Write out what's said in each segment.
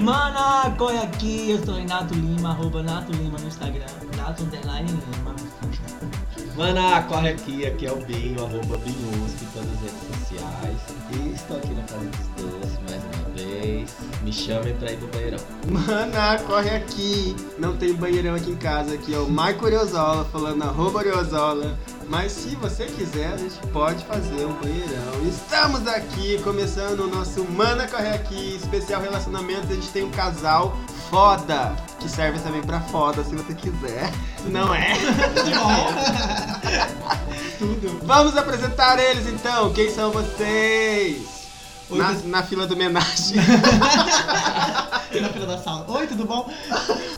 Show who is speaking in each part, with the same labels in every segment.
Speaker 1: Mana, corre aqui, eu sou Renato Lima, arroba Nato Lima no Instagram, Nato Underline Lima.
Speaker 2: Maná, corre aqui, aqui é o Binho, arroba Binhusco em todas as redes sociais. E estou aqui na Casa dos Doces mais uma vez. Me chamem pra ir pro banheirão.
Speaker 3: Maná, corre aqui. Não tem banheirão aqui em casa. Aqui é o Maico Oriozola falando arroba Oriozola. Mas se você quiser, a gente pode fazer um banheirão. Estamos aqui começando o nosso Mana Corre Aqui, especial relacionamento. A gente tem um casal foda, que serve também pra foda se você quiser. Não é?
Speaker 1: Tudo.
Speaker 3: Vamos apresentar eles então. Quem são vocês?
Speaker 1: Oi,
Speaker 3: Na, na fila do homenagem.
Speaker 1: Na fila da sala. Oi, tudo bom?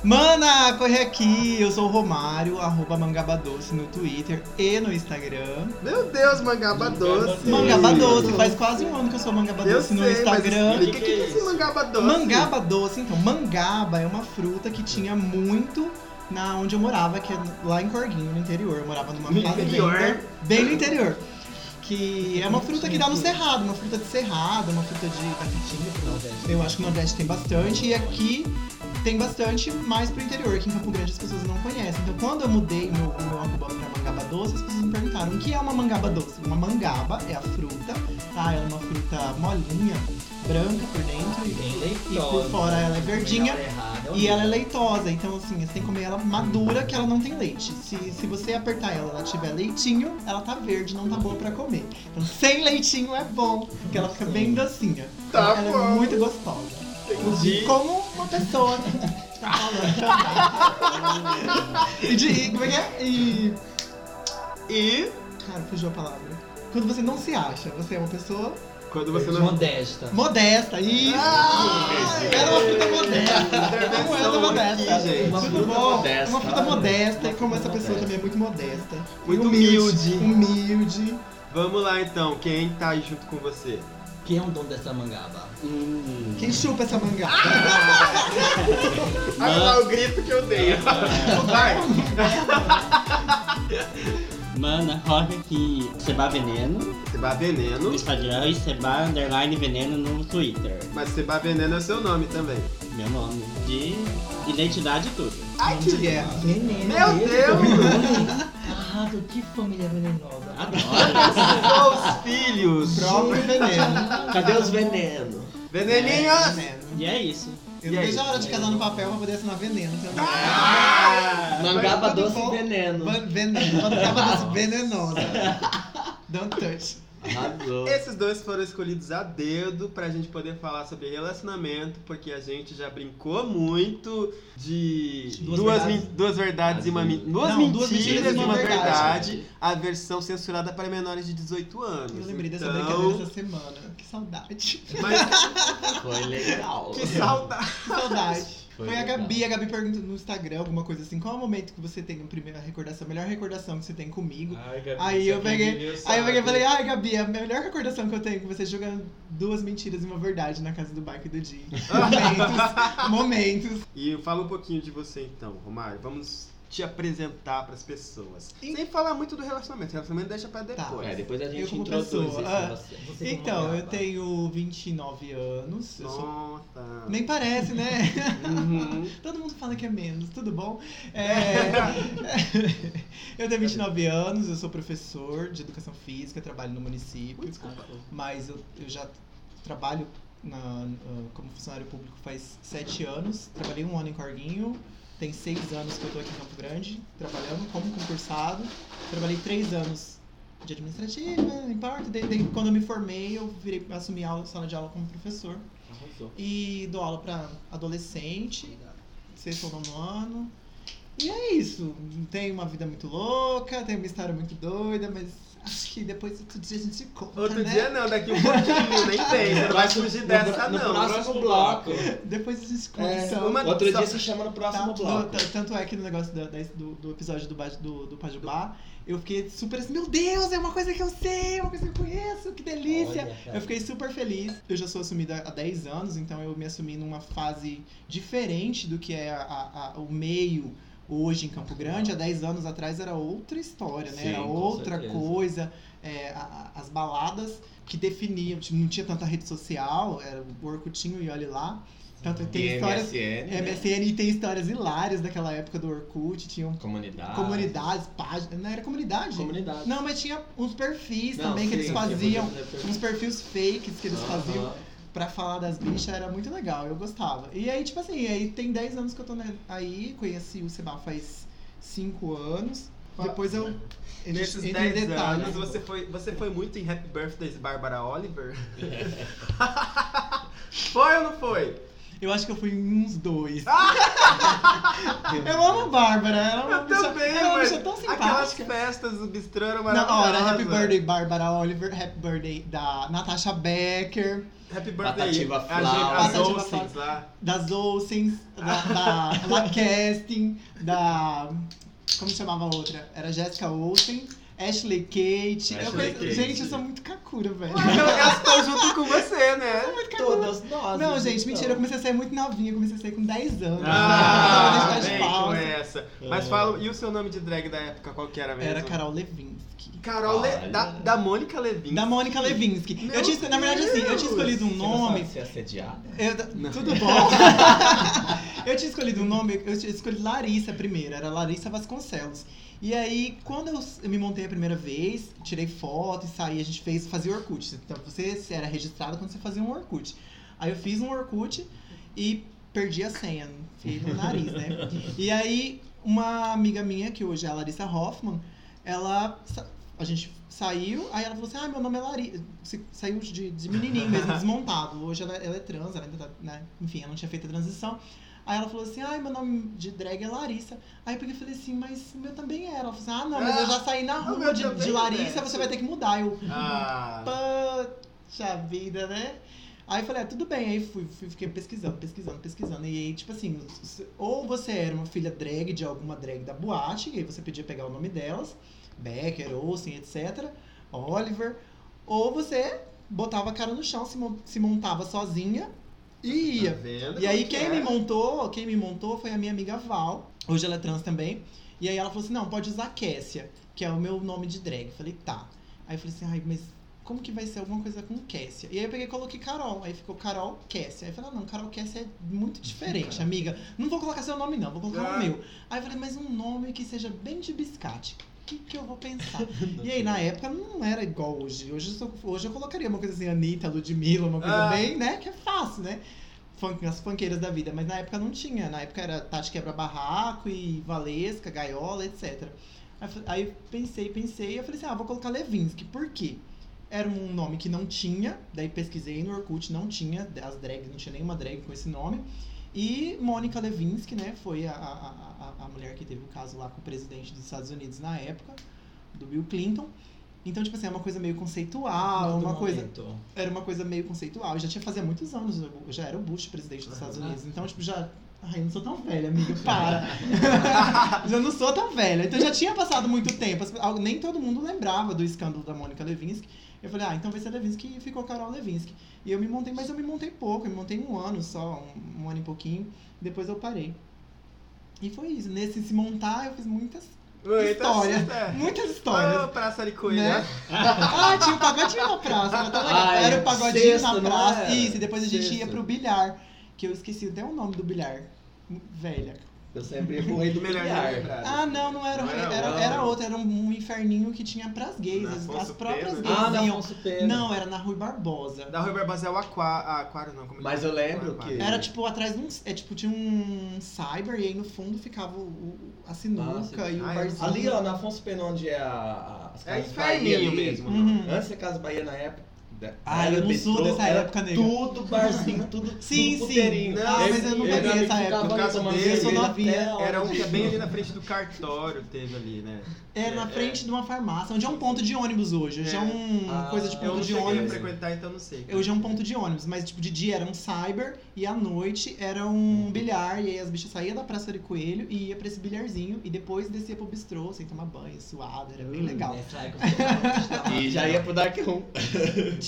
Speaker 1: Mana, corre aqui, eu sou o Romário, arroba Mangabadoce no Twitter e no Instagram.
Speaker 3: Meu Deus, mangaba doce.
Speaker 1: Mangabadoce, faz quase um ano que eu sou
Speaker 3: Eu
Speaker 1: Mangabadoce
Speaker 3: sei,
Speaker 1: no
Speaker 3: Mas
Speaker 1: Instagram.
Speaker 3: explica o que é esse mangaba doce.
Speaker 1: Mangaba doce, então, mangaba é uma fruta que tinha muito na onde eu morava, que é lá em Corguinho, no interior. Eu morava numa
Speaker 3: No
Speaker 1: fazenda,
Speaker 3: interior?
Speaker 1: bem no interior. Que é uma fruta que dá no cerrado, uma fruta de cerrado, uma fruta de taquitinha.
Speaker 2: Nordeste.
Speaker 1: Eu acho que no Nordeste tem bastante e aqui tem bastante mais pro interior, que em Campo Grande as pessoas não conhecem. Então quando eu mudei meu, o meu arroba pra mangaba doce, as pessoas me perguntaram o que é uma mangaba doce. Uma mangaba é a fruta, tá? Ela é uma fruta molinha, branca por dentro e
Speaker 2: Bem leitosa.
Speaker 1: e por fora ela é verdinha
Speaker 2: Ela é errada,
Speaker 1: e ela é leitosa, então assim, você tem que comer ela madura que ela não tem leite. Se, se você apertar ela, ela tiver leitinho, ela tá verde, não tá boa pra comer. Então sem leitinho é bom, porque ela fica bem docinha.
Speaker 3: Tá
Speaker 1: ela
Speaker 3: bom.
Speaker 1: é muito gostosa.
Speaker 3: Entendi.
Speaker 1: Como uma pessoa, né? Tá falando. e de, como é que é? E.
Speaker 3: E
Speaker 1: Cara, fugiu a palavra. Quando você não se acha, você é uma pessoa
Speaker 3: quando
Speaker 2: Você
Speaker 3: você
Speaker 2: não... é
Speaker 3: não
Speaker 2: Modesta.
Speaker 1: modesta. Isso!
Speaker 3: Ah,
Speaker 1: era uma fruta modesta. Era uma fruta
Speaker 3: Intervenção
Speaker 1: modesta.
Speaker 3: aqui, gente.
Speaker 1: Uma
Speaker 2: Fruta
Speaker 1: fruta modesta.
Speaker 2: é modesta.
Speaker 1: Uma fruta
Speaker 2: Olha.
Speaker 1: modesta. E como essa
Speaker 2: Uma fruta
Speaker 1: pessoa também é muito modesta.
Speaker 3: Muito
Speaker 1: Humilde. humilde.
Speaker 3: Vamos lá então, quem tá aí junto com você?
Speaker 2: Quem é o dono dessa mangaba?
Speaker 3: Hum.
Speaker 1: Quem chupa essa mangá?
Speaker 3: Olha lá o grito que eu dei. Vai.
Speaker 4: Mana, corre aqui. Seba Veneno
Speaker 3: Seba
Speaker 4: no
Speaker 3: Veneno,
Speaker 4: Instagram e Seba Underline Veneno no Twitter.
Speaker 3: mas Seba Veneno é seu nome também.
Speaker 4: Meu nome. De identidade e tudo.
Speaker 3: Ai, que
Speaker 1: guerra.
Speaker 2: Veneno.
Speaker 3: Meu Deus!
Speaker 2: Carado, que família venenosa.
Speaker 4: Adoro.
Speaker 3: Sou os filhos!
Speaker 1: Próprio veneno.
Speaker 2: Cadê os venenos?
Speaker 1: Né,
Speaker 3: Veneninhos!
Speaker 1: Veneno.
Speaker 4: e é isso.
Speaker 1: Eu
Speaker 3: E
Speaker 1: não
Speaker 3: aí?
Speaker 1: vejo a hora de casar no papel pra poder assinar veneno também.
Speaker 3: Ah,
Speaker 2: Mangaba
Speaker 1: mas tudo
Speaker 2: doce
Speaker 1: bom.
Speaker 2: e veneno.
Speaker 1: Van- Veneno. Mangaba
Speaker 2: Ah!
Speaker 1: doce venenosa. Don't touch.
Speaker 2: Arrasou.
Speaker 3: Esses dois foram escolhidos a dedo pra gente poder falar sobre relacionamento, porque a gente já brincou muito de
Speaker 1: Duas
Speaker 3: duas,
Speaker 1: verdades.
Speaker 3: min- duas verdades e uma
Speaker 4: Duas
Speaker 3: mentira. Duas
Speaker 1: Não, duas
Speaker 3: mentiras
Speaker 1: mentiras
Speaker 3: e uma verdade.
Speaker 1: verdade.
Speaker 3: A versão censurada para menores de 18 anos.
Speaker 1: Eu lembrei dessa
Speaker 3: Então,
Speaker 1: brincadeira essa semana. Que saudade.
Speaker 3: Mas
Speaker 2: Foi legal.
Speaker 3: que saudade.
Speaker 1: Que saudade. Foi,
Speaker 2: Foi
Speaker 1: a
Speaker 2: legal.
Speaker 1: Gabi, a Gabi perguntou no Instagram alguma coisa assim, qual é o momento que você tem a primeira recordação, a melhor recordação que você tem comigo?
Speaker 2: Ai, Gabi,
Speaker 1: Aí
Speaker 2: você
Speaker 1: eu peguei-
Speaker 2: me viu,
Speaker 1: Aí eu peguei e
Speaker 2: sabe?
Speaker 1: falei, ai Gabi, a melhor recordação que eu tenho é que você jogando duas mentiras e uma verdade na casa do bike do Di. Momentos, momentos.
Speaker 3: E fala um pouquinho de você então, Romário. Vamos te apresentar pras pessoas.
Speaker 1: E-
Speaker 3: Sem falar muito do relacionamento. Relacionamento deixa pra
Speaker 1: Tá.
Speaker 3: depois.
Speaker 2: É, depois a gente
Speaker 1: Eu como
Speaker 2: introduz
Speaker 1: pessoa,
Speaker 2: isso.
Speaker 1: ah,
Speaker 2: você, você como
Speaker 1: Então, eu
Speaker 2: mangaba.
Speaker 1: tenho 29 anos, eu sou...
Speaker 3: Nossa.
Speaker 1: Nem parece, né?
Speaker 3: Uhum.
Speaker 1: Todo mundo fala que é menos, tudo bom? É, Eu tenho 29 anos, eu sou professor de educação física, trabalho no município.
Speaker 3: Desculpa.
Speaker 1: mas eu, eu já trabalho na- na- como funcionário público faz sete anos. Trabalhei um ano em Corguinho, tem seis anos que eu tô aqui em Campo Grande, trabalhando como concursado. Trabalhei três anos de administrativa, em parte. Daí, daí, quando eu me formei, eu virei, assumi aula, sala de aula como professor.
Speaker 2: Arrasou.
Speaker 1: E dou aula para adolescente, sexto ou nono ano. E é isso. Tenho uma vida muito louca, tenho uma história muito doida, mas acho que depois outro dia a gente conta,
Speaker 3: Outro
Speaker 1: né?
Speaker 3: dia não, daqui um pouquinho, nem tem. Você não vai fugir dessa,
Speaker 2: Tá no,
Speaker 3: não.
Speaker 2: No próximo bloco.
Speaker 1: Depois a gente conta.
Speaker 2: É,
Speaker 1: então.
Speaker 3: uma-
Speaker 2: Outro
Speaker 3: Só-
Speaker 2: dia se chama no próximo
Speaker 1: Tanto-
Speaker 2: bloco.
Speaker 1: t- Tanto é que no negócio da- da- do, do episódio do, Ba- do, do Pajubá, eu fiquei super assim, meu Deus, é uma coisa que eu sei, é uma coisa que eu conheço, que delícia.
Speaker 2: Olha, cara.
Speaker 1: Eu fiquei super feliz. Eu já sou assumida há 10 anos, então eu me assumi numa fase diferente do que é a- a- a- o meio, hoje em Campo Grande, há 10 anos atrás era outra história, né?
Speaker 2: Sim,
Speaker 1: era
Speaker 2: com
Speaker 1: outra
Speaker 2: certeza.
Speaker 1: coisa. É, a- a- as baladas que definiam, tipo, não tinha tanta rede social, era o Orcutinho e olhe lá. Tanto que tem
Speaker 2: E
Speaker 1: histórias. é,
Speaker 2: MSN, né?
Speaker 1: MSN e tem histórias hilárias daquela época do Orkut, tinham
Speaker 2: Comunidade.
Speaker 1: comunidades, páginas. Não era comunidade?
Speaker 2: Ah, Comunidade.
Speaker 1: Não, mas tinha uns perfis
Speaker 2: Não,
Speaker 1: também que
Speaker 2: sim,
Speaker 1: eles
Speaker 2: sim,
Speaker 1: faziam.
Speaker 2: podia fazer
Speaker 1: Uns perfis fakes que eles
Speaker 2: Aham.
Speaker 1: faziam pra falar das bichas era muito legal, eu gostava. E aí, tipo assim, aí tem 10 anos que eu tô ne- aí, conheci o Seba faz 5 anos. Depois eu. entre-
Speaker 3: Nesses
Speaker 1: entre
Speaker 3: 10
Speaker 1: detalhes.
Speaker 3: anos, você foi, você foi muito em Happy Birthdays Bárbara Oliver? foi ou não foi?
Speaker 1: Eu acho que eu fui em uns dois. eu amo a Bárbara, ela é uma
Speaker 3: Ah! Eu
Speaker 1: bicha,
Speaker 3: também,
Speaker 1: ela é uma
Speaker 3: mas
Speaker 1: bicha tão
Speaker 3: Aquelas
Speaker 1: simpática.
Speaker 3: festas do bistrô eram
Speaker 1: Na
Speaker 3: maravilhosas.
Speaker 1: hora, Happy Birthday Bárbara Oliver, Happy Birthday da Natasha Becker,
Speaker 3: Happy Birthday.
Speaker 2: Patativa
Speaker 3: a
Speaker 2: Flower.
Speaker 3: gente- As
Speaker 1: Patativa
Speaker 3: Olsens lá.
Speaker 1: das Olsens, da, da La Casting, da. Como chamava a outra? Era Jessica Olsen, Ashley Kate. Eu
Speaker 2: Ashley
Speaker 1: conheço-
Speaker 2: Kate.
Speaker 1: Gente, eu sou muito cacura, velho.
Speaker 3: Ela estou tá junto com você, né?
Speaker 2: Todas nós.
Speaker 1: Não,
Speaker 2: né?
Speaker 1: gente, mentira, eu
Speaker 2: Então.
Speaker 1: comecei a sair muito novinha, eu comecei a sair com 10 anos.
Speaker 3: Ah,
Speaker 1: Só pra deixar tá de
Speaker 3: vem com
Speaker 1: pausa.
Speaker 3: essa. Mas fala, e o seu nome de drag da época, qual que era mesmo?
Speaker 1: Era Carol Levinsky.
Speaker 3: Carol Le-
Speaker 2: Olha.
Speaker 3: da, da Mônica Levin.
Speaker 1: Da Mônica Levinsky.
Speaker 3: Meu
Speaker 1: eu tinha, na verdade, assim, eu tinha escolhido um
Speaker 2: Você não
Speaker 1: nome.
Speaker 2: sabe ser assediada?
Speaker 1: Eu-
Speaker 3: Não.
Speaker 1: tudo bom? eu tinha escolhido um nome, eu tinha escolhido Larissa primeiro, era Larissa Vasconcelos. E aí, quando eu s- eu me montei a primeira vez, tirei foto e saí, a gente fez, fazia Orkut. Então você se era registrado quando você fazia um Orkut. Aí eu fiz um Orkut e perdi a senha, fiz no nariz, né? E aí, uma amiga minha, que hoje é a Larissa Hoffman, ela. sa- A gente saiu, aí ela falou assim: Ah, meu nome é Larissa. Saiu de, de menininho mesmo, desmontado. Hoje ela, ela é trans, ela ainda tá, né? Enfim, ela não tinha feito a transição. Aí ela falou assim: Ai, meu nome de drag é Larissa. Aí eu peguei e falei assim: Mas o meu também era. Ela falou assim: Ah, não, mas eu já saí na
Speaker 3: Ah, o
Speaker 1: rua
Speaker 3: meu
Speaker 1: de,
Speaker 3: também
Speaker 1: de Larissa,
Speaker 3: era.
Speaker 1: você vai ter que mudar. Eu,
Speaker 3: Ah,
Speaker 1: Poxa vida, né? Aí eu falei, ah, tudo bem. Aí fui, fui- fiquei pesquisando, pesquisando, pesquisando. E aí, tipo assim, s- ou você era uma filha drag de alguma drag da boate, e aí você podia pegar o nome delas, Becker, Olsen, etc., Oliver. Ou você botava a cara no chão, se, mon- se montava sozinha e
Speaker 3: tá
Speaker 1: ia.
Speaker 3: vendo?
Speaker 1: E aí
Speaker 3: Como que
Speaker 1: quem
Speaker 3: é?
Speaker 1: me montou, quem me montou foi a minha amiga Val. Hoje ela é trans também. E aí ela falou assim: "Não, pode usar Kessia, que é o meu nome de drag". Eu falei: "Tá". Aí eu falei assim: "Ai, mas como que vai ser alguma coisa com Kessia?". E aí eu peguei e coloquei Carol, aí ficou Carol Kessia. Aí eu falei: ah, "Não, Carol Kessia é muito diferente, amiga. Não vou colocar seu nome não, vou colocar
Speaker 3: Ah.
Speaker 1: o meu". Aí eu falei: "Mas um nome que seja bem de biscate". O que que eu vou pensar? e aí na época não era igual hoje. Hoje eu, sou- hoje eu colocaria uma coisa assim, Anitta, Ludmilla, uma coisa
Speaker 3: Ah.
Speaker 1: bem, né, que é fácil, né? funk, as funkeiras da vida, mas na época não tinha. Na época era Tati Quebra-Barraco e Valesca, Gaiola, etc. Aí fa- Aí eu pensei, pensei, e eu falei assim, ah, vou colocar Levinsky. Por quê? Era um nome que não tinha, daí pesquisei no Orkut, não tinha, as drags, não tinha nenhuma drag com esse nome. E Mônica Levinsky, né, foi a, a, a, a mulher que teve o caso lá com o presidente dos Estados Unidos na época, do Bill Clinton. Então, tipo assim, é uma coisa meio conceitual,
Speaker 2: Todo
Speaker 1: uma
Speaker 5: é.
Speaker 1: coisa
Speaker 2: momento.
Speaker 1: era uma coisa meio conceitual. Eu já tinha fazia muitos anos, eu já era o Bush presidente dos Estados Unidos. Então, tipo, já. Ai, eu não sou tão velha, amiga, para. eu não sou tão velha. Então já tinha passado muito tempo. as- al- Nem todo mundo lembrava do escândalo da Mônica Levinsky. Eu falei, ah, então vai ser Levinsky e ficou Carol Levinsky. E eu me montei, mas eu me montei pouco, eu me montei um ano só, um, um ano e pouquinho. Depois eu parei. E foi isso. Nesse se montar, eu fiz muitas,
Speaker 3: Muita
Speaker 1: História.
Speaker 3: história.
Speaker 1: muitas histórias.
Speaker 3: Ô, Praça de Coelho.
Speaker 1: Né? Ah, tinha um pagodinho na praça. Era, tão legal.
Speaker 2: Ah,
Speaker 1: Era
Speaker 2: é.
Speaker 1: o pagodinho
Speaker 2: Sexta,
Speaker 1: na
Speaker 2: não
Speaker 1: praça.
Speaker 2: era?
Speaker 1: Isso, e depois a gente
Speaker 2: Sexta.
Speaker 1: ia pro bilhar. Que eu esqueci até o nome do bilhar. Velha.
Speaker 2: Eu sempre ia pro rei do
Speaker 3: Melhor
Speaker 2: melhor.
Speaker 3: lembrado.
Speaker 1: Ah, não, não era o
Speaker 3: Não
Speaker 1: rei.
Speaker 3: era
Speaker 1: Era,
Speaker 2: outro.
Speaker 1: era outro, era um inferninho que tinha pras gays.
Speaker 3: Na
Speaker 1: As, as
Speaker 3: Afonso
Speaker 1: próprias
Speaker 3: Pena?
Speaker 1: gays
Speaker 2: Ah, na
Speaker 1: iam.
Speaker 2: Afonso Pena.
Speaker 1: Não, era na Rui Barbosa.
Speaker 3: né? Da Rui Barbosa é o aqua... Aquário, não. Como é que
Speaker 2: Mas
Speaker 3: é?
Speaker 2: eu lembro
Speaker 3: Aquário.
Speaker 2: que-
Speaker 1: Era tipo atrás de um. É tipo, tinha um cyber e aí no fundo ficava o- o- a sinuca
Speaker 2: Ah,
Speaker 1: e o
Speaker 3: ah,
Speaker 1: barzinho.
Speaker 2: Ali, ó, na Afonso Pena, onde é a, a, as
Speaker 3: É
Speaker 2: casas Bahia
Speaker 3: inferninho
Speaker 2: ali. Hum.
Speaker 3: mesmo. não.
Speaker 1: Uhum.
Speaker 2: Antes da Casa Bahia, na época... da-
Speaker 1: Ah,
Speaker 2: era
Speaker 1: eu não sou
Speaker 2: metrô,
Speaker 1: dessa
Speaker 2: era
Speaker 1: época, nega.
Speaker 2: Tudo barzinho, tudo
Speaker 1: Sim, sim.
Speaker 2: tudo puteirinho.
Speaker 1: Ah,
Speaker 2: Esse-
Speaker 1: mas eu não
Speaker 2: esse
Speaker 1: peguei
Speaker 2: amigo
Speaker 1: essa
Speaker 2: ficava
Speaker 1: época.
Speaker 2: ali
Speaker 3: No caso
Speaker 2: tomando
Speaker 3: dele, eu sou
Speaker 2: cerveja
Speaker 1: novinha.
Speaker 2: até a hora
Speaker 3: Era um
Speaker 2: do
Speaker 3: que é bem
Speaker 2: show.
Speaker 3: ali na frente do cartório, teve ali, né?
Speaker 1: Era na
Speaker 3: É,
Speaker 1: frente de uma farmácia, onde é um ponto de ônibus hoje. Hoje é,
Speaker 3: É.
Speaker 1: um
Speaker 2: Ah,
Speaker 1: coisa de
Speaker 2: eu
Speaker 1: ponto
Speaker 3: Eu não
Speaker 1: de
Speaker 3: cheguei
Speaker 1: ônibus.
Speaker 3: a frequentar, então não sei.
Speaker 1: Hoje é um ponto de ônibus, mas tipo, de dia era um cyber e à noite era um bilhar. E aí as bichas saíam da Praça de Coelho e ia pra esse bilharzinho e depois descia pro bistrô
Speaker 5: Hum.
Speaker 1: sem tomar banho, suada, era bem legal.
Speaker 2: E já ia pro Dark Room.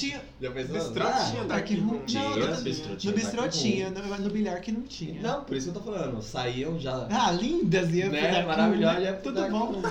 Speaker 1: Tinha,
Speaker 2: Já pensou?
Speaker 3: Bistrô
Speaker 2: Ah,
Speaker 3: tinha daqui.
Speaker 1: arquivo-
Speaker 3: mano.
Speaker 1: Não,
Speaker 2: Tinha,
Speaker 1: no-
Speaker 2: bistrô
Speaker 1: no
Speaker 2: tinha,
Speaker 1: bistrô
Speaker 2: mas que
Speaker 1: tinha, no, no bilhar que não tinha.
Speaker 2: Não, por isso que eu tô falando. Saíam já.
Speaker 1: Ah, lindas! Ia
Speaker 2: né? Maravilhosa. já-
Speaker 1: Tudo bom.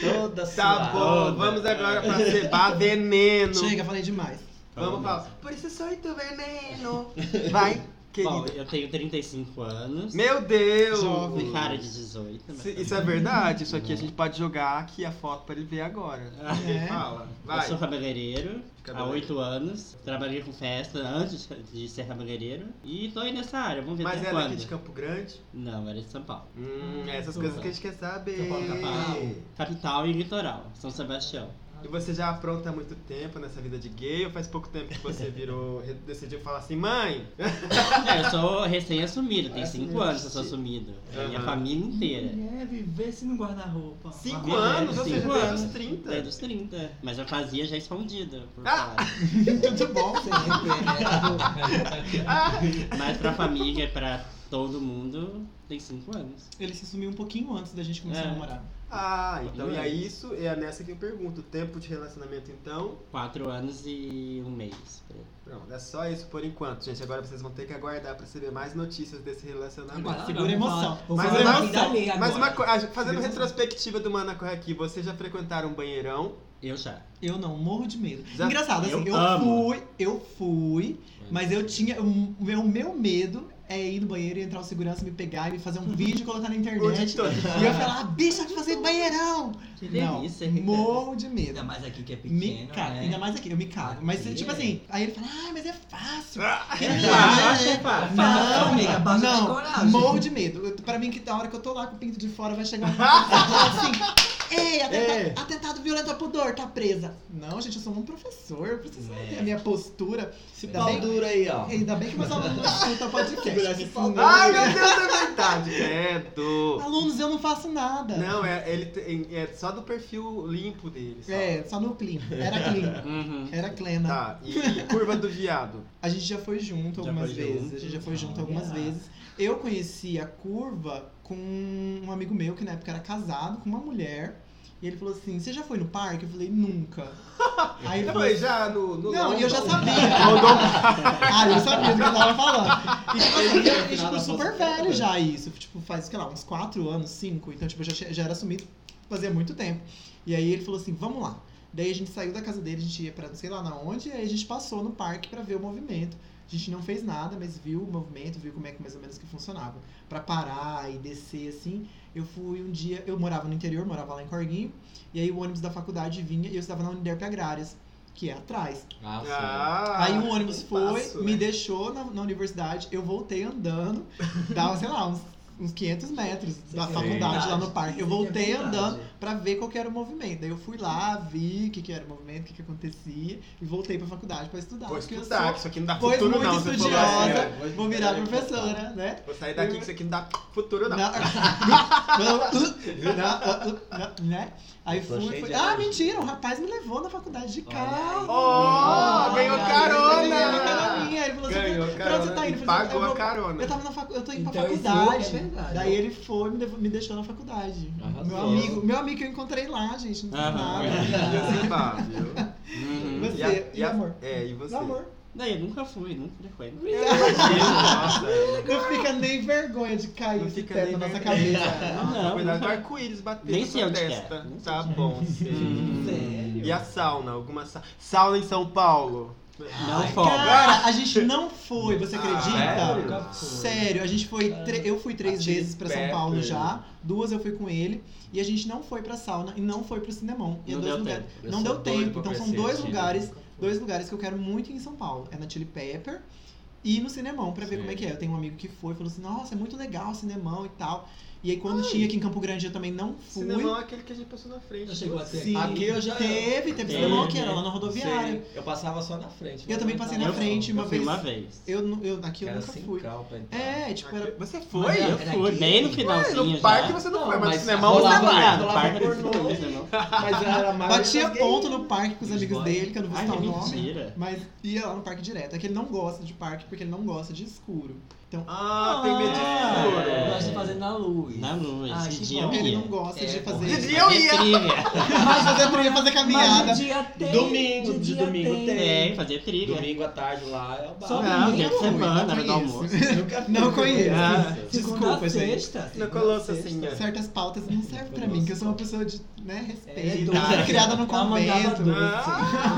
Speaker 2: Toda
Speaker 3: Tá bom, vamos agora pra cebar veneno.
Speaker 1: Chega, falei demais.
Speaker 3: Vamos, Paulo. Por isso sou tu veneno. Vai,
Speaker 4: Bom,
Speaker 3: querido.
Speaker 4: eu tenho 35 anos.
Speaker 3: Meu Deus!
Speaker 1: Jovem.
Speaker 4: Com cara de 18. mas
Speaker 3: Se-
Speaker 4: tá
Speaker 3: Isso é
Speaker 4: bom.
Speaker 3: verdade, isso aqui a gente pode jogar aqui a foto pra ele ver agora.
Speaker 1: É.
Speaker 3: Fala,
Speaker 4: Eu
Speaker 3: vai.
Speaker 4: sou cabeleireiro há
Speaker 3: Cabeleireiro.
Speaker 4: 8 anos. Trabalhei com festa antes de ser cabeleireiro. E tô aí nessa área, vamos ver
Speaker 3: Mas
Speaker 4: até
Speaker 3: é daqui
Speaker 4: quando.
Speaker 3: de Campo Grande?
Speaker 4: Não, era de São Paulo.
Speaker 3: Hum, essas coisas
Speaker 4: São
Speaker 3: que a
Speaker 4: Paulo.
Speaker 3: gente quer saber.
Speaker 1: São Paulo, São
Speaker 4: Paulo. Capital e litoral, São Sebastião.
Speaker 3: E você já apronta há muito tempo nessa vida de gay ou faz pouco tempo que você virou, re- decidiu falar assim, mãe?
Speaker 4: É, eu sou recém-assumido, tem
Speaker 2: Parece
Speaker 4: 5
Speaker 2: meio
Speaker 4: anos que eu sou
Speaker 2: chique.
Speaker 4: assumido. É minha
Speaker 3: Aham.
Speaker 4: família inteira.
Speaker 1: É, viver se não guarda-roupa.
Speaker 3: Cinco
Speaker 4: Minha
Speaker 3: anos,
Speaker 4: mulher,
Speaker 3: ou seja,
Speaker 4: cinco
Speaker 3: desde
Speaker 4: anos.
Speaker 3: os 30.
Speaker 4: Desde os 30. Mas eu fazia já escondida, por
Speaker 3: Ah!
Speaker 4: fora.
Speaker 1: Tudo bom, você
Speaker 4: Mas pra família, e pra todo mundo, tem 5 anos.
Speaker 1: Ele se sumiu um pouquinho antes da gente começar
Speaker 4: É.
Speaker 1: a namorar.
Speaker 3: Ah, então,
Speaker 4: Não
Speaker 3: e
Speaker 4: é.
Speaker 3: é isso, é nessa que eu pergunto. O tempo de relacionamento, então,
Speaker 4: 4 anos e um mês.
Speaker 3: pronto, é só isso por enquanto, gente. Agora vocês vão ter que aguardar pra saber mais notícias desse relacionamento.
Speaker 1: Agora, segura a emoção.
Speaker 3: Mas
Speaker 5: Mas
Speaker 3: é
Speaker 5: falar
Speaker 3: uma-
Speaker 5: da vida alheia agora.
Speaker 3: Mas uma coisa, fazendo
Speaker 1: Beleza.
Speaker 3: retrospectiva do Mana Corre Aqui, vocês já frequentaram um banheirão?
Speaker 4: Eu já.
Speaker 1: Eu não, morro de medo.
Speaker 3: Já-
Speaker 1: Engraçado, assim,
Speaker 4: Eu
Speaker 1: eu,
Speaker 4: amo.
Speaker 1: fui, eu fui, mas eu tinha. um- O meu, meu medo é ir no banheiro e entrar o segurança me pegar e me fazer um vídeo e colocar na internet.
Speaker 3: Auditor.
Speaker 1: e eu falar, ah, bicha que fazer banheirão!
Speaker 4: Que
Speaker 1: não,
Speaker 4: delícia, hein,
Speaker 1: morro de medo.
Speaker 5: Ainda mais aqui que é
Speaker 1: Me
Speaker 5: pequeno.
Speaker 1: cago,
Speaker 5: né?
Speaker 1: ainda mais aqui, eu me cago. Mas
Speaker 5: Aqui
Speaker 1: tipo
Speaker 5: é.
Speaker 1: assim, aí ele fala, ah, mas é fácil.
Speaker 4: Ah, acho que é fácil.
Speaker 5: Fala, amiga, basta ter
Speaker 1: não,
Speaker 5: coragem.
Speaker 1: morro de medo. Eu- Pra mim, que da hora que eu tô lá com o pinto de fora, vai chegar um cara e falar assim: Ei, atenta-
Speaker 3: Ei.
Speaker 1: atentado violento ao pudor, tá presa. Não, gente, eu sou um professor, eu preciso
Speaker 5: É.
Speaker 1: ter a minha postura.
Speaker 2: Esse
Speaker 1: Ainda
Speaker 2: pau
Speaker 1: bem-
Speaker 2: duro aí, ó.
Speaker 1: Ainda bem que meus alunos não escutam
Speaker 2: Segurar
Speaker 1: podcast.
Speaker 2: esse
Speaker 1: isso
Speaker 2: pau.
Speaker 1: não-
Speaker 3: Ai, meu Deus, é verdade, credo!
Speaker 1: Alunos, eu não faço nada.
Speaker 3: Não, é, ele tem- é só do perfil limpo dele, só.
Speaker 1: É, só no clean. Era clean.
Speaker 4: Uhum.
Speaker 1: Era clena.
Speaker 3: Tá, e, e curva do viado?
Speaker 1: A gente já foi junto
Speaker 4: Já
Speaker 1: algumas
Speaker 4: foi
Speaker 1: vezes.
Speaker 4: junto.
Speaker 1: A gente já foi junto
Speaker 5: Olha.
Speaker 1: algumas vezes. Eu conheci a curva com um amigo meu que na época era casado com uma mulher. E ele falou assim: Você já foi no parque? Eu falei: Nunca. Aí ele
Speaker 3: Eu
Speaker 1: falou
Speaker 3: falei, já no... no
Speaker 1: Não,
Speaker 3: no-
Speaker 1: e eu já
Speaker 3: no-
Speaker 1: sabia.
Speaker 3: Mandou
Speaker 1: ah, eu sabia do que eu tava falando. E tipo, assim, eu,
Speaker 2: no final
Speaker 1: tipo
Speaker 2: da
Speaker 1: super
Speaker 2: foto-
Speaker 1: velho já isso. Tipo, faz, sei lá, uns 4 anos, 5. Então, tipo, eu já, tinha- já era assumido fazia muito tempo. E aí ele falou assim: Vamos lá. Daí a gente saiu da casa dele, a gente ia pra sei lá na onde, e aí a gente passou no parque pra ver o movimento. A gente não fez nada, mas viu o movimento, viu como é que mais ou menos que funcionava. Pra parar e descer assim. Eu fui um dia, eu morava no interior, morava lá em Corguinho, e aí o ônibus da faculdade vinha e eu estava na Uniderp Agrárias, que é atrás.
Speaker 2: Ah, sim.
Speaker 3: Ah,
Speaker 1: Aí um ônibus foi,
Speaker 3: passo,
Speaker 1: me
Speaker 3: né?
Speaker 1: deixou na, na universidade, eu voltei andando, dava, sei lá, uns, uns 500 metros é da
Speaker 5: Sim.
Speaker 1: faculdade lá no parque. Eu
Speaker 5: Sim,
Speaker 1: voltei
Speaker 5: é verdade.
Speaker 1: andando pra ver qual que era o movimento. Daí eu fui lá, vi o que, que era o movimento, o que, que acontecia, e voltei pra faculdade pra estudar.
Speaker 3: Vou
Speaker 1: porque eu
Speaker 3: estudar, que isso aqui não dá
Speaker 1: Foi
Speaker 3: futuro
Speaker 1: muito
Speaker 3: não. você falou assim,
Speaker 1: estudiosa.
Speaker 3: ó.
Speaker 1: sou- Vou virar professora, né?
Speaker 3: Vou sair daqui que isso aqui não dá futuro não.
Speaker 1: Não. Não, não, não, né? Aí
Speaker 2: Eu tô
Speaker 1: fui,
Speaker 2: cheio
Speaker 1: fui.
Speaker 2: de
Speaker 1: Ah,
Speaker 2: elogio.
Speaker 1: mentira, o rapaz me levou na faculdade de carro.
Speaker 3: Oh,
Speaker 1: Ah,
Speaker 3: ganhou
Speaker 1: cara,
Speaker 3: carona!
Speaker 1: Ele ganhou caroninha. Ele falou assim:
Speaker 3: Ganhou
Speaker 1: pra onde
Speaker 3: carona e
Speaker 1: você tá indo? Eu falei assim,
Speaker 3: pagou
Speaker 1: eu
Speaker 3: a
Speaker 1: vou-
Speaker 3: carona.
Speaker 1: Eu, tava na facu... eu tô indo pra
Speaker 5: Então, esse
Speaker 1: faculdade.
Speaker 5: é verdade.
Speaker 1: Daí ele foi e me, levou- me deixou na faculdade.
Speaker 2: Arrasou.
Speaker 1: Meu amigo, meu amigo que eu encontrei lá, gente. Não
Speaker 4: Ah,
Speaker 1: tem nada.
Speaker 3: Você tá, viu?
Speaker 4: Uhum.
Speaker 1: Você, e amor?
Speaker 3: É, e você?
Speaker 1: Meu amor.
Speaker 4: Daí eu nunca fui, nunca frequento.
Speaker 3: Nossa,
Speaker 1: Não fica nem vergonha de cair
Speaker 3: não
Speaker 1: esse
Speaker 3: fica
Speaker 1: teto
Speaker 3: nem
Speaker 1: na nossa
Speaker 3: vermelho.
Speaker 1: cabeça.
Speaker 3: Nossa,
Speaker 4: Não,
Speaker 3: cuidado
Speaker 4: não.
Speaker 3: do arco-íris bater
Speaker 4: Nem
Speaker 3: na
Speaker 4: sei
Speaker 3: sua
Speaker 4: onde que é.
Speaker 3: testa.
Speaker 4: Nem sei
Speaker 3: Tá
Speaker 4: onde que é.
Speaker 3: bom,
Speaker 1: Hum,
Speaker 3: sim.
Speaker 5: Sério?
Speaker 3: E a sauna? Alguma sa... sauna em São Paulo?
Speaker 4: Não
Speaker 5: Ai,
Speaker 4: folga.
Speaker 1: Cara, a gente não foi, você acredita?
Speaker 3: Ah, Sério?
Speaker 1: Sério, a gente foi. tre- Eu fui três
Speaker 3: Achei
Speaker 1: vezes pra São
Speaker 3: perto
Speaker 1: Paulo
Speaker 3: ele.
Speaker 1: já. Duas eu fui com ele. E a gente não foi pra sauna e não foi pro cinemão. E é
Speaker 4: Não
Speaker 1: dois
Speaker 4: deu
Speaker 1: lugares.
Speaker 2: Eu
Speaker 1: Não
Speaker 2: sou
Speaker 1: deu
Speaker 2: doido
Speaker 1: tempo.
Speaker 2: pra
Speaker 1: Então são
Speaker 2: conhecer
Speaker 1: dois
Speaker 2: Chile.
Speaker 1: lugares, dois lugares que eu quero muito ir em São Paulo. É na Chili Pepper e no cinemão, pra ver
Speaker 2: Sim.
Speaker 1: como é que é. Eu tenho um amigo que foi, falou assim, nossa, é muito legal o cinemão e tal. E aí quando tinha aqui em Campo Grande eu também não fui.
Speaker 3: Cinemão é aquele que a gente passou na frente.
Speaker 5: Já chegou até
Speaker 1: Sim,
Speaker 2: Aqui eu já-
Speaker 1: teve, teve
Speaker 4: Teve.
Speaker 1: cinemão aqui, era lá na rodoviária.
Speaker 2: Sei, Eu passava só na frente.
Speaker 1: Eu também passei na
Speaker 4: Eu-
Speaker 1: frente uma
Speaker 4: eu fui
Speaker 1: vez.
Speaker 4: uma vez.
Speaker 1: Eu, nu- eu, aqui eu
Speaker 2: Era
Speaker 1: nunca
Speaker 5: assim,
Speaker 2: sem
Speaker 1: fui.
Speaker 2: cal pra entrar.
Speaker 1: É, tipo,
Speaker 3: Aqui-
Speaker 1: era
Speaker 3: Você
Speaker 4: Mas
Speaker 3: foi?
Speaker 5: Mas
Speaker 4: eu
Speaker 5: era
Speaker 4: fui,
Speaker 5: aqui?
Speaker 4: bem no
Speaker 3: Ué,
Speaker 4: finalzinho
Speaker 3: no
Speaker 4: já.
Speaker 3: parque você não,
Speaker 2: Não,
Speaker 3: foi, mas no
Speaker 2: mas
Speaker 3: cinemão
Speaker 2: rolava
Speaker 3: você
Speaker 4: Rolava
Speaker 3: vai.
Speaker 4: nada,
Speaker 2: lá
Speaker 4: no
Speaker 2: vai
Speaker 4: parque
Speaker 2: pornô.
Speaker 4: não fui, não.
Speaker 2: Mas era mais.
Speaker 1: Batia
Speaker 5: é
Speaker 1: ponto no parque com os amigos
Speaker 2: Esboia.
Speaker 1: dele, que eu não vou
Speaker 4: Ai,
Speaker 1: citar
Speaker 4: que
Speaker 1: o nome.
Speaker 4: mentira.
Speaker 1: Mas ia lá no parque direto. É que ele não gosta de parque porque ele não gosta de escuro.
Speaker 3: Ah, tem medo de
Speaker 5: Ah,
Speaker 3: furo.
Speaker 5: Eu gosto de fazer na luz.
Speaker 4: Na luz.
Speaker 5: Ai,
Speaker 4: Esse
Speaker 5: que
Speaker 4: dia
Speaker 5: bom.
Speaker 4: eu
Speaker 1: Ele
Speaker 4: ia.
Speaker 1: não gosta
Speaker 5: É,
Speaker 1: de
Speaker 5: bom.
Speaker 1: fazer.
Speaker 3: Didi, Eu ia.
Speaker 4: Trivia.
Speaker 1: Mas fazer trilha, fazer caminhada.
Speaker 5: Mas de dia tem,
Speaker 2: Domingo, de
Speaker 5: dia
Speaker 2: domingo
Speaker 4: É, fazer trilha.
Speaker 2: Domingo à tarde lá é o bar.
Speaker 5: Só
Speaker 4: Não,
Speaker 1: Não,
Speaker 4: dia de
Speaker 1: não,
Speaker 4: semana,
Speaker 1: não
Speaker 4: hora do
Speaker 1: conheço.
Speaker 4: almoço.
Speaker 2: Nunca Ah, fiz,
Speaker 1: Não conheço.
Speaker 2: nunca fiz isso.
Speaker 5: Segunda
Speaker 1: Desculpa,
Speaker 5: a
Speaker 1: gente.
Speaker 5: sexta.
Speaker 3: Não
Speaker 5: segunda a
Speaker 3: colou
Speaker 5: sexta.
Speaker 3: assim, ó.
Speaker 1: Certas pautas não servem pra mim, que eu sou uma pessoa de né,
Speaker 5: É,
Speaker 1: respeito.
Speaker 5: doce.
Speaker 1: Fui criada no
Speaker 5: Uma mangaba
Speaker 1: convento.
Speaker 5: doce.
Speaker 3: Ah,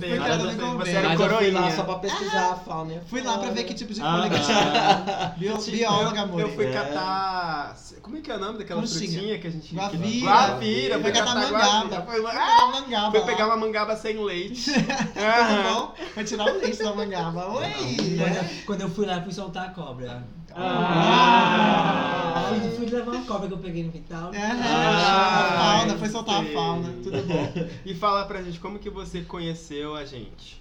Speaker 1: Foi
Speaker 3: Nada
Speaker 1: cada
Speaker 3: a ver,
Speaker 1: um
Speaker 3: Você
Speaker 1: bem.
Speaker 3: era
Speaker 2: Mas eu fui lá só
Speaker 3: coroinha.
Speaker 2: pra pesquisar a fauna. e a
Speaker 1: Fui lá pra
Speaker 2: flora.
Speaker 1: ver que tipo de folha que tinha.
Speaker 4: Ah,
Speaker 1: Bio-
Speaker 3: Tipo, Eu-
Speaker 1: Bióloga, amor.
Speaker 3: Eu fui
Speaker 2: É.
Speaker 3: catar. Como é que é o nome daquela
Speaker 1: Conchinha.
Speaker 3: frutinha que a gente.
Speaker 1: Guavira.
Speaker 3: Guavira,
Speaker 1: Foi
Speaker 3: foi
Speaker 1: catar
Speaker 3: catar
Speaker 1: mangaba.
Speaker 3: guavira. Foi uma- Ah,
Speaker 1: Pegar mangaba.
Speaker 2: Tá
Speaker 3: Foi
Speaker 1: lá.
Speaker 3: pegar uma mangaba sem leite.
Speaker 1: um Tá
Speaker 3: Aham.
Speaker 1: bom? Vai tirar o leite da mangaba. Oi!
Speaker 5: Quando
Speaker 1: né?
Speaker 5: eu- Quando eu fui lá, eu fui soltar a cobra.
Speaker 4: Ah.
Speaker 5: Aí Fui, fui levar uma cobra que eu peguei no quintal.
Speaker 1: É,
Speaker 3: Ah,
Speaker 1: a fauna, foi soltar
Speaker 3: sim.
Speaker 1: a fauna, tudo bom.
Speaker 3: E fala pra gente como que você conheceu a gente.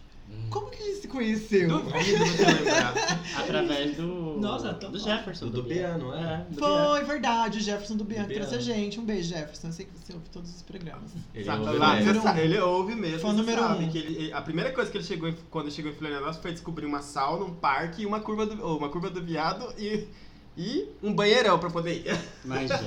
Speaker 1: Como que a gente se conheceu?
Speaker 3: Duvido você lembrar.
Speaker 4: Através do.
Speaker 5: Nossa, tão
Speaker 4: do
Speaker 5: bom.
Speaker 4: Jefferson.
Speaker 2: Do Biano, é.
Speaker 4: do Biano.
Speaker 1: Foi verdade, o Jefferson do Bianco
Speaker 2: Do
Speaker 1: trouxe a
Speaker 2: Bianco.
Speaker 1: gente. Um beijo, Jefferson. Eu sei que você ouve todos os programas.
Speaker 2: Ele
Speaker 3: Sabe,
Speaker 2: ouve
Speaker 3: lá,
Speaker 2: mesmo.
Speaker 3: você
Speaker 1: número
Speaker 3: sabe,
Speaker 1: um.
Speaker 3: ele ouve mesmo.
Speaker 1: Fã
Speaker 3: você
Speaker 1: número
Speaker 3: sabe
Speaker 1: um.
Speaker 3: que ele- ele- a primeira coisa que ele chegou em- quando chegou em Florianópolis foi descobrir uma sauna, um parque, uma curva do, ou uma curva do viado e, e um banheirão pra poder ir.
Speaker 4: Mas, gente.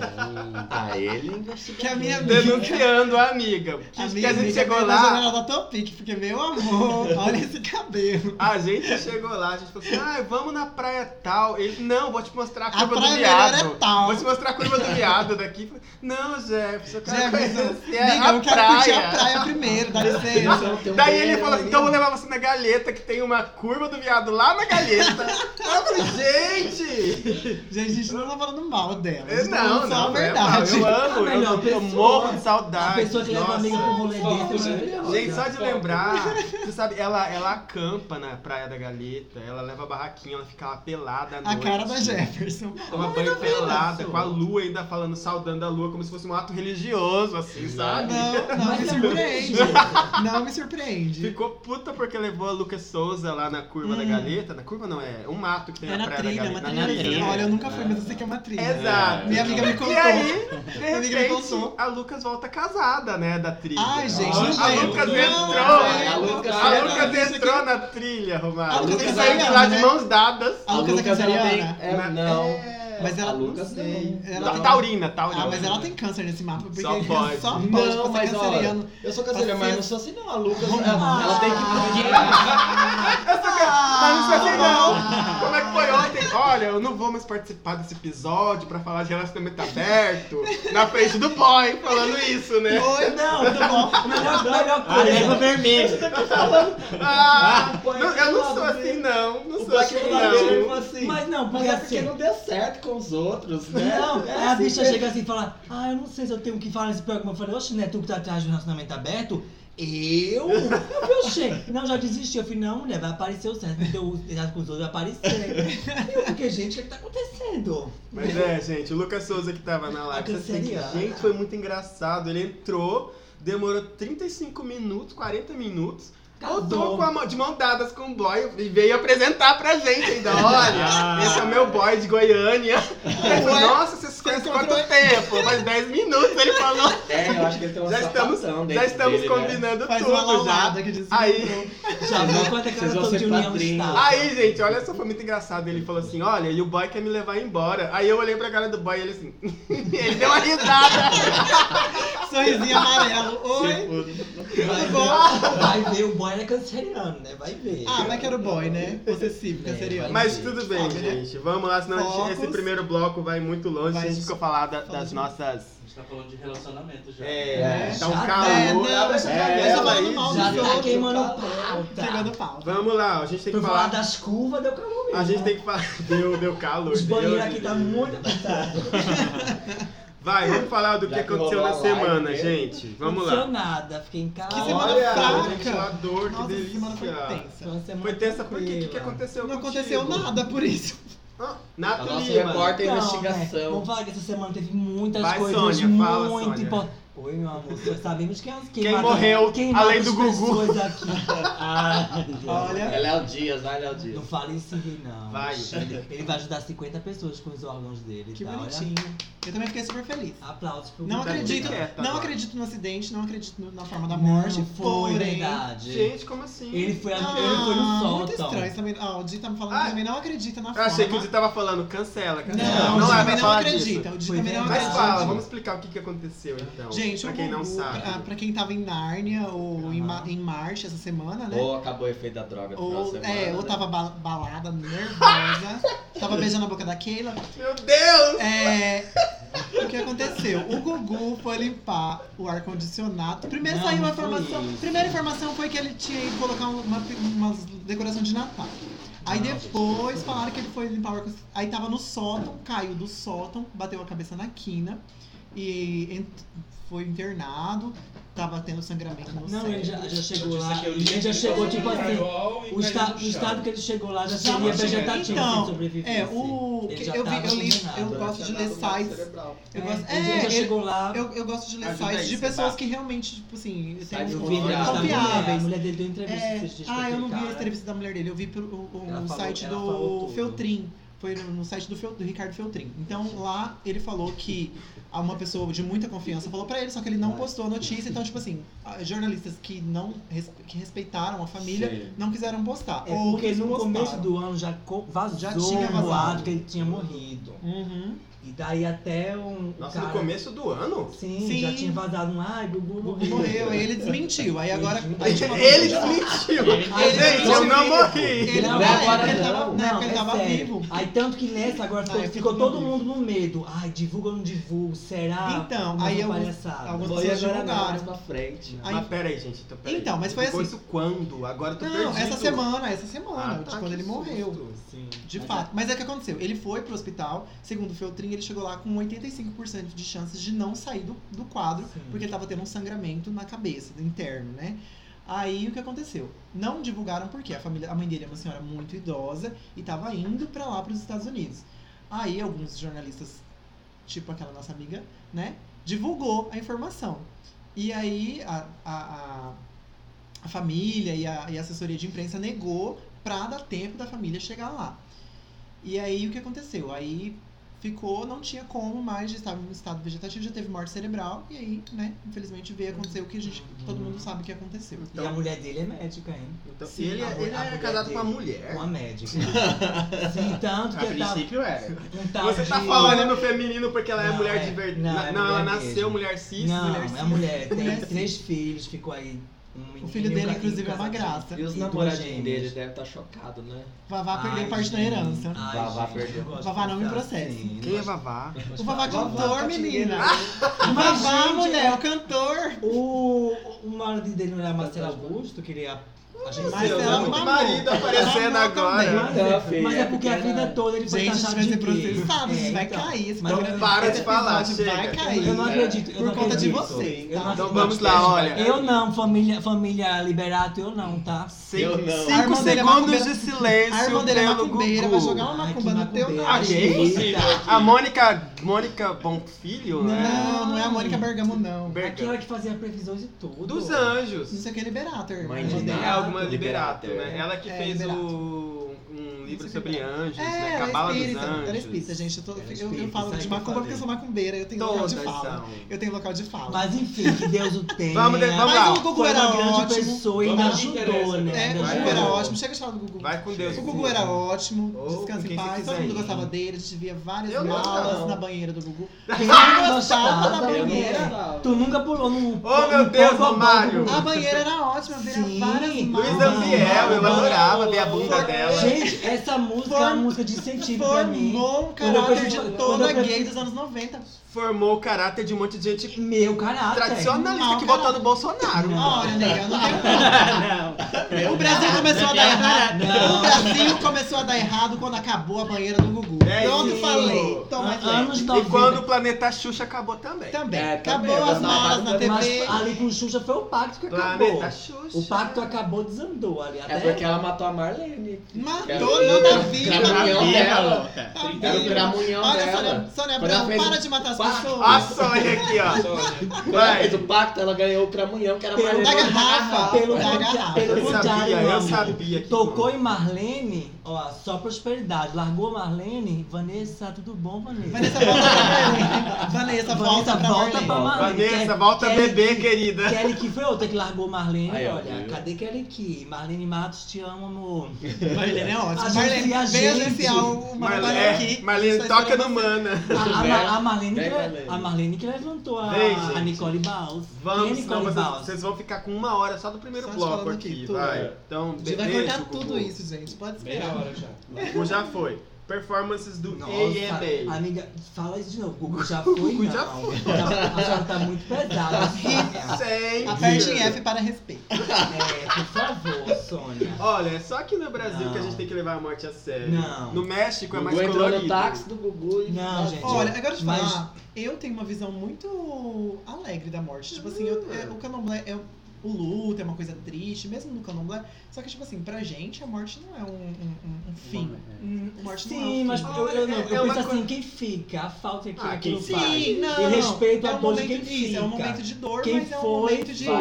Speaker 2: Ah, ele investiu.
Speaker 1: Que a minha amiga.
Speaker 3: Denunciando a amiga. um Que, que a gente chegou
Speaker 1: Na
Speaker 3: lá,
Speaker 1: janela da Topic, porque, meu amor, olha esse cabelo.
Speaker 3: a gente chegou lá, a gente falou assim: ah, vamos na praia tal. Ele, não, vou te mostrar a
Speaker 1: A
Speaker 3: curva do
Speaker 1: praia melhor
Speaker 3: viado.
Speaker 1: é tal.
Speaker 3: Vou te mostrar a curva do viado daqui. Não, Jefferson, eu quero
Speaker 1: Jefferson,
Speaker 3: conhecer
Speaker 1: Amiga,
Speaker 3: a
Speaker 1: eu quero curtir É, a praia um primeiro, dá licença.
Speaker 2: um
Speaker 3: Daí ele falou assim, então eu vou levar você na galheta, que tem uma curva do viado lá na galheta. eu falei, gente!
Speaker 1: Gente, a gente não tá falando mal dela. a gente tá
Speaker 3: Não, não,
Speaker 1: falando só a
Speaker 3: não é mal,
Speaker 1: verdade.
Speaker 3: eu amo,
Speaker 5: Ah,
Speaker 3: eu,
Speaker 5: melhor
Speaker 3: eu
Speaker 5: pessoa.
Speaker 3: morro de
Speaker 5: A
Speaker 3: saudade.
Speaker 5: pessoa que leva um
Speaker 3: nossa.
Speaker 5: amiga pro rolê
Speaker 2: Nossa.
Speaker 5: dentro é maravilhosa.
Speaker 3: Gente, só de lembrar, você sabe, ela, ela acampa na Praia da Galheta, ela leva a barraquinha, ela fica lá pelada à
Speaker 1: A
Speaker 3: noite.
Speaker 1: cara da Jefferson.
Speaker 3: Toma banho pelada, com a lua ainda falando, saudando a lua, como se fosse um ato religioso, assim, sabe?
Speaker 1: Não, não me
Speaker 5: Mas é
Speaker 1: surpreende.
Speaker 5: muito,
Speaker 1: Não me surpreende.
Speaker 3: Ficou puta porque levou a Lucas Souza lá na curva da
Speaker 1: Hum.
Speaker 3: galeta. Na curva não, é um mato que tem
Speaker 1: É
Speaker 3: na
Speaker 1: na
Speaker 3: praia
Speaker 1: trilha,
Speaker 3: da
Speaker 1: é uma
Speaker 3: galeta.
Speaker 4: na
Speaker 1: trilha.
Speaker 4: trilha.
Speaker 1: Olha, eu nunca fui, mas eu sei que é uma trilha.
Speaker 3: Exato.
Speaker 1: Minha amiga me contou.
Speaker 3: E aí,
Speaker 1: Minha
Speaker 3: de
Speaker 1: amiga me contou.
Speaker 3: repente, a Lucas volta casada, né, da trilha.
Speaker 1: Ai, gente,
Speaker 2: não
Speaker 3: a
Speaker 2: sei.
Speaker 3: Lucas
Speaker 2: Não,
Speaker 3: entrou.
Speaker 2: não,
Speaker 3: a
Speaker 2: não,
Speaker 3: Lucas,
Speaker 2: não,
Speaker 3: a
Speaker 2: não,
Speaker 3: Lucas
Speaker 1: não, isso
Speaker 3: entrou
Speaker 1: aqui-
Speaker 3: na trilha, Romário.
Speaker 1: A Lucas
Speaker 3: e
Speaker 1: é
Speaker 3: saiu de lá
Speaker 1: italiana,
Speaker 3: de
Speaker 1: né?
Speaker 3: mãos dadas. né?
Speaker 1: A Lucas é canceriana?
Speaker 2: É, não.
Speaker 3: É.
Speaker 1: Mas ela
Speaker 2: a Lucas
Speaker 1: não sei.
Speaker 2: tem.
Speaker 1: Ela-
Speaker 3: Não, Taurina, Taurina.
Speaker 1: Ah, mas ela tem câncer nesse mapa, porque é
Speaker 3: Só pode.
Speaker 1: só pode
Speaker 2: Não,
Speaker 1: pra ser
Speaker 2: mas olha,
Speaker 1: canceriano.
Speaker 2: eu sou canceriano, mas eu não sou assim não. A Lucas,
Speaker 1: Ah.
Speaker 2: ela, ela tem que...
Speaker 5: tá
Speaker 3: Eu sou ca- Mas não sei assim,
Speaker 1: Ah.
Speaker 3: não. Como é que foi ontem? Olha, eu não vou mais participar desse episódio pra falar de relacionamento aberto na frente do boy falando isso, né?
Speaker 1: Oi, não,
Speaker 5: tá
Speaker 1: tudo bom?
Speaker 5: Melhor, melhor
Speaker 4: A
Speaker 5: coisa.
Speaker 4: leva vermelha.
Speaker 3: Ah,
Speaker 1: é
Speaker 2: põe
Speaker 3: não, eu não
Speaker 2: do
Speaker 3: sou
Speaker 1: né?
Speaker 2: lado
Speaker 3: assim, não. Não
Speaker 2: O
Speaker 3: sou assim,
Speaker 2: Black não dá ele
Speaker 3: não.
Speaker 2: falou assim...
Speaker 5: tipo Mas não, porque
Speaker 2: Mas é porque
Speaker 5: assim.
Speaker 2: não deu certo com os outros, né?
Speaker 5: Não,
Speaker 2: É
Speaker 5: aí a
Speaker 2: assim
Speaker 5: bicha
Speaker 2: que-
Speaker 5: chega assim e fala: Ah, eu não sei se eu tenho o que falar nesse programa. Eu falei: Oxe, não é tu que tá atrás do relacionamento aberto? Eu? Eu falei: Oxe, não, já desisti. Eu falei: Não, mulher, vai aparecer o certo. Porque eu errado com os outros vai aparecer. E eu fiquei: Gente, o que tá acontecendo?
Speaker 3: Mas é, gente, o Lucas Souza que tava na
Speaker 5: A
Speaker 1: Ah,
Speaker 3: live. Assim,
Speaker 5: canceriana.
Speaker 3: gente, foi muito engraçado. Ele entrou, demorou 35 minutos, 40 minutos. Voltou
Speaker 5: Casou.
Speaker 3: com a mão, de mão dadas com o boy e veio apresentar pra gente ainda.
Speaker 2: Ah.
Speaker 3: Olha, esse é o meu boy de Goiânia. Eu falei, Nossa, vocês conhecem quanto tempo? Faz 10 minutos, ele falou.
Speaker 2: É, eu acho que ele tem uma
Speaker 3: Já estamos,
Speaker 2: sapatão
Speaker 3: já
Speaker 2: dentro
Speaker 3: estamos
Speaker 2: dele, né?
Speaker 3: combinando
Speaker 1: Faz
Speaker 3: tudo
Speaker 1: uma
Speaker 3: já.
Speaker 1: laulada que diz
Speaker 3: Aí-
Speaker 5: Já viu quanto é que
Speaker 2: Vocês
Speaker 5: ela
Speaker 2: vão
Speaker 5: toda
Speaker 2: ser
Speaker 5: de união
Speaker 2: padrinhos.
Speaker 5: está?
Speaker 3: Aí, gente, olha só, foi muito engraçado. Ele falou assim: Olha, e o boy quer me levar embora. Aí eu olhei pra cara do boy e ele assim. ele deu uma risada.
Speaker 1: Sorrisinho amarelo. Oi.
Speaker 5: Vai ver, vai ver, o boy é canceriano, né? Vai ver.
Speaker 1: Ah, mas que era o boy, né? Possessivo,
Speaker 5: É,
Speaker 1: canceriano.
Speaker 3: Mas tudo bem,
Speaker 1: Foda, né?
Speaker 3: gente. Vamos lá, senão a gente-
Speaker 1: Focos.
Speaker 3: esse primeiro bloco vai muito longe.
Speaker 1: Vai,
Speaker 3: a gente
Speaker 1: gente.
Speaker 3: ficou falar da-
Speaker 1: Fala
Speaker 3: das
Speaker 1: de-
Speaker 3: nossas.
Speaker 6: A gente tá falando de relacionamento já.
Speaker 3: É,
Speaker 2: É,
Speaker 3: tá um
Speaker 5: já-
Speaker 1: É,
Speaker 3: calor.
Speaker 1: não, mas
Speaker 2: É,
Speaker 1: eu tô
Speaker 3: ela
Speaker 1: falando
Speaker 3: aí,
Speaker 1: mal
Speaker 5: Já
Speaker 1: dos
Speaker 5: tá
Speaker 1: outros.
Speaker 5: queimando pauta.
Speaker 1: Pegando pau.
Speaker 3: Vamos lá, a gente tem que
Speaker 5: Pra falar
Speaker 3: falar.
Speaker 5: das curvas, deu calor mesmo.
Speaker 3: A gente tem que falar. Deu, deu calor.
Speaker 5: Os banheiros
Speaker 3: Deus
Speaker 5: aqui
Speaker 3: me
Speaker 5: tá
Speaker 3: livre.
Speaker 5: muito apertado.
Speaker 3: Vai, vamos falar do que
Speaker 2: Já que
Speaker 3: aconteceu
Speaker 2: rolou
Speaker 3: na
Speaker 2: a live
Speaker 3: semana,
Speaker 2: mesmo.
Speaker 3: gente. Vamos
Speaker 5: Não aconteceu
Speaker 3: lá.
Speaker 5: nada, fiquei em casa.
Speaker 1: Que semana
Speaker 3: Olha,
Speaker 1: fraca.
Speaker 3: ventilador, que
Speaker 1: Nossa, essa semana foi
Speaker 3: delícia.
Speaker 5: Foi
Speaker 1: tensa.
Speaker 5: uma semana
Speaker 3: Foi tensa por quê? O que, que
Speaker 5: tranquila.
Speaker 3: aconteceu
Speaker 1: Não aconteceu nada por isso.
Speaker 3: Ah,
Speaker 2: A
Speaker 3: Nato
Speaker 2: nossa
Speaker 3: Lima.
Speaker 2: repórter
Speaker 5: Então, né,
Speaker 2: investigação.
Speaker 5: Vamos falar que essa semana teve muitas
Speaker 3: Vai,
Speaker 5: coisas
Speaker 3: Sônia,
Speaker 5: muito
Speaker 3: fala, Sônia.
Speaker 5: importantes. Oi, meu amor, nós sabemos quem, é quem,
Speaker 3: Quem
Speaker 5: mata-
Speaker 3: morreu,
Speaker 5: quem
Speaker 3: além
Speaker 5: mata
Speaker 3: do
Speaker 5: as
Speaker 3: Gugu.
Speaker 5: pessoas aqui. Ai, Deus.
Speaker 1: Olha,
Speaker 2: É Léo Dias, vai Léo
Speaker 5: Não
Speaker 2: Dias.
Speaker 5: fale isso, Gui, não.
Speaker 3: Vai.
Speaker 5: Ele vai ajudar 50 pessoas com os órgãos dele.
Speaker 1: que
Speaker 5: tá? Olha,
Speaker 1: bonitinho. Eu também fiquei super feliz.
Speaker 5: Aplausos pro
Speaker 1: Não
Speaker 5: Gugu.
Speaker 1: acredito,
Speaker 3: quieto
Speaker 1: não
Speaker 3: agora.
Speaker 1: acredito no acidente, não acredito no- na forma da morte,
Speaker 5: Não foi
Speaker 1: porém...
Speaker 5: verdade.
Speaker 3: Gente, como assim?
Speaker 5: Ele foi,
Speaker 1: Ah,
Speaker 5: ele foi no então.
Speaker 1: Muito
Speaker 5: sótão.
Speaker 1: estranho também. Ah, o Di tá me falando
Speaker 3: Ah,
Speaker 1: que também não acredita na
Speaker 3: Eu
Speaker 1: forma.
Speaker 3: achei que o Di tava falando, cancela,
Speaker 1: Não,
Speaker 3: cancela.
Speaker 1: o
Speaker 3: é
Speaker 1: Di também
Speaker 3: pra
Speaker 1: não
Speaker 3: falar
Speaker 1: acredita.
Speaker 3: disso.
Speaker 1: O Di
Speaker 5: Foi
Speaker 1: também não
Speaker 5: verdade.
Speaker 1: acredita.
Speaker 3: Mas fala, vamos explicar o que, que aconteceu então.
Speaker 1: Gente,
Speaker 3: pra
Speaker 1: o
Speaker 3: quem não
Speaker 1: Gugu,
Speaker 3: sabe.
Speaker 1: Pra, pra quem tava em Nárnia ou em, Ma-
Speaker 5: Aham.
Speaker 1: em Marte essa semana, né?
Speaker 2: Ou acabou o efeito da droga no final de
Speaker 1: Ou,
Speaker 2: semana.
Speaker 1: é, ou
Speaker 2: né?
Speaker 1: tava ba- balada, nervosa, tava beijando a boca da Keila.
Speaker 3: Meu Deus!
Speaker 1: É, o que aconteceu? O Gugu foi limpar o ar-condicionado. Primeiro
Speaker 5: Não,
Speaker 1: saiu a
Speaker 5: não foi
Speaker 1: informação.
Speaker 5: isso.
Speaker 1: Primeira informação foi que ele tinha ido colocar um- uma, uma decoração de Natal. Aí
Speaker 5: Não,
Speaker 1: depois falaram que ele foi limpar o ar-condicionado. Aí tava no sótão, caiu do sótão, bateu a cabeça na quina e ent- foi internado. Tava tendo sangramento no
Speaker 5: Não,
Speaker 1: cérebro.
Speaker 5: ele já, já chegou
Speaker 6: Notícia
Speaker 5: lá.
Speaker 6: que eu
Speaker 5: Ele já
Speaker 6: li que
Speaker 5: chegou,
Speaker 6: ele
Speaker 5: tipo assim.
Speaker 6: caiu
Speaker 5: O,
Speaker 6: e
Speaker 5: esta-
Speaker 6: caiu no
Speaker 5: o
Speaker 6: chão.
Speaker 5: estado que ele chegou lá já
Speaker 1: Já
Speaker 5: seria
Speaker 1: não chega-
Speaker 5: vegetativo
Speaker 1: Então, então,
Speaker 5: se sobrevivesse.
Speaker 1: É, o.
Speaker 5: Ele já
Speaker 1: Eu, vi,
Speaker 5: tava
Speaker 1: eu, li, eu
Speaker 5: condenado.
Speaker 1: gosto de ler sites. Eu
Speaker 5: ele
Speaker 1: gosto, é,
Speaker 5: já
Speaker 1: ele-
Speaker 5: chegou lá.
Speaker 1: Eu, eu gosto de ler
Speaker 3: Ajuda
Speaker 1: sites
Speaker 3: aí,
Speaker 1: de
Speaker 3: Seba.
Speaker 1: pessoas que realmente, tipo assim,
Speaker 2: Site
Speaker 1: têm
Speaker 5: Eu
Speaker 1: um
Speaker 5: vi a entrevista da mulher. A
Speaker 1: confiáveis.
Speaker 5: mulher dele deu entrevista
Speaker 1: É,
Speaker 5: esses dias pra
Speaker 1: Ah, eu não
Speaker 5: aquele
Speaker 1: vi a
Speaker 5: cara.
Speaker 1: entrevista da mulher dele, eu vi pelo o- o-
Speaker 5: Ela
Speaker 1: o
Speaker 5: falou-
Speaker 1: site
Speaker 5: ela falou
Speaker 1: do
Speaker 5: tudo.
Speaker 1: Feltrin. Foi no, no site do, Fel- do Ricardo Feltrin. Então lá ele falou que uma pessoa de muita confiança falou pra ele, só que ele não postou a notícia. Então, tipo assim, ah, jornalistas que não res- que respeitaram a família
Speaker 2: Sim.
Speaker 1: não quiseram postar.
Speaker 5: É
Speaker 1: ou
Speaker 5: porque
Speaker 1: eles
Speaker 5: no
Speaker 1: postaram.
Speaker 5: começo do ano já co- vazou
Speaker 1: Já tinha
Speaker 5: um
Speaker 1: vazado.
Speaker 5: boato que ele tinha morrido.
Speaker 1: Uhum.
Speaker 5: E daí até um.
Speaker 3: Nossa,
Speaker 5: o
Speaker 3: no
Speaker 5: cara,
Speaker 3: começo do ano?
Speaker 5: Sim,
Speaker 1: Sim.
Speaker 5: já tinha vazado um. Ai, Gugu morreu.
Speaker 1: Morreu, aí ele desmentiu. Aí agora. aí, tipo,
Speaker 3: Ele desmentiu! Gente, eu não morri!
Speaker 1: Ele
Speaker 5: Não,
Speaker 1: na
Speaker 5: agora
Speaker 1: época é ele
Speaker 2: não.
Speaker 1: tava, na época ele
Speaker 5: é
Speaker 1: tava
Speaker 5: sério.
Speaker 1: vivo.
Speaker 5: Aí tanto que nessa agora ficou,
Speaker 1: Ah, eu fico
Speaker 5: ficou
Speaker 1: com
Speaker 5: todo
Speaker 1: medo.
Speaker 5: mundo no medo. Ai, divulga ou não divulga? Será?
Speaker 1: Então,
Speaker 5: Uma
Speaker 1: aí alguns-
Speaker 5: palhaçada.
Speaker 1: alguns-
Speaker 2: Foi
Speaker 1: Vocês
Speaker 2: agora não,
Speaker 1: julgaram.
Speaker 2: mais pra frente.
Speaker 1: Aí-
Speaker 3: Mas peraí, gente. Então, peraí.
Speaker 1: Então, mas foi
Speaker 3: Ficou
Speaker 1: assim.
Speaker 3: isso quando? Agora eu tô
Speaker 1: Não,
Speaker 3: perdido.
Speaker 1: essa semana, essa semana,
Speaker 3: Ah,
Speaker 1: de
Speaker 3: tá,
Speaker 1: quando
Speaker 3: que
Speaker 1: ele
Speaker 3: susto.
Speaker 1: morreu.
Speaker 5: Sim.
Speaker 1: De
Speaker 5: Mas
Speaker 1: fato. Mas é o que aconteceu. Ele foi pro hospital, segundo o Feltrin, ele chegou lá com 85% de chances de não sair do, do quadro,
Speaker 5: Sim.
Speaker 1: porque ele tava tendo um sangramento na cabeça, do interno, né? Aí o que aconteceu? Não divulgaram porque a família, a mãe dele é uma senhora muito idosa e tava indo pra lá pros Estados Unidos. Aí alguns jornalistas, tipo aquela nossa amiga, né, divulgou a informação. E aí a, a, a, a família e a, e a assessoria de imprensa negou pra dar tempo da família chegar lá. E aí o que aconteceu? Aí ficou, não tinha como mais, já estava em estado vegetativo, já teve morte cerebral, e aí, né, infelizmente veio acontecer o que a gente, todo mundo sabe que aconteceu.
Speaker 5: E a mulher dele é médica, hein?
Speaker 3: Então,
Speaker 1: Sim,
Speaker 3: ele,
Speaker 5: a
Speaker 3: é-
Speaker 5: mu-
Speaker 3: ele
Speaker 5: a
Speaker 3: é
Speaker 5: mulher
Speaker 3: casado com uma
Speaker 5: dele.
Speaker 3: mulher.
Speaker 1: É?
Speaker 5: Uma médica. Sim, tanto que
Speaker 4: A
Speaker 5: ele tava.
Speaker 4: princípio era.
Speaker 5: Um tal
Speaker 3: Você tá
Speaker 5: de-
Speaker 1: né?
Speaker 3: falando no feminino porque ela é
Speaker 5: Não,
Speaker 3: mulher
Speaker 5: é-
Speaker 3: de verdade.
Speaker 5: não,
Speaker 3: Não,
Speaker 5: é
Speaker 3: ela
Speaker 5: mulher
Speaker 3: nasceu
Speaker 5: mesmo.
Speaker 3: mulher cis, mulher
Speaker 5: Não,
Speaker 3: cis.
Speaker 5: é mulher. Tem
Speaker 1: Mulher
Speaker 5: três filhos, ficou aí. Um
Speaker 1: O
Speaker 5: menino
Speaker 1: filho
Speaker 5: e um
Speaker 1: dele,
Speaker 5: ca-
Speaker 1: inclusive, é uma
Speaker 5: casadinho.
Speaker 1: graça.
Speaker 2: E os
Speaker 5: E
Speaker 2: namoradinhos
Speaker 5: duas
Speaker 2: dele
Speaker 5: gêmeas.
Speaker 2: devem estar chocados, né?
Speaker 1: Vavá perdeu
Speaker 5: Ai,
Speaker 1: parte da
Speaker 5: gente.
Speaker 1: herança.
Speaker 5: Ai,
Speaker 2: Vavá
Speaker 5: gente,
Speaker 2: perdeu.
Speaker 5: eu gosto
Speaker 1: Vavá não me
Speaker 5: de pensar
Speaker 1: processa.
Speaker 5: assim,
Speaker 3: Quem é
Speaker 5: gosto-
Speaker 3: Vavá?
Speaker 1: O Vavá
Speaker 5: Vavá
Speaker 1: cantor,
Speaker 5: tá
Speaker 1: menina.
Speaker 3: né?
Speaker 1: O
Speaker 5: Mas,
Speaker 1: Vavá,
Speaker 5: gente,
Speaker 3: é.
Speaker 1: mulher, o cantor.
Speaker 5: O, o marido dele não era Marcelo Augusto, que ele a, a gente
Speaker 1: Mas
Speaker 3: Meu
Speaker 1: ela
Speaker 3: Deus,
Speaker 1: é uma
Speaker 3: muito
Speaker 1: amor.
Speaker 3: marido aparecendo
Speaker 1: Ela é uma
Speaker 3: agora.
Speaker 1: também.
Speaker 5: Mas,
Speaker 2: Não,
Speaker 5: é-
Speaker 2: filha,
Speaker 5: mas é porque a
Speaker 2: porque
Speaker 5: vida
Speaker 2: era-
Speaker 5: toda ele foi
Speaker 1: Gente, isso
Speaker 5: taxado
Speaker 1: vai
Speaker 5: de
Speaker 1: ser
Speaker 5: gay.
Speaker 1: processado, isso
Speaker 5: É,
Speaker 1: vai
Speaker 5: então.
Speaker 1: cair. Esse
Speaker 5: Mas-
Speaker 1: programa-
Speaker 3: Para
Speaker 1: esse
Speaker 3: de falar,
Speaker 1: episódio
Speaker 3: chega.
Speaker 1: Vai cair.
Speaker 5: Eu não acredito. eu
Speaker 1: Por
Speaker 5: não
Speaker 1: conta de
Speaker 5: acredito.
Speaker 1: você.
Speaker 5: Eu não
Speaker 1: tá?
Speaker 3: Então
Speaker 5: acredito.
Speaker 3: vamos lá, olha.
Speaker 5: Eu não, família, família Liberato, eu não, tá?
Speaker 2: Eu
Speaker 3: Cinco,
Speaker 2: não.
Speaker 1: A
Speaker 3: cinco
Speaker 1: irmã dele é
Speaker 3: segundos
Speaker 1: macumbeira.
Speaker 3: de
Speaker 1: A
Speaker 3: silêncio
Speaker 1: irmã dele é
Speaker 3: pelo
Speaker 1: macumbeira, vai jogar
Speaker 3: Gugu.
Speaker 1: uma
Speaker 5: Ai, que
Speaker 1: macumba no teu
Speaker 5: macumbeira.
Speaker 3: Ah,
Speaker 1: nariz.
Speaker 3: que
Speaker 5: Eita.
Speaker 3: A Mônica, Mônica Bonfilho, né?
Speaker 1: Não, não é a Mônica Bergamo, não.
Speaker 3: Bergamo.
Speaker 2: é
Speaker 5: Aquela é que fazia previsões e tudo.
Speaker 3: Dos
Speaker 1: Não
Speaker 3: Anjos.
Speaker 1: sei o que é liberato, irmã.
Speaker 2: Mãe
Speaker 5: de
Speaker 1: dele.
Speaker 3: É
Speaker 5: Liberato.
Speaker 3: alguma Liberato,
Speaker 2: Liberato,
Speaker 3: né?
Speaker 2: é.
Speaker 3: Ela que
Speaker 1: É,
Speaker 3: fez
Speaker 1: Liberato.
Speaker 3: o, um livro sobre anjos,
Speaker 1: É,
Speaker 3: né?
Speaker 1: ela
Speaker 3: Cabala
Speaker 1: é
Speaker 3: dos
Speaker 1: espírita. Ela é
Speaker 3: Anjos.
Speaker 1: espírita, gente. Eu, tô-
Speaker 5: Ela é
Speaker 1: eu- eu
Speaker 5: espírita,
Speaker 1: falo
Speaker 5: sabe
Speaker 1: de
Speaker 5: o que eu
Speaker 1: macumba porque
Speaker 5: falei?
Speaker 1: eu sou macumbeira, eu tenho local
Speaker 3: Todas
Speaker 1: de fala.
Speaker 3: são.
Speaker 1: Eu tenho local de fala.
Speaker 5: Mas enfim, que Deus o tenha.
Speaker 3: Vamos, de- vamos lá.
Speaker 1: Mas o Gugu
Speaker 5: Foi
Speaker 1: era
Speaker 5: uma grande
Speaker 1: ótimo.
Speaker 5: pessoa e
Speaker 6: Vamos
Speaker 5: ainda
Speaker 6: lá,
Speaker 5: ajudou,
Speaker 6: interessa,
Speaker 5: né? Ainda
Speaker 1: É, o
Speaker 3: Vai,
Speaker 1: Gugu
Speaker 5: ajudou.
Speaker 1: era
Speaker 3: Gugu.
Speaker 1: ótimo. Chega de falar do Gugu.
Speaker 3: Vai com Deus.
Speaker 1: O Gugu era ótimo,
Speaker 3: Ou
Speaker 1: descansa
Speaker 3: com
Speaker 1: em
Speaker 3: quem você
Speaker 1: paz, todo
Speaker 3: quiser
Speaker 1: mundo
Speaker 3: ir.
Speaker 1: gostava dele, a gente via várias
Speaker 3: Eu não
Speaker 1: malas
Speaker 3: gostava.
Speaker 1: na banheira do Gugu.
Speaker 5: Quem
Speaker 1: Gostava
Speaker 5: gostava
Speaker 1: da
Speaker 5: eu não
Speaker 1: banheira.
Speaker 5: gostava. Tu nunca pulou um no.
Speaker 3: Ô, meu Deus, Romário.
Speaker 1: A banheira era ótima, vira
Speaker 5: Sim,
Speaker 1: várias
Speaker 5: Luiz
Speaker 1: malas.
Speaker 3: Luiz Ambiel, eu
Speaker 5: Não,
Speaker 3: adorava ver a bunda dela.
Speaker 5: Gente, essa música é uma
Speaker 1: Form-
Speaker 5: música de incentivo pra mim.
Speaker 1: Formou um
Speaker 5: Quando eu
Speaker 1: caráter
Speaker 5: penso-
Speaker 1: de
Speaker 5: quando
Speaker 1: toda
Speaker 5: eu penso-
Speaker 1: gay dos anos 90.
Speaker 3: Formou o caráter de um monte de gente
Speaker 5: Meu caráter.
Speaker 3: tradicionalista
Speaker 1: Não,
Speaker 3: que
Speaker 1: cara.
Speaker 3: votou no Bolsonaro.
Speaker 1: Olha, nega, eu não tenho
Speaker 4: Não.
Speaker 1: O Brasil começou a dar errado. O Brasil começou a dar errado quando acabou a banheira do Gugu.
Speaker 3: É
Speaker 1: Pronto,
Speaker 3: isso.
Speaker 1: falei. Toma
Speaker 5: An- anos
Speaker 1: leite.
Speaker 5: 90.
Speaker 3: E quando o planeta Xuxa acabou também.
Speaker 1: Também.
Speaker 2: É, também,
Speaker 1: acabou as
Speaker 3: tá
Speaker 2: eu
Speaker 1: malas na
Speaker 2: tava-
Speaker 1: TV.
Speaker 5: Mas ali com o Xuxa foi o pacto que acabou.
Speaker 3: Planeta Xuxa.
Speaker 5: O pacto acabou, desandou ali.
Speaker 2: É
Speaker 5: Até
Speaker 2: porque ela matou a Marlene.
Speaker 1: Matou, não tá vivo.
Speaker 2: Cramunhão
Speaker 1: tá vivo.
Speaker 2: dela.
Speaker 1: Tá
Speaker 2: Era o
Speaker 1: vivo.
Speaker 2: cramunhão
Speaker 1: Olha,
Speaker 2: dela.
Speaker 1: Sônia, Sônia
Speaker 2: Quando ela
Speaker 1: Abrão,
Speaker 2: fez-
Speaker 1: para de matar as
Speaker 2: pacto.
Speaker 3: A Sônia aqui, ó.
Speaker 2: Ela
Speaker 3: Vai.
Speaker 2: fez o pacto, ela ganhou o cramunhão, que era
Speaker 5: Pelo-
Speaker 2: mais
Speaker 1: Da
Speaker 2: legal.
Speaker 1: garrafa.
Speaker 5: Pelo,
Speaker 1: da garrafa.
Speaker 5: pelo
Speaker 3: Eu
Speaker 5: contrário,
Speaker 3: sabia,
Speaker 5: meu
Speaker 3: eu
Speaker 5: amor.
Speaker 3: sabia que.
Speaker 5: Tocou em Marlene, ó, só prosperidade. Largou Marlene, Vanessa, tudo bom, Vanessa? É.
Speaker 1: Vanessa,
Speaker 5: Vanessa,
Speaker 1: volta pra Marlene. Vanessa, volta pra
Speaker 5: volta
Speaker 1: Marlene.
Speaker 5: pra Marlene.
Speaker 3: Vanessa,
Speaker 5: Quer-
Speaker 3: volta a
Speaker 5: Kelly
Speaker 3: beber,
Speaker 5: Key.
Speaker 3: querida.
Speaker 5: Kelly que foi outra que largou Marlene,
Speaker 2: Aí, ó,
Speaker 5: olha.
Speaker 2: viu?
Speaker 5: Cadê Kelly que? Marlene Matos, te amo, amor.
Speaker 1: Marlene é
Speaker 5: A
Speaker 1: ótima.
Speaker 5: gente
Speaker 1: Marlene,
Speaker 5: e a
Speaker 1: vem
Speaker 5: gente.
Speaker 1: agenciar o Marlene
Speaker 3: Marlene, é,
Speaker 1: aqui.
Speaker 3: Marlene
Speaker 1: Só
Speaker 3: toca
Speaker 1: espera
Speaker 3: no mana.
Speaker 5: A, a, Ma- a Marlene,
Speaker 2: Vem,
Speaker 5: que,
Speaker 2: Marlene.
Speaker 5: a Marlene que levantou a,
Speaker 3: Vem,
Speaker 5: a
Speaker 3: gente.
Speaker 5: Nicole Baus. Quem é
Speaker 3: Vamos, não,
Speaker 5: Nicole
Speaker 3: vocês,
Speaker 5: Baus?
Speaker 3: vocês vão ficar com uma hora só do primeiro
Speaker 1: Só te
Speaker 3: bloco
Speaker 1: falando
Speaker 3: aqui,
Speaker 1: aqui, tudo.
Speaker 3: vai. Então,
Speaker 1: A gente vai
Speaker 3: beleza,
Speaker 1: cortar tudo
Speaker 3: Gugu.
Speaker 1: isso, gente. Pode
Speaker 6: Meia
Speaker 1: esperar.
Speaker 6: hora já.
Speaker 3: Gugu já foi. Performances do
Speaker 5: Nossa,
Speaker 3: AMA.
Speaker 5: amiga, fala isso de novo. Gugu já foi,
Speaker 3: Gugu
Speaker 5: não.
Speaker 3: já foi.
Speaker 5: Já- A senhora tá muito pesada. assim, Sônia.
Speaker 3: Sem
Speaker 1: Aperte em
Speaker 3: dinheiro.
Speaker 1: F para respeito.
Speaker 5: É, por favor, Sônia.
Speaker 3: Olha, é só aqui no Brasil
Speaker 5: Não.
Speaker 3: que a gente tem que levar a morte a sério.
Speaker 5: Não.
Speaker 3: No México é mais
Speaker 2: Gugu entrou
Speaker 3: colorido.
Speaker 2: no táxi do Gugu e...
Speaker 5: Não, gente.
Speaker 1: Olha, agora de
Speaker 5: Mas-
Speaker 1: falar, eu tenho uma visão muito alegre da morte. Tipo assim, eu- é, o candomblé é o luto, é uma coisa triste, mesmo no candomblé. Só que, tipo assim, pra gente, a morte não é um, um- um- um fim. Hum, A morte não é um
Speaker 5: Sim,
Speaker 1: fim.
Speaker 5: mas eu, eu não.
Speaker 3: É-
Speaker 5: Eu
Speaker 3: é uma
Speaker 5: penso assim,
Speaker 3: coisa-
Speaker 5: quem fica, a falta é que
Speaker 3: Ah,
Speaker 5: aquilo
Speaker 3: quem-
Speaker 5: faz.
Speaker 1: Sim, não.
Speaker 5: E respeito
Speaker 1: é
Speaker 5: a
Speaker 1: um
Speaker 5: todos
Speaker 1: momento
Speaker 5: quem
Speaker 1: disso,
Speaker 5: fica.
Speaker 1: É um momento de dor,
Speaker 5: Quem
Speaker 1: mas é um
Speaker 5: foi,
Speaker 1: momento de.
Speaker 5: foi.
Speaker 1: É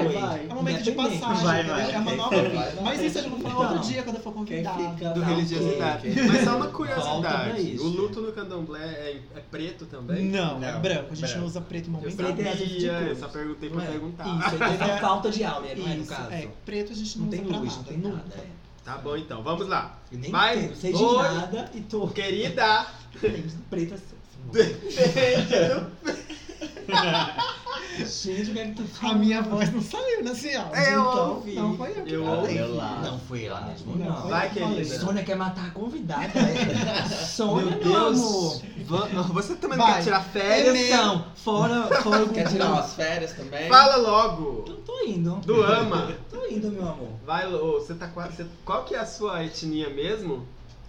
Speaker 1: um momento de
Speaker 5: Independente.
Speaker 1: passagem,
Speaker 5: Vai,
Speaker 1: entendeu?
Speaker 5: vai.
Speaker 1: é uma
Speaker 2: Quem
Speaker 1: nova
Speaker 2: foi,
Speaker 1: vida.
Speaker 2: vai, vai.
Speaker 1: Mas isso eu já vou falar
Speaker 5: Então,
Speaker 1: outro dia quando eu for
Speaker 5: Quem
Speaker 1: convidada.
Speaker 5: fica
Speaker 3: Do
Speaker 5: dá um
Speaker 3: religiosidade.
Speaker 5: quê?
Speaker 3: Mas só uma
Speaker 5: Volta pra
Speaker 3: curiosidade.
Speaker 5: isso.
Speaker 3: O luto no candomblé é, é preto também?
Speaker 1: Não, é branco. A gente não
Speaker 3: branco.
Speaker 1: usa preto
Speaker 3: Eu
Speaker 1: em momento
Speaker 5: sei.
Speaker 1: algum.
Speaker 5: Tem essas de
Speaker 3: sabia, eu
Speaker 5: cores.
Speaker 3: só perguntei pra
Speaker 5: Não é?
Speaker 3: perguntar.
Speaker 5: Isso, aí
Speaker 3: Tá.
Speaker 5: teve a falta de áurea, não é no
Speaker 1: Isso,
Speaker 5: caso.
Speaker 1: é, preto a gente não,
Speaker 5: Não tem
Speaker 1: usa pra
Speaker 5: luz, não
Speaker 1: nada,
Speaker 5: tem
Speaker 1: nunca.
Speaker 5: nada. é.
Speaker 3: Tá bom então, vamos lá.
Speaker 5: Eu nem
Speaker 3: Vai.
Speaker 5: entendo, sei de
Speaker 3: Oi.
Speaker 5: nada e tô
Speaker 3: Querida,
Speaker 5: preta assim. Gente, o que é que tu
Speaker 1: A minha voz não saiu nesse áudio.
Speaker 3: Eu
Speaker 1: então,
Speaker 3: ouvi.
Speaker 1: Não foi eu que
Speaker 3: Eu
Speaker 1: falei.
Speaker 2: Olha lá.
Speaker 5: Não foi lá mesmo,
Speaker 1: Não,
Speaker 5: não. é
Speaker 1: foi
Speaker 3: vai
Speaker 1: eu que falei.
Speaker 3: querida.
Speaker 5: Sônia quer matar a convidada. é. Sônia,
Speaker 3: meu
Speaker 5: meu,
Speaker 3: Deus. É
Speaker 5: amor.
Speaker 3: Va- Você também não
Speaker 1: Vai.
Speaker 3: quer tirar férias?
Speaker 5: Então, fora, fora o
Speaker 2: Quer tirar
Speaker 5: Gugu.
Speaker 2: é umas férias também?
Speaker 3: Fala logo.
Speaker 5: Eu tô indo.
Speaker 3: Do ama.
Speaker 5: Tô indo, meu amor.
Speaker 3: Vai, ô, você tá quase. você- Qual que é a sua etnia mesmo?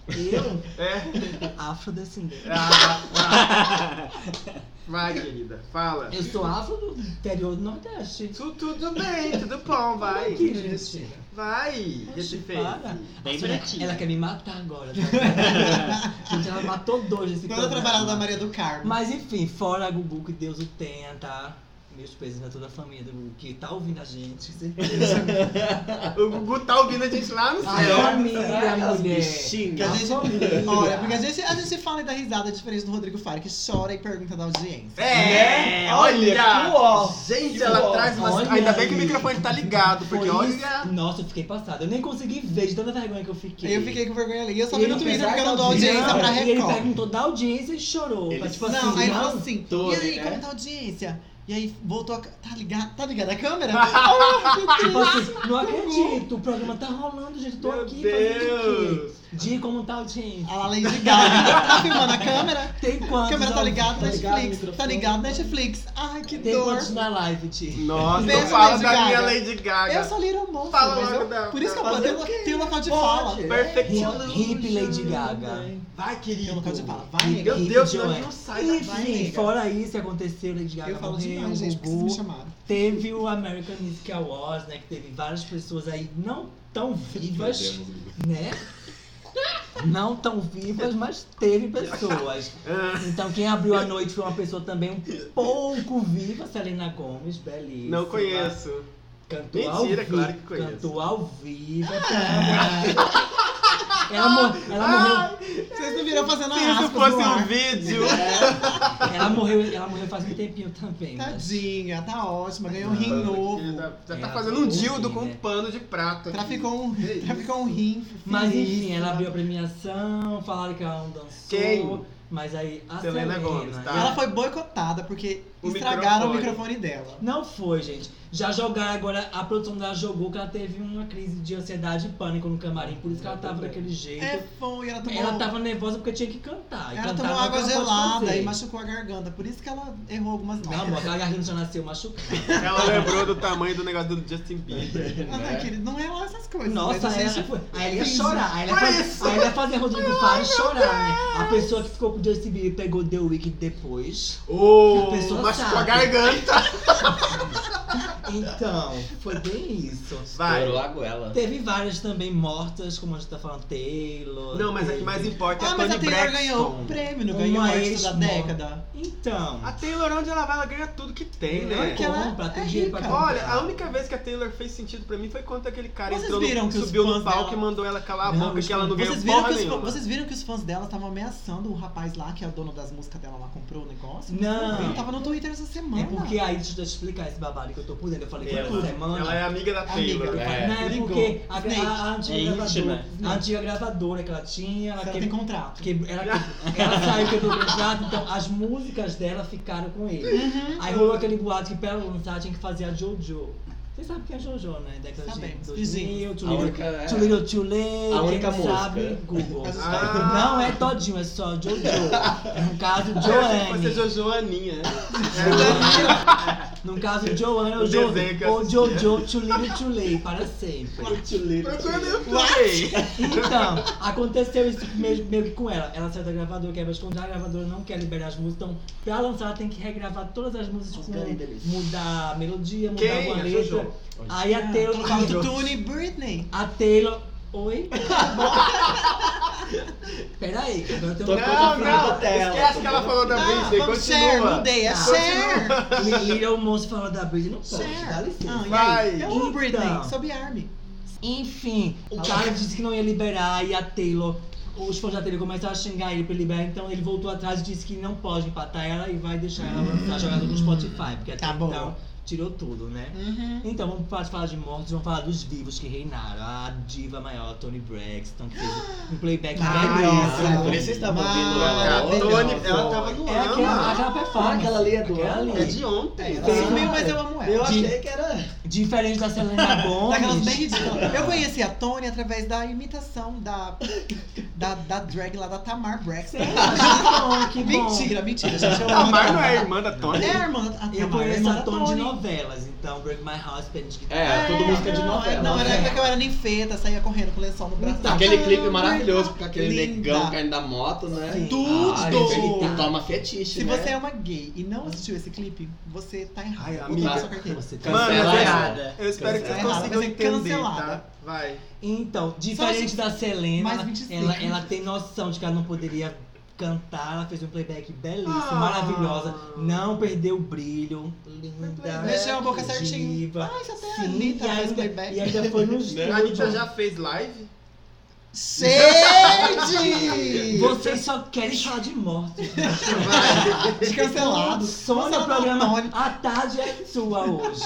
Speaker 5: Eu,
Speaker 3: É.
Speaker 5: afrodescendente.
Speaker 3: Ah, ah. Vai, querida, fala.
Speaker 5: Eu sou afro do interior do Nordeste.
Speaker 3: Tu- tudo bem, tudo bom, vai.
Speaker 5: Aqui, né? gente.
Speaker 3: Vai, Recife.
Speaker 5: Para.
Speaker 4: Bem
Speaker 5: A Sônia,
Speaker 4: pretinho.
Speaker 5: Ela quer me matar agora. tá? gente, ela matou dois nesse
Speaker 1: Toda
Speaker 5: programa.
Speaker 1: trabalhada da Maria do Carmo.
Speaker 5: Mas enfim, fora Gugu, que Deus o tenha, tá? Meus pesos pra toda a família do Gugu que tá ouvindo a gente. certeza.
Speaker 3: O Gugu tá ouvindo a gente lá no
Speaker 5: A
Speaker 3: céu.
Speaker 5: família,
Speaker 2: É, né? Aquelas
Speaker 5: mulher.
Speaker 2: bichinhas.
Speaker 1: Que a
Speaker 5: A
Speaker 1: gente-
Speaker 5: família.
Speaker 1: Olha, porque a gente, a gente fala e dá risada diferente do Rodrigo Faro, que chora e pergunta da audiência.
Speaker 3: É,
Speaker 2: Né? Olha,
Speaker 3: olha.
Speaker 2: que ó.
Speaker 3: Gente,
Speaker 2: Que
Speaker 3: ela
Speaker 2: ó.
Speaker 3: traz umas.
Speaker 5: Olha
Speaker 3: Ainda bem que o
Speaker 5: aí.
Speaker 3: microfone tá ligado, porque
Speaker 5: Foi isso-
Speaker 3: olha.
Speaker 5: Nossa, eu fiquei passada. Eu nem consegui ver de tanta vergonha que eu fiquei.
Speaker 1: Eu fiquei com vergonha ali. Eu só
Speaker 5: E
Speaker 1: vi
Speaker 5: ele
Speaker 1: no
Speaker 5: apesar
Speaker 1: Twitter porque eu
Speaker 5: da
Speaker 1: não dou audiência
Speaker 5: audiência-
Speaker 1: pra
Speaker 5: E ele tá
Speaker 1: Record.
Speaker 5: perguntou da audiência e chorou.
Speaker 2: Ele-
Speaker 5: Tá, tipo assim,
Speaker 1: Não, aí ele falou
Speaker 5: não.
Speaker 1: assim,
Speaker 2: Todo,
Speaker 1: e aí,
Speaker 2: né?
Speaker 1: como tá a audiência? E aí, voltou a... ca- Tá ligado, tá ligado a câmera? Ah, que
Speaker 5: Tipo
Speaker 1: triste.
Speaker 5: assim, não acredito, o programa tá rolando, gente. Tô
Speaker 3: Meu
Speaker 5: aqui fazendo o
Speaker 3: Deus.
Speaker 5: quê? Diga como tá a audiência.
Speaker 1: a lá Lady Gaga tá filmando a câmera.
Speaker 5: Tem quantos?
Speaker 1: A câmera tá
Speaker 5: ao-
Speaker 1: ligada,
Speaker 5: tá ligado no
Speaker 1: Netflix. Tá
Speaker 5: microfone?
Speaker 1: ligado, Netflix. Ai, que
Speaker 5: Tem
Speaker 1: dor.
Speaker 5: quantos na live, Ti?
Speaker 3: Nossa,
Speaker 1: Beijo,
Speaker 3: não fala
Speaker 1: Lady
Speaker 3: da
Speaker 1: Gaga.
Speaker 3: minha Lady Gaga.
Speaker 1: Eu sou Little Monster,
Speaker 3: Fala
Speaker 1: mas
Speaker 3: logo
Speaker 1: eu-
Speaker 3: da-
Speaker 1: por isso que eu
Speaker 3: da-
Speaker 1: falei,
Speaker 3: fazer o
Speaker 1: tem- tem um local de fala.
Speaker 2: Pode.
Speaker 3: Perfect
Speaker 5: Hip-
Speaker 3: illusion.
Speaker 5: hip Lady Gaga.
Speaker 3: Vai,
Speaker 1: Tem um
Speaker 3: querido.
Speaker 1: local de fala. Vai,
Speaker 3: Meu
Speaker 5: Hip
Speaker 3: Deus,
Speaker 5: Joel.
Speaker 3: nós não sai da
Speaker 1: vai,
Speaker 5: Enfim,
Speaker 1: nega.
Speaker 5: fora isso que aconteceu, Lady Gaga
Speaker 1: Eu falo
Speaker 5: morreu,
Speaker 1: demais, gente, porque vocês
Speaker 5: Gugu.
Speaker 1: me chamaram.
Speaker 5: Teve o American Music Awards, né? Que teve várias pessoas aí não tão vivas,
Speaker 2: Perdemos o Gugu.
Speaker 5: né? Não tão vivas, mas teve pessoas.
Speaker 3: Ah,
Speaker 5: Então quem abriu a noite foi uma pessoa também um pouco viva, Selena Gomes, belíssima.
Speaker 3: Não conheço.
Speaker 5: Cantou ao
Speaker 3: Mentira,
Speaker 5: vivo.
Speaker 3: claro que conheço.
Speaker 5: Cantou ao vivo. Ela, mor- ela morreu,
Speaker 1: Vocês não viram fazendo
Speaker 3: Se
Speaker 1: a
Speaker 3: isso
Speaker 1: aspas
Speaker 3: fosse
Speaker 1: no
Speaker 3: um
Speaker 1: ar.
Speaker 3: vídeo.
Speaker 5: ela morreu, ela morreu faz um tempinho também. mas-
Speaker 1: Tadinha, tá ótima, ganhou um rim
Speaker 3: Ele
Speaker 1: novo.
Speaker 3: tá- Já tá
Speaker 5: É,
Speaker 3: fazendo um
Speaker 5: sim,
Speaker 3: dildo com
Speaker 5: né?
Speaker 3: um pano de prato. aqui.
Speaker 1: Traficou um,
Speaker 3: Que isso?
Speaker 1: traficou um rim.
Speaker 5: Mas
Speaker 1: feliz.
Speaker 5: enfim, ela abriu a premiação, falaram que ela não dançou.
Speaker 3: Quem?
Speaker 5: Mas aí a
Speaker 3: Selena
Speaker 5: Selena,
Speaker 3: Gomez, tá?
Speaker 1: Ela foi boicotada porque
Speaker 3: O
Speaker 1: estragaram
Speaker 3: microfone.
Speaker 1: o microfone dela.
Speaker 5: Não foi, gente. Já jogaram agora, a produção dela jogou que ela teve uma crise de ansiedade e pânico no camarim, por isso que ela tava daquele jeito.
Speaker 1: É bom, e ela tomou,
Speaker 5: Ela tava nervosa porque tinha que cantar. E
Speaker 1: ela
Speaker 5: cantar
Speaker 1: tomou
Speaker 5: não é o que
Speaker 1: água
Speaker 5: ela pode
Speaker 1: gelada
Speaker 5: fazer.
Speaker 1: e machucou a garganta. Por isso que ela errou algumas
Speaker 5: Não, amor,
Speaker 1: notas.
Speaker 5: aquela garganta já nasceu machucada.
Speaker 3: Ela lembrou do tamanho do negócio do Justin Bieber.
Speaker 1: Ah, não, querido, não é lá essas coisas.
Speaker 5: Nossa,
Speaker 1: mas assim, é a
Speaker 5: ela
Speaker 1: gente-
Speaker 5: foi. Aí ela ia
Speaker 1: Sim.
Speaker 5: chorar. Aí ela,
Speaker 3: Por
Speaker 5: faz,
Speaker 3: isso.
Speaker 5: aí ela ia fazer Rodrigo Faro chorar, né? A pessoa que ficou com o Justin Bieber pegou The Weeknd depois.
Speaker 3: Ô,
Speaker 5: A pessoa
Speaker 3: machucou a
Speaker 5: sabe.
Speaker 3: garganta.
Speaker 5: Então, foi bem isso.
Speaker 3: Vai.
Speaker 2: Estourou a goela.
Speaker 5: Teve várias também mortas, como a gente tá falando, Taylor.
Speaker 3: Não, mas a que mais importa é
Speaker 1: Ah,
Speaker 3: a
Speaker 1: mas
Speaker 3: Toni
Speaker 1: a Taylor ganhou
Speaker 3: Braxton.
Speaker 1: um prêmio, não
Speaker 5: Uma
Speaker 1: ganhou artista da
Speaker 5: ex-mo-
Speaker 1: década.
Speaker 5: Então.
Speaker 3: A Taylor, onde ela vai, ela ganha tudo que tem,
Speaker 5: ela
Speaker 3: né?
Speaker 1: que ela
Speaker 5: compra, tem
Speaker 1: é
Speaker 5: dinheiro
Speaker 1: rica.
Speaker 5: pra comprar.
Speaker 3: Olha, a única vez que a Taylor fez sentido pra mim foi quando aquele cara
Speaker 1: Vocês
Speaker 3: entrou no-
Speaker 1: viram que os
Speaker 3: subiu no
Speaker 1: fãs
Speaker 3: palco
Speaker 1: dela-
Speaker 3: e mandou ela calar a
Speaker 5: Não,
Speaker 3: boca
Speaker 5: os
Speaker 3: que ela não ganhou
Speaker 1: Vocês viram,
Speaker 3: porra
Speaker 1: que os, fã-
Speaker 3: nenhuma.
Speaker 1: vocês viram que os fãs dela estavam ameaçando o rapaz lá, que é o dono das músicas dela lá, comprou o negócio?
Speaker 5: Não.
Speaker 1: Ele tava no Twitter essa semana.
Speaker 5: É porque aí deixa eu te explicar esse babado que eu tô por dentro. Eu falei que
Speaker 3: Ela-
Speaker 5: essa semana.
Speaker 3: Ela é amiga da
Speaker 1: Amiga.
Speaker 3: Taylor.
Speaker 2: É.
Speaker 5: Não, é
Speaker 1: ligou.
Speaker 5: porque a, a- a antiga
Speaker 4: É íntima.
Speaker 5: gravadora, a antiga gravadora que ela tinha, ela,
Speaker 1: Ela
Speaker 5: que,
Speaker 1: tem contrato.
Speaker 5: que- ela, ela saiu quebrou o contrato, então as músicas dela ficaram com ele. Aí rolou aquele boato que pela lançar tinha que fazer a JoJo. Vocês sabem quem é JoJo, né? Década
Speaker 1: Sabemos.
Speaker 5: de 2000, Too
Speaker 2: A
Speaker 5: Little,
Speaker 2: única- é.
Speaker 5: Too Little Too Late,
Speaker 2: A única
Speaker 5: quem
Speaker 2: música.
Speaker 5: sabe, Google.
Speaker 1: Essa
Speaker 3: Ah.
Speaker 1: história.
Speaker 5: Não é todinho, é só JoJo. É, No caso,
Speaker 3: Você
Speaker 5: Joanne.
Speaker 3: Jojoaninha.
Speaker 5: No caso, Joanne
Speaker 3: O
Speaker 5: ou Jo-
Speaker 3: desenho que eu
Speaker 5: ou
Speaker 3: assistia.
Speaker 5: Jojo, Too Little Too Late, para sempre.
Speaker 3: Procura meu play.
Speaker 5: Então, aconteceu isso meio, meio que com ela. Ela saiu da gravadora, quebra as contas, a gravadora não quer liberar as músicas. Então, pra lançar, ela tem que regravar todas as músicas, com, mudar a melodia, mudar
Speaker 3: Quem?
Speaker 5: alguma
Speaker 3: A
Speaker 5: letra.
Speaker 3: Jojo.
Speaker 5: Aí a Taylor...
Speaker 1: Colocar Tune Britney.
Speaker 5: A Taylor... Oi? Peraí, agora tem
Speaker 2: Tô
Speaker 5: uma
Speaker 3: Não,
Speaker 5: coisa
Speaker 3: não.
Speaker 2: frente dela.
Speaker 3: Esquece que ela falou da
Speaker 5: né?
Speaker 3: Britney.
Speaker 1: Ah, vamos share,
Speaker 3: Continua.
Speaker 1: mudei, é share.
Speaker 5: pra Ah, Little Monstro falando da Britney, não pode, dá
Speaker 1: Share.
Speaker 5: licença.
Speaker 1: Ah, e
Speaker 3: Vai.
Speaker 1: aí? Tune
Speaker 5: Então.
Speaker 1: Britney, sob arme.
Speaker 5: Enfim, o cara disse que não ia liberar e a Taylor, os fãs da Taylor começaram a xingar ele pra ele liberar, então ele voltou atrás e disse que não pode empatar ela e vai deixar ela lançar jogada no Spotify, porque até
Speaker 1: Tá bom.
Speaker 5: então tirou tudo, né? Então vamos parar de falar de mortos, vamos falar dos vivos que reinaram. A diva maior, Tony Braxton, que fez um playback
Speaker 1: Maravilhosa.
Speaker 5: belíssimo.
Speaker 2: É Por isso vocês estavam ouvindo
Speaker 3: é A
Speaker 2: ela
Speaker 1: Maravilhosa.
Speaker 3: Toni,
Speaker 2: ontem.
Speaker 3: ela tava no
Speaker 5: É aquela,
Speaker 3: ama.
Speaker 5: aquela performance.
Speaker 2: Aquela ali é do
Speaker 5: Aquela
Speaker 2: ano?
Speaker 3: É
Speaker 5: ali.
Speaker 3: de ontem.
Speaker 1: Ela
Speaker 2: Sim.
Speaker 1: sumiu, mas eu amo ela.
Speaker 2: Eu
Speaker 5: De-
Speaker 2: achei que era.
Speaker 5: Diferente da Selena
Speaker 1: Daquelas bem
Speaker 5: Gomez.
Speaker 1: ridículas. Eu conheci a Tony através da imitação da, da, da drag lá da Tamar Braxton.
Speaker 5: que bom.
Speaker 1: mentira, mentira, gente. Eu
Speaker 3: A
Speaker 1: amo
Speaker 3: Mar
Speaker 1: ela.
Speaker 3: não é irmã da Toni?
Speaker 1: É a irmã da Tamar,
Speaker 5: né? Eu
Speaker 1: é
Speaker 5: conheço
Speaker 1: irmã
Speaker 5: a
Speaker 1: da
Speaker 5: Tony de novelas, então Break My Husband. que-
Speaker 2: É, tudo música de
Speaker 1: não, é,
Speaker 2: novela. né?
Speaker 1: Não, era
Speaker 5: Novela.
Speaker 1: época que eu era ninfeta, saía correndo com lençol no braço.
Speaker 5: Então,
Speaker 2: Aquele clipe maravilhoso com aquele
Speaker 1: Linda.
Speaker 2: negão caindo da moto, né?
Speaker 5: Sim.
Speaker 1: Tudo!
Speaker 2: Ai, ele um toma fetiche,
Speaker 1: Se
Speaker 2: né?
Speaker 1: você é uma gay e não assistiu esse clipe, você tá errado.
Speaker 3: Ai,
Speaker 1: Vou tirar
Speaker 3: amiga.
Speaker 1: sua carteira.
Speaker 5: Você tá
Speaker 3: Mano,
Speaker 2: Cancela
Speaker 3: mas é-
Speaker 4: errada.
Speaker 3: eu espero que vocês
Speaker 1: Cancela.
Speaker 3: consigam
Speaker 1: Vai ser
Speaker 3: entender,
Speaker 1: é cancelada.
Speaker 3: tá? Vai.
Speaker 5: Então, diferente
Speaker 1: Só
Speaker 5: da Selena,
Speaker 1: mais 25.
Speaker 5: ela, ela tem noção de que ela não poderia cantar. Ela fez um playback belíssimo,
Speaker 3: Ah.
Speaker 5: maravilhosa. Não perdeu o brilho. Linda.
Speaker 3: playback.
Speaker 1: Mexeu a boca
Speaker 5: é diva.
Speaker 1: certinho. Ai, tá já até a
Speaker 5: Sim, e
Speaker 1: Anitta faz
Speaker 5: ainda,
Speaker 1: playback.
Speaker 5: e ainda foi no
Speaker 3: A Anitta Né? já
Speaker 5: estúdio.
Speaker 3: fez live?
Speaker 1: Gente!
Speaker 5: Vocês só querem falar de morte.
Speaker 1: Descancelado.
Speaker 5: Sônia,
Speaker 1: Nossa,
Speaker 5: o programa.
Speaker 1: Antônio.
Speaker 5: A tarde é sua hoje.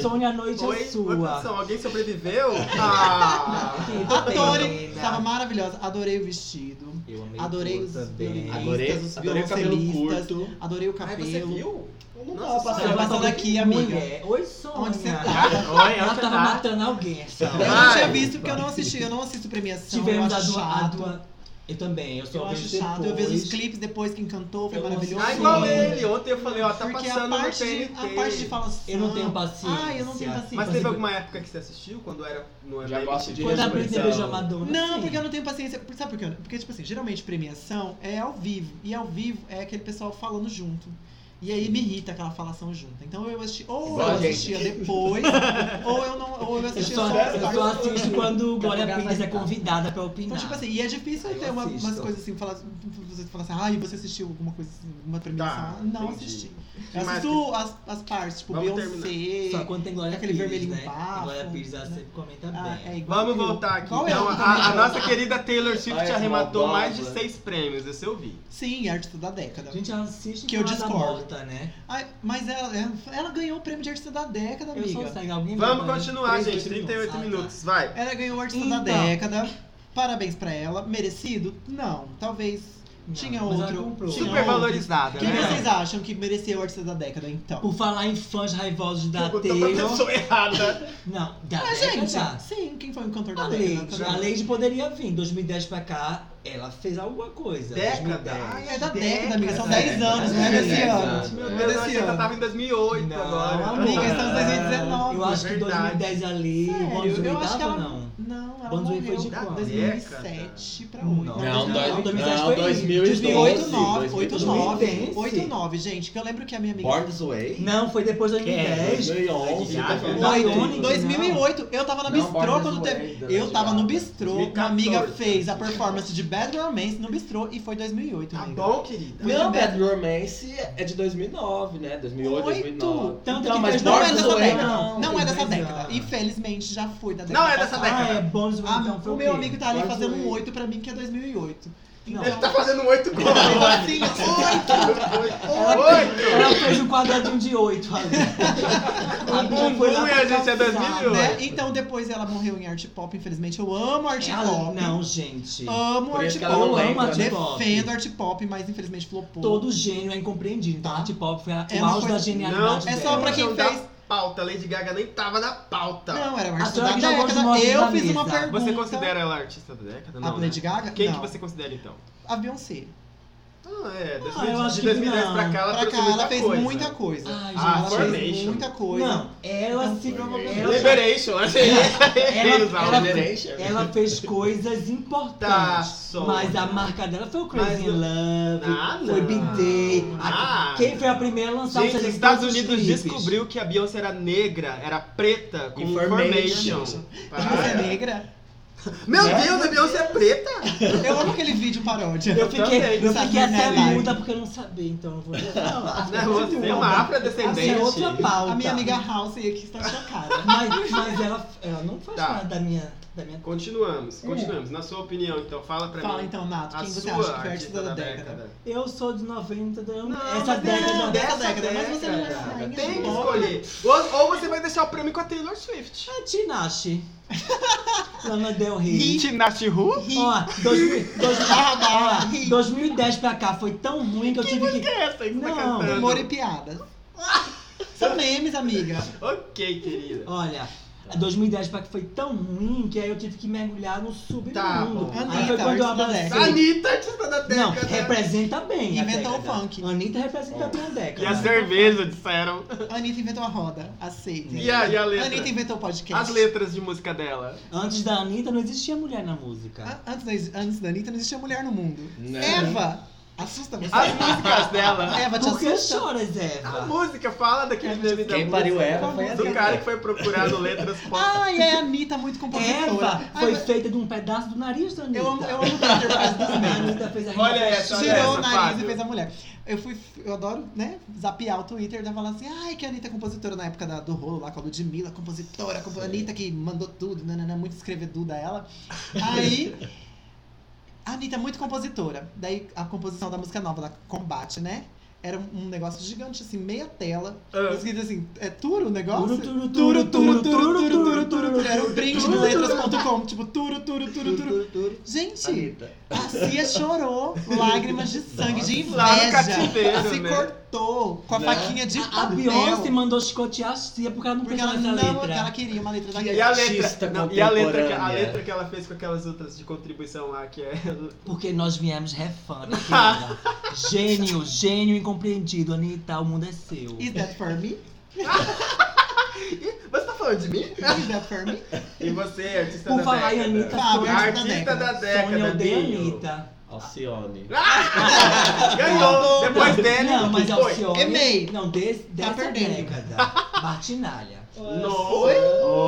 Speaker 5: Sônia, a noite
Speaker 3: Oi?
Speaker 5: é
Speaker 3: Oi,
Speaker 5: sua.
Speaker 3: produção, alguém sobreviveu? Ah!
Speaker 1: A Tony
Speaker 5: Pena.
Speaker 1: estava maravilhosa. Adorei o vestido.
Speaker 5: Eu amei
Speaker 1: Adorei
Speaker 5: tudo
Speaker 1: os
Speaker 5: também.
Speaker 1: violinistas,
Speaker 2: Adorei,
Speaker 1: os
Speaker 2: adorei o cabelo
Speaker 1: violoncelistas.
Speaker 2: curto.
Speaker 1: Adorei o
Speaker 2: Ai, você
Speaker 1: cabelo.
Speaker 2: viu? Eu não
Speaker 3: Nossa
Speaker 2: tava
Speaker 5: Ela
Speaker 1: Ela
Speaker 2: passando.
Speaker 1: vai
Speaker 5: tava
Speaker 1: falar aqui, amiga.
Speaker 5: Mulher. Oi, Sônia.
Speaker 1: Onde você tá?
Speaker 3: Oi,
Speaker 5: Ela tava
Speaker 3: onde tá?
Speaker 5: matando alguém, essa
Speaker 1: Eu
Speaker 5: hora.
Speaker 1: não
Speaker 3: Vai.
Speaker 1: tinha visto porque eu não assisti. Eu não assisto premiação.
Speaker 5: Tivemos
Speaker 1: eu
Speaker 5: a
Speaker 1: acho
Speaker 5: do a
Speaker 1: chato.
Speaker 5: do- Eu também, eu
Speaker 1: Eu
Speaker 5: só
Speaker 1: acho
Speaker 5: vejo
Speaker 1: chato. Eu vejo os
Speaker 5: depois.
Speaker 1: clipes depois que encantou, foi
Speaker 5: Eu não
Speaker 1: maravilhoso.
Speaker 5: sei.
Speaker 3: Ah, igual
Speaker 5: Sim.
Speaker 3: ele. Ontem eu falei, ó, tá
Speaker 1: Porque a
Speaker 3: passando no
Speaker 1: parte, de,
Speaker 3: TNT.
Speaker 1: a parte de falação.
Speaker 5: Eu não tenho paciência.
Speaker 1: Ah, eu não tenho paciência.
Speaker 3: Mas teve alguma época que você assistiu quando era no
Speaker 2: Já gosto de
Speaker 5: Quando a Britney
Speaker 2: resolução.
Speaker 5: beijou a Madonna.
Speaker 1: Não,
Speaker 5: sim.
Speaker 1: porque eu não tenho paciência. Sabe por quê? Porque, tipo assim, geralmente premiação é ao vivo. E ao vivo é aquele pessoal falando junto. E aí me irrita aquela falação junto. Então eu assisti, ou
Speaker 2: Igual
Speaker 1: eu
Speaker 2: a gente.
Speaker 1: assistia depois, ou eu não, ou eu
Speaker 5: Eu
Speaker 1: assistia
Speaker 5: só,
Speaker 1: só
Speaker 5: eu só
Speaker 1: um
Speaker 5: assisto quando Glória
Speaker 2: pagar
Speaker 5: Pires é
Speaker 2: mais nada.
Speaker 5: convidada pra opinar.
Speaker 1: Então, tipo assim, e é difícil
Speaker 5: Aí eu
Speaker 1: ter uma-
Speaker 5: assisto.
Speaker 1: umas coisas assim, falar, você falar assim, ah, e você assistiu alguma coisa, assim, uma premiação?
Speaker 3: Tá,
Speaker 1: não
Speaker 3: entendi.
Speaker 1: assisti.
Speaker 3: Que
Speaker 1: Eu
Speaker 3: mais
Speaker 1: assisto as, as partes, tipo,
Speaker 3: Vamos
Speaker 1: Beyoncé.
Speaker 5: Só quando tem Glória
Speaker 1: Aquele
Speaker 5: Pires,
Speaker 1: vermelhinho
Speaker 5: né?
Speaker 1: bafo,
Speaker 5: A Glória Pires, ela
Speaker 1: né?
Speaker 5: sempre comenta
Speaker 1: Ah, é
Speaker 5: bem.
Speaker 1: igual
Speaker 3: Vamos
Speaker 1: eu.
Speaker 3: voltar aqui.
Speaker 1: Igual eu,
Speaker 3: Então,
Speaker 1: eu
Speaker 3: a,
Speaker 1: também
Speaker 3: a
Speaker 1: gosto.
Speaker 3: nossa querida Taylor Swift
Speaker 2: Ai,
Speaker 3: já arrematou
Speaker 2: maldosa.
Speaker 3: mais de seis prêmios, esse eu vi.
Speaker 1: Sim, artista da década.
Speaker 5: A gente assiste
Speaker 1: Que eu
Speaker 5: com a da
Speaker 1: discordo.
Speaker 5: morta, né?
Speaker 1: Ai, mas ela, ela ganhou o prêmio de artista da década,
Speaker 5: Eu
Speaker 1: amiga.
Speaker 5: só saio alguém
Speaker 3: Vamos
Speaker 5: vai-
Speaker 3: continuar, gente. 38
Speaker 5: Ah, tá.
Speaker 3: minutos, vai.
Speaker 1: Ela ganhou o artista da
Speaker 5: Então.
Speaker 1: década. Parabéns pra ela. Merecido? Não. Talvez
Speaker 5: Não,
Speaker 1: tinha
Speaker 5: mas ela
Speaker 1: outro.
Speaker 5: comprou.
Speaker 1: Tinha
Speaker 3: Super valorizada,
Speaker 1: outro. Quem
Speaker 3: né?
Speaker 1: vocês acham que mereceu o artista da década, então?
Speaker 5: Por falar em fãs raivosos da
Speaker 3: Botou pra
Speaker 5: Taylor...
Speaker 3: pessoa errada.
Speaker 5: Não, da
Speaker 1: Ah,
Speaker 5: década.
Speaker 1: gente, sim, quem foi o cantor
Speaker 5: A
Speaker 1: da década?
Speaker 5: Lady, a Lady poderia vir. 2010 pra cá, Ela fez alguma coisa.
Speaker 3: Década?
Speaker 5: 2010.
Speaker 3: Ai,
Speaker 1: É da década, amiga. São
Speaker 5: Década.
Speaker 1: 10 anos, não é desse
Speaker 2: Dez
Speaker 1: ano.
Speaker 2: anos.
Speaker 3: Meu
Speaker 1: Não é
Speaker 3: Deus, eu
Speaker 1: desse
Speaker 3: achei que eu
Speaker 1: ano.
Speaker 3: tava em 2008
Speaker 5: Não,
Speaker 3: agora.
Speaker 1: amiga, estamos em 2019.
Speaker 5: Eu acho que
Speaker 3: Verdade.
Speaker 5: 2010 ali,
Speaker 1: Sério?
Speaker 5: Bonzo
Speaker 1: Eu
Speaker 5: Rui
Speaker 1: acho que
Speaker 5: tava,
Speaker 1: ela-
Speaker 5: não.
Speaker 1: Não, ela
Speaker 5: Bonzo Rui
Speaker 1: morreu
Speaker 5: foi de
Speaker 1: da-
Speaker 5: quando?
Speaker 1: 2007 pra
Speaker 5: né? Não,
Speaker 1: 8.
Speaker 2: Não,
Speaker 5: dois-
Speaker 2: não,
Speaker 5: 2007
Speaker 2: não,
Speaker 5: foi
Speaker 2: 2012.
Speaker 1: 2008, 9,
Speaker 5: 2010.
Speaker 1: 89, 89, gente, que eu lembro que a minha amiga...
Speaker 2: Born This Way?
Speaker 5: Não, foi depois de 2010.
Speaker 2: 2011.
Speaker 4: Que é?
Speaker 2: tá
Speaker 4: Não,
Speaker 2: falando?
Speaker 1: Não,
Speaker 5: Ione,
Speaker 1: em 2008, eu tava na
Speaker 2: Não,
Speaker 1: bistrô
Speaker 2: Born
Speaker 1: quando
Speaker 2: This
Speaker 1: teve.
Speaker 2: Way, da-
Speaker 1: Eu tava no bistrô, uma
Speaker 3: 2014.
Speaker 1: amiga fez a performance de Bad Romance no bistrô e foi 2008,
Speaker 3: Tá
Speaker 1: amiga.
Speaker 3: bom, querida?
Speaker 1: Não,
Speaker 2: Não, Bad Romance é de 2009, né? 2008,
Speaker 1: Oito.
Speaker 2: 2009.
Speaker 5: Tanto
Speaker 2: Então,
Speaker 5: que
Speaker 2: mas
Speaker 5: fez-
Speaker 1: não é
Speaker 2: Born This
Speaker 1: dessa
Speaker 2: Way
Speaker 1: década.
Speaker 2: não.
Speaker 1: Não, é dessa
Speaker 5: tem mais
Speaker 1: década.
Speaker 5: anos.
Speaker 1: Infelizmente já foi da década.
Speaker 3: Não é dessa
Speaker 1: passada.
Speaker 5: Ah,
Speaker 3: década.
Speaker 5: é Bonzo Rui,
Speaker 1: Ah,
Speaker 5: então foi
Speaker 1: o
Speaker 5: o
Speaker 1: meu
Speaker 5: quê?
Speaker 1: amigo tá ali
Speaker 2: Born This
Speaker 1: fazendo um
Speaker 2: Way.
Speaker 1: 8 pra mim que é 2008.
Speaker 5: Não.
Speaker 3: Ele tá fazendo oito gols.
Speaker 1: Então, assim,
Speaker 3: Oito!
Speaker 5: Ela fez um quadradinho de 8 ali. A bicha foi lá
Speaker 3: Bumbum e a
Speaker 5: pra
Speaker 3: gente é
Speaker 5: calçar,
Speaker 3: 2008.
Speaker 5: né?
Speaker 1: né? Então depois ela morreu em art pop, infelizmente. Eu amo art
Speaker 5: Ela,
Speaker 1: pop.
Speaker 5: não, gente.
Speaker 1: Amo
Speaker 2: Por
Speaker 1: art
Speaker 2: isso que ela não
Speaker 1: pop.
Speaker 2: lembra,
Speaker 5: né?
Speaker 1: Defendo art pop, mas infelizmente flopou.
Speaker 5: Todo gênio é incompreendido. Então, art pop foi a,
Speaker 1: É
Speaker 5: o
Speaker 1: uma
Speaker 5: auge
Speaker 1: coisa-
Speaker 5: da genialidade
Speaker 1: é só
Speaker 5: dela.
Speaker 1: pra quem
Speaker 3: Não dá
Speaker 1: fez-
Speaker 3: pauta, Lady Gaga nem tava na pauta.
Speaker 1: Não, era
Speaker 5: A
Speaker 1: uma artista
Speaker 5: senhora
Speaker 1: da
Speaker 5: que jogou os
Speaker 1: década.
Speaker 5: móveis
Speaker 1: Eu
Speaker 5: na
Speaker 1: fiz uma
Speaker 5: mesa.
Speaker 1: pergunta.
Speaker 3: Você considera ela artista da década?
Speaker 1: a
Speaker 3: Não,
Speaker 1: Lady
Speaker 3: né?
Speaker 1: Gaga?
Speaker 3: Quem
Speaker 1: não.
Speaker 3: que você considera, então?
Speaker 1: A Beyoncé.
Speaker 3: Ah, é.
Speaker 5: Ah, eu
Speaker 3: 2010,
Speaker 5: acho
Speaker 3: de
Speaker 5: que
Speaker 3: 2010
Speaker 5: não.
Speaker 3: pra cá, ela
Speaker 1: pra
Speaker 3: trouxe
Speaker 1: cá,
Speaker 3: muita
Speaker 1: ela fez
Speaker 3: coisa.
Speaker 1: muita coisa.
Speaker 5: Ai,
Speaker 3: Ah,
Speaker 5: gente,
Speaker 1: ela
Speaker 5: ela
Speaker 1: fez
Speaker 3: Formation.
Speaker 1: muita coisa.
Speaker 5: Não, ela se.
Speaker 3: Liberation.
Speaker 5: Ela,
Speaker 3: Liberation.
Speaker 5: Ela-
Speaker 3: Ela
Speaker 5: ela fez coisas
Speaker 3: tá
Speaker 5: importantes.
Speaker 3: só.
Speaker 5: Mas a marca dela foi o
Speaker 3: Mas
Speaker 5: Crazy in
Speaker 3: eu-
Speaker 5: Love,
Speaker 3: Ah,
Speaker 5: foi
Speaker 3: não.
Speaker 5: Big Day. A-
Speaker 3: Ah.
Speaker 5: Quem foi a primeira a lançar os
Speaker 3: Gente, os
Speaker 5: seus
Speaker 1: tá
Speaker 3: Estados
Speaker 5: próprios
Speaker 3: Unidos
Speaker 5: clipes?
Speaker 3: descobriu que a Beyoncé era negra, era preta, com
Speaker 2: Information.
Speaker 3: Formation.
Speaker 1: Beyoncé é negra.
Speaker 3: Meu Deus, a Beyoncé é preta?
Speaker 1: Eu amo aquele vídeo paródia.
Speaker 5: Eu fiquei,
Speaker 3: também,
Speaker 5: eu
Speaker 1: sabe,
Speaker 5: fiquei
Speaker 1: né,
Speaker 5: até
Speaker 1: Lai?
Speaker 5: muda porque eu não sabia, então eu vou falar.
Speaker 3: Né, Você é uma afrodescendente.
Speaker 5: Assim, é outra pauta.
Speaker 1: A minha amiga House aqui está chocada.
Speaker 5: Mas, mas ela, ela não faz
Speaker 3: Tá.
Speaker 5: nada da minha, da minha
Speaker 3: Continuamos, continuamos. Na sua opinião, então, fala pra
Speaker 1: Hum. Fala
Speaker 3: mim.
Speaker 1: então, Nato,
Speaker 3: a
Speaker 1: quem você
Speaker 3: sua
Speaker 1: acha que foi
Speaker 3: artista
Speaker 1: a artista
Speaker 3: da
Speaker 1: da
Speaker 3: década.
Speaker 1: década?
Speaker 5: Eu sou de 90, eu não,
Speaker 3: Não,
Speaker 5: essa
Speaker 3: mas é
Speaker 5: década.
Speaker 1: não,
Speaker 5: dessa...
Speaker 1: dessa década, mas você não é
Speaker 3: década.
Speaker 1: rainha
Speaker 3: Tem
Speaker 1: de
Speaker 3: que
Speaker 1: bola.
Speaker 3: escolher. Ou, ou você vai deixar o prêmio com a Taylor Swift.
Speaker 5: É Tinashe. Lana Del Rey.
Speaker 3: Tinashe Who?
Speaker 5: Ó, dois mil- dois-
Speaker 1: Barra, barra,
Speaker 5: ó,
Speaker 1: ri.
Speaker 5: 2010 pra cá foi tão ruim que eu tive que.
Speaker 3: É essa que você tá
Speaker 5: Não,
Speaker 3: cantando.
Speaker 1: Humor e piadas. São memes, amiga.
Speaker 3: Ok, querida.
Speaker 5: Olha. 2010 pra que foi tão ruim que aí eu tive que mergulhar no submundo.
Speaker 3: Tá
Speaker 5: aí
Speaker 3: bom.
Speaker 5: foi
Speaker 1: Anitta,
Speaker 5: quando eu
Speaker 1: artista da
Speaker 5: avancei.
Speaker 1: década.
Speaker 3: Anitta, artista da
Speaker 5: Não,
Speaker 3: década.
Speaker 1: é,
Speaker 5: representa bem. a
Speaker 1: Inventou o
Speaker 5: década.
Speaker 1: funk.
Speaker 5: é Anitta representa bem a década.
Speaker 3: E a cerveja, disseram.
Speaker 1: Anitta inventou a roda. Aceitem.
Speaker 3: E a, e a letra?
Speaker 1: Anitta inventou o podcast.
Speaker 3: As letras de música dela.
Speaker 5: Antes da Anitta não existia mulher na música.
Speaker 1: A- Antes da, antes da Anitta não existia mulher no mundo.
Speaker 2: Não.
Speaker 1: Eva, assusta você.
Speaker 3: As músicas dela.
Speaker 1: Eva, te Ah,
Speaker 5: Por que
Speaker 1: assusta.
Speaker 5: choras,
Speaker 3: A
Speaker 5: Eva?
Speaker 3: música fala daquele meme da
Speaker 2: Quem
Speaker 3: música.
Speaker 2: pariu é Eva foi a
Speaker 3: Do
Speaker 2: Anitta.
Speaker 3: cara que foi procurado letras pop.
Speaker 1: Ai, é a Anitta, muito compositora.
Speaker 5: Eva
Speaker 1: Ai,
Speaker 5: foi
Speaker 1: mas-
Speaker 5: feita de um pedaço do nariz da Anitta.
Speaker 1: eu amo, eu amo o Peter Pan dos
Speaker 5: A
Speaker 1: memes.
Speaker 5: Anitta fez a
Speaker 3: Olha
Speaker 5: Anitta
Speaker 3: essa, olha
Speaker 1: Tirou o nariz
Speaker 3: Fábio.
Speaker 1: e fez a mulher. Eu fui, eu adoro, né, zapear o Twitter, né, falar assim, ai, que a Anitta é compositora na época da, do rolo lá com a Ludmilla, compositora, compo... Anitta que mandou tudo, nanana, muito escreveduda ela. Aí, a Anitta é muito compositora. Daí, a composição da música nova, da Combate, né, era um um negócio gigante, assim, meia tela.
Speaker 3: Ah.
Speaker 1: Escrito assim, é turo o negócio?
Speaker 5: Turo,
Speaker 1: Turo,
Speaker 5: turo,
Speaker 1: turo,
Speaker 5: turo,
Speaker 1: turo,
Speaker 5: turu, turu,
Speaker 1: turu, turu, turu. Era um o print do
Speaker 5: turu,
Speaker 1: letras.com, tipo, turo, turo, turu, turu. Gente,
Speaker 2: Anitta.
Speaker 1: a Cia chorou lágrimas de sangue, de inveja.
Speaker 3: Lá no cativeiro,
Speaker 1: se
Speaker 3: né?
Speaker 1: cortou com a
Speaker 2: Né?
Speaker 1: faquinha de
Speaker 5: A
Speaker 1: papel,
Speaker 5: Beyoncé mandou escotear a Cia é porque ela não
Speaker 1: Porque
Speaker 5: pensou
Speaker 1: ela,
Speaker 5: nessa
Speaker 1: não,
Speaker 5: letra.
Speaker 1: ela queria uma letra
Speaker 2: Que
Speaker 1: daquela.
Speaker 3: E a
Speaker 2: Artista
Speaker 3: letra, não, e a letra, que- a
Speaker 2: contemporânea.
Speaker 3: letra que ela fez com aquelas outras de contribuição lá, que é.
Speaker 5: Porque nós viemos refando, querida. gênio, gênio incompreendido, Anitta, o mundo é seu.
Speaker 1: Is that for me?
Speaker 3: Você tá falando de mim?
Speaker 1: Is that for me?
Speaker 3: E você, artista
Speaker 5: Por
Speaker 3: é da
Speaker 5: falar em Anitta,
Speaker 3: década. Ah,
Speaker 1: Tá,
Speaker 5: Sônia-
Speaker 1: artista da
Speaker 3: Artista é da
Speaker 5: Sônia
Speaker 3: década,
Speaker 5: odeia
Speaker 3: Binho.
Speaker 5: Anitta.
Speaker 2: Alcione.
Speaker 3: Ah, Ganhou!
Speaker 1: Não,
Speaker 3: Depois
Speaker 5: não,
Speaker 3: dele.
Speaker 5: Não, mas é
Speaker 3: foi. Tá
Speaker 5: Alcione...
Speaker 1: Emei.
Speaker 5: Não, des, dessa
Speaker 1: perdendo.
Speaker 5: década. Martinalha.
Speaker 3: Oi?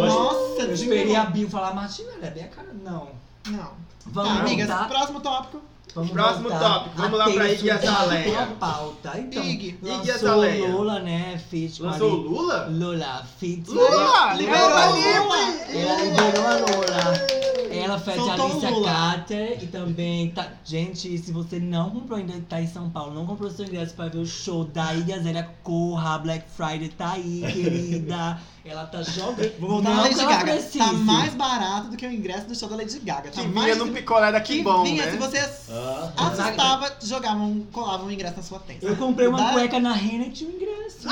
Speaker 1: Nossa,
Speaker 5: Eu
Speaker 1: de
Speaker 5: esperei a
Speaker 1: novo.
Speaker 5: Bill falar Martinalha, é bem a cara. Não.
Speaker 1: Não.
Speaker 5: Vamos
Speaker 1: tá, amigas,
Speaker 5: voltar.
Speaker 1: próximo tópico.
Speaker 5: Vamos
Speaker 3: Próximo
Speaker 5: voltar.
Speaker 3: tópico, vamos lá pra
Speaker 5: Atenção,
Speaker 3: Iggy Azalea.
Speaker 5: tá na pauta. Então,
Speaker 1: Iggy,
Speaker 3: Iggy
Speaker 5: lançou
Speaker 3: Azalea.
Speaker 5: Lola, né? Fit com a
Speaker 3: Lançou o
Speaker 5: Lin-
Speaker 3: Lula?
Speaker 5: Lola, fit
Speaker 3: Lula!
Speaker 1: Liberou
Speaker 3: Liberou a
Speaker 1: Lula.
Speaker 3: Lula!
Speaker 5: Ela liberou a Lola. Ela fez a
Speaker 1: Soltou o
Speaker 5: Alicia
Speaker 1: Lula.
Speaker 5: Carter e também. tá- Gente, se você não comprou ainda, tá em São Paulo, não comprou seu ingresso pra ver o show da Iggy Azalea, corra, Black Friday tá aí, querida. Ela tá jogando.
Speaker 1: Vou voltar na
Speaker 5: Não que
Speaker 1: Lady
Speaker 5: ela
Speaker 1: Gaga.
Speaker 5: precise.
Speaker 1: Tá mais barato do que o ingresso do show da Lady Gaga. Tá
Speaker 3: Que vinha
Speaker 1: mais
Speaker 3: num picolé daqui
Speaker 1: que
Speaker 3: bom,
Speaker 1: vinha,
Speaker 3: né?
Speaker 1: se você
Speaker 2: Ah.
Speaker 1: assustava, jogava um, colava um ingresso na sua testa.
Speaker 5: Eu comprei uma
Speaker 1: Dá-
Speaker 5: cueca na Renner e tinha um ingresso.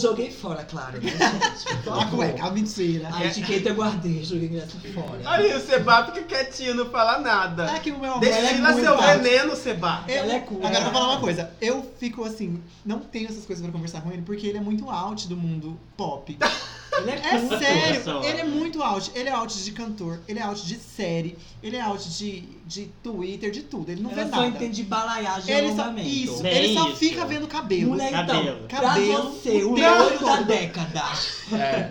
Speaker 5: Joguei fora, claro. né, gente? Por
Speaker 1: A
Speaker 5: favor.
Speaker 1: cueca, a mentira. É.
Speaker 5: A etiqueta eu guardei, joguei o ingresso fora.
Speaker 3: Aí o Seba fica quietinho, não fala nada.
Speaker 1: É que o meu amor ela é
Speaker 3: Destila
Speaker 1: muito
Speaker 3: seu
Speaker 1: fácil.
Speaker 3: veneno, Seba.
Speaker 1: Eu-
Speaker 5: Ela é cool.
Speaker 1: Agora eu vou falar uma coisa. Eu fico assim, não tenho essas coisas pra conversar com ele, porque ele é muito out do mundo pop.
Speaker 5: Ele é
Speaker 1: É
Speaker 5: cool.
Speaker 1: sério,
Speaker 4: pessoal.
Speaker 1: ele é muito out. Ele é out de cantor, ele é out de série, ele é out de, de Twitter, de tudo. Ele não vê
Speaker 5: Ela só
Speaker 1: É nada.
Speaker 5: entende balaiagem
Speaker 1: Ele
Speaker 5: e
Speaker 1: só,
Speaker 5: alongamento.
Speaker 1: isso,
Speaker 4: Bem
Speaker 1: ele só
Speaker 4: isso.
Speaker 1: fica vendo cabelo.
Speaker 5: Mulher, então,
Speaker 4: Cabelo.
Speaker 5: pra
Speaker 1: Cabelo.
Speaker 5: você, o
Speaker 1: O tempo
Speaker 5: loiro da
Speaker 1: todo.
Speaker 5: década.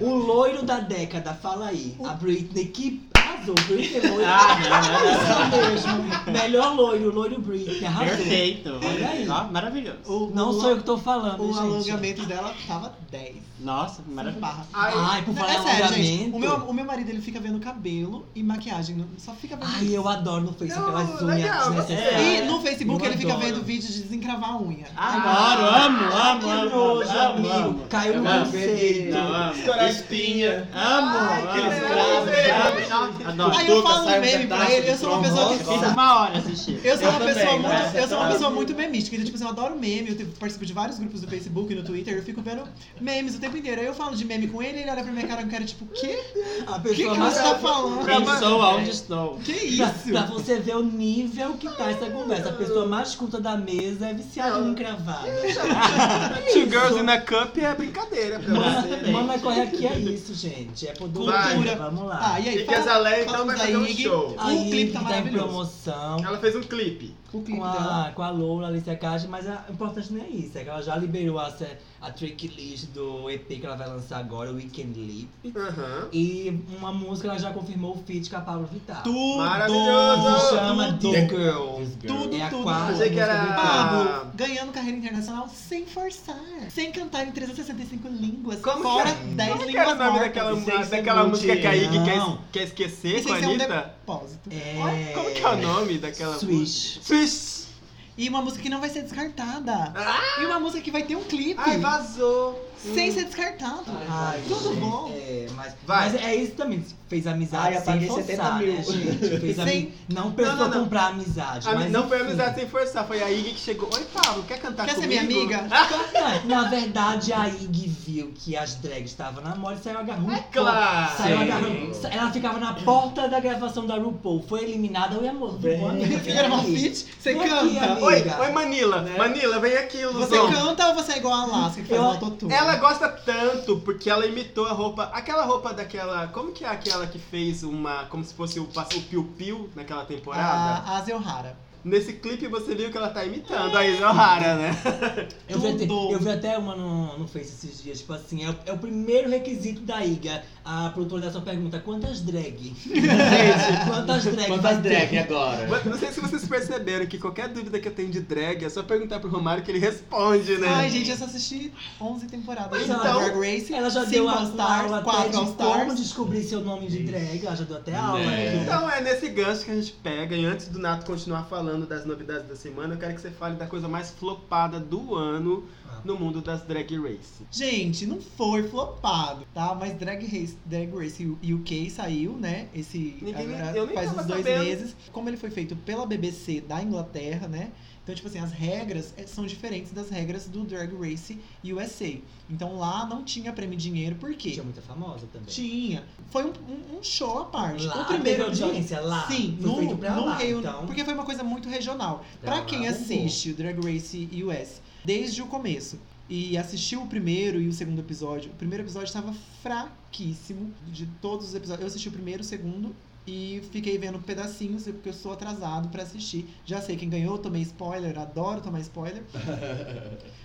Speaker 5: O loiro da década, fala aí. A Britney que arrasou. Britney loiro.
Speaker 4: Ah, não, não, não, não.
Speaker 5: Isso mesmo. Melhor loiro, loiro Britney. Arrasou.
Speaker 4: Perfeito. Olha aí. Ó, maravilhoso.
Speaker 1: O-
Speaker 5: Não
Speaker 1: o-
Speaker 5: sou eu que tô falando,
Speaker 1: O
Speaker 5: gente.
Speaker 1: alongamento dela tava 10.
Speaker 4: Nossa, maravilhoso.
Speaker 1: Barra.
Speaker 3: Ai,
Speaker 5: Ai, Ah, por
Speaker 1: Não,
Speaker 5: falar
Speaker 1: é
Speaker 5: em
Speaker 1: sério, gente.
Speaker 5: alongamento.
Speaker 1: O meu, o meu marido ele fica vendo cabelo e maquiagem. não- Só fica vendo
Speaker 5: Ai,
Speaker 1: isso.
Speaker 5: eu adoro no Facebook
Speaker 3: Não,
Speaker 5: aquelas unhas
Speaker 3: legal,
Speaker 1: E
Speaker 5: desnecessárias.
Speaker 1: no Facebook
Speaker 5: Eu
Speaker 1: ele fica
Speaker 5: adoro.
Speaker 1: vendo vídeo Ah, de desencravar a unha.
Speaker 4: Adoro, amo,
Speaker 5: que
Speaker 4: amo, amo,
Speaker 5: nojo,
Speaker 4: amo,
Speaker 5: amigo.
Speaker 4: amo.
Speaker 1: É
Speaker 5: Caiu
Speaker 4: Eu
Speaker 5: no
Speaker 4: amo.
Speaker 5: conceito.
Speaker 4: Não, amo.
Speaker 3: Estourar
Speaker 2: espinha.
Speaker 4: Amo,
Speaker 3: Ai, que
Speaker 4: amo,
Speaker 1: né?
Speaker 3: delícia.
Speaker 4: amo, amo. Adoro.
Speaker 1: Aí eu
Speaker 2: Cutuca,
Speaker 1: falo um
Speaker 2: sai um
Speaker 1: meme pra
Speaker 2: pedaço
Speaker 1: ele, eu sou uma
Speaker 2: de
Speaker 1: pessoa que.
Speaker 2: trombone.
Speaker 4: Fiz uma hora assistindo.
Speaker 1: Eu sou
Speaker 2: Eu
Speaker 1: uma
Speaker 2: também,
Speaker 1: pessoa
Speaker 5: né?
Speaker 1: muito.
Speaker 2: nossa,
Speaker 1: eu sou uma
Speaker 2: nossa.
Speaker 1: pessoa muito memística. Então, tipo assim, eu adoro meme, eu te- participo de vários grupos do Facebook e no Twitter, eu fico vendo memes o tempo inteiro. Aí eu falo de meme com ele, ele olha pra minha cara e cara, tipo, o quê?
Speaker 5: A
Speaker 1: O que, que
Speaker 5: pessoa mais Tá,
Speaker 1: você tá falando?
Speaker 4: Quem sou, aonde estou.
Speaker 1: Que
Speaker 5: Pra,
Speaker 1: isso?
Speaker 5: pra você ver o nível que tá essa conversa. A pessoa mais culta da mesa é viciada em encravada.
Speaker 3: Two Girls in a Cup é brincadeira pra você.
Speaker 4: Exatamente.
Speaker 5: Mana corre aqui é isso, gente. É cultura.
Speaker 3: Vai.
Speaker 5: Vamos lá.
Speaker 1: Ah, e aí?
Speaker 3: E que as Alé então vai
Speaker 1: falamos da
Speaker 3: fazer um
Speaker 1: Iggy.
Speaker 3: show.
Speaker 5: A
Speaker 1: o clipe
Speaker 5: Ig
Speaker 1: tá
Speaker 5: tá em
Speaker 1: maravilhoso.
Speaker 5: promoção
Speaker 3: Ela fez um clipe.
Speaker 1: O clipe tá
Speaker 5: com
Speaker 1: dela.
Speaker 5: a, com a Lola, Alicia Cage, mas a- o importante não é isso. É que ela já liberou a, se- a track list do EP que ela vai lançar agora, Weekend Leap.
Speaker 3: Aham.
Speaker 5: E uma música ela já confirmou o feat com a Pablo Vittar.
Speaker 1: Tudo!
Speaker 3: Maravilhoso!
Speaker 5: Se chama
Speaker 1: Tudo!
Speaker 5: The Girls.
Speaker 1: Tudo,
Speaker 5: É a
Speaker 1: tudo.
Speaker 5: quarta
Speaker 3: Achei que
Speaker 5: música
Speaker 3: era-
Speaker 5: do EP.
Speaker 1: Pablo, ganhando carreira internacional sem forçar. Sem cantar em 365 línguas.
Speaker 3: Como que
Speaker 1: fora
Speaker 3: é?
Speaker 1: 10
Speaker 3: Como que era
Speaker 1: línguas
Speaker 3: o nome
Speaker 1: mortas.
Speaker 3: daquela,
Speaker 2: Sem ser
Speaker 3: daquela música que a Iggy quer,
Speaker 5: multi,
Speaker 3: quer esquecer
Speaker 1: E
Speaker 3: com a
Speaker 1: sem ser um
Speaker 3: Anitta?
Speaker 1: depósito.
Speaker 5: É...
Speaker 3: Como que é o nome daquela
Speaker 5: Swish.
Speaker 3: música? Swish!
Speaker 1: E uma música que não vai ser descartada. E uma música que vai ter um clipe.
Speaker 3: Ai, vazou!
Speaker 1: sem ser descartado.
Speaker 5: Ai,
Speaker 1: Tudo
Speaker 5: gente,
Speaker 1: bom.
Speaker 5: É, mas,
Speaker 3: Vai.
Speaker 5: mas é isso também. Fez
Speaker 2: Ai,
Speaker 5: amizade sem
Speaker 2: apaguei
Speaker 5: forçar,
Speaker 2: 70 mil.
Speaker 5: né, gente? Fez
Speaker 1: Sem-
Speaker 5: ami... Não precisou
Speaker 3: Não, não, não.
Speaker 5: comprar amizade.
Speaker 3: A-
Speaker 5: mas
Speaker 3: não foi
Speaker 5: enfim.
Speaker 3: amizade sem forçar, foi a Iggy que chegou. Oi, Pablo, quer cantar
Speaker 1: Quer ser
Speaker 3: Tá comigo?
Speaker 1: minha amiga?
Speaker 5: Não, Na verdade, a Ig viu que as drags estavam na moda e saiu agarrando.
Speaker 3: É claro!
Speaker 5: Saiu
Speaker 2: Sim.
Speaker 5: agarrando. Sa- Ela ficava na porta da gravação da RuPaul. Foi eliminada, eu ia morrer.
Speaker 1: Fizeram uma feat, você
Speaker 5: Tô aqui,
Speaker 1: canta.
Speaker 5: amiga.
Speaker 3: Oi, oi Manila. Manila, vem aqui,
Speaker 1: Né? Você
Speaker 3: Luzão.
Speaker 1: canta ou você é igual a Alaska, que faz
Speaker 5: Eu-
Speaker 1: um autotune?
Speaker 3: Ela é gosta tanto porque ela imitou a roupa, aquela roupa daquela, como que é aquela que fez uma, como se fosse o pass- o Piu Piu naquela temporada?
Speaker 1: A, a Azel Hara.
Speaker 3: Nesse clipe você viu que ela tá imitando a Isohara, né?
Speaker 5: Eu vi, até,
Speaker 1: Tudo.
Speaker 5: eu vi até uma no, no Face esses dias, tipo assim, é, o- é o primeiro requisito da Iga. A produtora dessa pergunta, quantas drag? Gente, quantas drag? vai
Speaker 2: Quantas
Speaker 5: ter?
Speaker 2: drag agora?
Speaker 3: Mas Não sei se vocês perceberam que qualquer dúvida que eu tenho de drag é só perguntar pro Romário que ele responde, né?
Speaker 1: Ai, gente, eu só assisti 11 temporadas.
Speaker 5: Então,
Speaker 1: da Drag Race,
Speaker 5: Ela já
Speaker 1: cinco
Speaker 5: deu
Speaker 1: All
Speaker 5: a
Speaker 1: Stars,
Speaker 5: aula até
Speaker 1: 4 All
Speaker 5: de como
Speaker 1: Stars.
Speaker 5: descobrir seu nome de drag. Ela já deu até aula.
Speaker 2: Né.
Speaker 5: né?
Speaker 3: Então é nesse gancho que a gente pega, e antes do Nato continuar falando das novidades da semana, eu quero que você fale da coisa mais flopada do ano
Speaker 1: Ah.
Speaker 3: no mundo das drag race.
Speaker 1: Gente, não foi flopado, tá? Mas Drag Race, Drag Race UK saiu, né? Esse
Speaker 3: Ninguém nem-
Speaker 1: agora
Speaker 3: eu nem
Speaker 1: faz
Speaker 3: tava
Speaker 1: uns dois
Speaker 3: sabendo.
Speaker 1: meses. Como ele foi feito pela BBC da Inglaterra, né? Então, tipo assim, as regras eh, são diferentes das regras do Drag Race USA. Então lá não tinha prêmio de dinheiro, por quê?
Speaker 5: Tinha muita é famosa também. Então,
Speaker 1: Tinha. Foi um, um- um show à parte.
Speaker 5: Lá
Speaker 1: o primeiro
Speaker 5: teve
Speaker 1: dia.
Speaker 5: audiência, lá.
Speaker 1: Sim,
Speaker 5: Foi
Speaker 1: no,
Speaker 5: feito pra
Speaker 1: no
Speaker 5: lá,
Speaker 1: Reino.
Speaker 5: então.
Speaker 1: Porque foi uma coisa muito regional.
Speaker 5: Pra
Speaker 1: Pra
Speaker 5: lá uhum.
Speaker 1: quem
Speaker 5: bombou.
Speaker 1: assiste o Drag Race US desde o começo e assistiu o primeiro e o segundo episódio, o primeiro episódio tava fraquíssimo de todos os episódios. Eu assisti o primeiro, o segundo. E fiquei vendo pedacinhos, porque eu sou atrasado pra assistir. Já sei quem ganhou, tomei spoiler, adoro tomar spoiler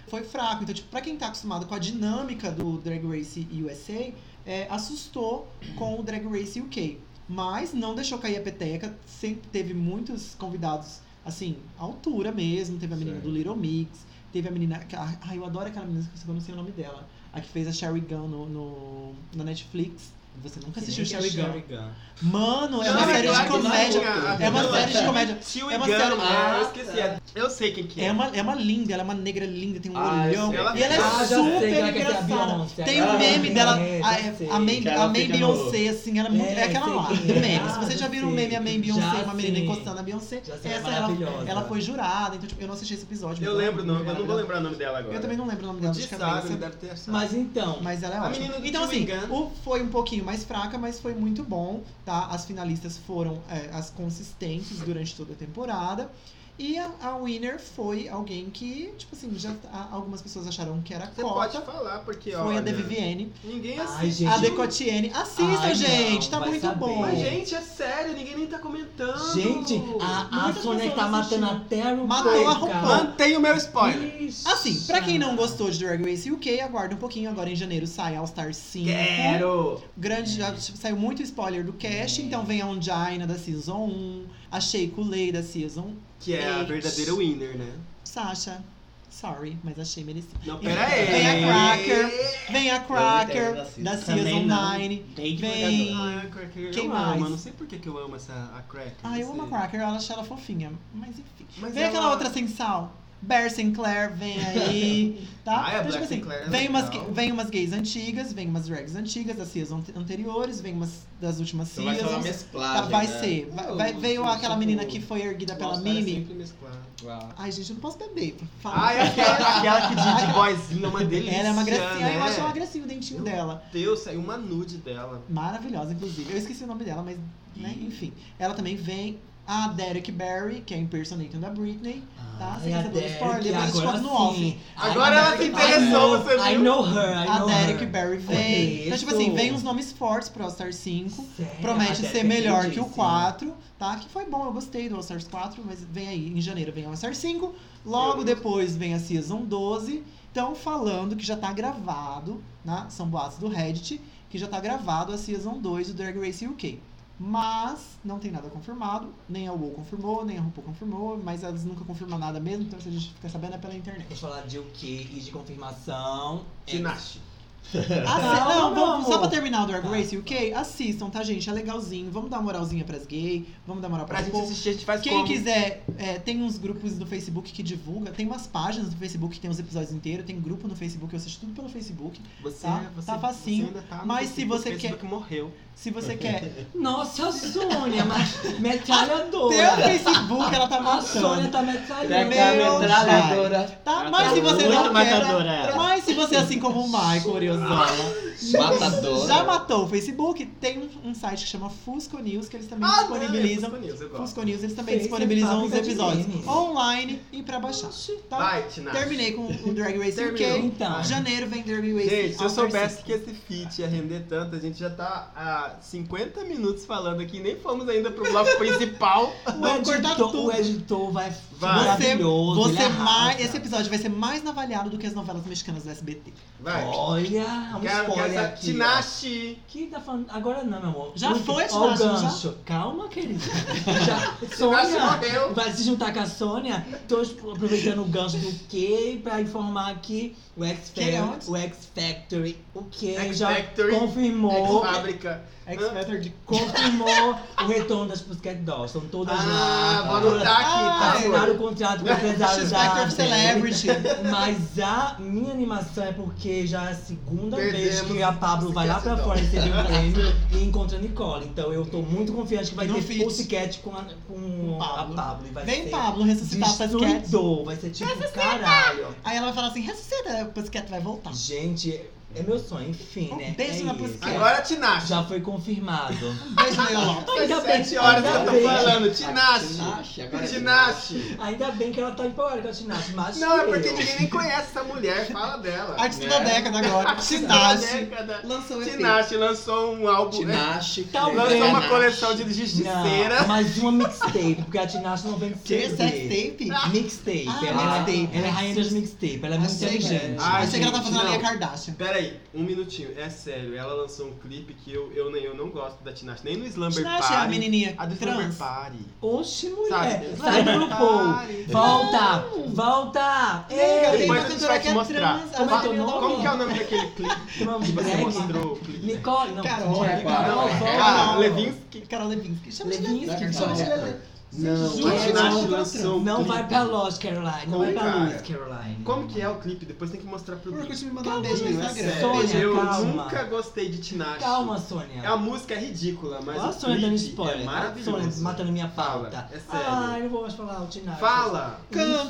Speaker 1: foi fraco. Então, tipo, pra quem tá acostumado com a dinâmica do Drag Race USA, é, assustou com o Drag Race UK. Mas não deixou cair a peteca, sempre teve muitos convidados, assim, à altura mesmo. Teve a menina
Speaker 2: Sim.
Speaker 1: do Little Mix, teve a menina. que- ah, Ai, eu adoro aquela menina, que eu não sei o nome dela. A que fez a Sherry Gun no, no- na Netflix. Você nunca assistiu Sherry Gun. Mano, é uma
Speaker 3: Não,
Speaker 1: série de
Speaker 3: claro que não,
Speaker 1: comédia.
Speaker 3: cara.
Speaker 1: É uma
Speaker 3: Não,
Speaker 1: série de
Speaker 3: é.
Speaker 1: comédia.
Speaker 3: Tio
Speaker 1: É
Speaker 3: é
Speaker 1: uma série-
Speaker 3: Ah, eu esqueci. é- Eu sei quem que é.
Speaker 1: É uma, é uma linda, ela é uma negra linda, tem um
Speaker 2: Ah, eu
Speaker 1: olhão.
Speaker 2: sei.
Speaker 1: E ela é
Speaker 5: Ah, já sei
Speaker 1: super
Speaker 5: que ela quer ser a
Speaker 1: engraçada.
Speaker 5: Beyoncé.
Speaker 1: Tem
Speaker 2: Ah,
Speaker 1: um meme
Speaker 5: é,
Speaker 1: dela,
Speaker 5: já sei.
Speaker 1: a, a, May-
Speaker 2: Que
Speaker 1: a
Speaker 2: ela
Speaker 1: May
Speaker 2: fica no-
Speaker 1: Beyoncé, assim, ela é muito. É,
Speaker 5: É,
Speaker 1: aquela
Speaker 5: sei
Speaker 1: lá,
Speaker 5: quem
Speaker 1: do
Speaker 5: é.
Speaker 1: meme. Se
Speaker 5: Ah,
Speaker 1: vocês já
Speaker 5: já
Speaker 1: viram o
Speaker 5: sei.
Speaker 1: meme, a May Beyoncé,
Speaker 5: Já
Speaker 1: uma menina
Speaker 5: sei.
Speaker 1: encostando a Beyoncé,
Speaker 5: Já sei,
Speaker 1: essa
Speaker 5: ela é
Speaker 1: ela,
Speaker 5: maravilhosa.
Speaker 1: ela foi jurada, então tipo, eu não assisti esse episódio. mas
Speaker 3: Eu
Speaker 1: ela é
Speaker 3: lembro o
Speaker 1: muito
Speaker 3: nome, mas não vou
Speaker 1: maravilhosa.
Speaker 3: lembrar o nome dela agora.
Speaker 1: Eu também não lembro o nome dela de
Speaker 3: De sabe,
Speaker 1: cabeça.
Speaker 3: deve ter achado.
Speaker 5: Mas então,
Speaker 1: é Mas ela é
Speaker 3: A
Speaker 1: ótima.
Speaker 3: menina do
Speaker 1: Então,
Speaker 3: Chewing
Speaker 1: assim,
Speaker 3: Gum.
Speaker 1: o, foi um pouquinho pouquinho mais fraca, mas foi muito bom, tá? As finalistas foram é, as consistentes durante toda a temporada. E a, a winner foi alguém que, tipo assim, já a- algumas pessoas acharam que era
Speaker 3: Você
Speaker 1: cota.
Speaker 3: pode falar, porque
Speaker 1: Foi
Speaker 3: olha,
Speaker 1: a Devivienne.
Speaker 3: ninguém
Speaker 5: Ai,
Speaker 3: assiste.
Speaker 5: gente.
Speaker 1: A Decotiene. Assistam,
Speaker 5: Ai, não,
Speaker 1: gente, tá
Speaker 5: vai
Speaker 1: muito
Speaker 5: saber.
Speaker 1: bom.
Speaker 3: Mas, gente, é sério, ninguém nem tá comentando.
Speaker 5: Gente, a, a
Speaker 3: Muitas
Speaker 5: Sônia que tá
Speaker 3: pessoas
Speaker 5: matando
Speaker 3: assistindo.
Speaker 5: a Terry.
Speaker 1: Matou a RuPaul.
Speaker 3: Mantém o meu spoiler.
Speaker 1: Assim, pra
Speaker 5: ah.
Speaker 1: quem não gostou de Drag Race UK, aguarda um pouquinho. Agora em janeiro sai All Star 5.
Speaker 3: Quero!
Speaker 1: Grande, já tipo, saiu muito spoiler do cast, então vem a Ongina da Season 1, a Sheiko Lei da Season
Speaker 3: Que é a
Speaker 1: Gente.
Speaker 3: verdadeira winner, né?
Speaker 1: Sasha. Sorry, mas achei merecido.
Speaker 3: Não,
Speaker 1: Vem
Speaker 3: pera aí.
Speaker 1: a Cracker, vem a Cracker
Speaker 2: entendo da Season.
Speaker 1: da Season
Speaker 4: Também não.
Speaker 1: 9.
Speaker 4: Bem
Speaker 1: Vem.
Speaker 4: devagar.
Speaker 3: Ai, a Cracker,
Speaker 1: Quem
Speaker 3: eu
Speaker 1: mais?
Speaker 3: amo. Eu não sei por que que eu amo essa a Cracker.
Speaker 1: Ah, eu
Speaker 3: não
Speaker 1: amo a
Speaker 3: sei.
Speaker 1: Cracker, eu acho ela fofinha. Mas enfim.
Speaker 3: Mas
Speaker 1: vem
Speaker 3: ela-
Speaker 1: aquela outra sem sal. Bear Sinclair, vem aí, tá?
Speaker 3: Ah, é, Black
Speaker 1: tipo assim,
Speaker 3: Sinclair é
Speaker 1: vem, umas,
Speaker 3: legal.
Speaker 1: ga- vem umas gays antigas, vem umas drags antigas das season ante- anteriores, vem umas das últimas
Speaker 2: Então vai ser uma
Speaker 1: seasons.
Speaker 2: mesclagem.
Speaker 1: Tá, vai
Speaker 2: né?
Speaker 1: ser. Vai, vai-
Speaker 3: Eu-
Speaker 1: veio
Speaker 3: eu
Speaker 1: aquela
Speaker 3: sinto-
Speaker 1: menina que foi erguida pela
Speaker 3: Nossa, ela é
Speaker 1: Mimi.
Speaker 3: sempre mesclada.
Speaker 2: Ah,
Speaker 1: Ai, gente, eu não posso beber. Fala.
Speaker 3: Ah, é aquela, aquela que de, de boyzinho é uma delícia.
Speaker 1: Ela é uma gracinha,
Speaker 3: né?
Speaker 1: eu acho ela gracinha o dentinho
Speaker 3: Eu-
Speaker 1: dela.
Speaker 3: Deus, saiu uma nude dela.
Speaker 1: Maravilhosa, inclusive. Eu esqueci o nome dela, mas, né, enfim. Ela também vem. A Derek Barry, que é a impersonator da Britney.
Speaker 3: Ah,
Speaker 1: Tá? Você quer saber do spoiler? Depois a gente conta no off.
Speaker 3: Agora ela se
Speaker 5: I
Speaker 3: interessou,
Speaker 5: know,
Speaker 3: você
Speaker 5: I
Speaker 3: viu?
Speaker 5: know her, I
Speaker 1: A
Speaker 5: know
Speaker 1: Derek
Speaker 5: her.
Speaker 1: Barry vem.
Speaker 5: Conheço.
Speaker 1: Então, tipo assim, vem uns nomes fortes pro All-Star 5.
Speaker 5: Sério, a
Speaker 1: Promete
Speaker 5: Derek é
Speaker 1: ser melhor que o
Speaker 5: lindíssima.
Speaker 1: 4, tá? Que foi bom, eu gostei do All-Stars 4, mas vem aí, em janeiro vem o All-Stars 5. Logo
Speaker 3: Eu-
Speaker 1: depois vem a Season 12. Estão falando que já tá gravado, né? São boatos do Reddit, que já tá gravado a Season 2 do Drag Race UK. Mas não tem nada confirmado, nem a WoW confirmou, nem a RuPaul confirmou, mas elas nunca confirmam nada mesmo, então se a gente fica sabendo é pela internet.
Speaker 5: Vamos falar de o quê e de confirmação.
Speaker 3: É. Tinashe.
Speaker 1: Assi-
Speaker 5: Não,
Speaker 1: não,
Speaker 5: não,
Speaker 1: vamos-
Speaker 5: amor.
Speaker 1: só pra terminar o Drag
Speaker 5: Tá.
Speaker 1: Race UK, assistam, tá, gente? É legalzinho. Vamos dar uma moralzinha pras gays, vamos dar moral
Speaker 3: Pra
Speaker 1: pras
Speaker 3: gente
Speaker 1: povo.
Speaker 3: assistir, a gente faz
Speaker 1: Quem
Speaker 3: como?
Speaker 1: quiser, é, tem uns grupos do Facebook que divulga, tem umas páginas do Facebook que tem os episódios inteiros, tem grupo no Facebook, eu assisto tudo pelo Facebook.
Speaker 3: Você,
Speaker 1: tá?
Speaker 3: você,
Speaker 1: Tá facinho.
Speaker 3: Você ainda tá no
Speaker 1: Mas se
Speaker 3: Facebook,
Speaker 1: você
Speaker 3: o Facebook morreu.
Speaker 1: Se você quer
Speaker 5: Nossa, a Sônia, mas
Speaker 1: ter o
Speaker 5: metralhadora.
Speaker 1: Facebook, ela tá
Speaker 5: A Sônia
Speaker 1: matando.
Speaker 5: tá
Speaker 2: é
Speaker 1: Pega a
Speaker 5: metralhadora.
Speaker 1: Meu metralhadora. Tá?
Speaker 4: Ela
Speaker 1: Mas
Speaker 4: tá
Speaker 1: se você
Speaker 4: muito
Speaker 1: não
Speaker 4: matadora,
Speaker 1: quer.
Speaker 4: ela.
Speaker 1: Mas se você, assim como o Michael Oriozola,
Speaker 2: Matadora.
Speaker 1: já matou o Facebook, tem um, um site que chama Fusco News, que eles também disponibilizam.
Speaker 3: Ah, é, Fusco News, eu gosto.
Speaker 1: Fusco News, eles também
Speaker 5: Fez
Speaker 1: disponibilizam os
Speaker 5: fábrica de
Speaker 1: episódios
Speaker 5: memes.
Speaker 1: online e pra baixar. Tá?
Speaker 3: Vai, Tinashe.
Speaker 1: Terminei com o Drag Race
Speaker 3: Terminou.
Speaker 1: UK.
Speaker 5: Então,
Speaker 1: Janeiro vem Drag Race
Speaker 3: Gente, se eu
Speaker 1: All Star
Speaker 3: soubesse
Speaker 1: Six.
Speaker 3: que esse feat ia render tanto, a gente já tá há 50 minutos falando aqui, nem fomos ainda pro bloco principal.
Speaker 5: o
Speaker 1: Vamos cortar
Speaker 5: editor,
Speaker 1: tudo.
Speaker 5: o editor vai,
Speaker 3: Vai.
Speaker 5: maravilhoso. ele
Speaker 3: é
Speaker 1: Você
Speaker 5: arrasa.
Speaker 1: mais, esse episódio vai ser mais navalhado do que as novelas mexicanas do SBT.
Speaker 3: Vai.
Speaker 5: Olha, um
Speaker 3: Quero- quero
Speaker 5: spoiler
Speaker 3: essa-
Speaker 5: aqui.
Speaker 3: Tinashe.
Speaker 5: ó. Que tá falando? Agora não, meu amor.
Speaker 1: Já
Speaker 5: Muito-
Speaker 1: foi,
Speaker 5: ó o
Speaker 1: Tinashe,
Speaker 5: gancho. Calma, querida. Já,
Speaker 3: Tinashe
Speaker 5: Sônia,
Speaker 3: morreu.
Speaker 5: Vai se juntar com a Sônia? Tô es- aproveitando o gancho do Kay pra informar aqui o X
Speaker 1: Kay é
Speaker 5: Factory.
Speaker 1: onde?
Speaker 5: O X Factory. O Kay
Speaker 3: X
Speaker 5: já
Speaker 3: Factory,
Speaker 5: confirmou.
Speaker 3: Ex-fábrica.
Speaker 5: É
Speaker 1: X-Factor de
Speaker 5: Confirmou o retorno das Pussycat Dolls. Estão todas
Speaker 3: Ah,
Speaker 5: lá.
Speaker 3: vou anotar
Speaker 1: Ah,
Speaker 3: aqui, tá?
Speaker 5: Assinaram o
Speaker 3: amor?
Speaker 5: contrato com o empresário
Speaker 1: X-Factor
Speaker 5: da
Speaker 1: of Celebrity.
Speaker 5: Mas a minha animação é porque já é a segunda vez
Speaker 3: Perdemos
Speaker 5: que a Pablo vai lá pra
Speaker 1: então.
Speaker 3: Pussycat
Speaker 5: fora receber um prêmio e encontra a Nicole. Então eu tô muito confiante que vai
Speaker 1: No
Speaker 5: ter
Speaker 1: feat.
Speaker 5: Pussycat com a, com
Speaker 1: Com Pablo.
Speaker 5: a Pablo. E vai
Speaker 1: Vem
Speaker 5: ser
Speaker 1: Pablo ressuscitar a Pussycat.
Speaker 5: destruidor. Vai ser tipo, caralho.
Speaker 1: Aí ela vai falar assim, ressuscita, a Pussycat vai voltar.
Speaker 5: Gente, é meu sonho, enfim,
Speaker 1: Um
Speaker 5: né?
Speaker 1: beijo
Speaker 5: é
Speaker 1: na
Speaker 5: isso.
Speaker 1: Pussycat.
Speaker 3: Agora Tinashe.
Speaker 5: Já foi confirmado.
Speaker 1: Beijo, Leila Lopes.
Speaker 5: Ai, ainda bem-
Speaker 3: 7 horas que eu
Speaker 5: ainda
Speaker 3: tô
Speaker 5: bem-
Speaker 3: falando. Tinashe.
Speaker 2: Tinashe, agora é
Speaker 3: Tinashe.
Speaker 5: Ainda bem que ela tá empolgada com a Tinashe, mas
Speaker 3: Não, é porque
Speaker 5: eu-
Speaker 3: ninguém nem conhece essa mulher. Fala dela.
Speaker 1: Artista da década agora.
Speaker 3: É. Artista da
Speaker 1: Tinashe.
Speaker 3: década.
Speaker 5: um
Speaker 2: Lançou esse.
Speaker 3: Tinashe lançou um álbum. né?
Speaker 2: Tinashe.
Speaker 5: Talvez.
Speaker 3: Lançou uma
Speaker 2: Tinashe.
Speaker 3: coleção de
Speaker 5: Não,
Speaker 3: justiceira.
Speaker 5: mas uma mixtape, porque a Tinashe não vem
Speaker 1: Que
Speaker 5: CD.
Speaker 1: é sextape?
Speaker 5: Mixtape.
Speaker 1: Ah,
Speaker 5: ela,
Speaker 1: mixtape.
Speaker 5: ela é rainha das mixtape, ela é muito
Speaker 1: Achei que-
Speaker 5: inteligente.
Speaker 3: Ah,
Speaker 1: Achei que ela tá
Speaker 3: gente,
Speaker 1: fazendo a
Speaker 3: não.
Speaker 1: Lia Kardashian.
Speaker 3: Pera aí, um minutinho, é sério, ela lançou um clipe que eu, eu, nem, eu não gosto da Tinashe, nem no Slumber
Speaker 1: Tinashe é a
Speaker 3: Party.
Speaker 1: menininha
Speaker 3: do Slumber
Speaker 1: trans.
Speaker 3: Party.
Speaker 5: Oxe, mulher.
Speaker 3: Sabe?
Speaker 5: Sai do
Speaker 3: Slumber
Speaker 5: grupo.
Speaker 3: Party.
Speaker 5: Volta! Volta!
Speaker 1: Ei, tem
Speaker 3: Depois
Speaker 1: uma
Speaker 3: a gente
Speaker 1: cantora
Speaker 3: vai
Speaker 1: que
Speaker 3: te
Speaker 1: é
Speaker 3: mostrar.
Speaker 1: trans.
Speaker 5: Como
Speaker 1: ela
Speaker 5: é que é o
Speaker 1: vai-
Speaker 5: nome?
Speaker 3: Como que é o nome daquele clipe
Speaker 5: Tem uma
Speaker 3: que você
Speaker 5: drag.
Speaker 3: mostrou o clipe?
Speaker 5: Nicole, não.
Speaker 1: Carol,
Speaker 5: Carol,
Speaker 2: Carol,
Speaker 3: Ah,
Speaker 1: Carol.
Speaker 3: Levinsky.
Speaker 1: Carol Levinsky. Chama de
Speaker 5: Levinsky,
Speaker 1: Levinsky.
Speaker 5: chama
Speaker 1: Chama de
Speaker 5: de
Speaker 1: Levinsky.
Speaker 2: Não,
Speaker 1: Juro.
Speaker 3: A Tinashe
Speaker 1: Não,
Speaker 3: lançou um
Speaker 5: é Não
Speaker 3: clipe.
Speaker 5: vai pra Lost, Caroline. Não
Speaker 3: Como,
Speaker 5: vai pra
Speaker 3: cara?
Speaker 5: Luz, Caroline.
Speaker 3: Como que é o clipe? Depois tem que mostrar pro
Speaker 1: Por
Speaker 3: grupo.
Speaker 1: que você me mandou um beijo no
Speaker 5: Calma,
Speaker 1: Instagram?
Speaker 5: Sônia,
Speaker 3: eu
Speaker 5: calma.
Speaker 3: nunca gostei de Tinashe.
Speaker 5: Calma, Sônia.
Speaker 3: A música é ridícula, mas
Speaker 5: Olha a
Speaker 3: o
Speaker 5: Sônia dando
Speaker 3: clipe
Speaker 5: spoiler.
Speaker 3: é
Speaker 5: Olha a
Speaker 3: maravilhoso.
Speaker 5: Sônia matando minha
Speaker 3: Fala,
Speaker 5: pauta.
Speaker 3: é sério.
Speaker 5: Ai, não vou mais falar o Tinashe.
Speaker 3: Fala!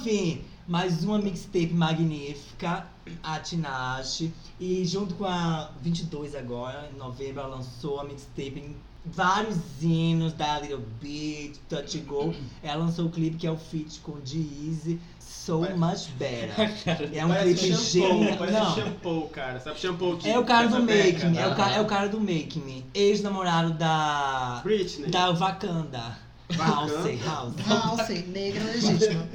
Speaker 5: Enfim, mais uma mixtape magnífica. a Tinashe. E junto com a 22 agora, em novembro, ela lançou a mixtape em vários hinos da Little Bit, Touch and Go. Ela lançou o clipe que é o feat com Deezy, So
Speaker 3: Parece-
Speaker 5: Much Better. É um
Speaker 3: parece
Speaker 5: clipe
Speaker 3: shampoo,
Speaker 5: genial.
Speaker 3: parece
Speaker 5: Não.
Speaker 3: shampoo, cara. Sabe shampoo que
Speaker 5: É o cara do Make
Speaker 3: pepeca?
Speaker 5: Me, é o, ca- é o cara do Make Me, ex-namorado da.
Speaker 3: Britney.
Speaker 5: da Wakanda.
Speaker 3: Wakanda?
Speaker 5: House, House.
Speaker 1: House, negra
Speaker 5: né,
Speaker 1: legítima.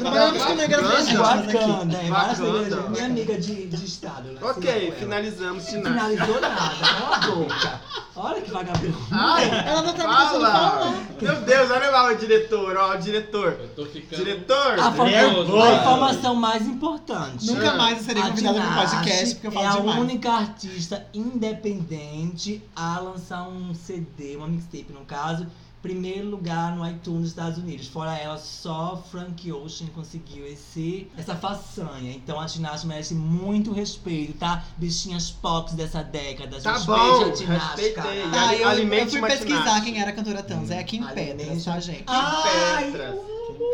Speaker 3: Trabalhamos com negra
Speaker 1: né,
Speaker 3: legítima
Speaker 5: Wakanda, é várias
Speaker 3: Wakanda.
Speaker 5: negras- né, minha amiga de, de estado. né? Assinou
Speaker 3: Ok,
Speaker 5: ela.
Speaker 3: finalizamos, Sinai.
Speaker 5: Finalizou nada, cala a boca. Olha que vagabundo.
Speaker 3: Ai,
Speaker 1: Ela não tá conseguindo
Speaker 3: fala!
Speaker 1: falar.
Speaker 3: Meu Deus, olha lá o diretor, ó, o diretor.
Speaker 6: Eu tô ficando.
Speaker 3: Diretor!
Speaker 5: A, forma-
Speaker 6: nervoso.
Speaker 5: a informação mais importante.
Speaker 1: Nunca mais eu serei
Speaker 5: A
Speaker 1: convidada pro
Speaker 5: Tinashe
Speaker 1: podcast, porque eu
Speaker 5: é a
Speaker 1: falo demais.
Speaker 5: única artista independente a lançar um CD, uma mixtape no caso, primeiro lugar no iTunes dos Estados Unidos. Fora ela, só Frank Ocean conseguiu esse, essa façanha. Então a Tinashe merece muito respeito, tá? Bichinhas pop dessa década.
Speaker 3: Tá
Speaker 5: Respeite
Speaker 3: bom,
Speaker 5: a Tinashe,
Speaker 3: respeitei.
Speaker 5: cara.
Speaker 1: Ah, eu, eu
Speaker 3: Alimente
Speaker 1: fui
Speaker 3: uma
Speaker 1: pesquisar
Speaker 3: Tinashe.
Speaker 1: quem era a cantora Tans. É aqui em Petras,
Speaker 5: Alimente-
Speaker 1: tá, gente? Tá
Speaker 5: Ah, Ai,
Speaker 3: Petras.
Speaker 1: vendo?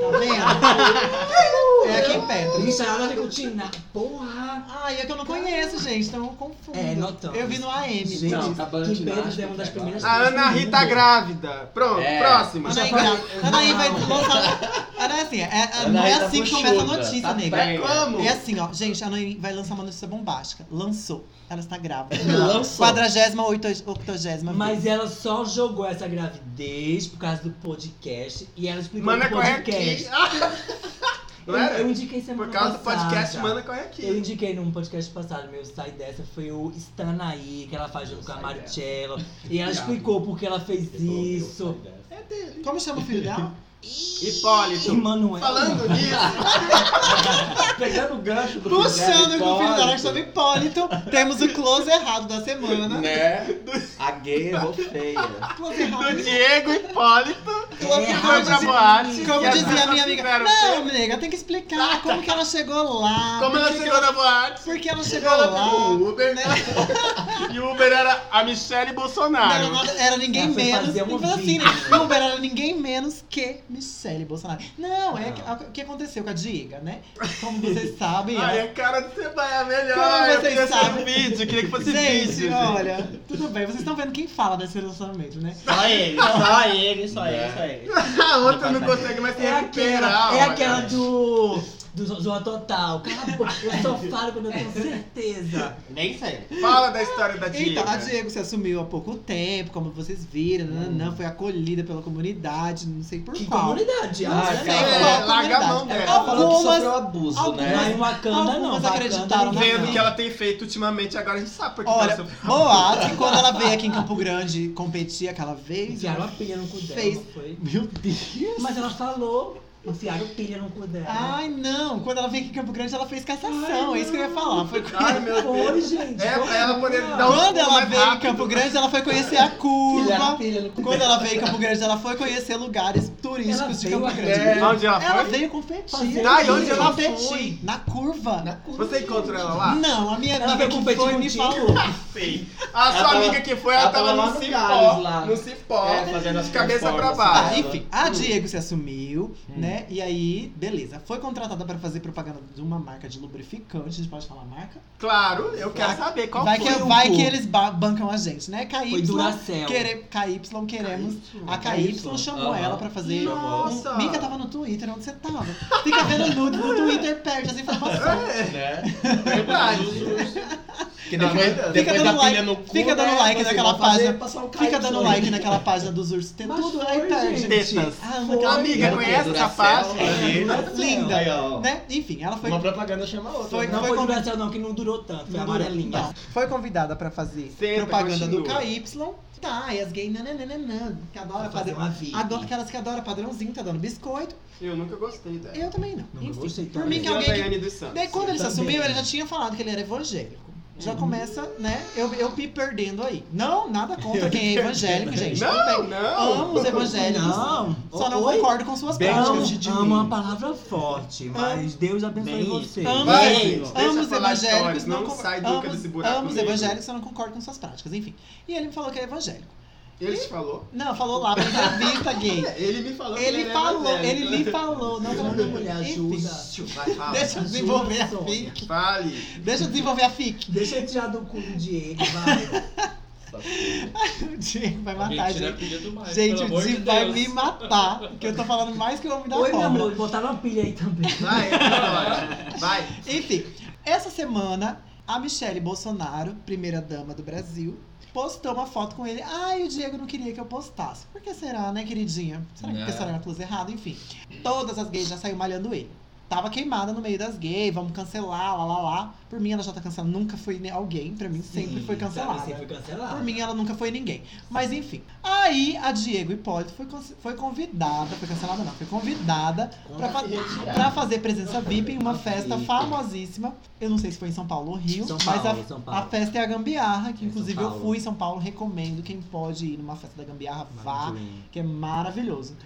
Speaker 5: Ah!
Speaker 1: É aqui em Petras.
Speaker 5: Isso, nada a ver com Tina. Porra!
Speaker 1: Ai, é que eu não conheço, gente, então eu confundo.
Speaker 5: É, notamos.
Speaker 1: Eu vi no AM.
Speaker 5: Gente,
Speaker 6: Não, tá bom,
Speaker 5: que
Speaker 6: ginástica,
Speaker 5: Pedro é uma das
Speaker 6: agora.
Speaker 5: primeiras
Speaker 3: A
Speaker 2: Ah,
Speaker 5: pessoas
Speaker 3: Ana
Speaker 5: do
Speaker 3: Rita tá
Speaker 5: mundo.
Speaker 3: grávida. Pronto,
Speaker 2: É.
Speaker 3: próxima.
Speaker 1: Anaí,
Speaker 5: falei-
Speaker 1: gra- Anaí vai lançar. Anaí, assim, é- é- não é assim que começa a notícia, nega.
Speaker 3: Como?
Speaker 1: É assim, ó. Gente, a Noemi vai lançar uma notícia bombástica. Lançou. Ela está grávida.
Speaker 2: Lançou.
Speaker 1: 48 octogésima.
Speaker 5: Mas
Speaker 1: vez.
Speaker 5: ela só jogou essa gravidez por causa do podcast e ela explicou
Speaker 3: Mana
Speaker 5: o
Speaker 3: corre aqui.
Speaker 5: podcast.
Speaker 3: Não
Speaker 5: Eu,
Speaker 3: era?
Speaker 5: eu indiquei semana
Speaker 3: Por causa do
Speaker 5: passada.
Speaker 3: podcast, Mana corre
Speaker 5: Eu
Speaker 3: aqui.
Speaker 5: indiquei num podcast passado, meu sai dessa, foi o Stanaí, que ela faz junto com a
Speaker 2: Sai
Speaker 5: Marichello. E ela
Speaker 3: Diabo.
Speaker 5: explicou por que ela fez isso.
Speaker 1: Como chama o filho dela?
Speaker 3: Hipólito.
Speaker 5: Emanuel.
Speaker 3: Falando nisso,
Speaker 5: Tá Pegando o gancho do
Speaker 1: Puxando com o filho dela, que chama Hipólito. Temos o close errado da semana.
Speaker 2: Né? A gay errou
Speaker 5: Tá
Speaker 2: feia.
Speaker 1: Close errado.
Speaker 3: do Diego Hipólito.
Speaker 1: Close
Speaker 5: É,
Speaker 3: Foi
Speaker 1: errado.
Speaker 3: pra boate.
Speaker 1: Como
Speaker 3: que as
Speaker 1: dizia a
Speaker 3: pessoas
Speaker 1: minha amiga.
Speaker 3: fizeram
Speaker 1: assim, Não, nega, tem que explicar como que ela chegou lá.
Speaker 3: Como ela
Speaker 1: por que
Speaker 3: chegou na boate?
Speaker 1: que- Por que ela chegou
Speaker 3: Ela pegou
Speaker 1: lá.
Speaker 3: o Uber, né? E o Uber era a Michelle
Speaker 1: Não era,
Speaker 3: Bolsonaro.
Speaker 1: nada- era ninguém
Speaker 5: Ela foi
Speaker 1: menos.
Speaker 5: fazer um
Speaker 1: Não foi assim, né?
Speaker 5: vídeo.
Speaker 1: Uber era ninguém menos que Michele Bolsonaro. Não, é
Speaker 5: Não. Ah,
Speaker 1: que- o que aconteceu com a Diga, né? Como vocês sabem. ela-
Speaker 3: Ai, a cara do Sebaia é melhor.
Speaker 1: Como
Speaker 3: eu
Speaker 1: vocês
Speaker 3: queria ser
Speaker 1: sabem.
Speaker 3: vídeo, eu queria
Speaker 5: um
Speaker 3: que fosse
Speaker 1: Gente,
Speaker 3: vídeo.
Speaker 1: olha, tudo bem, vocês estão vendo quem fala desse relacionamento, né?
Speaker 4: Só ele, só ele, só ele, só ele.
Speaker 3: A outra não consegue mais se
Speaker 5: É
Speaker 3: recuperar.
Speaker 5: aquela, é
Speaker 3: ó,
Speaker 5: aquela
Speaker 3: cara.
Speaker 5: do. do Zorra Total. Cala a boca, eu só falo quando eu tenho certeza.
Speaker 4: Nem sei.
Speaker 3: Fala da história da Diego.
Speaker 1: Então, a Diego se assumiu há pouco tempo, como vocês viram, nananã, foi acolhida pela comunidade, não sei por
Speaker 5: Hum. Que
Speaker 1: qual.
Speaker 5: comunidade,
Speaker 1: Não
Speaker 5: ah,
Speaker 1: sei
Speaker 5: né?
Speaker 2: cara.
Speaker 1: qual
Speaker 3: É, larga a mão
Speaker 1: comunidade.
Speaker 3: dela.
Speaker 2: Ela falou que
Speaker 1: Algumas-
Speaker 2: sofreu abuso,
Speaker 3: É.
Speaker 5: Lá
Speaker 2: né?
Speaker 5: em Wakanda não.
Speaker 1: Algumas
Speaker 5: Wakanda
Speaker 1: acreditaram na
Speaker 5: ninguém-
Speaker 1: Não.
Speaker 3: Vendo o que ela tem feito ultimamente, agora a gente sabe porque
Speaker 1: É né? Olha,
Speaker 3: ela sofreu.
Speaker 1: Boato, que quando ela veio aqui em Campo Grande competir aquela vez,
Speaker 5: Enfiaram a pilha no cu dela,
Speaker 1: Fez.
Speaker 5: não foi?
Speaker 1: Meu Deus!
Speaker 5: Mas ela falou, enfiaram pilha no cu dela.
Speaker 1: Ai, não! Quando ela veio aqui em Campo Grande, ela fez cassação,
Speaker 5: Ai,
Speaker 1: é isso que eu ia
Speaker 5: não.
Speaker 1: falar. Foi
Speaker 3: Ai, meu
Speaker 5: foi, gente.
Speaker 3: É, pra ela poder dar um-
Speaker 1: Quando ela
Speaker 3: mais
Speaker 1: veio em
Speaker 3: rápido.
Speaker 1: Campo Grande, ela foi conhecer a curva.
Speaker 5: Enfiaram pilha no cu
Speaker 1: Quando ela veio em Campo Grande, ela foi conhecer lugares turísticos de
Speaker 5: veio
Speaker 1: Campo
Speaker 5: aqui.
Speaker 1: Grande.
Speaker 3: É, Onde ela,
Speaker 1: Ela
Speaker 3: foi? Tá,
Speaker 1: veio competir.
Speaker 5: Fazer Ah,
Speaker 3: e onde ela
Speaker 1: competir?
Speaker 3: foi?
Speaker 1: Na curva.
Speaker 3: Você encontrou ela lá?
Speaker 1: Não, a minha
Speaker 5: Ela
Speaker 1: amiga
Speaker 5: veio
Speaker 1: que
Speaker 5: competir
Speaker 1: foi me
Speaker 5: contigo?
Speaker 1: falou.
Speaker 3: Sei. A sua
Speaker 2: Ela tava-
Speaker 3: amiga que foi, ela,
Speaker 2: ela
Speaker 3: tava,
Speaker 2: tava lá
Speaker 3: no
Speaker 2: no
Speaker 3: cipó.
Speaker 2: Gales, lá.
Speaker 3: No cipó.
Speaker 2: É, fazendo as
Speaker 3: de cabeça pra
Speaker 2: performances
Speaker 3: baixo.
Speaker 2: dela.
Speaker 1: Ah, Enfim, a Diego se assumiu,
Speaker 2: Hum.
Speaker 1: né? E aí, beleza. Foi contratada pra fazer propaganda de uma marca de lubrificante. A gente pode falar a marca?
Speaker 3: Claro, eu quero saber qual
Speaker 1: vai
Speaker 3: foi.
Speaker 1: que,
Speaker 3: o-
Speaker 1: vai que eles ba- bancam a gente, né? KY,
Speaker 5: Foi Duracell.
Speaker 1: quere, KY queremos. A KY chamou
Speaker 2: Aham.
Speaker 1: ela pra fazer.
Speaker 3: Nossa.
Speaker 1: Um... Mica tava no Twitter, onde você tava? Fica vendo nudes no Twitter, perde as informações.
Speaker 3: É,
Speaker 2: Né?
Speaker 3: verdade.
Speaker 2: Que depois,
Speaker 3: Fica
Speaker 2: depois
Speaker 1: dando
Speaker 2: da
Speaker 1: like-
Speaker 2: pilha no cu.
Speaker 1: fica dando
Speaker 2: né?
Speaker 1: like
Speaker 2: Você
Speaker 1: naquela
Speaker 2: vai fazer-
Speaker 1: página.
Speaker 2: passar um
Speaker 1: Fica
Speaker 2: caipira.
Speaker 1: dando like naquela página dos ursos. Tem
Speaker 5: Mas
Speaker 1: tudo,
Speaker 5: foi,
Speaker 1: aí perde.
Speaker 3: Tetas.
Speaker 1: Ah, mas aquela
Speaker 5: Foi.
Speaker 3: Amiga,
Speaker 2: Ela
Speaker 3: conhece
Speaker 2: tem
Speaker 3: essa
Speaker 2: Duracell,
Speaker 3: faixa?
Speaker 5: é
Speaker 2: né?
Speaker 1: Linda.
Speaker 2: Aí, ó.
Speaker 1: Né? Enfim, ela foi.
Speaker 2: Uma propaganda chama a outra.
Speaker 1: Foi-
Speaker 5: Não foi
Speaker 1: com-
Speaker 5: Duracell não, que não durou tanto, foi
Speaker 1: Não,
Speaker 5: amarelinha.
Speaker 1: não. Foi convidada pra fazer
Speaker 3: Senta,
Speaker 1: propaganda do
Speaker 3: continua.
Speaker 1: KY. Tá, e as gays nananana, que adora
Speaker 5: Pra fazer
Speaker 1: fazer.
Speaker 5: uma vida.
Speaker 1: Adora aquelas que adoram padrãozinho, tá dando biscoito.
Speaker 3: Eu nunca gostei dela.
Speaker 1: Eu também não.
Speaker 5: Nunca
Speaker 1: Enfim,
Speaker 5: gostei
Speaker 1: por
Speaker 5: também.
Speaker 1: mim que
Speaker 3: E a
Speaker 1: alguém que
Speaker 3: Daiane dos Santos.
Speaker 1: Daí quando ele se
Speaker 5: Também.
Speaker 1: assumiu, ele já tinha falado que ele era evangélico. Já começa, né? Eu, eu me perdendo aí. Não, nada contra quem é evangélico, gente. tudo
Speaker 3: Não,
Speaker 1: bem.
Speaker 3: não.
Speaker 1: Amo os evangélicos.
Speaker 5: é, Não.
Speaker 1: Só não
Speaker 5: Oi?
Speaker 1: concordo com suas
Speaker 2: Bem,
Speaker 5: Amo,
Speaker 1: práticas de de
Speaker 5: amo
Speaker 1: mim.
Speaker 5: uma palavra forte, mas Deus abençoe
Speaker 4: Bem isso.
Speaker 5: você.
Speaker 1: Amo.
Speaker 3: Vai,
Speaker 1: Ei,
Speaker 3: gente, deixa
Speaker 1: Amo
Speaker 3: eu
Speaker 1: os
Speaker 3: falar
Speaker 1: evangélicos,
Speaker 3: histórias, não,
Speaker 1: concor-
Speaker 3: sai nunca
Speaker 1: amo-
Speaker 3: desse buraco.
Speaker 1: Amo os
Speaker 3: negro.
Speaker 1: evangélicos, só não concordo com suas práticas, enfim. E ele me falou que era evangélico.
Speaker 3: Ele te falou?
Speaker 1: Não, falou lá na entrevista gay.
Speaker 3: Ele me falou que
Speaker 1: Ele
Speaker 3: era
Speaker 1: falou,
Speaker 3: evangélico. né?
Speaker 1: ele lhe falou, não falou
Speaker 3: é
Speaker 5: Ajuda, mulher,
Speaker 1: Enfim,
Speaker 5: ajuda.
Speaker 3: Vai, fala.
Speaker 1: Deixa eu desenvolver a
Speaker 5: Ajuda,
Speaker 1: fic.
Speaker 3: Ah, Fale.
Speaker 1: Deixa eu desenvolver a fic.
Speaker 5: Deixa eu tirar do cu do Diego, vai.
Speaker 1: O Diego vai matar a
Speaker 6: Gente, não é
Speaker 1: gente.
Speaker 6: pilha do Mike,
Speaker 1: Gente,
Speaker 6: pelo
Speaker 1: o
Speaker 6: amor de
Speaker 1: Diego vai
Speaker 6: Deus.
Speaker 1: me matar. Porque eu tô falando mais que o homem da
Speaker 5: Oi, meu
Speaker 1: cobra.
Speaker 5: amor, botaram uma pilha aí também.
Speaker 3: Vai, Vitória. Vai.
Speaker 1: Enfim, essa semana, a Michelle Bolsonaro, primeira-dama do Brasil, postou uma foto com ele. Ai, o Diego não queria que eu postasse. Por que será, né, queridinha? Será que
Speaker 2: Né.
Speaker 1: pensaram na coisa errada? Enfim, todas as gays já saíram malhando ele. Tava queimada no meio das gays, vamos cancelar, lá, lá, lá. Por mim, ela já tá cancelada. Nunca foi ne- alguém, pra mim sempre foi cancelada.
Speaker 5: Você foi cancelado.
Speaker 1: Por mim, ela nunca foi ninguém. Mas enfim. Aí a Diego Hipólito foi, cons- foi convidada, foi cancelada não, foi convidada pra, fa- pra fazer presença VIP em uma festa famosíssima. Eu não sei se foi em São Paulo ou Rio,
Speaker 5: São
Speaker 1: mas
Speaker 5: Paulo,
Speaker 1: a,
Speaker 5: São
Speaker 1: a
Speaker 5: Paulo.
Speaker 1: festa é a Gambiarra, que
Speaker 5: É,
Speaker 1: inclusive
Speaker 5: São
Speaker 1: eu
Speaker 5: Paulo.
Speaker 1: fui em São Paulo, recomendo. Quem pode ir numa festa da Gambiarra, vá,
Speaker 5: Maravilhoso. Então,
Speaker 1: que é maravilhoso.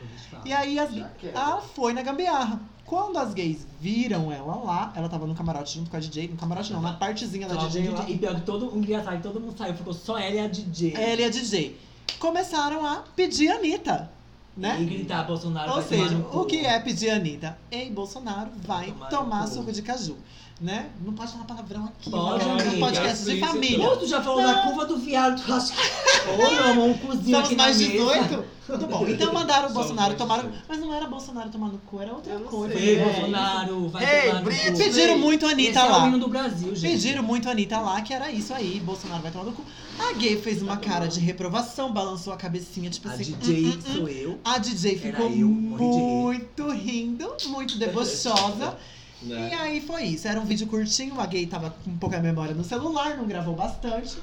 Speaker 1: E aí as,
Speaker 3: Já
Speaker 5: é.
Speaker 3: quero.
Speaker 1: ela foi na gambiarra. Quando as gays viram ela lá, ela tava no camarote junto com a DJ, no camarote não, na partezinha da
Speaker 5: Só
Speaker 1: DJ
Speaker 5: um
Speaker 1: lá.
Speaker 5: DJ, E pior que todo mundo ia sair, todo mundo saiu. Ficou só ela e a DJ.
Speaker 1: Ela e a DJ começaram a pedir a Anitta,
Speaker 5: E
Speaker 1: né?
Speaker 5: gritar Bolsonaro.
Speaker 1: Ou
Speaker 5: vai tomar
Speaker 1: seja,
Speaker 5: no cu.
Speaker 1: o que é pedir a Anitta? Ei, Bolsonaro, vai
Speaker 5: Tomar no
Speaker 1: tomar
Speaker 5: cu.
Speaker 1: suco de caju, né? Não pode falar palavrão aqui,
Speaker 5: Pode,
Speaker 1: não
Speaker 5: amiga. é então.
Speaker 1: podcast de
Speaker 6: Explícito.
Speaker 5: Ô,
Speaker 1: família.
Speaker 5: tu já falou da curva do viado, tu acha que... Ô, meu amor, um cozinho
Speaker 1: Somos
Speaker 5: aqui na
Speaker 1: mais
Speaker 5: mesa.
Speaker 1: 18? Tudo bom. Então mandaram o
Speaker 6: Somos
Speaker 1: Bolsonaro
Speaker 6: mais
Speaker 1: tomar.
Speaker 6: 18.
Speaker 1: Mas não era Bolsonaro tomar no cu, era outra
Speaker 3: Eu não
Speaker 1: coisa.
Speaker 3: sei.
Speaker 5: Ei,
Speaker 1: né?
Speaker 5: Bolsonaro, vai
Speaker 3: Ei,
Speaker 5: tomar no
Speaker 3: Brito,
Speaker 5: cu.
Speaker 3: sei.
Speaker 1: Pediram muito a
Speaker 5: Esse
Speaker 1: Anitta
Speaker 5: é o
Speaker 1: tá lá.
Speaker 5: hino do Brasil, gente.
Speaker 1: Pediram muito a Anitta lá, que era isso aí, Bolsonaro vai tomar no cu. A gay fez uma cara de reprovação, balançou a cabecinha, tipo
Speaker 5: A
Speaker 1: assim.
Speaker 5: DJ
Speaker 1: "Hum, hum, hum".
Speaker 5: sou eu.
Speaker 1: A DJ
Speaker 5: Era
Speaker 1: ficou
Speaker 5: eu, morri
Speaker 1: muito rindo, muito debochosa. E
Speaker 5: É.
Speaker 2: Né?
Speaker 1: aí foi isso. Era um vídeo curtinho, a gay tava com pouca memória no celular, não gravou bastante,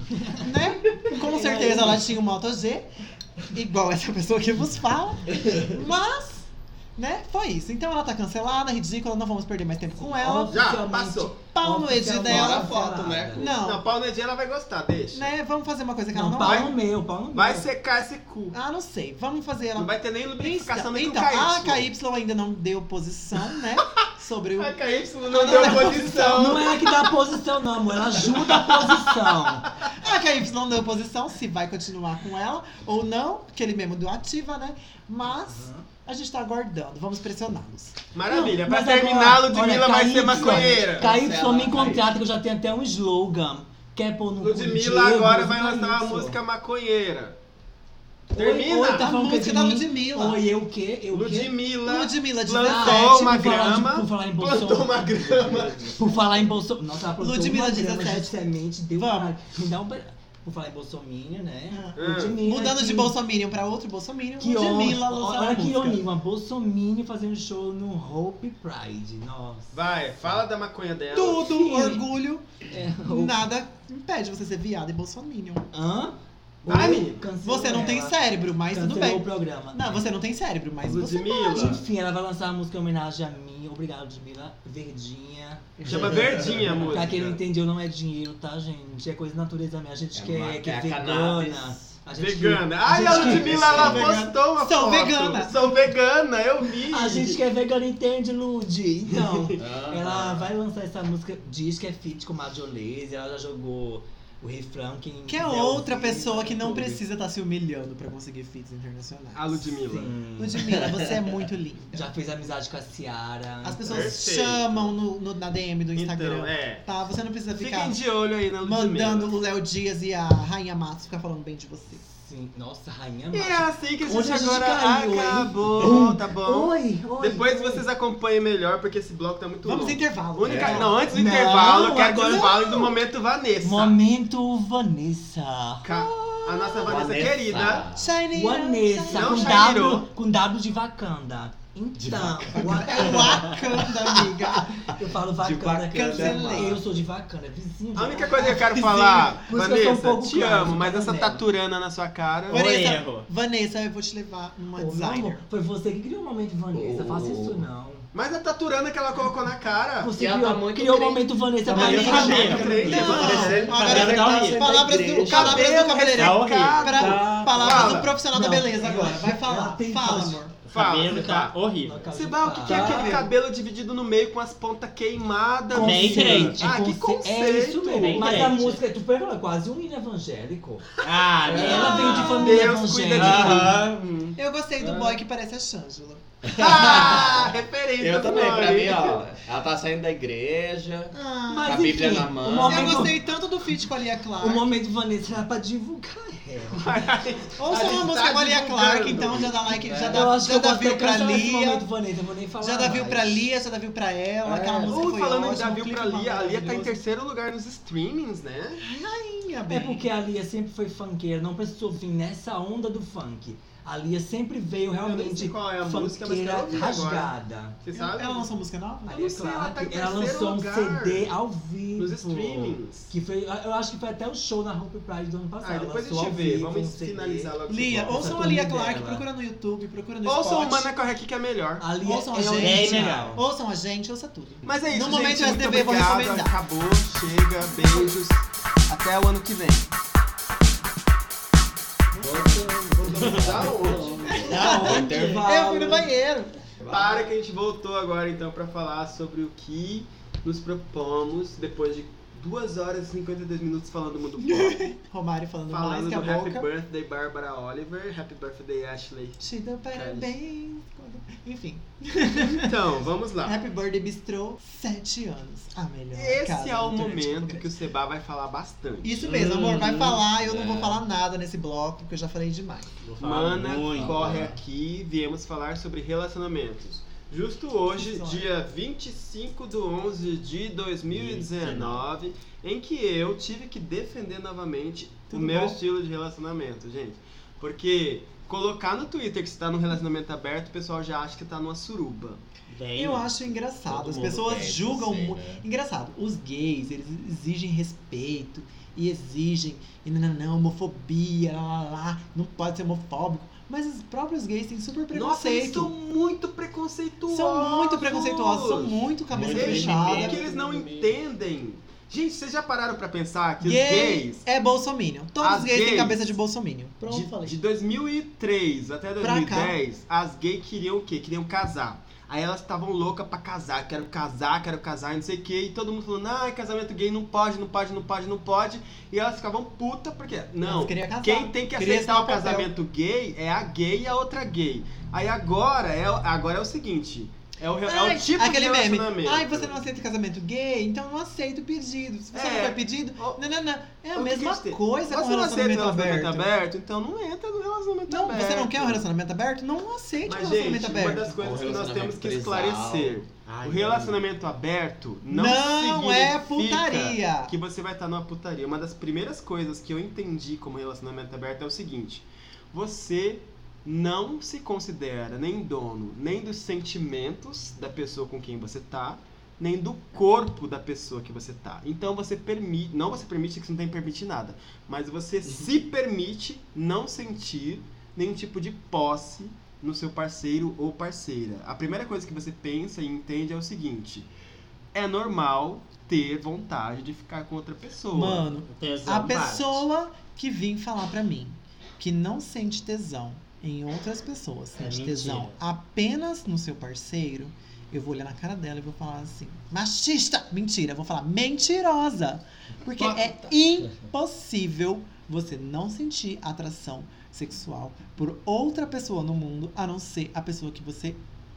Speaker 1: né? Com certeza ela tinha um Moto G, igual essa pessoa que vos fala. Mas, né, foi isso. Então ela tá cancelada, ridícula, não vamos perder mais tempo com ela.
Speaker 3: Já, passou.
Speaker 1: Pau no edit
Speaker 5: Oficialmente
Speaker 3: Bora
Speaker 1: dela.
Speaker 3: a foto, né?
Speaker 5: cancelada.
Speaker 1: Não.
Speaker 3: Na pau no dia ela vai gostar, deixa.
Speaker 1: Né, vamos fazer uma coisa que
Speaker 5: Não,
Speaker 1: ela não
Speaker 5: pau
Speaker 1: vai.
Speaker 5: no meu, pau no meu.
Speaker 3: Vai secar esse cu.
Speaker 1: Ah, não sei. Vamos fazer ela.
Speaker 3: Não vai ter nem lubrificação nem Ah,
Speaker 1: então,
Speaker 3: com KY.
Speaker 1: a KY ainda não deu posição, né? Sobre o.
Speaker 3: A KY não deu posição.
Speaker 5: Não é ela que dá a posição, não, amor. Ela ajuda a posição.
Speaker 1: A KY não deu posição, se vai continuar com ela ou não. Aquele mesmo do Ativa, né? Mas a gente tá aguardando, vamos pressioná-los.
Speaker 3: Maravilha, pra
Speaker 5: Mas agora,
Speaker 3: terminar, Ludmilla
Speaker 5: olha,
Speaker 3: vai
Speaker 5: KY,
Speaker 3: ser maconheira.
Speaker 5: KY me contrata, que eu já tenho até um slogan. Quer pôr no cu do
Speaker 3: Ludmilla
Speaker 5: Diego,
Speaker 3: agora vai
Speaker 5: KY.
Speaker 3: lançar uma música maconheira.
Speaker 5: Oi,
Speaker 3: Termina.
Speaker 5: oi, tá
Speaker 1: A
Speaker 5: falando que é
Speaker 1: música
Speaker 5: de
Speaker 1: da
Speaker 5: mim?
Speaker 1: Ludmilla.
Speaker 5: Oi, eu o quê? Eu o quê?
Speaker 3: Ludmilla
Speaker 1: Ludmilla de
Speaker 3: lançou
Speaker 5: Ah, é,
Speaker 3: uma
Speaker 5: tipo, falar de-
Speaker 3: grama,
Speaker 5: por falar em
Speaker 3: plantou
Speaker 5: Bolsonaro.
Speaker 3: uma grama.
Speaker 5: Por falar em Bolsonaro. Nossa, ela plantou
Speaker 1: Ludmilla
Speaker 5: uma grama
Speaker 1: 17.
Speaker 5: de semente, deu
Speaker 1: Vamos. Ah.
Speaker 5: uma- Me dá um... pe- Por falar em Bolsonaro, né?
Speaker 3: Hum.
Speaker 5: Ludmilla
Speaker 1: Mudando de
Speaker 5: que-
Speaker 1: Bolsominion pra outro Bolsominion,
Speaker 5: Que
Speaker 1: Ludmilla
Speaker 5: honra.
Speaker 1: lançou
Speaker 5: Olha
Speaker 1: uma
Speaker 5: que honra.
Speaker 1: música.
Speaker 5: Uma Bolsonaro fazendo show no Hope Pride. Nossa.
Speaker 3: Vai, fala da maconha dela.
Speaker 1: Tudo,
Speaker 5: Sim.
Speaker 1: orgulho,
Speaker 5: É, Hope-
Speaker 1: nada impede você ser viado e Bolsominion.
Speaker 5: Hã?
Speaker 3: Vai,
Speaker 5: Oi,
Speaker 3: menina.
Speaker 5: cancelou
Speaker 1: Você não tem
Speaker 5: ela.
Speaker 1: cérebro, mas tudo
Speaker 5: Cancelou
Speaker 1: bem.
Speaker 5: o programa.
Speaker 1: Não, você não tem cérebro, mas você
Speaker 5: Mas,
Speaker 3: Ludmilla.
Speaker 5: Enfim, ela vai lançar a música em homenagem a mim. Obrigado, Ludmilla. Verdinha.
Speaker 3: Chama Verdinha a
Speaker 5: Pra quem não
Speaker 3: música.
Speaker 5: entendeu, não é dinheiro, tá, gente? É coisa da natureza mesmo. A gente quer
Speaker 2: uma-
Speaker 5: que é,
Speaker 2: a
Speaker 5: vegana.
Speaker 2: cannabis.
Speaker 5: A gente,
Speaker 3: Vegana. Ai, a
Speaker 5: gente-
Speaker 3: Ludmilla, ela
Speaker 1: Sou vegana.
Speaker 3: postou uma
Speaker 1: Sou
Speaker 3: foto.
Speaker 1: vegana.
Speaker 3: Sou vegana, eu vi.
Speaker 5: A gente que é vegana entende, Lud. Então,
Speaker 2: Ah,
Speaker 5: ela vai lançar essa música, diz que é feat com Majolese, ela já jogou o refrão. Quem
Speaker 1: Que é
Speaker 5: quiser
Speaker 1: outra
Speaker 5: ouvir,
Speaker 1: pessoa
Speaker 5: tá
Speaker 1: que não
Speaker 5: no YouTube.
Speaker 1: precisa estar se humilhando pra conseguir feeds internacionais.
Speaker 3: A Ludmilla.
Speaker 5: Sim.
Speaker 1: Ludmilla, você é muito linda.
Speaker 5: Já fez amizade com a Ciara.
Speaker 1: As pessoas
Speaker 3: Perfeito.
Speaker 1: chamam no, no- na DM do Instagram.
Speaker 3: Então, é.
Speaker 1: Tá? Você não precisa ficar
Speaker 3: Fiquem de olho aí na Ludmilla.
Speaker 1: mandando o Léo Dias e a Rainha Matos ficar falando bem de você.
Speaker 5: Sim. Então, assim, Nossa, rainha
Speaker 3: E é
Speaker 5: mágica.
Speaker 3: assim que a gente
Speaker 5: Onde a gente
Speaker 3: agora
Speaker 5: caiu, hein?
Speaker 3: acabou, tá bom?
Speaker 5: Oi, oi.
Speaker 3: Depois
Speaker 5: oi.
Speaker 3: vocês acompanhem melhor, porque esse bloco tá muito
Speaker 1: Vamos ao
Speaker 3: longo.
Speaker 1: intervalo.
Speaker 3: Única...
Speaker 2: É.
Speaker 3: Não, antes do
Speaker 5: Não,
Speaker 3: intervalo, eu quero que
Speaker 5: agora
Speaker 3: vocês falem do momento Vanessa.
Speaker 5: Momento Vanessa.
Speaker 3: Ca- A nossa Vanessa,
Speaker 2: Vanessa.
Speaker 3: querida.
Speaker 1: Shiny,
Speaker 5: Vanessa,
Speaker 3: Não
Speaker 5: com
Speaker 3: Shairo.
Speaker 5: W, com W de vacanda. Então,
Speaker 1: É o Wakanda, amiga.
Speaker 5: Wa- eu falo vacanda.
Speaker 2: Vacanda,
Speaker 5: Cancelei.
Speaker 2: mano.
Speaker 5: Eu sou de vacanda, vizinho. de
Speaker 3: A única
Speaker 5: Vacanda.
Speaker 3: coisa que eu quero
Speaker 5: Vizinho.
Speaker 3: falar,
Speaker 5: Por isso que eu sou um
Speaker 3: Vanessa,
Speaker 5: pouco
Speaker 3: te
Speaker 5: claro,
Speaker 3: amo, mas
Speaker 5: tá
Speaker 3: essa
Speaker 5: vendo?
Speaker 3: taturana na sua cara.
Speaker 1: Oi. Vanessa.
Speaker 4: erro.
Speaker 1: Vanessa, eu vou te levar uma
Speaker 5: Ô, meu amor,
Speaker 1: designer.
Speaker 5: Foi você que criou o momento Vanessa.
Speaker 2: Ô.
Speaker 5: Faça isso não.
Speaker 3: Mas a taturana que ela colocou na cara.
Speaker 5: Você
Speaker 2: ela
Speaker 5: criou,
Speaker 2: tá muito
Speaker 5: criou o
Speaker 2: crente.
Speaker 5: momento Vanessa
Speaker 2: Tá
Speaker 5: pra
Speaker 2: muito
Speaker 5: mim.
Speaker 2: crente.
Speaker 1: Não, agora palavras do
Speaker 2: Ela tá horrível.
Speaker 1: palavras
Speaker 2: Igreja.
Speaker 1: do cabeleireiro.
Speaker 3: Cabelo
Speaker 2: Tá horrível.
Speaker 1: Pra-
Speaker 2: Tá.
Speaker 1: Palavras
Speaker 3: Fala.
Speaker 1: do profissional da
Speaker 5: Não,
Speaker 1: tá beleza
Speaker 5: ela-
Speaker 1: agora. Vai
Speaker 5: ela
Speaker 1: falar.
Speaker 5: tem
Speaker 1: Fala,
Speaker 5: voz.
Speaker 1: amor.
Speaker 4: O
Speaker 3: Fala,
Speaker 4: cabelo
Speaker 5: você
Speaker 4: tá
Speaker 5: tá-
Speaker 4: horrível.
Speaker 3: Sebal, o que, que é aquele cabelo dividido no meio com as pontas queimadas?
Speaker 4: Bem
Speaker 3: menina?
Speaker 4: crente,
Speaker 3: Ah, que
Speaker 5: Conce-
Speaker 3: conceito!
Speaker 5: É isso mesmo.
Speaker 4: Bem
Speaker 5: Mas a
Speaker 4: crente.
Speaker 5: música, tu pergunta, é quase um hino evangélico.
Speaker 4: Ah,
Speaker 5: Ela
Speaker 4: não.
Speaker 1: um
Speaker 5: veio de família
Speaker 3: Deus cuida de
Speaker 5: evangélica.
Speaker 3: mim.
Speaker 1: Eu gostei do boy que parece a Shangela.
Speaker 3: Ah, referência.
Speaker 2: Eu também, pra
Speaker 3: Flori.
Speaker 2: mim, ó. Ela tá saindo da igreja,
Speaker 1: Ah,
Speaker 2: com a
Speaker 5: Mas
Speaker 2: Bíblia
Speaker 5: enfim,
Speaker 2: na mão.
Speaker 5: o
Speaker 1: eu
Speaker 5: momento-
Speaker 1: gostei tanto do feat com a Lia Clark.
Speaker 5: O momento Vanessa era pra divulgar
Speaker 3: É,
Speaker 5: ela.
Speaker 1: Ouça
Speaker 3: A gente
Speaker 1: uma
Speaker 3: tá
Speaker 1: música com a Lia
Speaker 3: divulgando.
Speaker 1: Clark, então já dá like, já
Speaker 5: eu
Speaker 1: dá,
Speaker 5: acho que
Speaker 1: já
Speaker 5: eu
Speaker 1: dá
Speaker 5: posso
Speaker 1: view
Speaker 5: ter
Speaker 1: pra
Speaker 5: cancelado esse momento
Speaker 1: Lia.
Speaker 5: Vanessa, eu vou nem falar
Speaker 1: Já dá view
Speaker 5: mais.
Speaker 1: pra Lia, já dá view pra ela. Aquela
Speaker 2: É.
Speaker 1: música
Speaker 3: Ou
Speaker 1: foi
Speaker 3: falando em
Speaker 1: ótima,
Speaker 3: Davi
Speaker 1: o clipe
Speaker 3: pra
Speaker 1: foi
Speaker 3: Lia, a Lia tá em
Speaker 1: maravilhoso.
Speaker 3: terceiro lugar nos streamings, né?
Speaker 1: Minha
Speaker 5: É
Speaker 1: bem.
Speaker 5: porque a Lia sempre foi funkeira, não precisou vir nessa onda do funk. A Lia sempre veio
Speaker 3: Eu nem sei
Speaker 5: realmente
Speaker 3: qual é a música, mas
Speaker 5: funkeira
Speaker 3: quero ouvir agora.
Speaker 5: rasgada.
Speaker 3: Você
Speaker 1: Ela
Speaker 3: sabe?
Speaker 1: ela lançou música nova?
Speaker 5: A
Speaker 3: Eu
Speaker 5: Lia
Speaker 3: não sei, ela tá em
Speaker 5: Clark, ela
Speaker 3: terceiro
Speaker 5: lançou um
Speaker 3: lugar
Speaker 5: CD ao vivo.
Speaker 3: Nos streamings.
Speaker 5: Que foi, eu acho que foi até o show na Hope Pride do ano passado.
Speaker 3: Ah, depois
Speaker 5: Ela
Speaker 3: a
Speaker 5: lançou
Speaker 3: gente
Speaker 5: ao
Speaker 3: vê.
Speaker 5: vivo um
Speaker 3: Vamos
Speaker 5: CD.
Speaker 3: finalizar logo.
Speaker 1: Lia,
Speaker 5: Essa
Speaker 1: ouçam a
Speaker 5: turnê
Speaker 1: Lia Clark,
Speaker 5: dela.
Speaker 1: procura no YouTube, procura no
Speaker 3: Ouçam o
Speaker 1: Spotify. Ah.
Speaker 3: Mana Corre aqui que é melhor.
Speaker 5: A Lia
Speaker 1: Ouçam a
Speaker 5: é
Speaker 1: gente.
Speaker 5: original.
Speaker 1: Ouçam a gente, ouça tudo.
Speaker 3: Mas é isso,
Speaker 1: No
Speaker 3: gente.
Speaker 1: momento
Speaker 3: Muito
Speaker 1: SDB, vou
Speaker 3: obrigado.
Speaker 1: recomendar.
Speaker 3: Acabou, chega, beijos. Até o ano que vem. Da onde?
Speaker 1: Tá
Speaker 5: Da onde, Val?
Speaker 1: Eu fui no banheiro.
Speaker 3: Para que a gente voltou agora então pra falar sobre o que nos propomos depois de 2 horas e 52 minutos falando do mundo pop.
Speaker 1: Romário falando, mais
Speaker 3: falando
Speaker 1: que
Speaker 3: do
Speaker 1: a
Speaker 3: Happy
Speaker 1: boca.
Speaker 3: Birthday Bárbara Oliver, Happy Birthday Ashley.
Speaker 1: Te dou parabéns. Enfim,
Speaker 3: Então, vamos lá.
Speaker 1: Happy Birthday Bistrô, 7 anos. A melhor casa
Speaker 3: Esse é o
Speaker 1: do Turtle
Speaker 3: momento
Speaker 1: Beach.
Speaker 3: que o Seba vai falar bastante.
Speaker 1: Isso mesmo, amor, vai
Speaker 4: Hum,
Speaker 1: falar. Eu não vou
Speaker 4: é.
Speaker 1: falar nada nesse bloco, porque eu já falei demais.
Speaker 4: Vou falar
Speaker 3: Mana,
Speaker 4: muito.
Speaker 3: corre aqui, viemos falar sobre relacionamentos. Justo hoje,
Speaker 1: Sonho.
Speaker 3: dia 25 de 11 de 2019, em que eu tive que defender novamente
Speaker 1: Tudo
Speaker 3: o meu
Speaker 1: bom?
Speaker 3: estilo de relacionamento, gente. Porque colocar no Twitter que você tá num relacionamento aberto, o pessoal já acha que tá numa suruba.
Speaker 4: Bem,
Speaker 1: Eu acho engraçado,
Speaker 2: Todo
Speaker 1: as
Speaker 2: mundo
Speaker 1: pessoas
Speaker 2: tem,
Speaker 1: julgam
Speaker 2: sei,
Speaker 1: muito.
Speaker 2: né?
Speaker 1: Engraçado, os gays, eles exigem respeito e exigem e não, não, não, homofobia, lá, lá, lá, não pode ser homofóbico. Mas os próprios gays têm super
Speaker 3: Nossa, eles
Speaker 1: preconceito.
Speaker 3: são muito preconceituosos.
Speaker 1: são muito preconceituosos, são muito cabeça
Speaker 2: Muito
Speaker 3: Eles,
Speaker 1: fechada.
Speaker 3: é que eles não entendem. Gente, vocês já pararam pra pensar que os
Speaker 1: Gay
Speaker 3: gays
Speaker 1: é bolsominion. Todos
Speaker 3: As
Speaker 1: os gays,
Speaker 3: gays-
Speaker 1: têm cabeça de bolsominion. Pronto,
Speaker 3: De,
Speaker 1: falei.
Speaker 3: de 2003 até
Speaker 1: Pra cá.
Speaker 3: 2010, as gays queriam o quê? Queriam casar. Aí elas estavam loucas pra casar, quero casar, quero casar, e não sei o quê. E todo mundo falando, ai, casamento gay não pode, não pode, não pode, não pode. E elas ficavam puta porque, não,
Speaker 1: Elas queriam casar.
Speaker 3: quem tem que
Speaker 1: Queria
Speaker 3: aceitar
Speaker 1: assinar
Speaker 3: o
Speaker 1: o papel.
Speaker 3: casamento gay é a gay e a outra gay. Aí agora é, agora é o seguinte, é o, re- é o
Speaker 1: Ai,
Speaker 3: tipo
Speaker 1: aquele
Speaker 3: de
Speaker 1: meme.
Speaker 3: relacionamento.
Speaker 1: Ai, você não aceita casamento gay? Então não aceita o pedido. Se você
Speaker 3: É.
Speaker 1: não foi pedido,
Speaker 3: Ô,
Speaker 1: não, não, não. É a
Speaker 3: o que
Speaker 1: mesma
Speaker 3: que a gente tem?
Speaker 1: coisa
Speaker 3: Você não aceita
Speaker 1: com
Speaker 3: o
Speaker 1: relacionamento
Speaker 3: relacionamento
Speaker 1: aberto.
Speaker 3: aberto. então não entra no relacionamento
Speaker 1: Não,
Speaker 3: aberto.
Speaker 1: você não quer um relacionamento aberto? Não aceite um
Speaker 3: Mas,
Speaker 1: relacionamento
Speaker 3: gente, uma
Speaker 1: aberto.
Speaker 3: das coisas
Speaker 2: Ou
Speaker 3: que nós temos que
Speaker 2: relacionamento
Speaker 3: esclarecer:
Speaker 4: Ai,
Speaker 3: o relacionamento aberto não,
Speaker 1: Não,
Speaker 3: significa
Speaker 1: é putaria.
Speaker 3: Que você vai estar numa putaria. Uma das primeiras coisas que eu entendi como relacionamento aberto é o seguinte: você não se considera nem dono nem dos sentimentos da pessoa com quem você tá, nem do corpo da pessoa que você tá. Então você permite, não você permite que você não tem que permitir nada, mas
Speaker 1: Uhum.
Speaker 3: você se permite não sentir nenhum tipo de posse no seu parceiro ou parceira. A primeira coisa que você pensa e entende é o seguinte: é normal ter vontade de ficar com outra pessoa.
Speaker 1: Mano,
Speaker 4: Tesão
Speaker 1: a
Speaker 4: bate.
Speaker 1: pessoa que vim falar pra mim que não sente tesão em outras pessoas,
Speaker 4: É
Speaker 1: sente
Speaker 4: mentira.
Speaker 1: tesão apenas no seu parceiro, eu vou olhar na cara dela e vou falar assim: machista! Mentira, eu vou falar mentirosa! Porque é impossível você não sentir atração sexual por outra pessoa no mundo a não ser a pessoa que você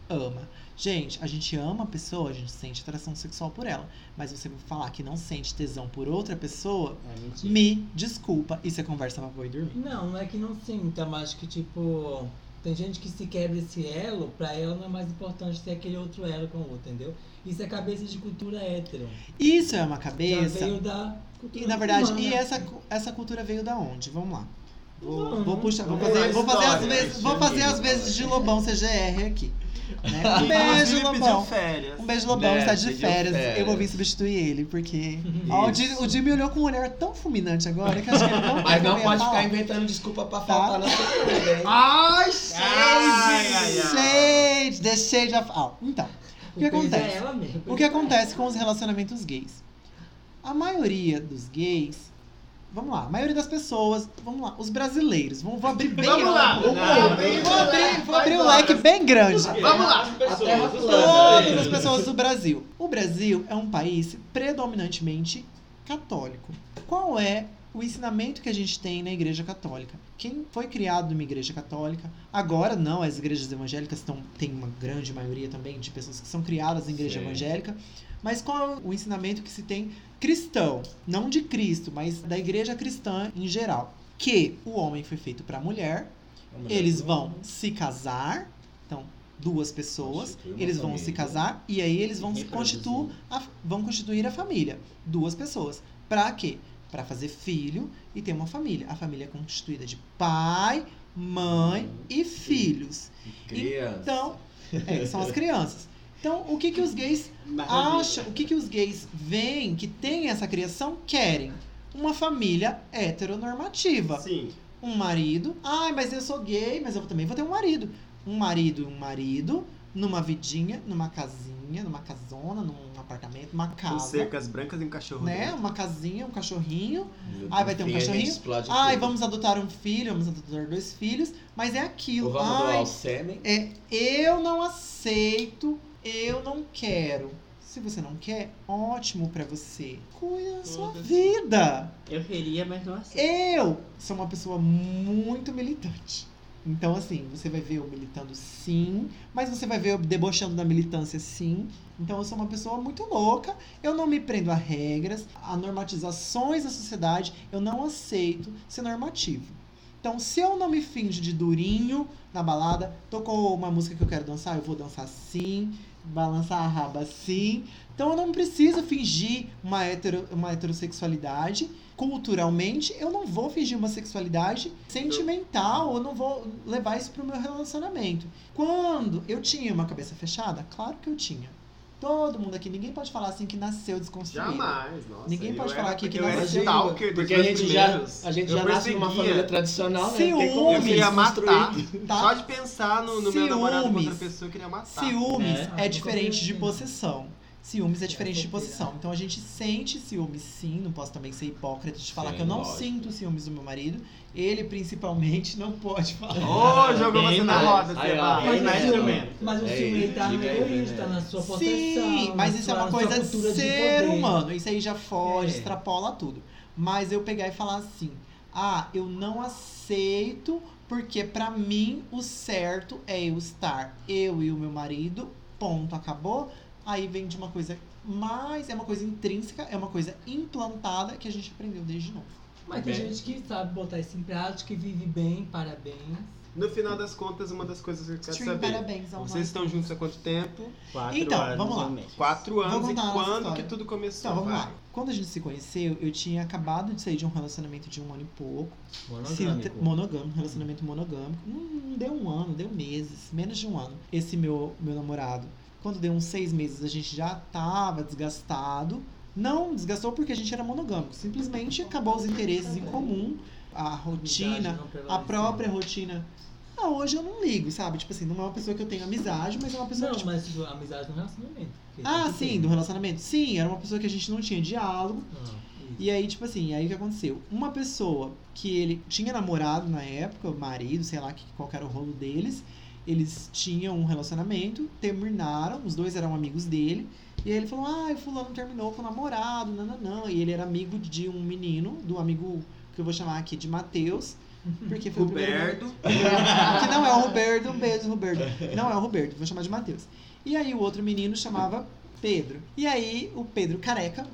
Speaker 1: ama. Gente, a gente ama a pessoa, a gente sente atração sexual por ela, mas você falar que não sente tesão por outra pessoa,
Speaker 4: É mentira.
Speaker 1: me desculpa. Isso é conversa pra boi dormir.
Speaker 5: Não, não é que não sinta, mas que tipo. Tem gente que se quebra esse elo, pra ela não é mais importante ter aquele outro elo com o outro, entendeu? Isso é cabeça de cultura hétero.
Speaker 1: Isso é
Speaker 5: Já
Speaker 1: uma
Speaker 5: um
Speaker 1: cabeça.
Speaker 5: veio da cultura
Speaker 1: E na verdade,
Speaker 5: humana.
Speaker 1: e é essa, cu- essa cultura veio da onde? Vamos lá. Vou,
Speaker 5: Não,
Speaker 1: vou
Speaker 5: não
Speaker 1: puxar, vou
Speaker 3: sei.
Speaker 1: fazer, vou fazer as
Speaker 3: História,
Speaker 1: vezes, vou
Speaker 2: Cristianismo,
Speaker 1: fazer as vezes de
Speaker 2: né?
Speaker 1: Lobão CGR aqui. né? Um
Speaker 3: Inclusive,
Speaker 1: beijo,
Speaker 3: pediu
Speaker 1: Lobão.
Speaker 3: férias.
Speaker 1: Um beijo, Lobão, está de
Speaker 2: Pediu
Speaker 1: férias.
Speaker 2: Né, férias.
Speaker 1: Eu vou vir substituir ele, porque. Ó, o, Di,
Speaker 2: Isso.
Speaker 1: o Di me olhou com um olhar tão fulminante agora que acho que ele não quer
Speaker 2: Mas
Speaker 1: que eu
Speaker 2: não
Speaker 1: venha
Speaker 2: pode
Speaker 1: falar. Tá?
Speaker 2: ficar inventando desculpa pra faltar na sua vida, hein?
Speaker 3: Ai,
Speaker 4: Ai, ai,
Speaker 3: gente!
Speaker 1: Shade, the shade of. Ó, então. O que
Speaker 5: peso
Speaker 1: acontece?
Speaker 5: É ela mesmo.
Speaker 1: O que acontece com os relacionamentos gays? A maioria dos gays Vamos lá, a maioria das pessoas, vamos lá, os brasileiros, vamos, vou abrir bem
Speaker 3: Vamos
Speaker 1: amplo
Speaker 3: lá.
Speaker 1: o
Speaker 3: Vou
Speaker 1: público.
Speaker 3: abrir
Speaker 1: vou
Speaker 3: o
Speaker 1: abrir,
Speaker 3: leque,
Speaker 1: vou abrir
Speaker 3: faz
Speaker 1: um leque
Speaker 3: horas.
Speaker 1: bem grande.
Speaker 3: Vamos lá.
Speaker 6: As
Speaker 5: Terra
Speaker 6: pessoas, os
Speaker 5: plana.
Speaker 1: Todas as
Speaker 6: brasileiros.
Speaker 1: pessoas do Brasil. O Brasil é um país predominantemente católico. Qual é o ensinamento que a gente tem na Igreja Católica? Quem foi criado numa Igreja Católica, agora não, as igrejas evangélicas estão, tem uma grande maioria também de pessoas que são criadas em Igreja
Speaker 2: Sim.
Speaker 1: Evangélica, mas qual é o ensinamento que se tem cristão, não de Cristo, mas da Igreja cristã em geral? Que o homem foi feito para a mulher,
Speaker 2: Né?
Speaker 1: eles vão se casar, então duas pessoas,
Speaker 2: Constituir uma
Speaker 1: eles vão
Speaker 2: família.
Speaker 1: se casar e aí eles vão se
Speaker 4: Reproduzir.
Speaker 1: constituir a, vão constituir a família, duas pessoas. Pra quê? Pra fazer filho e ter uma família. A família é constituída de pai, mãe e filhos.
Speaker 2: Criança.
Speaker 1: Então, é, são as crianças. Então, o que que os gays acham, o que, que os gays veem que tem essa criação querem? Uma família heteronormativa
Speaker 3: Sim.
Speaker 1: um marido. Ai, mas eu sou gay, mas eu também vou ter um marido. Um marido e um marido, numa vidinha, numa casinha, numa casona, num apartamento, uma
Speaker 3: Com
Speaker 1: casa.
Speaker 3: cercas brancas e um cachorro.
Speaker 1: Né?
Speaker 3: dentro.
Speaker 1: Uma casinha, um cachorrinho.
Speaker 2: Ah,
Speaker 1: Ai, vai ter um cachorrinho? Ai, vamos adotar um filho, vamos adotar dois filhos. Mas é aquilo.
Speaker 2: Ou vamos um doar
Speaker 1: Ai,
Speaker 2: o sêmen.
Speaker 1: é, eu não aceito, eu não quero. Se você não quer, ótimo pra você. Cuida da sua
Speaker 6: Todas.
Speaker 1: vida.
Speaker 4: Eu queria, mas não aceito.
Speaker 1: Eu sou uma pessoa muito militante. Então, assim, você vai ver eu militando sim, mas você vai ver eu debochando da militância sim. Então, eu sou uma pessoa muito louca. Eu não me prendo a regras, a normatizações da sociedade. Eu não aceito ser normativo. Então, se eu não me finge de durinho na balada, tocou uma música que eu quero dançar, eu vou dançar sim, balançar a raba sim. Então, eu não preciso fingir uma, hetero, uma heterossexualidade culturalmente, eu não vou fingir uma sexualidade sentimental, eu não vou levar isso pro meu relacionamento. Quando eu tinha uma cabeça fechada, claro que eu tinha. Todo mundo aqui, ninguém pode falar assim que nasceu desconstruído.
Speaker 3: Jamais, nossa.
Speaker 1: Ninguém
Speaker 3: eu
Speaker 1: pode
Speaker 3: era-
Speaker 1: falar aqui que
Speaker 3: eu
Speaker 1: não
Speaker 3: era
Speaker 1: é
Speaker 3: stalker dos
Speaker 2: Porque a
Speaker 3: meus
Speaker 2: gente já,
Speaker 3: primeiros.
Speaker 2: a gente
Speaker 3: Eu
Speaker 2: já nasce numa
Speaker 3: perseguia.
Speaker 2: família tradicional, né? Não tem como
Speaker 1: Ciúmes.
Speaker 3: Eu queria matar.
Speaker 1: Tá?
Speaker 3: Só de pensar no, no meu namorado com outra
Speaker 1: Ciúmes.
Speaker 3: pessoa, eu queria matar.
Speaker 1: Ciúmes
Speaker 5: Tá.
Speaker 1: é
Speaker 5: É.
Speaker 1: diferente de
Speaker 5: Sim.
Speaker 1: possessão. Ciúmes é
Speaker 5: É,
Speaker 1: diferente de
Speaker 5: porque-
Speaker 1: possessão. Então a gente sente ciúmes sim, não posso também ser hipócrita de falar
Speaker 2: Sim,
Speaker 1: que eu não
Speaker 2: lógico.
Speaker 1: sinto ciúmes do meu marido. Ele principalmente não pode falar.
Speaker 3: Ô, jogou
Speaker 4: Bem
Speaker 3: você na
Speaker 4: mais.
Speaker 3: roda,
Speaker 2: Aí,
Speaker 3: Seba.
Speaker 2: ó,
Speaker 5: Mas,
Speaker 2: bem É mais
Speaker 5: o
Speaker 2: ou
Speaker 5: filme,
Speaker 2: menos.
Speaker 5: mas o
Speaker 2: É
Speaker 5: filme
Speaker 2: isso,
Speaker 5: ele tá no
Speaker 2: diga aí,
Speaker 5: egoísta,
Speaker 2: Fernanda.
Speaker 5: na sua proteção.
Speaker 1: Sim, mas
Speaker 5: na
Speaker 1: isso é uma
Speaker 5: sua- na
Speaker 1: coisa
Speaker 5: sua
Speaker 1: de
Speaker 5: cultura de
Speaker 1: ser
Speaker 5: poder.
Speaker 1: humano. Isso aí já foge,
Speaker 5: É.
Speaker 1: extrapola tudo. Mas eu pegar e falar assim: ah, eu não aceito, porque pra mim o certo é eu estar eu e o meu marido, ponto, acabou. Aí vem de uma coisa, mas é uma coisa intrínseca, é uma coisa implantada que a gente aprendeu desde novo.
Speaker 5: Mas tem
Speaker 6: Bem.
Speaker 5: gente que sabe botar isso em prática, que vive bem, parabéns.
Speaker 3: No final das contas, uma das coisas que eu quero
Speaker 1: Stream,
Speaker 3: saber.
Speaker 1: parabéns ao
Speaker 3: Vocês
Speaker 1: Marcos.
Speaker 3: estão juntos há quanto tempo?
Speaker 4: Quatro
Speaker 1: Então,
Speaker 4: horas,
Speaker 1: vamos lá.
Speaker 4: ou menos.
Speaker 3: Quatro anos. E
Speaker 1: contar a nossa
Speaker 3: quando
Speaker 1: história.
Speaker 3: que tudo começou?
Speaker 1: Então, vamos
Speaker 3: vai?
Speaker 1: lá. Quando a gente se conheceu, eu tinha acabado de sair de um relacionamento de um ano e pouco. Se-
Speaker 2: Monogâmico.
Speaker 1: monogâmico, relacionamento monogâmico. Não, não deu um ano, deu meses, menos de um ano. Esse meu, meu namorado, quando deu uns seis meses, a gente já tava desgastado. Não desgastou porque a gente era monogâmico. Simplesmente acabou os interesses em comum, a rotina,
Speaker 5: Amizade não
Speaker 1: a
Speaker 5: prevalece.
Speaker 1: própria rotina. Ah, hoje eu não ligo, sabe? Tipo assim, não é uma pessoa que eu tenho amizade, mas é uma pessoa que,
Speaker 5: Não,
Speaker 1: tipo,
Speaker 5: mas tipo, amizade no relacionamento. porque tem
Speaker 1: Ah,
Speaker 5: que ter.
Speaker 1: sim, do relacionamento. Sim, era uma pessoa que a gente não tinha diálogo.
Speaker 5: Ah, isso.
Speaker 1: E aí, tipo assim, aí o que aconteceu? Uma pessoa que ele tinha namorado na época, marido, sei lá que- qual que era o rolo deles, eles tinham um relacionamento, terminaram, os dois eram amigos dele, e aí ele falou: ah, fulano terminou com o namorado, não, não, não. E ele era amigo de um menino, do amigo que eu vou chamar aqui de Matheus, porque foi o primeiro
Speaker 3: Roberto.
Speaker 1: que não é o Roberto, um beijo, Roberto. Não é o Roberto, vou chamar de Matheus. E aí o outro menino chamava Pedro. E aí o Pedro careca,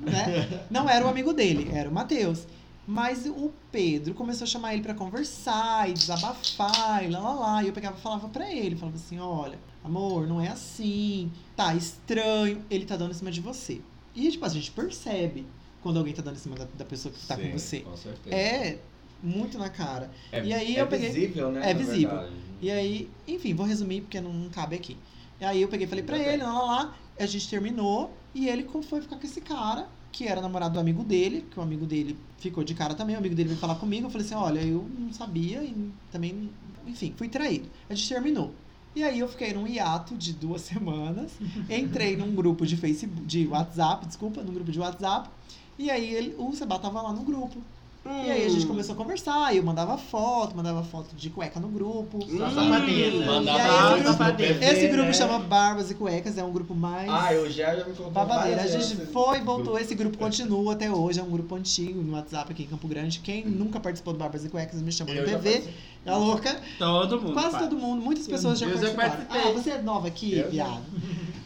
Speaker 1: né? Não era o amigo dele, era o Matheus. Mas o Pedro começou a chamar ele pra conversar e desabafar e lá lá lá. E eu pegava e falava pra ele, falava assim, olha, amor, não é assim, tá estranho, ele tá dando em cima de você. E tipo, a gente percebe quando alguém tá dando em cima da, da pessoa que tá
Speaker 2: Sim,
Speaker 1: com você.
Speaker 2: Com certeza.
Speaker 1: É muito na cara.
Speaker 2: É-
Speaker 1: e aí
Speaker 2: é
Speaker 1: eu peguei-
Speaker 2: visível, né?
Speaker 1: é
Speaker 2: na
Speaker 1: visível.
Speaker 2: verdade.
Speaker 1: E aí, enfim, vou resumir porque não, não cabe aqui. E aí eu peguei e falei pra
Speaker 2: Tá
Speaker 1: ele, lá, lá, lá, a gente terminou e ele co- foi ficar com esse cara, que era namorado do amigo dele, que o amigo dele ficou de cara também, o amigo dele veio falar comigo, eu falei assim, olha, eu não sabia e também, enfim, fui traído. A gente terminou. E aí eu fiquei num hiato de duas semanas, entrei num grupo de Facebook, de WhatsApp, desculpa, num grupo de WhatsApp, e aí ele, o Seba tava lá no grupo. E aí a
Speaker 3: Hum.
Speaker 1: gente começou a conversar, e eu mandava foto, mandava foto de cueca no grupo.
Speaker 3: Hum.
Speaker 4: Só safadeza.
Speaker 2: Mandava
Speaker 1: E aí,
Speaker 4: Só
Speaker 1: esse
Speaker 4: safadeza.
Speaker 1: Esse grupo
Speaker 2: né?
Speaker 1: chama Barbas e Cuecas, é um grupo mais
Speaker 2: Ah, eu já, já me colocou
Speaker 1: babadeira. A
Speaker 2: várias
Speaker 1: gente
Speaker 2: vezes.
Speaker 1: foi, voltou, esse grupo continua até hoje, é um grupo antigo no WhatsApp aqui em Campo Grande. Quem nunca participou do Barbas e Cuecas me chamou no
Speaker 2: Uhum. Eu já
Speaker 1: TV, é louca.
Speaker 4: Todo mundo.
Speaker 1: Quase
Speaker 4: faz.
Speaker 1: todo mundo, muitas pessoas já
Speaker 2: eu já
Speaker 1: participaram.
Speaker 2: participei.
Speaker 1: Ah, você é nova aqui,
Speaker 2: Eu já.
Speaker 1: viado.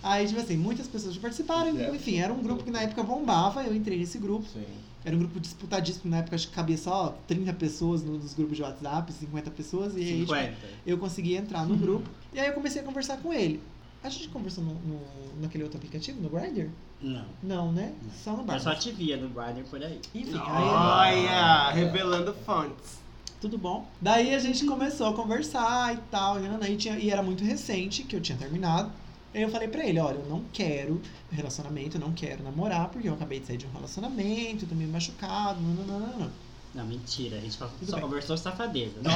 Speaker 1: Aí, tipo assim, muitas pessoas já participaram.
Speaker 2: É.
Speaker 1: Enfim, era um grupo que na época bombava, eu entrei nesse grupo.
Speaker 2: Sim.
Speaker 1: Era um grupo disputadíssimo, na época acho que cabia só 30 pessoas no- nos grupos de WhatsApp, 50 pessoas, e aí tipo,
Speaker 4: 50.
Speaker 1: eu consegui entrar
Speaker 4: Uhum.
Speaker 1: no grupo. E aí eu comecei a conversar com ele. A gente conversou no, no- naquele outro aplicativo, no Grindr?
Speaker 4: Não.
Speaker 1: Não, né?
Speaker 4: Não.
Speaker 1: Só no
Speaker 4: Eu
Speaker 1: bar.
Speaker 4: só te via no Brian por aí.
Speaker 1: Enfim, aí,
Speaker 3: Olha, revelando fontes.
Speaker 1: tudo bom. Daí a gente começou a conversar e tal, e, nanana, e tinha- e era muito recente que eu tinha terminado. Aí eu falei pra ele, olha, eu não quero relacionamento, eu não quero namorar, porque eu acabei de sair de um relacionamento, tô meio machucado, nananana.
Speaker 4: Não, mentira. A gente só,
Speaker 1: Tudo
Speaker 4: só
Speaker 1: bem.
Speaker 4: conversou safadeza.
Speaker 1: Ah,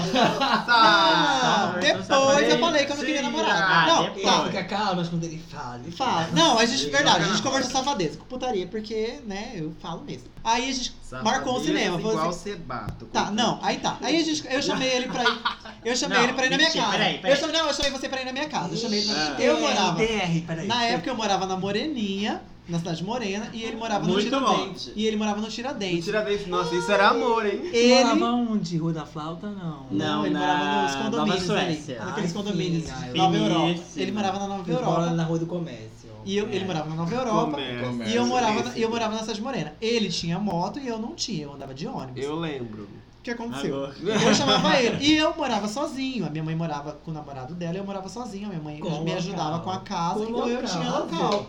Speaker 4: Ah,
Speaker 1: depois eu
Speaker 4: sabe?
Speaker 1: falei que eu não queria namorar.
Speaker 4: Ah,
Speaker 1: Não,
Speaker 4: depois.
Speaker 1: tá.
Speaker 5: Fica calma, mas quando ele fala, ele fala.
Speaker 1: Fala. Não, a gente, verdade, a gente conversou safadeza com putaria, porque, né, eu falo mesmo. Aí a gente ah, marcou o cinema.
Speaker 3: Safadeza
Speaker 1: falou
Speaker 3: é Igual
Speaker 1: assim,
Speaker 3: Sebato.
Speaker 1: tá, não, aí tá. Aí a gente, eu chamei ele pra ir. Eu chamei
Speaker 4: Não,
Speaker 1: ele pra ir na minha
Speaker 4: mentira,
Speaker 1: casa.
Speaker 4: peraí, peraí.
Speaker 1: Eu chamei, não, eu chamei você pra ir na minha casa. Eu chamei ele pra
Speaker 4: Ah.
Speaker 1: Eu morava.
Speaker 5: DR, É, peraí.
Speaker 1: Na época eu morava na Moreninha, na cidade morena, e ele morava no
Speaker 4: Muito
Speaker 1: Tiradentes.
Speaker 4: longe.
Speaker 1: E ele morava no
Speaker 3: E
Speaker 1: Tiradentes.
Speaker 3: Tiradentes, nossa, isso era amor, hein?
Speaker 5: Ele...
Speaker 1: Ele.
Speaker 5: Morava onde? Rua da Flauta, não.
Speaker 1: Não,
Speaker 4: Não,
Speaker 1: ele
Speaker 4: na
Speaker 1: morava nos
Speaker 4: Nova
Speaker 1: condomínios ali.
Speaker 4: Suécia.
Speaker 1: Naqueles
Speaker 5: Ai,
Speaker 1: condomínios.
Speaker 5: sim, ai,
Speaker 1: Nova Europa.
Speaker 4: finíssimo.
Speaker 1: Ele morava na Nova
Speaker 5: Eu morava
Speaker 1: Europa.
Speaker 5: na Rua do Comércio.
Speaker 1: E eu- ele
Speaker 5: É.
Speaker 1: morava na Nova Europa.
Speaker 3: Comércio.
Speaker 1: E eu morava, na,
Speaker 3: Esse-
Speaker 1: eu morava na Cidade Morena. Ele tinha moto e eu não tinha, eu andava de ônibus.
Speaker 3: Eu lembro.
Speaker 1: O que aconteceu?
Speaker 4: Agora.
Speaker 1: Eu chamava ele. E eu morava sozinho. A minha mãe morava com o namorado dela, eu morava sozinho. A minha mãe
Speaker 5: Com
Speaker 1: me
Speaker 5: local.
Speaker 1: ajudava com a casa, então eu tinha local.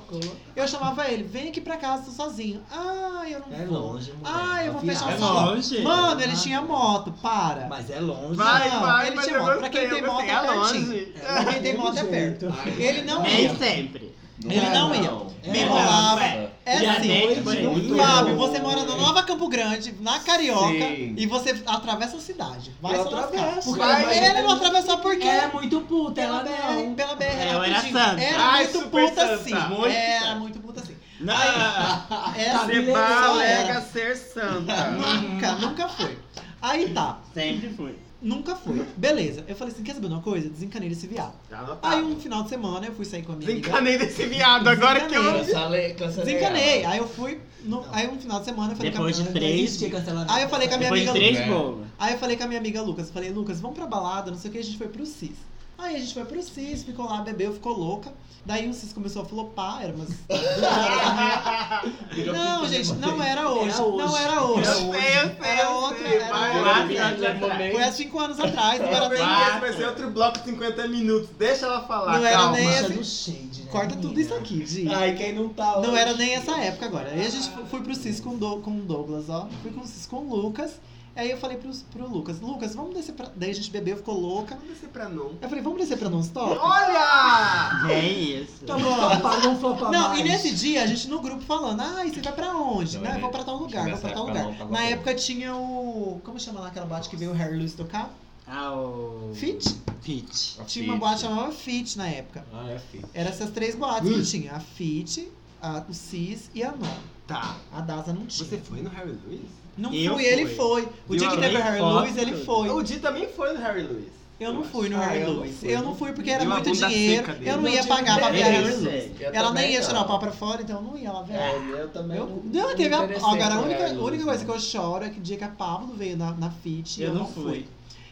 Speaker 1: Eu chamava ele, vem aqui pra casa, tô sozinho. Ah, eu não
Speaker 5: É
Speaker 1: vou.
Speaker 5: longe, mulher.
Speaker 1: Ah, eu vou
Speaker 5: Afinal,
Speaker 1: fechar o
Speaker 4: É
Speaker 1: salão.
Speaker 4: longe.
Speaker 1: Mano, ele
Speaker 5: Ah.
Speaker 1: tinha moto, para.
Speaker 5: Mas é longe.
Speaker 3: Vai,
Speaker 1: Não,
Speaker 3: vai,
Speaker 1: ele
Speaker 3: mas
Speaker 1: tinha
Speaker 3: eu
Speaker 1: moto.
Speaker 3: gostei,
Speaker 1: Pra quem tem
Speaker 3: eu
Speaker 1: moto,
Speaker 3: gostei.
Speaker 1: é
Speaker 3: É
Speaker 1: pertinho.
Speaker 3: longe.
Speaker 1: Pra quem tem moto é perto. Ele não ia.
Speaker 4: Nem sempre.
Speaker 1: Ele não ia.
Speaker 5: É,
Speaker 1: Me
Speaker 5: não,
Speaker 1: rolava.
Speaker 4: é.
Speaker 1: É
Speaker 4: Já
Speaker 1: assim.
Speaker 4: dei, porém, muito
Speaker 1: Fábio,
Speaker 4: erro.
Speaker 1: você mora na Nova Campo Grande, na Carioca,
Speaker 2: Sim.
Speaker 1: e você atravessa a cidade. Vai
Speaker 2: Eu
Speaker 1: se lascar.
Speaker 2: atravesso.
Speaker 1: Porque
Speaker 3: Vai.
Speaker 1: ele não atravessou por quê?
Speaker 5: Ela é muito puta, ela
Speaker 1: Pela BR,
Speaker 5: não.
Speaker 1: pela BR,
Speaker 4: Ela É, era
Speaker 1: rapidinho.
Speaker 4: santa.
Speaker 1: Era
Speaker 3: Ai,
Speaker 1: muito
Speaker 3: super
Speaker 1: puta
Speaker 3: santa.
Speaker 1: sim.
Speaker 4: Muito
Speaker 1: Era
Speaker 4: santa.
Speaker 1: muito puta sim.
Speaker 4: Não. Tá
Speaker 1: Essa
Speaker 3: Seba
Speaker 4: né?
Speaker 1: só era.
Speaker 3: alega ser santa.
Speaker 1: Nunca, nunca foi. Aí tá,
Speaker 4: Sempre fui.
Speaker 1: nunca foi. Beleza. Eu falei assim, quer saber de uma coisa? Desencanei desse viado.
Speaker 3: Já
Speaker 1: Aí
Speaker 4: Tá.
Speaker 3: anotado.
Speaker 1: um final de semana eu fui sair com a minha amiga.
Speaker 3: Desencanei desse viado, agora que eu...
Speaker 2: Cancelei, cancelei.
Speaker 1: Desencanei. Aí eu fui, no- aí um final de semana eu falei
Speaker 4: Depois
Speaker 1: com a
Speaker 4: de
Speaker 1: minha
Speaker 4: três.
Speaker 5: Existe cancelamento.
Speaker 1: Aí eu falei com a É minha
Speaker 4: Depois de
Speaker 1: amiga
Speaker 4: três
Speaker 2: Lu-
Speaker 4: bolas.
Speaker 1: Aí eu falei com a minha amiga Lucas, falei, Lucas, vamos pra balada, não sei o que, a gente foi pro CIS. Aí a gente foi pro CIS, ficou lá, bebeu, ficou louca. Daí o CIS começou a flopar, era umas duas horas da manhã. Não, gente,
Speaker 5: né,
Speaker 1: não era hoje.
Speaker 5: Era hoje.
Speaker 1: Não era
Speaker 3: Eu
Speaker 1: hoje.
Speaker 3: sei, eu sei,
Speaker 1: Era
Speaker 3: eu
Speaker 1: outra,
Speaker 3: sei.
Speaker 1: era
Speaker 3: vai.
Speaker 1: outra.
Speaker 4: Quatro anos atrás.
Speaker 1: Foi há cinco anos atrás, não
Speaker 3: Eu
Speaker 1: era
Speaker 3: bem
Speaker 1: nem.
Speaker 3: que esse vai ser outro bloco de 50 minutos. Deixa ela falar,
Speaker 1: Não era
Speaker 3: calma.
Speaker 1: nem-
Speaker 5: Mancha do shade, né,
Speaker 1: é Corta tudo
Speaker 5: menina?
Speaker 1: isso aqui, Gi.
Speaker 2: Ai, quem não tá
Speaker 1: assim. Não
Speaker 2: hoje?
Speaker 1: era nem essa época agora. Aí a gente fu- fui pro CIS com, o Do- com o Douglas, ó. Fui com o CIS com o Lucas. Aí eu falei pro, pro Lucas, Lucas, vamos descer pra. Daí a gente bebeu, ficou louca.
Speaker 3: Vamos descer pra não.
Speaker 1: Eu falei, vamos descer pra non-stop?
Speaker 3: Olha!
Speaker 4: É isso.
Speaker 5: Então vamos flopar, vamos flopar
Speaker 1: Não,
Speaker 5: mais.
Speaker 1: e nesse dia a gente no grupo falando, ai, você vai pra onde?
Speaker 2: Não,
Speaker 1: Não, eu
Speaker 2: é-
Speaker 1: vou pra tal lugar, vou
Speaker 2: nessa
Speaker 1: pra tal
Speaker 2: época
Speaker 1: lugar.
Speaker 2: não, tava
Speaker 1: Na
Speaker 2: bom.
Speaker 1: época tinha o. Como chama lá aquela boate que veio o Harry Lewis tocar?
Speaker 4: Ah, o...
Speaker 1: Fit?
Speaker 4: Fit.
Speaker 2: A
Speaker 1: Tinha uma
Speaker 2: Fit.
Speaker 1: boate que chamava Fit na época.
Speaker 2: Ah, é fit.
Speaker 1: Eram essas três boates que tinha: a Fit, a- o Cis e a Non.
Speaker 3: Tá.
Speaker 1: A Daza não tinha.
Speaker 3: Você foi no Harry Lewis?
Speaker 1: Não fui,
Speaker 4: Eu
Speaker 1: ele
Speaker 4: fui.
Speaker 1: foi. O
Speaker 3: Viu
Speaker 1: dia
Speaker 3: a
Speaker 1: que teve o
Speaker 4: minha
Speaker 1: Harry
Speaker 4: foto?
Speaker 1: Lewis, ele foi.
Speaker 3: O Di também foi no Harry Lewis.
Speaker 1: Eu não fui no
Speaker 2: Ah,
Speaker 1: Harry
Speaker 2: eu não
Speaker 1: Lewis.
Speaker 2: fui.
Speaker 1: Eu não fui porque era
Speaker 3: Viu a
Speaker 1: muito
Speaker 3: bunda
Speaker 1: dinheiro.
Speaker 3: seca dele.
Speaker 1: Eu não
Speaker 5: Não
Speaker 1: ia
Speaker 5: tinha
Speaker 1: pagar pra ver a
Speaker 5: interesse.
Speaker 1: Harry Lewis.
Speaker 2: Eu
Speaker 1: Ela
Speaker 2: também
Speaker 1: nem ia tirar
Speaker 2: não.
Speaker 1: o pau pra fora, então eu não ia lá ver ela.
Speaker 2: É, eu também
Speaker 1: Eu,
Speaker 2: não.
Speaker 1: não, teve a,
Speaker 2: me interessei
Speaker 1: agora, a
Speaker 2: por
Speaker 1: única,
Speaker 2: ela,
Speaker 1: a única
Speaker 2: não.
Speaker 1: coisa que eu choro é que o dia que a Pablo veio na, na FIT, eu, não fui.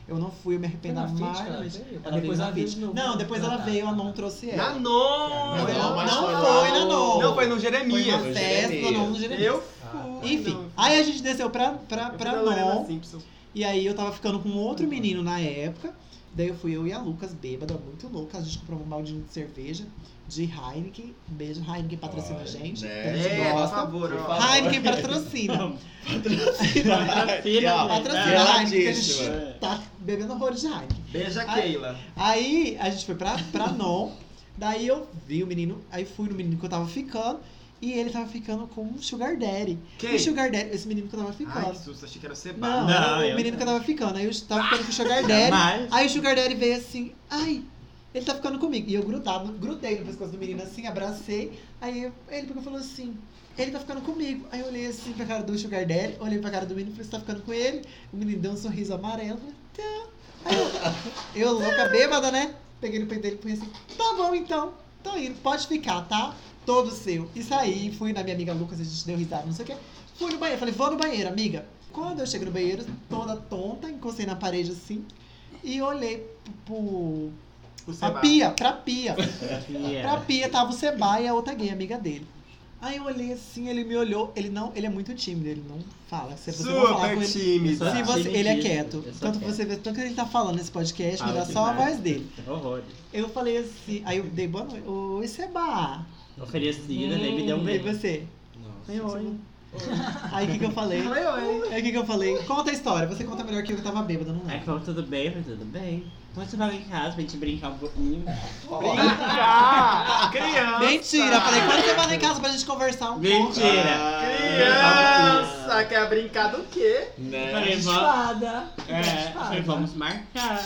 Speaker 1: Eu não fui, eu
Speaker 5: Foi
Speaker 1: me arrependo
Speaker 5: na fit,
Speaker 1: mais.
Speaker 5: cara, ela veio?
Speaker 2: Tá
Speaker 1: Ela
Speaker 5: Depois
Speaker 1: veio
Speaker 5: ela
Speaker 1: na
Speaker 5: veio
Speaker 1: fit.
Speaker 5: de novo.
Speaker 1: Não, depois ela
Speaker 5: Tá.
Speaker 1: veio, a
Speaker 2: Ah.
Speaker 1: não trouxe
Speaker 3: Na
Speaker 1: ela.
Speaker 3: NON!
Speaker 1: Não,
Speaker 2: Não,
Speaker 1: ela-
Speaker 2: mas
Speaker 1: não
Speaker 2: foi lá.
Speaker 1: foi na NON.
Speaker 3: Não, foi no
Speaker 1: Foi
Speaker 3: Jeremias.
Speaker 1: uma festa,
Speaker 2: Jeremias.
Speaker 1: não, no Jeremias.
Speaker 3: né? Eu
Speaker 5: Ah,
Speaker 3: fui.
Speaker 1: Enfim,
Speaker 3: não.
Speaker 1: aí a gente desceu pra, pra,
Speaker 3: Eu assim. fui
Speaker 1: pra
Speaker 3: na Lorena
Speaker 1: NON,
Speaker 3: Simpson.
Speaker 1: e aí eu tava ficando com outro
Speaker 3: Uhum.
Speaker 1: menino na época. Daí eu fui eu e a Lucas, bêbada, muito louca. A gente comprou um baldinho de cerveja de Heineken. um Beijo, Heineken patrocina a
Speaker 2: Olha,
Speaker 1: gente.
Speaker 2: né?
Speaker 1: A gente
Speaker 3: É, por
Speaker 1: gosta.
Speaker 3: favor,
Speaker 2: Por
Speaker 3: ó.
Speaker 2: favor.
Speaker 1: Heineken patrocina.
Speaker 4: Patrocina,
Speaker 2: Aqui, ó.
Speaker 1: Patrocina
Speaker 3: é
Speaker 1: a
Speaker 2: Ela
Speaker 1: Heineken, né, que a
Speaker 2: disse,
Speaker 1: gente
Speaker 4: mano.
Speaker 1: tá bebendo horror de Heineken.
Speaker 3: Beija
Speaker 1: Ai.
Speaker 3: Keila.
Speaker 1: Aí a gente foi pra, pra Non. Daí eu vi o menino, aí fui no menino que eu tava ficando. E ele tava ficando com um Sugar Daddy.
Speaker 3: Quem?
Speaker 1: O Sugar Daddy, esse menino que eu tava
Speaker 3: Ai, que
Speaker 1: ficando.
Speaker 3: susto, achei que era o Seba.
Speaker 1: não,
Speaker 4: Não,
Speaker 1: era o
Speaker 4: eu
Speaker 1: menino
Speaker 4: não.
Speaker 1: que eu tava ficando. Aí eu tava ficando com o Sugar Daddy.
Speaker 4: Mas...
Speaker 1: aí o Sugar Daddy veio assim, ai, Ele tá ficando comigo. E eu grudado, grudei no pescoço do menino assim, abracei. Aí eu- ele pegou e falou assim: ele tá ficando comigo. Aí eu olhei assim pra cara do Sugar Daddy, olhei pra cara do menino e falei: você tá ficando com ele? O menino deu um sorriso amarelo. Tá. Aí eu, eu louca bêbada, né? Peguei no peito dele e falei assim: tá bom então, tô indo, pode ficar, tá? Todo seu. E saí, fui na minha amiga Lucas, a gente deu risada, não sei o quê. Fui no banheiro, falei: vou no banheiro, amiga. Quando eu cheguei no banheiro, toda tonta, encostei na parede assim e olhei pro- pro,
Speaker 3: O
Speaker 1: a
Speaker 3: Seba.
Speaker 1: pia, pra pia.
Speaker 4: Que
Speaker 1: Pra
Speaker 4: é.
Speaker 1: pia tava o Seba e a outra gay, amiga dele. Aí eu olhei assim, ele me olhou, ele não, ele é muito tímido, ele não fala. Se você for falar com
Speaker 3: Super
Speaker 1: ele,
Speaker 3: tímida.
Speaker 1: se você, ele é quieto.
Speaker 4: Eu sou
Speaker 1: Tanto que
Speaker 4: quieto.
Speaker 1: você vê, tanto que ele tá falando nesse podcast, me
Speaker 4: Fala
Speaker 1: dá só a
Speaker 4: demais.
Speaker 1: voz dele.
Speaker 4: Horrores.
Speaker 1: Eu falei assim, aí eu dei boa noite. Oi, Seba.
Speaker 4: Oferecida, nem me deu um
Speaker 1: E
Speaker 4: beijo.
Speaker 1: você?
Speaker 6: Nossa.
Speaker 1: Aí, oi. Aí o que, que eu falei?
Speaker 3: Falei, oi.
Speaker 1: Aí o que, que eu falei? Conta a história, você conta melhor que eu que tava bêbada, não
Speaker 4: Aí
Speaker 1: lembro.
Speaker 4: falou, tudo bem? Eu falei, tudo bem. Então você vai em casa pra gente brincar um pouquinho.
Speaker 1: Ah,
Speaker 3: Brincar! Ah, Criança!
Speaker 1: Mentira, eu falei, quando você vai lá em casa pra gente conversar um pouco?
Speaker 4: Mentira!
Speaker 3: Criança! Quer brincar do quê?
Speaker 4: Eu
Speaker 2: Né?
Speaker 1: é.
Speaker 4: Falei, vamos.
Speaker 5: Fada.
Speaker 4: É, eu falei, vamos marcar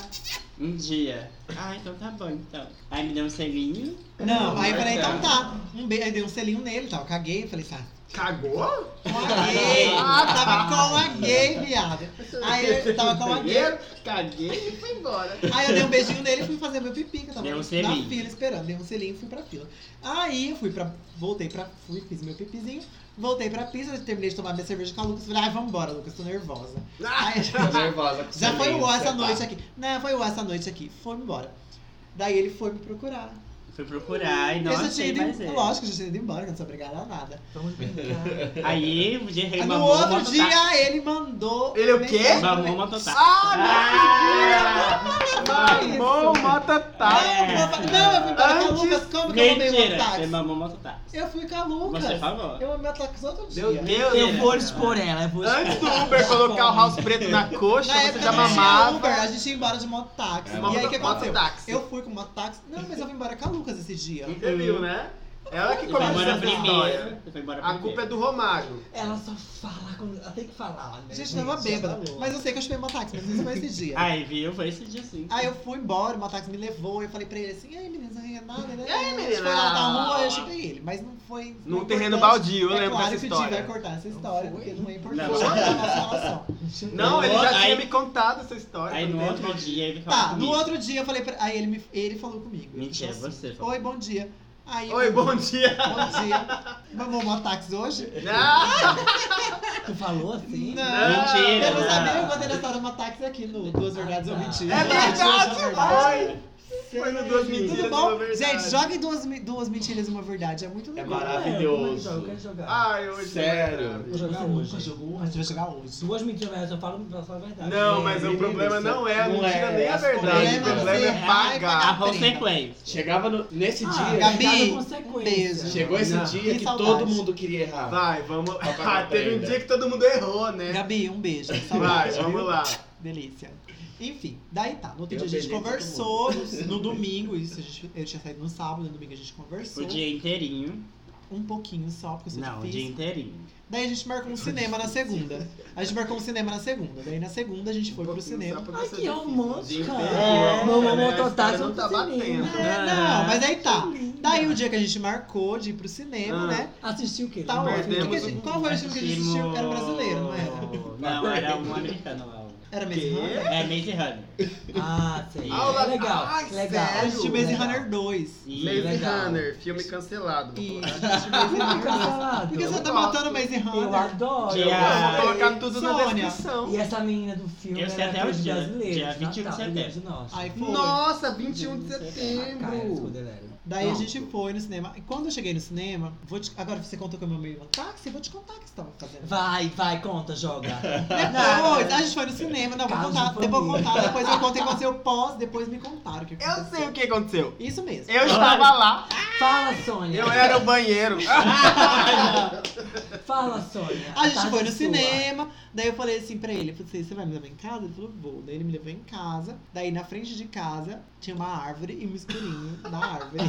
Speaker 4: um dia. Ah, então tá bom, então. Aí me deu um selinho.
Speaker 1: Não, aí eu
Speaker 4: é
Speaker 1: falei, então tá. Um be... Aí dei um selinho nele e tal. Caguei, falei, tá.
Speaker 3: Cagou?
Speaker 1: Com a gay. tava com a gay, viado. Aí eu tava com a gay.
Speaker 3: Primeiro, Caguei e fui embora.
Speaker 1: Aí eu dei um beijinho nele e fui fazer meu pipi, que eu tava
Speaker 4: Deu um
Speaker 1: na
Speaker 4: selinho.
Speaker 1: fila esperando. Dei um selinho e fui pra fila. Aí eu fui pra. Voltei pra. Fui, fiz meu pipizinho. Voltei pra pista, terminei de tomar minha cerveja com a Lucas. Falei, ai, vambora, Lucas, tô nervosa. Aí,
Speaker 2: Tô nervosa com
Speaker 1: já
Speaker 2: silêncio,
Speaker 1: foi o ó essa
Speaker 2: pá.
Speaker 4: tá.
Speaker 1: noite né? aqui. Não, foi o ó essa noite aqui. Foi embora. Daí ele foi me procurar.
Speaker 4: Fui procurar e não
Speaker 1: eu já tinha
Speaker 4: achei
Speaker 1: ido,
Speaker 4: mais ele.
Speaker 1: lógico, eu já tinha ido embora, que eu não sou obrigada a nada.
Speaker 4: Aí o dia
Speaker 1: Aí,
Speaker 4: rei
Speaker 1: no
Speaker 4: mamou uma tá
Speaker 1: outro
Speaker 4: totá.
Speaker 1: dia ele mandou.
Speaker 3: Ele o
Speaker 1: mensagem
Speaker 3: quê?
Speaker 1: pra
Speaker 4: Mamou
Speaker 1: mim.
Speaker 4: uma totá.
Speaker 3: Ah,
Speaker 1: Ah,
Speaker 3: mentira!
Speaker 1: isso.
Speaker 3: Bom, mata tá.
Speaker 1: Não, eu fui- Não, eu fui embora com a
Speaker 3: Antes-
Speaker 1: Lucas. Como que eu mamei o
Speaker 4: Mentira! Ele
Speaker 1: Otávio?
Speaker 4: mamou uma totá.
Speaker 1: Eu fui com a
Speaker 4: Você
Speaker 1: Lucas.
Speaker 4: falou.
Speaker 1: Eu mamei o Otávio outro dia.
Speaker 3: Meu Deus!
Speaker 5: Eu vou expor ela,
Speaker 1: é
Speaker 5: eu vou
Speaker 3: Antes
Speaker 5: expor.
Speaker 3: do Uber colocar o house preto na coxa,
Speaker 1: Na
Speaker 3: você
Speaker 1: época
Speaker 3: já
Speaker 1: não tinha Uber, a
Speaker 3: mamava.
Speaker 1: gente ia embora de mototáxi.
Speaker 2: É,
Speaker 1: e aí o que aconteceu?
Speaker 3: Táxi.
Speaker 1: Eu fui com mototáxi. Não, mas eu fui embora com a Lucas esse dia.
Speaker 3: Você viu, né? Ela que
Speaker 4: Ele foi
Speaker 3: começou
Speaker 4: embora
Speaker 3: essa história.
Speaker 4: primeiro. Ele foi embora
Speaker 3: A culpa é
Speaker 4: primeiro.
Speaker 3: do Romário.
Speaker 5: Ela só fala quando. Ela tem que falar. né,
Speaker 1: A gente tava bêbada.
Speaker 3: tá
Speaker 5: Ela falou.
Speaker 1: Mas eu sei que eu chupei mototáxi, mas isso foi esse dia.
Speaker 4: Aí viu, foi esse dia sim.
Speaker 1: Aí eu fui embora, o Matax me levou, eu falei pra ele assim, ei menina, não é nada, né? E
Speaker 3: aí, menina?
Speaker 1: Foi lá na rua, eu chutei ele, mas não foi... não
Speaker 3: Num
Speaker 1: foi
Speaker 3: terreno
Speaker 1: importante.
Speaker 3: baldio, eu
Speaker 1: é
Speaker 3: lembro
Speaker 1: claro
Speaker 3: dessa
Speaker 1: que o Di vai
Speaker 3: história.
Speaker 1: cortar essa história,
Speaker 5: Não
Speaker 1: porque
Speaker 5: foi.
Speaker 1: não é importante
Speaker 4: Não.
Speaker 1: pra nossa relação.
Speaker 3: Não, ele já tinha
Speaker 4: Aí-
Speaker 3: me contado essa história.
Speaker 4: Aí
Speaker 3: eu
Speaker 4: no
Speaker 3: lembro.
Speaker 4: outro dia ele falou
Speaker 1: Tá, no
Speaker 4: comigo.
Speaker 1: outro dia eu falei pra... Aí ele, me... ele falou comigo. ele
Speaker 4: Mentira,
Speaker 1: falou assim,
Speaker 4: você falou.
Speaker 1: Oi, bom dia. Aí eu-
Speaker 3: Oi, bom dia.
Speaker 1: Bom dia. Mamou o Matax hoje?
Speaker 3: Ah,
Speaker 5: Tu falou assim?
Speaker 4: Mentira.
Speaker 3: É.
Speaker 1: Eu não sabia, eu contei a história do Matax aqui no Duas Verdades
Speaker 2: Ah,
Speaker 1: ou
Speaker 5: tá.
Speaker 1: Mentiras.
Speaker 3: é verdade, foi. Foi no Duas
Speaker 1: Tudo
Speaker 3: Mentiras, uma
Speaker 1: bom?
Speaker 3: é verdade.
Speaker 1: Gente, joguem duas, mi- duas mentiras e uma verdade, é muito
Speaker 2: É
Speaker 1: legal.
Speaker 2: maravilhoso.
Speaker 5: Eu quero jogar.
Speaker 3: Ai, hoje
Speaker 2: Sério?
Speaker 3: não é
Speaker 5: Vou
Speaker 3: grave.
Speaker 5: jogar
Speaker 1: Ah, Você
Speaker 5: hoje.
Speaker 1: nunca jogou? A gente vai jogar hoje.
Speaker 5: Duas mentiras verdades, eu falo eu falo a verdade.
Speaker 3: Não, mas
Speaker 2: É,
Speaker 3: o problema não é a
Speaker 2: não
Speaker 3: mentira
Speaker 2: é.
Speaker 3: nem a
Speaker 2: As
Speaker 3: verdade. O
Speaker 2: polêmicas,
Speaker 3: problema
Speaker 1: você
Speaker 3: é
Speaker 4: A
Speaker 3: pagar.
Speaker 1: raiva-
Speaker 4: consequência.
Speaker 2: Chegava no- nesse
Speaker 5: Ah,
Speaker 2: dia,
Speaker 1: Gabi,
Speaker 5: Gabi,
Speaker 1: beijo.
Speaker 2: chegou esse
Speaker 3: Não.
Speaker 2: dia
Speaker 1: Que
Speaker 2: que
Speaker 1: saudade.
Speaker 2: todo mundo queria errar.
Speaker 3: Vai, vamos.
Speaker 2: Vai pra
Speaker 3: Ah, teve um
Speaker 2: contenda.
Speaker 3: dia que todo mundo errou, né?
Speaker 1: Gabi, um beijo.
Speaker 3: Vai,
Speaker 1: Saudade,
Speaker 3: vamos
Speaker 1: viu?
Speaker 3: lá.
Speaker 1: Delícia. Enfim, daí tá. No outro
Speaker 2: Eu
Speaker 1: dia a gente
Speaker 2: beijei
Speaker 1: conversou. No domingo, isso, a gente, eu tinha saído no sábado, no domingo a gente
Speaker 4: O
Speaker 1: conversou.
Speaker 4: dia inteirinho.
Speaker 1: Um pouquinho só, porque eu sou
Speaker 4: Não, o dia
Speaker 1: difícil.
Speaker 4: inteirinho.
Speaker 1: Daí a gente marcou um cinema na segunda. A gente marcou um cinema na segunda. Daí na segunda a gente foi pro cinema.
Speaker 5: Ai, que romântica.
Speaker 3: É,
Speaker 5: Meu
Speaker 3: né?
Speaker 5: mamão
Speaker 3: A história
Speaker 5: total
Speaker 3: não tá batendo.
Speaker 1: É, não, mas aí tá. Daí o dia que a gente marcou de ir pro cinema,
Speaker 3: Ah.
Speaker 1: né?
Speaker 5: Assistiu o quê?
Speaker 1: Tá ótimo. O que que a
Speaker 3: Perdemos
Speaker 1: gente-
Speaker 3: um-
Speaker 1: Qual foi o filme que a gente assistiu? Era
Speaker 5: é?
Speaker 1: brasileiro, não era?
Speaker 4: Não, era um americano lá. o-
Speaker 1: Era
Speaker 3: Quê?
Speaker 1: mesmo?
Speaker 4: É Maze Runner.
Speaker 5: Ah, sei.
Speaker 3: Aula-
Speaker 5: É legal.
Speaker 3: Ai,
Speaker 5: legal.
Speaker 1: A gente assistiu
Speaker 3: Sério?
Speaker 1: Maze Runner 2.
Speaker 4: E
Speaker 3: Maze
Speaker 5: Legal.
Speaker 3: Runner, filme cancelado.
Speaker 1: E a
Speaker 3: Eu
Speaker 1: gente assistiu Maze
Speaker 5: Não,
Speaker 1: Runner 2.
Speaker 5: cancelado.
Speaker 1: Por que você tá
Speaker 3: gosto.
Speaker 1: matando o Maze
Speaker 5: Eu
Speaker 1: Runner?
Speaker 5: adoro.
Speaker 4: Dia-
Speaker 3: vou
Speaker 4: Ai,
Speaker 3: colocar tudo na
Speaker 1: Sônia.
Speaker 3: descrição.
Speaker 5: E essa menina do filme
Speaker 4: Eu sei
Speaker 5: ela
Speaker 4: até
Speaker 5: é
Speaker 4: o dia,
Speaker 5: brasileira.
Speaker 4: dia 21 de setembro.
Speaker 1: Aí foi. tá
Speaker 3: Nossa, 21 de setembro.
Speaker 5: setembro.
Speaker 1: Daí a gente foi no cinema. E quando eu cheguei no cinema, vou te... agora você contou que eu mamei um táxi, eu vou te contar o que você tava fazendo.
Speaker 5: Vai, vai, conta, joga.
Speaker 1: Depois, a gente foi no cinema, não, vou
Speaker 5: Caso
Speaker 1: contar,
Speaker 5: de
Speaker 1: depois vou
Speaker 5: família.
Speaker 1: contar, depois eu contei com seu pós, depois me contaram o que
Speaker 3: Eu
Speaker 1: aconteceu.
Speaker 3: sei o que aconteceu.
Speaker 1: Isso mesmo.
Speaker 3: Eu estava lá,
Speaker 5: Fala, Sônia.
Speaker 3: eu era o banheiro.
Speaker 5: Fala, Sônia.
Speaker 1: A gente
Speaker 5: tarde
Speaker 1: foi no
Speaker 5: é sua.
Speaker 1: cinema, daí eu falei assim pra ele, eu falei assim, você vai me levar em casa? Ele falou, vou. Daí ele me levou em casa, daí na frente de casa tinha uma árvore e um escurinho da árvore.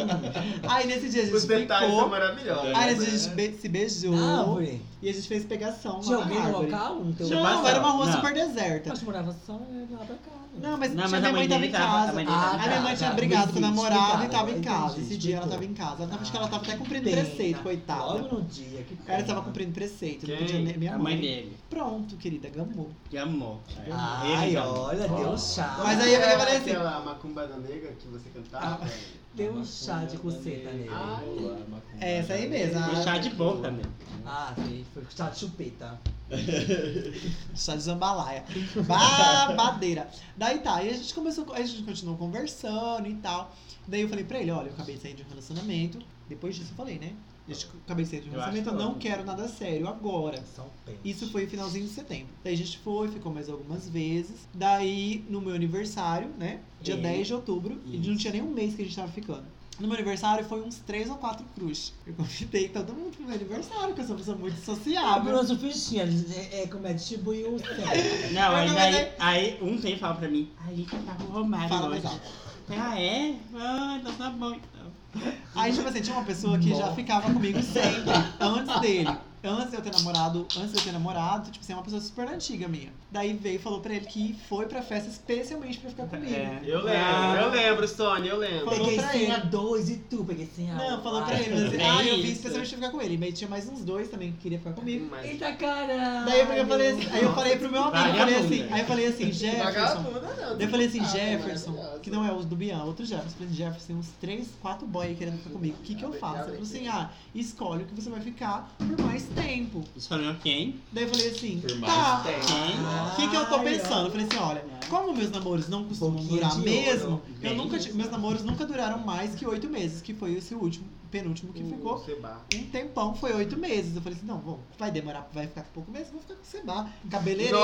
Speaker 1: Aí nesse dia a
Speaker 3: Os
Speaker 1: gente
Speaker 3: detalhes são
Speaker 1: ficou,
Speaker 3: maravilhosos.
Speaker 1: aí
Speaker 3: né?
Speaker 1: nesse dia a gente be- se beijou.
Speaker 5: Árvore.
Speaker 1: E a gente fez pegação lá
Speaker 5: Ah, Tinha
Speaker 1: na
Speaker 5: alguém no
Speaker 1: árvore.
Speaker 5: local? No teu
Speaker 1: Não,
Speaker 4: Passaram.
Speaker 5: local?
Speaker 1: era uma rua
Speaker 4: Não.
Speaker 1: super deserta.
Speaker 5: Mas tu morava só lá pra cá. né? Ah, tá,
Speaker 1: Não, mas,
Speaker 4: Não,
Speaker 1: tinha
Speaker 4: mas a
Speaker 1: minha mãe
Speaker 4: mãe
Speaker 1: tava
Speaker 4: dele
Speaker 1: em
Speaker 4: tava-
Speaker 1: casa.
Speaker 4: a mãe dele
Speaker 5: tava
Speaker 1: a
Speaker 5: em
Speaker 1: minha mãe
Speaker 5: casa.
Speaker 1: tinha
Speaker 5: Não
Speaker 1: brigado com o
Speaker 5: existe,
Speaker 1: namorado e
Speaker 5: coitada,
Speaker 1: tava em
Speaker 5: não
Speaker 1: casa.
Speaker 5: existe,
Speaker 1: Esse dia ela
Speaker 5: coitada.
Speaker 1: tava em casa. Ela tava- Acho que ela tava até cumprindo
Speaker 5: Pena.
Speaker 1: preceito, coitada.
Speaker 5: Logo no dia. Que
Speaker 1: Ela tava
Speaker 5: pena.
Speaker 1: cumprindo preceito, não
Speaker 3: Quem?
Speaker 1: podia nem minha
Speaker 4: A mãe
Speaker 1: mãe.
Speaker 4: dele.
Speaker 1: Pronto, querida, gamou.
Speaker 4: Que amor.
Speaker 5: Ai,
Speaker 4: Ele-
Speaker 5: olha, deu chá.
Speaker 1: Mas aí eu
Speaker 3: Era
Speaker 1: falei assim-
Speaker 3: Aquela macumbada negra que você cantava.
Speaker 5: Deu um chá de coceta nele.
Speaker 1: É essa aí mesmo.
Speaker 4: E chá
Speaker 1: A...
Speaker 4: de boca também.
Speaker 5: Ah, foi, foi chá de chupeta.
Speaker 1: Chá de zambalaya. Babadeira. Daí tá, aí a gente começou, aí a gente continuou conversando e tal. Daí eu falei pra ele, olha, eu acabei de sair de um relacionamento. Depois disso eu falei, né? Eu acabei de sair de um
Speaker 4: Eu acho
Speaker 1: relacionamento, eu
Speaker 4: que
Speaker 1: não
Speaker 4: foi.
Speaker 1: quero nada sério agora.
Speaker 5: São pente.
Speaker 1: Isso foi finalzinho de setembro. Daí a gente foi, ficou mais algumas vezes. Daí, no meu aniversário, né? Dia
Speaker 5: É.
Speaker 1: 10 de outubro. E
Speaker 2: Isso.
Speaker 1: não tinha nem um mês que a gente tava ficando. No meu aniversário foi uns três ou quatro crushes. Eu convidei todo mundo pro meu aniversário, porque eu sou uma pessoa muito
Speaker 5: Ah,
Speaker 1: sociável.
Speaker 5: Bruno Fichinha, é, é como é distribuiu o tempo.
Speaker 4: Não,
Speaker 1: Mas
Speaker 4: aí,
Speaker 1: não, mas
Speaker 4: aí, aí um tem fala pra mim, a Lica tá com o Romário
Speaker 1: Fala mais
Speaker 4: hoje.
Speaker 1: alto.
Speaker 4: Ah, é? Ah, então tá bom então.
Speaker 1: Aí, tipo assim, tinha uma pessoa que já
Speaker 5: Bom.
Speaker 1: ficava comigo sempre, antes dele. Antes de eu ter namorado, antes de eu ter namorado, tipo assim, é uma pessoa super antiga minha. Daí veio e falou pra ele que foi pra festa especialmente pra ficar comigo.
Speaker 4: É.
Speaker 3: Eu lembro, eu lembro, Sônia, eu lembro.
Speaker 1: Falou
Speaker 5: Peguei
Speaker 1: pra
Speaker 5: senha
Speaker 1: ele.
Speaker 5: 2 e tu, peguei um. senha 1.
Speaker 1: Não, falou pra ele, mas assim,
Speaker 4: É
Speaker 1: ah, eu vim
Speaker 4: isso.
Speaker 1: especialmente pra ficar com ele. Mas tinha mais uns dois também que queria ficar comigo.
Speaker 3: Mas-
Speaker 5: Eita caralho.
Speaker 1: Daí eu, eu falei, assim- aí eu falei pro meu amigo, eu falei
Speaker 4: Vagabundo.
Speaker 1: assim, aí eu falei assim, Jefferson.
Speaker 3: Vagabunda, não.
Speaker 1: Daí eu falei assim,
Speaker 3: Ah,
Speaker 1: Jefferson,
Speaker 3: maravilhosa.
Speaker 1: que não é o do Bian, outro Jefferson. Eu falei, assim, Jefferson, tem uns três, quatro boy aí querendo ficar comigo. O que que eu faço? Ele falou assim, ah, escolhe o que você vai ficar por mais tempo.
Speaker 4: Escolheu quem?
Speaker 1: Daí eu falei assim,
Speaker 2: Por mais
Speaker 1: tá,
Speaker 2: tempo.
Speaker 1: o que que eu tô pensando? Eu falei assim, olha, como meus namoros não costumam
Speaker 5: Pouquinho
Speaker 1: durar
Speaker 5: de ouro,
Speaker 1: mesmo, eu
Speaker 4: bem
Speaker 1: nunca, ti- meus namoros nunca duraram mais que oito meses, que foi esse último, penúltimo que é, ficou
Speaker 3: Seba.
Speaker 1: um tempão, foi oito meses. Eu falei assim, não, bom, vai demorar, vai ficar pouco mesmo, vou ficar com o Seba. Cabeleireiro.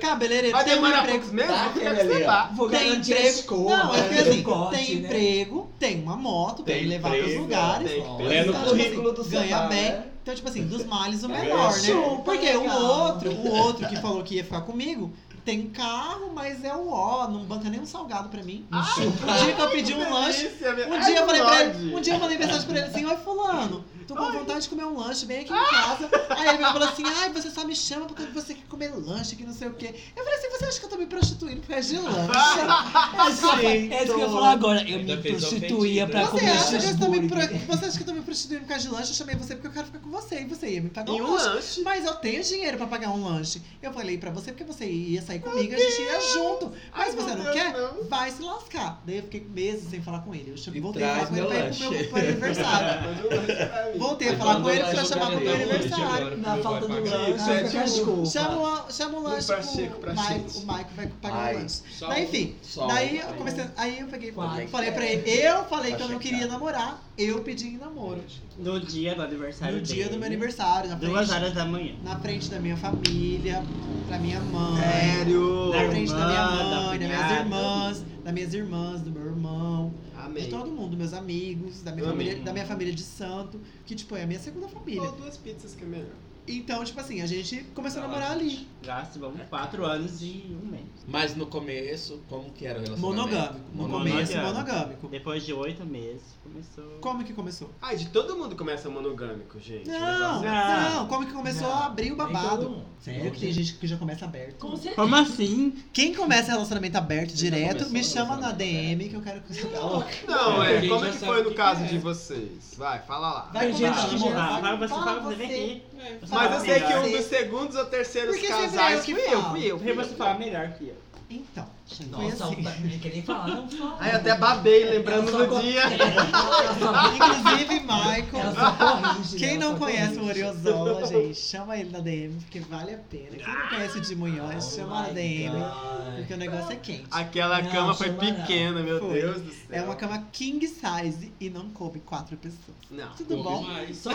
Speaker 1: Cabeleireiro.
Speaker 3: Vai
Speaker 1: tem um
Speaker 3: demorar
Speaker 1: emprego-
Speaker 3: poucos meses?
Speaker 5: Tá,
Speaker 3: Vou ficar com
Speaker 5: aquele ali,
Speaker 3: Seba.
Speaker 5: Vou
Speaker 1: Tem
Speaker 5: garantir a
Speaker 1: emprego.
Speaker 5: escola.
Speaker 1: Não, é porque
Speaker 5: né?
Speaker 1: assim,
Speaker 5: Corte,
Speaker 1: tem
Speaker 5: né?
Speaker 1: emprego, tem uma moto pra ele
Speaker 2: Tem
Speaker 1: levar pros
Speaker 2: emprego,
Speaker 1: lugares.
Speaker 3: tem
Speaker 5: Ó,
Speaker 3: emprego.
Speaker 2: É no
Speaker 1: Então,
Speaker 2: currículo
Speaker 1: tipo
Speaker 2: do
Speaker 1: assim, ganha
Speaker 2: Seba,
Speaker 1: bem.
Speaker 2: né?
Speaker 1: Então, tipo assim, dos males o
Speaker 2: Ganha
Speaker 1: menor, né?
Speaker 5: super
Speaker 1: Porque o
Speaker 5: legal.
Speaker 1: outro, o outro que falou que ia ficar comigo, tem carro, mas é o ó, não banca nem um salgado pra mim. um dia que eu pedi um lanche, um dia eu falei pra ele, um dia eu mandei mensagem pra ele assim, oi fulano, tô com vontade de comer um lanche, vem aqui em casa. Aí ele me falou assim, ai, você só me chama porque você quer comer lanche, que não sei o quê. Eu falei assim, você acha que eu tô me prostituindo por causa de
Speaker 3: Ah, tá
Speaker 1: lanche?
Speaker 5: É isso que eu- é isso que eu ia falar agora. Eu
Speaker 2: Ainda
Speaker 5: me
Speaker 2: fez
Speaker 5: prostituía
Speaker 2: ofendido. né?
Speaker 5: pra
Speaker 1: Você
Speaker 5: comer
Speaker 1: acha, que eu tô me
Speaker 5: cheeseburger.
Speaker 1: pro- você acha que eu tô me prostituindo por causa de lanche? Eu chamei você porque eu quero ficar com você e você ia me pagar
Speaker 3: Em
Speaker 1: um
Speaker 3: um
Speaker 1: lanche.
Speaker 3: lanche.
Speaker 1: Mas eu tenho dinheiro pra pagar um lanche. Eu falei pra você porque você ia sair comigo, a gente ia junto. Mas
Speaker 3: Ai,
Speaker 1: você
Speaker 3: meu
Speaker 1: não
Speaker 3: Deus,
Speaker 1: quer?
Speaker 3: não.
Speaker 1: Daí eu fiquei lascar. Daí eu fiquei meses sem falar com ele. Eu chamei,
Speaker 2: E
Speaker 1: voltei a falar
Speaker 2: traz
Speaker 1: com ele
Speaker 2: meu
Speaker 1: pra ir pro
Speaker 2: lanche.
Speaker 1: meu pro aniversário.
Speaker 3: Mas um lanche pra mim.
Speaker 1: Voltei a falar com ele pra chamar pro meu
Speaker 2: Agora,
Speaker 1: aniversário. é
Speaker 2: agora,
Speaker 5: Na
Speaker 2: meu
Speaker 5: falta do
Speaker 2: pai pagar.
Speaker 5: lanche,
Speaker 3: Gente,
Speaker 5: fica
Speaker 3: o-
Speaker 1: um
Speaker 5: desculpa.
Speaker 1: Chama, o- chama o lanche pro
Speaker 3: Pacheco pra
Speaker 1: Maico.
Speaker 3: gente.
Speaker 1: O Maico vai pagar
Speaker 2: Ai,
Speaker 1: o lanche.
Speaker 2: só
Speaker 1: Daí,
Speaker 2: um-
Speaker 1: enfim.
Speaker 2: só
Speaker 1: daí
Speaker 2: um.
Speaker 1: eu comecei. Aí eu peguei
Speaker 5: Quatro.
Speaker 1: falei pra ele. Eu falei que eu não
Speaker 2: Pacheco.
Speaker 1: queria namorar. Eu pedi em namoro.
Speaker 4: No dia do aniversário
Speaker 1: No dia
Speaker 4: dele.
Speaker 1: do meu aniversário, na
Speaker 4: Duas
Speaker 1: frente,
Speaker 4: horas da manhã.
Speaker 1: na frente da minha família, pra minha mãe.
Speaker 3: É, Sério.
Speaker 1: Na frente da minha
Speaker 4: Irmã, da
Speaker 1: mãe, das minhas
Speaker 4: cunhada.
Speaker 1: irmãs, das minhas irmãs, do meu irmão, de
Speaker 3: Amém.
Speaker 1: todo mundo, meus amigos, da minha,
Speaker 3: Amém.
Speaker 1: família, da minha família de santo, que tipo, é a minha segunda
Speaker 3: Ou
Speaker 1: família.
Speaker 3: duas pizzas que é melhor.
Speaker 1: Então, tipo assim, a gente começou a
Speaker 2: Tá
Speaker 1: namorar
Speaker 2: lá.
Speaker 1: ali.
Speaker 4: Gasto, vamos, quatro anos e um mês.
Speaker 2: Mas no começo, como que era o relacionamento?
Speaker 1: Monogâmico. No
Speaker 4: Monogâmico.
Speaker 1: começo, monogâmico.
Speaker 4: Depois de oito meses, começou...
Speaker 1: Como que começou?
Speaker 3: Ah, de todo mundo começa monogâmico, gente.
Speaker 1: Não,
Speaker 3: Negócio é-
Speaker 4: Ah.
Speaker 1: não, como que começou
Speaker 5: Não,
Speaker 1: a abrir o
Speaker 5: Nem todo
Speaker 1: babado?
Speaker 5: mundo.
Speaker 1: Você viu que tem Então, gente que já começa aberto? né?
Speaker 5: Com certeza.
Speaker 4: Como assim?
Speaker 1: Quem começa relacionamento aberto
Speaker 2: já
Speaker 1: direto,
Speaker 2: começou
Speaker 1: me
Speaker 2: a
Speaker 1: chama na
Speaker 2: relacionamento
Speaker 1: DM que eu quero que você tá louca.
Speaker 3: Não,
Speaker 6: É, a
Speaker 3: é.
Speaker 6: gente
Speaker 3: Como
Speaker 6: já
Speaker 3: é que
Speaker 6: sabe
Speaker 3: foi
Speaker 6: o
Speaker 3: no
Speaker 6: que
Speaker 3: caso
Speaker 6: é.
Speaker 3: de vocês? Vai, fala lá.
Speaker 1: Vai com
Speaker 5: Tem
Speaker 1: gente que
Speaker 5: gente
Speaker 4: Fala,
Speaker 5: que
Speaker 1: já
Speaker 5: já-
Speaker 4: fala, você fala, você vem
Speaker 1: assim? você.
Speaker 4: aqui.
Speaker 3: Mas eu sei que
Speaker 1: Fala.
Speaker 3: um dos segundos ou terceiros
Speaker 1: Porque sempre é eu
Speaker 3: casais
Speaker 1: que
Speaker 3: fui eu,
Speaker 1: falo.
Speaker 3: fui eu.
Speaker 4: Porque
Speaker 3: Fui
Speaker 4: você
Speaker 3: eu.
Speaker 4: fala melhor que eu.
Speaker 1: Então, foi
Speaker 5: Nossa,
Speaker 1: assim.
Speaker 5: não queria falar, não fala.
Speaker 3: Ai, eu até babei lembrando
Speaker 5: Ela só
Speaker 3: do
Speaker 5: co-
Speaker 3: dia.
Speaker 5: Ela só-
Speaker 1: Inclusive,
Speaker 5: ela
Speaker 1: Michael.
Speaker 5: só corrige,
Speaker 1: Quem
Speaker 5: ela
Speaker 1: não
Speaker 5: só
Speaker 1: conhece o
Speaker 5: corrige.
Speaker 1: Oriozola, gente, chama ele na DM, porque vale a pena. Quem não conhece o de manhã, chama na
Speaker 5: Oh my
Speaker 1: DM,
Speaker 5: God.
Speaker 1: porque o negócio é quente.
Speaker 3: Aquela
Speaker 5: Não,
Speaker 3: cama foi
Speaker 5: chama não.
Speaker 3: pequena, meu
Speaker 1: Foi.
Speaker 3: Deus do céu.
Speaker 1: É uma cama king size e não coube quatro pessoas.
Speaker 3: Não.
Speaker 1: Tudo bom?
Speaker 6: Mas,
Speaker 1: tá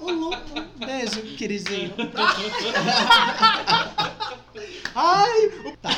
Speaker 1: O Lu, um beijo, queridinho. Ai! Tá.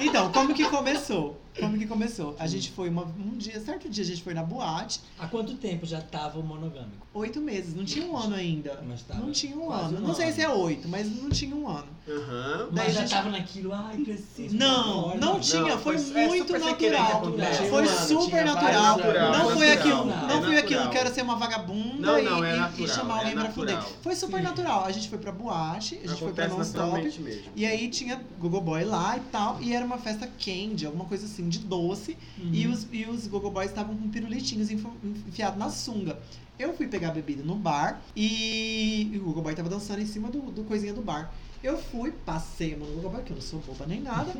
Speaker 1: Então, como que começou? Como que começou? A gente foi uma- um dia, certo dia a gente foi na boate,
Speaker 5: Há quanto tempo já tava o monogâmico?
Speaker 1: oito meses, não tinha um ano ainda.
Speaker 5: Mas
Speaker 3: Tá,
Speaker 5: tava.
Speaker 1: Não tinha um
Speaker 5: quase
Speaker 1: ano.
Speaker 5: um
Speaker 1: Não sei
Speaker 5: ano.
Speaker 1: se é oito, mas não tinha um ano.
Speaker 3: Aham.
Speaker 1: Daí a
Speaker 5: Mas já
Speaker 1: gente-
Speaker 5: tava naquilo, ai, preciso.
Speaker 1: Não,
Speaker 5: agora,
Speaker 1: não tinha, foi
Speaker 3: foi- é
Speaker 1: muito
Speaker 3: super sem querer que
Speaker 1: natural.
Speaker 5: acontece.
Speaker 1: Foi
Speaker 5: Tinha um ano,
Speaker 1: super
Speaker 2: tinha
Speaker 1: natural.
Speaker 2: vários anos.
Speaker 1: Não foi
Speaker 3: Natural,
Speaker 1: aquilo,
Speaker 5: é
Speaker 1: não foi aquilo,
Speaker 3: natural.
Speaker 1: quero ser uma vagabunda
Speaker 3: Não,
Speaker 1: e-
Speaker 3: não, é
Speaker 1: e- e,
Speaker 3: natural,
Speaker 1: chamar alguém
Speaker 3: é
Speaker 1: pra fuder.
Speaker 3: natural.
Speaker 1: Foi super
Speaker 5: Sim.
Speaker 1: natural. A gente foi pra boate, a gente foi pra
Speaker 3: Acontece
Speaker 1: non-stop.
Speaker 3: naturalmente mesmo.
Speaker 1: E aí tinha Gogo Boy lá e tal, e era uma festa candy, alguma coisa assim de doce,
Speaker 5: Uhum.
Speaker 1: e os, e os Gogo Boys estavam com pirulitinhos enfo- enfiados na sunga. Eu fui pegar a bebida no bar e, e o Gogo Boy tava dançando em cima do, do coisinha do bar. Eu fui, passei a mão no Gogo Boy, que eu não sou boba nem nada,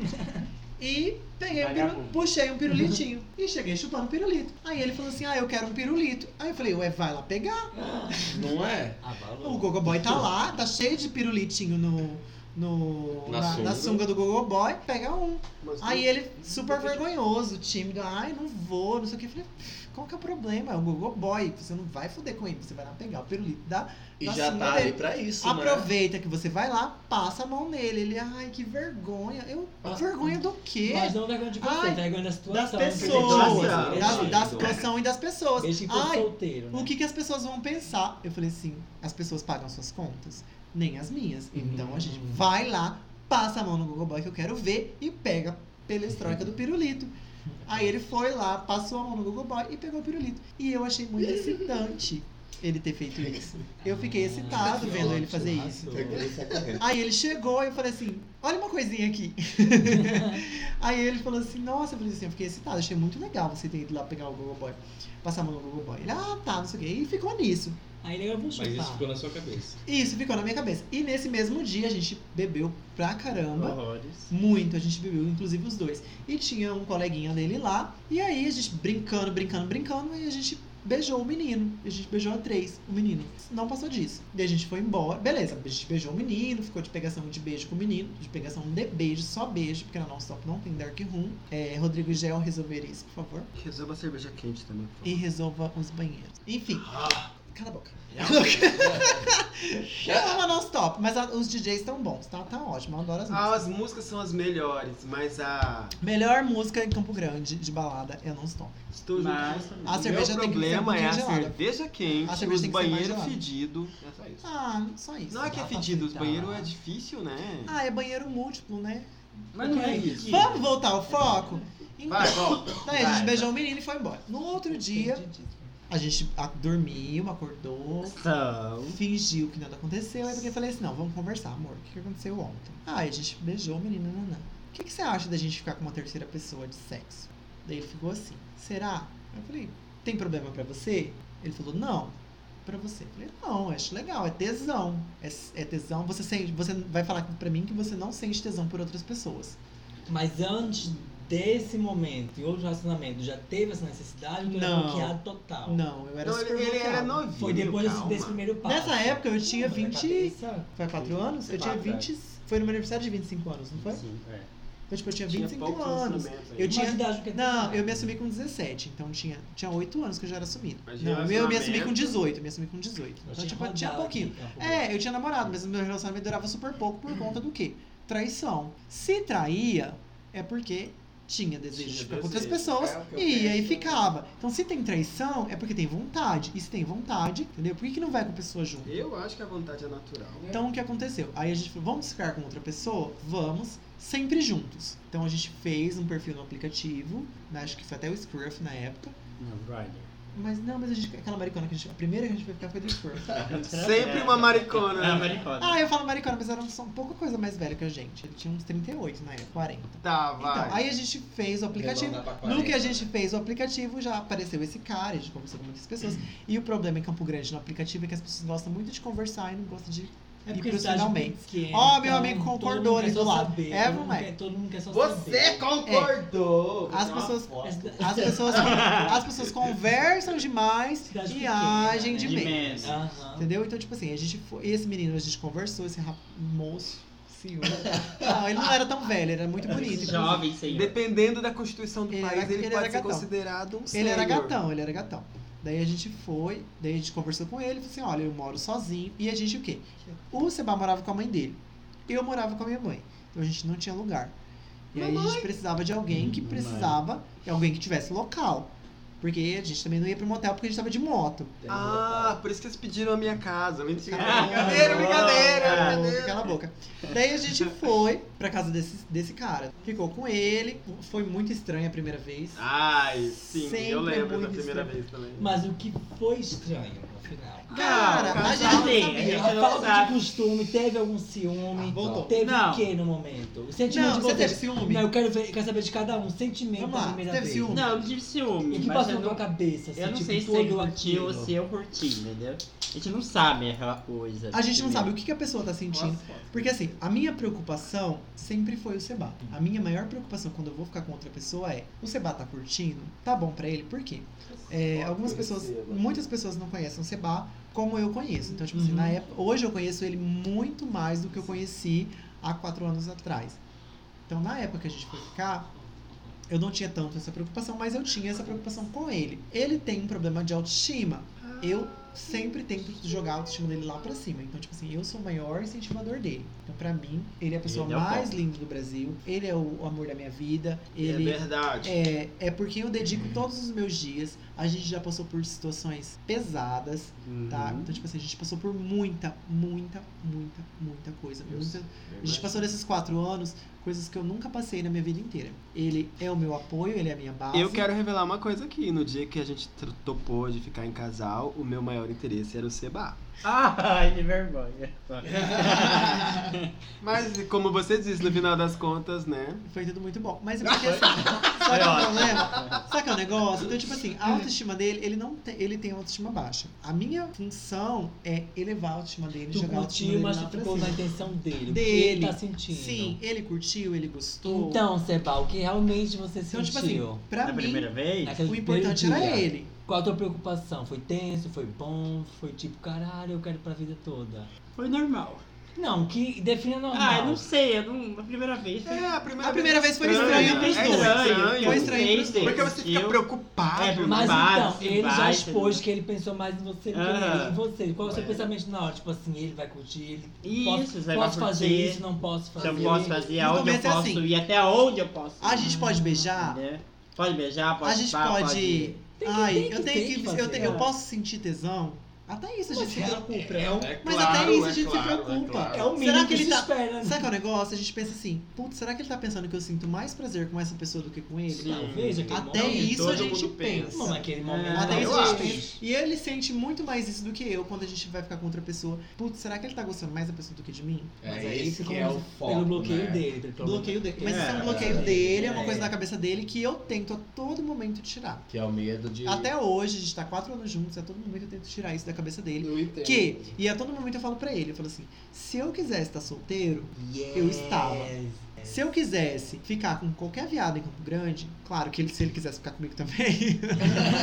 Speaker 1: e peguei um piru-
Speaker 6: Vagabundo.
Speaker 1: puxei um pirulitinho e cheguei chupando um pirulito. Aí ele falou assim: Ah, eu quero um pirulito. Aí eu falei: Ué, vai lá pegar.
Speaker 2: Não é?
Speaker 1: O Gogoboy tá lá, tá cheio de pirulitinho no, no,
Speaker 2: Na
Speaker 1: na, na sunga.
Speaker 2: sunga.
Speaker 1: do Gogoboy, pega um.
Speaker 3: Mostrou-
Speaker 1: Aí ele, super vergonhoso, tímido, ai, não vou, não sei o que. Eu falei, qual que é o problema? É o Gogoboy, você não vai foder com ele, você vai lá pegar o pirulito da.
Speaker 2: E
Speaker 1: da
Speaker 2: já
Speaker 1: sunga
Speaker 2: tá
Speaker 1: dele.
Speaker 2: ali pra isso, né?
Speaker 1: Aproveita que você vai lá, passa a mão nele. Ele, ai, que vergonha. Eu,
Speaker 5: Ah.
Speaker 1: vergonha do quê?
Speaker 5: Mas não vergonha de você,
Speaker 1: Ai,
Speaker 5: vergonha da
Speaker 1: Das
Speaker 5: situação.
Speaker 2: então,
Speaker 1: pessoas,
Speaker 3: Situação.
Speaker 1: da,
Speaker 5: Desde-
Speaker 1: da situação e das pessoas.
Speaker 5: Desde que fosse
Speaker 1: Ai,
Speaker 5: solteiro, né?
Speaker 1: o que, que as pessoas vão pensar? Eu falei assim, as pessoas pagam suas contas, nem as minhas. Então a gente vai lá, passa a mão no Google Boy que eu quero ver e pega a pelestróica do pirulito. Aí ele foi lá, passou a mão no Google Boy e pegou o pirulito. E eu achei muito excitante ele ter feito isso. Eu fiquei excitado vendo ele fazer isso. Aí ele chegou e eu falei assim, olha uma coisinha aqui. Aí ele falou assim, nossa, eu falei assim, eu fiquei excitada, achei muito legal você ter ido lá pegar o Google Boy, passar a mão no Google Boy. Ele, ah, tá, não sei o quê. E ficou nisso.
Speaker 5: Aí ele tá." vou
Speaker 2: Mas isso ficou
Speaker 5: chupar.
Speaker 2: na sua cabeça.
Speaker 1: Isso ficou na minha cabeça. E nesse mesmo dia a gente bebeu pra caramba.
Speaker 3: Horrores.
Speaker 1: Muito, a gente bebeu, inclusive os dois. E tinha um coleguinha dele lá. E aí a gente brincando, brincando, brincando, e a gente beijou o menino. A gente beijou a três, o menino. Não passou disso. E a gente foi embora. Beleza, a gente beijou o menino, ficou de pegação de beijo com o menino, de pegação de beijo, só beijo, porque na nossa top não tem dark room. É, Rodrigo e Gel resolver isso, por favor.
Speaker 3: Resolva a cerveja quente também. por
Speaker 1: é- E resolva os banheiros. Enfim.
Speaker 3: Ah,
Speaker 1: Cala a boca. É uma non-stop, mas a- os DJs estão bons, tá? Tá ótimo, eu adoro as
Speaker 3: favor.
Speaker 1: músicas.
Speaker 3: As músicas são as melhores, mas a.
Speaker 1: Melhor música em Campo Grande de balada é non-stop.
Speaker 3: Estou
Speaker 4: Mas-
Speaker 3: junto com
Speaker 1: A
Speaker 3: Meu
Speaker 1: cerveja tem que ser
Speaker 3: problema
Speaker 1: um
Speaker 3: é a
Speaker 1: pouquinho gelada.
Speaker 3: cerveja quente,
Speaker 1: A cerveja
Speaker 3: os
Speaker 1: tem que ser mais
Speaker 3: banheiros
Speaker 1: gelada.
Speaker 3: fedidos. É só isso.
Speaker 1: Ah, só isso.
Speaker 3: Não é que é
Speaker 1: Dá pra
Speaker 3: fedido, os
Speaker 1: aceitar.
Speaker 3: banheiros é difícil, né?
Speaker 1: Ah, é banheiro múltiplo, né?
Speaker 4: Mas não é isso.
Speaker 1: Vamos voltar ao foco? Então,
Speaker 3: Vai, volta.
Speaker 1: daí a
Speaker 3: vai,
Speaker 1: gente
Speaker 3: vai.
Speaker 1: beijou o menino e foi embora. No outro dia, a gente a- dormiu, acordou,
Speaker 3: Então.
Speaker 1: fingiu que nada aconteceu. Aí porque eu falei assim, não, vamos conversar, amor. O que que aconteceu ontem? Ah, a gente beijou o menino, nanã. O que, que você acha da gente ficar com uma terceira pessoa de sexo? Daí ele ficou assim, será? Eu falei, tem problema pra você? Ele falou, não. Pra você. Eu falei, não, eu acho legal, é tesão. É, é tesão, você sente, você vai falar pra mim que você não sente tesão por outras pessoas.
Speaker 5: Mas antes desse momento e outro relacionamento, já teve essa necessidade? Então
Speaker 1: Não.
Speaker 5: era bloqueado total.
Speaker 1: Não, eu era
Speaker 3: Não,
Speaker 1: super
Speaker 3: ele, ele era
Speaker 1: bloqueado.
Speaker 3: novinho.
Speaker 5: Foi depois desse,
Speaker 3: calma.
Speaker 5: desse primeiro passo.
Speaker 1: Nessa época eu tinha
Speaker 5: Não, mas a
Speaker 1: 20.
Speaker 5: cabeça-
Speaker 1: Foi há 4 anos? Eu tinha
Speaker 6: Quatro, é.
Speaker 1: 20. Foi no meu aniversário de 25 anos, não foi?
Speaker 6: Sim, é.
Speaker 1: Então, tipo, eu tinha
Speaker 3: Tinha
Speaker 1: 25
Speaker 3: poucos
Speaker 1: anos.
Speaker 3: lançamentos aí.
Speaker 1: Eu tinha.
Speaker 5: Mas idade que-
Speaker 1: Não, eu me assumi com 17, então tinha, tinha 8 anos que eu já era assumido.
Speaker 3: Mas
Speaker 1: Não, eu me assumi
Speaker 3: relacionamento?
Speaker 1: com 18, eu me assumi com 18.
Speaker 5: Eu
Speaker 1: Então, tipo,
Speaker 5: rodado
Speaker 1: tinha pouquinho.
Speaker 5: aqui, campo grande.
Speaker 1: É, eu tinha namorado, mas o meu relacionamento durava super pouco por conta do quê? Traição. Se traía, é porque tinha desejo de
Speaker 3: Tinha
Speaker 1: ficar com outras
Speaker 3: desejo.
Speaker 1: pessoas
Speaker 3: É o que eu
Speaker 1: e aí
Speaker 3: penso.
Speaker 1: ficava. Então, se tem traição, é porque tem vontade. E se tem vontade, entendeu? Por que, que não vai com a pessoa junto?
Speaker 3: Eu acho que a vontade é natural.
Speaker 1: Então o que aconteceu? Aí a gente falou, vamos ficar com outra pessoa? Vamos, sempre juntos. Então a gente fez um perfil no aplicativo, né, acho que foi até o Scruff na época.
Speaker 6: Não, Rider.
Speaker 1: Mas não, mas a gente, aquela maricona que a gente. A primeira que a gente foi ficar foi do Scruff.
Speaker 3: Sempre uma maricona.
Speaker 6: É,
Speaker 3: né?
Speaker 6: maricona.
Speaker 1: ah, eu falo maricona, mas era um, só um pouco coisa mais velha que a gente. Ele tinha uns 38 na época, 40.
Speaker 3: Tá,
Speaker 1: Então,
Speaker 3: vai.
Speaker 1: aí a gente fez o aplicativo. No que a gente fez o aplicativo, já apareceu esse cara, a gente conversou com muitas pessoas. E o problema em Campo Grande no aplicativo é que as pessoas gostam muito de conversar e não gostam de
Speaker 5: É
Speaker 1: ir
Speaker 5: porque
Speaker 1: pros
Speaker 5: cidade
Speaker 1: finalmente.
Speaker 5: pequena,
Speaker 1: Ó, meu
Speaker 5: então
Speaker 1: amigo
Speaker 5: todo
Speaker 1: concordou
Speaker 5: mundo
Speaker 1: ali
Speaker 5: quer
Speaker 1: do
Speaker 5: só
Speaker 1: lado.
Speaker 5: saber,
Speaker 1: É,
Speaker 5: todo mundo
Speaker 1: moleque. é
Speaker 5: quer- Todo mundo quer só
Speaker 3: Você
Speaker 5: saber.
Speaker 3: concordou! Tá
Speaker 1: As
Speaker 3: Nossa.
Speaker 1: pessoas
Speaker 5: As-
Speaker 1: As pessoas, as pessoas conversam demais
Speaker 5: Cidade
Speaker 1: e
Speaker 5: pequena,
Speaker 1: agem
Speaker 5: né?
Speaker 1: de
Speaker 4: De
Speaker 1: menos.
Speaker 4: menos.
Speaker 5: Aham.
Speaker 1: Entendeu? Então, tipo assim, a gente foi, esse menino, a gente conversou, esse rap, moço, senhor. Não, ele não era tão velho, ele era muito bonito. inclusive.
Speaker 4: Jovem, senhor.
Speaker 3: Dependendo da constituição do
Speaker 1: Ele
Speaker 3: país,
Speaker 1: era-
Speaker 3: ele,
Speaker 1: ele
Speaker 3: pode
Speaker 1: era
Speaker 3: ser
Speaker 1: gatão.
Speaker 3: considerado um
Speaker 1: Ele era
Speaker 3: sênior.
Speaker 1: gatão, ele era gatão. Daí a gente foi, daí a gente conversou com ele, falou assim, olha, eu moro sozinho. E a gente o quê? O Seba morava com a mãe dele. Eu morava com a minha mãe. Então a gente não tinha lugar. E aí a gente precisava de alguém que precisava, e alguém que tivesse local. Porque a gente também não ia pro motel porque a gente tava de moto.
Speaker 3: Ah, por isso que eles pediram a minha casa. Mentira.
Speaker 1: Ah,
Speaker 3: brincadeira,
Speaker 1: ah,
Speaker 3: brincadeira,
Speaker 1: ah,
Speaker 3: brincadeira.
Speaker 1: Cala a boca. Daí a gente foi pra casa desse, desse cara. Ficou com ele, foi muito estranho a primeira vez.
Speaker 4: Ah.
Speaker 3: Ai, sim,
Speaker 1: Sempre é
Speaker 3: eu lembro da
Speaker 1: muito
Speaker 3: primeira
Speaker 1: estranho.
Speaker 3: vez também.
Speaker 5: Mas o que foi estranho, no final?
Speaker 1: Cara,
Speaker 3: Ah, o
Speaker 1: a gente
Speaker 4: casal
Speaker 1: não
Speaker 4: dele,
Speaker 1: sabia. tipo
Speaker 4: a
Speaker 5: A
Speaker 4: gente não
Speaker 5: falta de
Speaker 4: sabe.
Speaker 5: costume, teve algum ciúme?
Speaker 1: É, Ah, voltou.
Speaker 5: Teve
Speaker 4: Não.
Speaker 5: o que no momento? O sentimento
Speaker 1: Não,
Speaker 5: de
Speaker 1: você
Speaker 5: vocês.
Speaker 1: teve ciúme?
Speaker 5: Não, eu quero, ver, quero saber de cada um. Sentimento
Speaker 1: Vamos
Speaker 5: da
Speaker 1: lá,
Speaker 5: primeira
Speaker 1: teve
Speaker 5: vez.
Speaker 1: ciúme?
Speaker 4: Não, eu não tive ciúme.
Speaker 5: E o que
Speaker 4: mas
Speaker 5: passou
Speaker 4: eu
Speaker 5: na tua
Speaker 4: não-
Speaker 5: cabeça? assim,
Speaker 4: Eu não
Speaker 5: tipo,
Speaker 4: sei se
Speaker 5: tu
Speaker 1: é
Speaker 4: ele
Speaker 5: olhou
Speaker 4: curtiu ou
Speaker 5: aquilo?
Speaker 4: se eu curti, entendeu? A gente não sabe aquela coisa.
Speaker 1: A gente não sabe o
Speaker 4: entendeu?
Speaker 1: que, que a pessoa tá sentindo. Porque assim, a minha preocupação sempre foi o Seba. A minha maior preocupação quando eu vou ficar com outra pessoa é: o Seba tá curtindo? Tá bom pra ele? Por quê? É, algumas pessoas, muitas pessoas não conhecem o Seba como eu conheço. Então, tipo assim,
Speaker 5: Uhum.
Speaker 1: na época, hoje eu conheço ele muito mais do que eu conheci há quatro anos atrás. Então, na época que a gente foi ficar, eu não tinha tanto essa preocupação, mas eu tinha essa preocupação com ele. Ele tem um problema de autoestima. Eu sempre tento jogar a autoestima dele lá pra cima. Então, tipo assim, eu sou o maior incentivador dele. Então, pra mim, ele é a pessoa
Speaker 4: Ele é o
Speaker 1: mais
Speaker 4: foco.
Speaker 1: linda do Brasil. Ele é o amor da minha vida. Ele
Speaker 3: É verdade.
Speaker 1: é, é porque eu dedico todos os meus dias. A gente já passou por situações pesadas,
Speaker 3: Uhum.
Speaker 1: tá?
Speaker 5: Uhum.
Speaker 1: Então, tipo assim, a gente passou por muita, muita, muita, muita coisa. Muita... A gente passou nesses quatro anos coisas que eu nunca passei na minha vida inteira. Ele é o meu apoio, ele é a minha base.
Speaker 3: Eu quero revelar uma coisa aqui. No dia que a gente tr- topou de ficar em casal, o meu maior interesse era o Seba.
Speaker 4: Ai, que vergonha.
Speaker 3: Mas, como você disse, no final das contas, né?
Speaker 1: Foi tudo muito bom. Mas é porque assim, sabe qual é o problema? Sabe qual é o negócio? Então, tipo assim,
Speaker 5: Hum.
Speaker 1: a autoestima dele, ele não tem, ele tem autoestima baixa. A minha função é elevar a autoestima dele,
Speaker 5: Tu
Speaker 1: jogar a
Speaker 5: curtiu,
Speaker 1: autoestima dele
Speaker 5: mas
Speaker 1: lá
Speaker 5: tu
Speaker 1: pra
Speaker 5: ficou
Speaker 1: cima.
Speaker 5: na intenção dele. o que
Speaker 1: Dele.
Speaker 5: ele tá sentindo.
Speaker 1: Sim, ele curtiu, ele gostou.
Speaker 5: Então, Seba, o que realmente você
Speaker 1: Então, tipo assim,
Speaker 5: sentiu?
Speaker 1: pra
Speaker 4: Na
Speaker 1: mim, né?
Speaker 4: primeira vez?
Speaker 5: Naquele
Speaker 1: o importante
Speaker 5: primeiro
Speaker 1: era
Speaker 5: dia,
Speaker 1: ele.
Speaker 5: Qual a tua preocupação? Foi tenso? Foi bom? Foi tipo, caralho, eu quero pra vida toda?
Speaker 4: Foi normal.
Speaker 5: Não, que defina normal.
Speaker 4: Ah, eu não sei, eu não. A primeira vez foi.
Speaker 3: É, a primeira,
Speaker 1: A primeira vez foi estranha pros
Speaker 3: É
Speaker 1: dois.
Speaker 3: estranho.
Speaker 1: Foi estranho pros
Speaker 4: Fez,
Speaker 1: dois.
Speaker 3: Porque você fica
Speaker 4: Eu-
Speaker 3: preocupado.
Speaker 4: É, preocupado.
Speaker 5: Mas
Speaker 4: Vários,
Speaker 5: então, ele já
Speaker 4: vários,
Speaker 5: expôs
Speaker 4: né?
Speaker 5: que ele pensou mais em você do que
Speaker 4: Ah.
Speaker 5: ele em você. Qual é o seu
Speaker 4: É.
Speaker 5: pensamento na hora? Tipo assim, ele vai curtir, ele
Speaker 4: Isso,
Speaker 5: posso,
Speaker 4: vai
Speaker 5: posso
Speaker 4: pra
Speaker 5: fazer
Speaker 4: você.
Speaker 5: isso, não posso
Speaker 4: Se
Speaker 5: fazer.
Speaker 4: eu posso fazer,
Speaker 1: No
Speaker 4: aonde eu
Speaker 1: começo é
Speaker 4: posso
Speaker 1: assim.
Speaker 4: ir, até onde eu posso ir.
Speaker 1: A gente pode beijar?
Speaker 4: Entendeu? Pode beijar, Hum, é. pode
Speaker 1: a gente
Speaker 4: chupar,
Speaker 1: pode.
Speaker 5: Tem que- tem
Speaker 1: Ai,
Speaker 5: que- tem
Speaker 1: eu tenho
Speaker 5: que
Speaker 1: que. Eu
Speaker 5: fazer,
Speaker 1: tenho- eu
Speaker 5: né?
Speaker 1: posso sentir tesão? Até isso a gente se
Speaker 5: um
Speaker 1: preocupa.
Speaker 3: É
Speaker 1: Mas
Speaker 3: claro,
Speaker 1: até isso a
Speaker 3: é
Speaker 1: gente
Speaker 3: claro,
Speaker 1: se preocupa.
Speaker 3: É
Speaker 5: É o mínimo
Speaker 1: será que ele
Speaker 5: se
Speaker 1: tá.
Speaker 5: espera. né?
Speaker 1: Sabe qual é o negócio? A gente pensa assim, putz, será que ele tá pensando que eu sinto mais prazer com essa pessoa do que com ele?
Speaker 5: Talvez aquele
Speaker 1: Até
Speaker 5: momento.
Speaker 1: isso a
Speaker 3: todo
Speaker 1: gente
Speaker 3: mundo pensa.
Speaker 1: pensa.
Speaker 5: Não, naquele
Speaker 4: É.
Speaker 5: momento.
Speaker 1: Até
Speaker 5: não,
Speaker 1: isso
Speaker 3: eu
Speaker 1: a
Speaker 5: acho.
Speaker 1: gente pensa. E ele sente muito mais isso do que eu quando a gente vai ficar com outra pessoa. Putz, será que ele tá gostando mais da pessoa do que de mim?
Speaker 2: É
Speaker 5: Mas aí
Speaker 2: esse
Speaker 5: fica
Speaker 2: que é
Speaker 5: um-
Speaker 2: o foco.
Speaker 5: Pelo bloqueio
Speaker 2: né?
Speaker 5: dele. pelo problema.
Speaker 1: Bloqueio dele. Mas
Speaker 4: É,
Speaker 1: isso é um bloqueio
Speaker 2: é,
Speaker 1: dele, é uma
Speaker 2: é.
Speaker 1: coisa da cabeça dele que eu tento a todo momento tirar.
Speaker 2: Que é o medo de.
Speaker 1: Até hoje, a gente tá quatro anos juntos, a todo momento eu tento tirar isso da cabeça dele.
Speaker 2: Eu entendo.
Speaker 1: Que, e a todo momento eu falo pra ele, eu falo assim, se eu quisesse estar solteiro,
Speaker 5: Yes.
Speaker 1: Eu estava. se eu quisesse ficar com qualquer viado em Campo Grande, claro que ele, se ele quisesse ficar comigo também,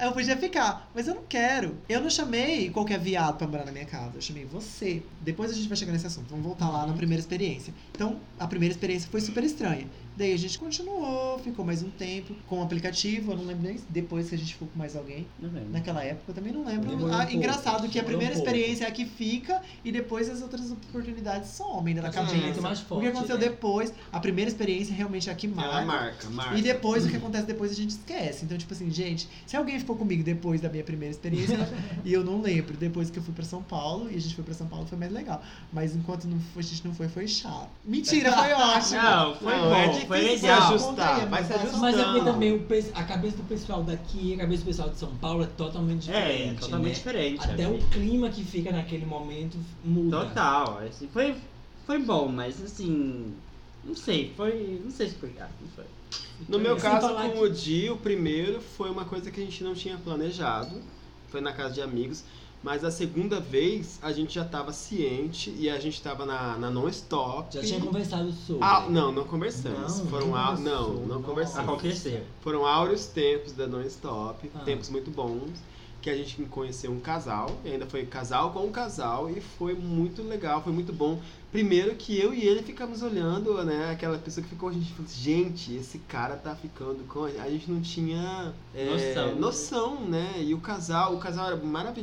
Speaker 1: eu podia ficar, mas eu não quero. Eu não chamei qualquer viado pra morar na minha casa, eu chamei você. Depois a gente vai chegar nesse assunto, vamos voltar lá na primeira experiência. Então, a primeira experiência foi super estranha. Daí a gente continuou, ficou mais um tempo com o aplicativo, eu não lembro nem se depois que a gente ficou com mais alguém.
Speaker 4: Não né? lembro.
Speaker 1: Naquela época eu também não lembro.
Speaker 5: Demorou um
Speaker 1: Ah,
Speaker 5: pouco,
Speaker 1: engraçado que a
Speaker 5: demorou
Speaker 1: primeira
Speaker 5: um pouco.
Speaker 1: experiência é a que fica e depois as outras oportunidades somem né, da cabeça.
Speaker 5: muito mais
Speaker 1: o
Speaker 5: forte,
Speaker 1: que aconteceu
Speaker 5: né?
Speaker 1: depois, a primeira experiência realmente é a que
Speaker 3: Ela
Speaker 1: marca.
Speaker 3: marca, marca.
Speaker 1: E depois, o que acontece depois, a gente esquece. Então, tipo assim, gente, se alguém ficou comigo depois da minha primeira experiência, e eu não lembro, depois que eu fui pra São Paulo, e a gente foi pra São Paulo, foi mais legal. Mas enquanto não foi- a gente não foi, foi chato. Mentira, foi ótimo!
Speaker 4: Não, foi
Speaker 3: Não,
Speaker 4: bom,
Speaker 3: é difícil
Speaker 4: foi
Speaker 3: se
Speaker 4: legal.
Speaker 3: ajustar. Vai se ajustando.
Speaker 5: Mas é porque
Speaker 4: Então.
Speaker 5: também o pe- a cabeça do pessoal daqui e a cabeça do pessoal de São Paulo é totalmente
Speaker 4: É,
Speaker 5: diferente.
Speaker 4: é totalmente
Speaker 5: né?
Speaker 4: diferente.
Speaker 5: Até
Speaker 3: um
Speaker 4: amigo.
Speaker 5: o clima que fica naquele momento muda.
Speaker 4: Total. assim, foi, foi bom, mas assim. Não sei, foi. Não sei explicar. Não foi.
Speaker 3: No meu
Speaker 5: Sem
Speaker 3: caso,
Speaker 5: assim. falar
Speaker 3: com o Di, o primeiro foi uma coisa que a gente não tinha planejado. Foi na casa de amigos. Mas a segunda vez, a gente já tava ciente e a gente tava na, na non-stop.
Speaker 5: Já tinha conversado sobre.
Speaker 3: Ah, não, não conversamos.
Speaker 5: Não,
Speaker 3: Foram
Speaker 5: não
Speaker 3: au-
Speaker 5: conversou,
Speaker 3: não, não
Speaker 5: nossa.
Speaker 3: conversamos.
Speaker 4: Aconteceu.
Speaker 3: Foram áureos tempos da non-stop,
Speaker 5: Ah.
Speaker 3: tempos muito bons, que a gente conheceu um casal, e ainda foi casal com um casal, e foi muito legal, foi muito bom. Primeiro que eu e ele ficamos olhando, né, aquela pessoa que ficou, a gente falou, gente, esse cara tá ficando com... A gente." A gente não tinha é,
Speaker 4: Noção.
Speaker 3: noção, né, e o casal, o casal era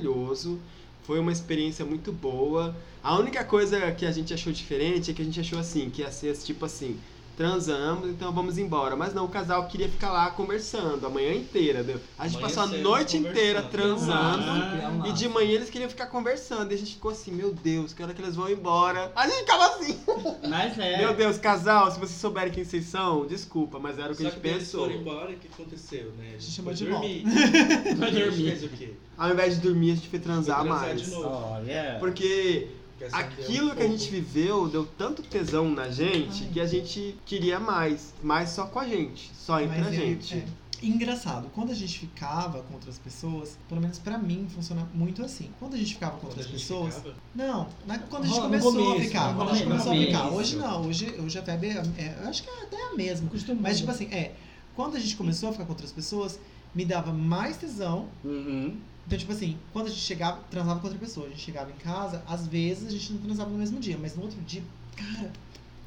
Speaker 3: maravilhoso, foi uma experiência muito boa. A única coisa que a gente achou diferente é que a gente achou assim, que ia ser tipo assim, transamos, então vamos embora. Mas não, o casal queria ficar lá conversando a manhã inteira. Deu? A gente
Speaker 6: Amanhã
Speaker 3: passou a
Speaker 6: cedo,
Speaker 3: noite inteira
Speaker 6: conversando.
Speaker 3: transando.
Speaker 5: Ah, criar um
Speaker 3: E de
Speaker 5: laço.
Speaker 3: manhã eles queriam ficar conversando. E a gente ficou assim, meu Deus, que hora que eles vão embora. A gente ficava assim.
Speaker 4: Mas é.
Speaker 3: Meu Deus, casal, se vocês souberem quem vocês são, desculpa, mas era o que
Speaker 6: Só
Speaker 3: a gente
Speaker 6: daí eles
Speaker 3: pensou.
Speaker 6: foram embora, o que aconteceu, né? A gente
Speaker 1: chamou de
Speaker 6: foi dormir.
Speaker 4: Foi
Speaker 6: A gente
Speaker 4: dormir.
Speaker 6: fez o quê?
Speaker 3: Ao invés de dormir, a gente foi transar,
Speaker 6: Foi transar
Speaker 3: mais.
Speaker 6: de novo.
Speaker 4: Olha.
Speaker 3: Porque
Speaker 6: Porque essa
Speaker 3: aquilo
Speaker 6: deu
Speaker 1: é um
Speaker 3: que a gente viveu deu tanto tesão na gente
Speaker 1: Ai.
Speaker 3: que a gente queria mais. Mas só com a gente. Só entre
Speaker 1: Mas
Speaker 3: a
Speaker 1: é-
Speaker 3: gente.
Speaker 1: é. Engraçado, quando a gente ficava com outras pessoas, pelo menos pra mim funciona muito assim. Quando a gente ficava com
Speaker 6: Quando
Speaker 1: outras
Speaker 6: a gente
Speaker 1: pessoas.
Speaker 6: ficava,
Speaker 1: Não, na- quando a gente
Speaker 5: Rola no
Speaker 1: começou a
Speaker 5: começo, né?
Speaker 1: ficar.
Speaker 5: no
Speaker 1: Quando a gente
Speaker 4: começo.
Speaker 1: começou a ficar.
Speaker 5: Começo.
Speaker 1: Hoje não, hoje, hoje a febre é, é- Eu acho que é até a mesma.
Speaker 5: Costuma.
Speaker 1: Mas, tipo assim, é. Quando a gente começou a ficar com outras pessoas, me dava mais tesão.
Speaker 4: Uhum.
Speaker 1: Então, tipo assim, quando a gente chegava, transava com outra pessoa, a gente chegava em casa, às vezes a gente não transava no mesmo dia, mas no outro dia, cara,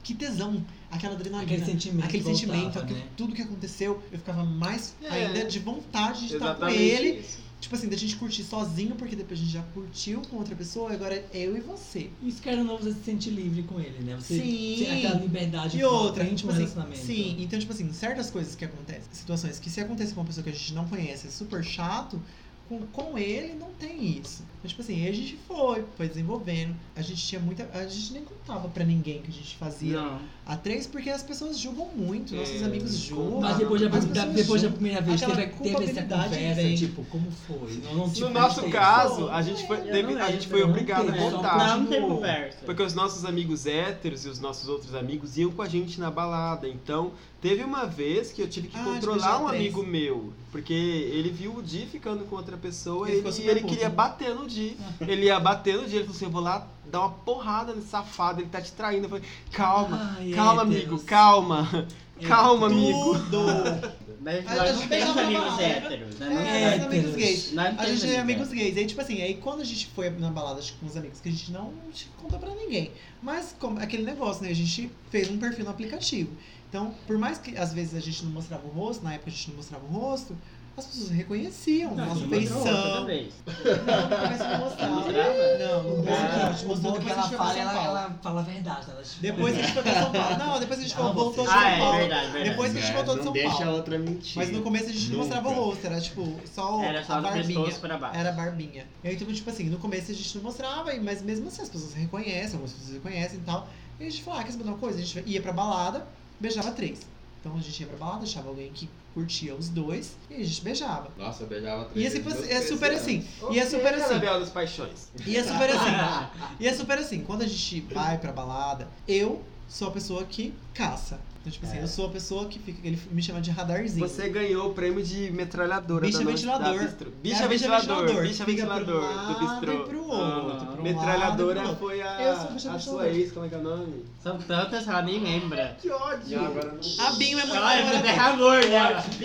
Speaker 1: que tesão! Aquela adrenalina.
Speaker 5: aquele sentimento.
Speaker 1: Aquele
Speaker 5: voltava,
Speaker 1: sentimento,
Speaker 5: né?
Speaker 1: aquilo- tudo que aconteceu, eu ficava mais
Speaker 3: É.
Speaker 1: ainda de vontade de estar tá com
Speaker 3: Exatamente
Speaker 1: ele.
Speaker 3: isso.
Speaker 1: Tipo assim, da gente curtir sozinho, porque depois a gente já curtiu com outra pessoa, agora é eu e você.
Speaker 5: Isso que era novo, você se sente livre com ele, né? Você
Speaker 1: Sim.
Speaker 5: tem aquela liberdade
Speaker 1: E outra,
Speaker 5: pra
Speaker 1: tipo
Speaker 5: um
Speaker 1: assim,
Speaker 5: relacionamento.
Speaker 1: sim, então, tipo assim, certas coisas que acontecem, situações que se acontece com uma pessoa que a gente não conhece é super chato, com, com ele não tem isso. Então, tipo assim, aí a gente foi, foi desenvolvendo, a gente tinha muita. A gente nem contava pra ninguém que a gente fazia
Speaker 4: Não.
Speaker 1: a três, porque as pessoas julgam muito, nossos
Speaker 3: É,
Speaker 1: amigos julgam.
Speaker 5: Mas depois, da,
Speaker 1: as
Speaker 5: da-
Speaker 1: pessoas
Speaker 5: depois da
Speaker 1: julgam.
Speaker 5: primeira vez,
Speaker 1: Aquela
Speaker 5: teve, teve essa
Speaker 1: culpabilidade
Speaker 5: conversa,
Speaker 1: vem.
Speaker 5: tipo, como foi? Não, não te
Speaker 3: No
Speaker 5: fez
Speaker 3: nosso
Speaker 5: isso.
Speaker 3: caso, a gente foi,
Speaker 4: Eu
Speaker 3: teve-
Speaker 4: não
Speaker 3: a gente
Speaker 4: lembro,
Speaker 3: foi
Speaker 5: não
Speaker 3: obrigado a
Speaker 5: teve, só
Speaker 3: voltar.
Speaker 5: pra-
Speaker 4: Não, não tem
Speaker 5: Tipo,
Speaker 4: conversa.
Speaker 3: Porque os nossos amigos héteros e os nossos outros amigos iam com a gente na balada. Então, teve uma vez que eu tive que
Speaker 1: Ah, de
Speaker 3: controlar um
Speaker 1: beijar três.
Speaker 3: amigo meu. Porque ele viu o Di ficando com outra pessoa ele,
Speaker 1: Ele ficou
Speaker 3: e
Speaker 1: super
Speaker 3: ele
Speaker 1: puto.
Speaker 3: queria bater no Di. Ele ia bater no Di, ele falou assim: eu vou lá dar uma porrada nesse safado, ele tá te traindo. Eu falei: calma,
Speaker 5: Ai, é, héteros.
Speaker 3: calma, amigo, calma. Calma, amigo.
Speaker 1: Tudo!
Speaker 4: Mas
Speaker 1: A
Speaker 4: nós
Speaker 1: gente
Speaker 4: não temos
Speaker 1: beijava
Speaker 4: amigos
Speaker 1: lá.
Speaker 4: héteros. né? Não
Speaker 1: É,
Speaker 4: tem-
Speaker 1: os amigos gays.
Speaker 4: nós não
Speaker 1: A
Speaker 4: temos
Speaker 1: gente é amigos
Speaker 4: héteros.
Speaker 1: gays. Aí, tipo assim, aí quando a gente foi na balada tipo, com os amigos, que a gente não conta pra ninguém. Mas como- aquele negócio, né? A gente fez um perfil no aplicativo. Então, por mais que às vezes a gente não mostrava o rosto, na época a gente não mostrava o rosto, as pessoas reconheciam
Speaker 5: Não,
Speaker 1: nossa
Speaker 5: não
Speaker 1: feição.
Speaker 4: Outra, outra vez.
Speaker 1: Não, não começa a mostrar.
Speaker 4: Não mostrava?
Speaker 1: Não, não
Speaker 5: Depois
Speaker 1: mostrava.
Speaker 5: que-
Speaker 1: A gente
Speaker 5: tipo,
Speaker 1: mostrou
Speaker 5: bom que
Speaker 1: depois a
Speaker 5: ela
Speaker 1: gente foi pra
Speaker 5: fala, ela,
Speaker 1: São Paulo.
Speaker 5: ela fala a verdade. Ela tipo, te-
Speaker 1: Depois a gente foi pra São Paulo. Não, depois a gente
Speaker 5: Ah,
Speaker 1: voltou de
Speaker 5: vocês-
Speaker 1: São
Speaker 4: Ah, é
Speaker 1: Paulo.
Speaker 4: verdade, verdade.
Speaker 1: Depois que a gente
Speaker 2: É,
Speaker 1: voltou de
Speaker 2: não
Speaker 1: São
Speaker 2: deixa a
Speaker 1: Paulo.
Speaker 2: outra mentir.
Speaker 1: Mas no começo a gente não
Speaker 2: Nunca.
Speaker 1: mostrava o rosto, era tipo, só,
Speaker 4: Era só
Speaker 1: a
Speaker 4: do
Speaker 1: barbinha.
Speaker 4: pescoço pra baixo.
Speaker 1: Era barbinha. E aí, tipo, tipo assim, no começo a gente não mostrava, e- mas mesmo assim as pessoas reconhecem, algumas pessoas reconhecem e tal. E a gente falou, ah, quer saber de uma coisa? A gente ia pra balada, beijava três. Então a gente ia pra balada, achava alguém que curtia os dois, e a gente beijava.
Speaker 2: Nossa, eu beijava três.
Speaker 1: E é, tipo,
Speaker 2: vezes,
Speaker 1: é
Speaker 2: dois,
Speaker 1: super
Speaker 2: três
Speaker 1: assim.
Speaker 2: anos.
Speaker 1: E é super
Speaker 3: Ok,
Speaker 1: assim.
Speaker 3: Anabel das paixões.
Speaker 1: E é super assim. e é super assim. Quando a gente vai pra balada, eu sou a pessoa que caça. Então, tipo assim, eu sou a pessoa que fica. Ele me chama de radarzinho.
Speaker 3: Você ganhou o prêmio de metralhadora
Speaker 1: Bicha
Speaker 3: da noite, da
Speaker 1: ventilador.
Speaker 3: bistro.
Speaker 1: É
Speaker 3: Bicha
Speaker 1: a
Speaker 3: ventilador. Bicha
Speaker 1: Fica pra um
Speaker 3: ventilador do
Speaker 1: lado
Speaker 3: bistrô.
Speaker 1: E pro outro,
Speaker 4: Ah,
Speaker 1: pra um
Speaker 3: Metralhadora
Speaker 1: lado e pro outro.
Speaker 3: foi a,
Speaker 1: Eu sou bicha
Speaker 3: a sua
Speaker 1: ventilador.
Speaker 3: ex, como é que é o nome?
Speaker 4: São tantas, ela nem lembra.
Speaker 3: Que ódio!
Speaker 2: E agora não.
Speaker 1: A Binho é muito
Speaker 4: Olha, você
Speaker 1: namoraduda.
Speaker 4: derramou, né?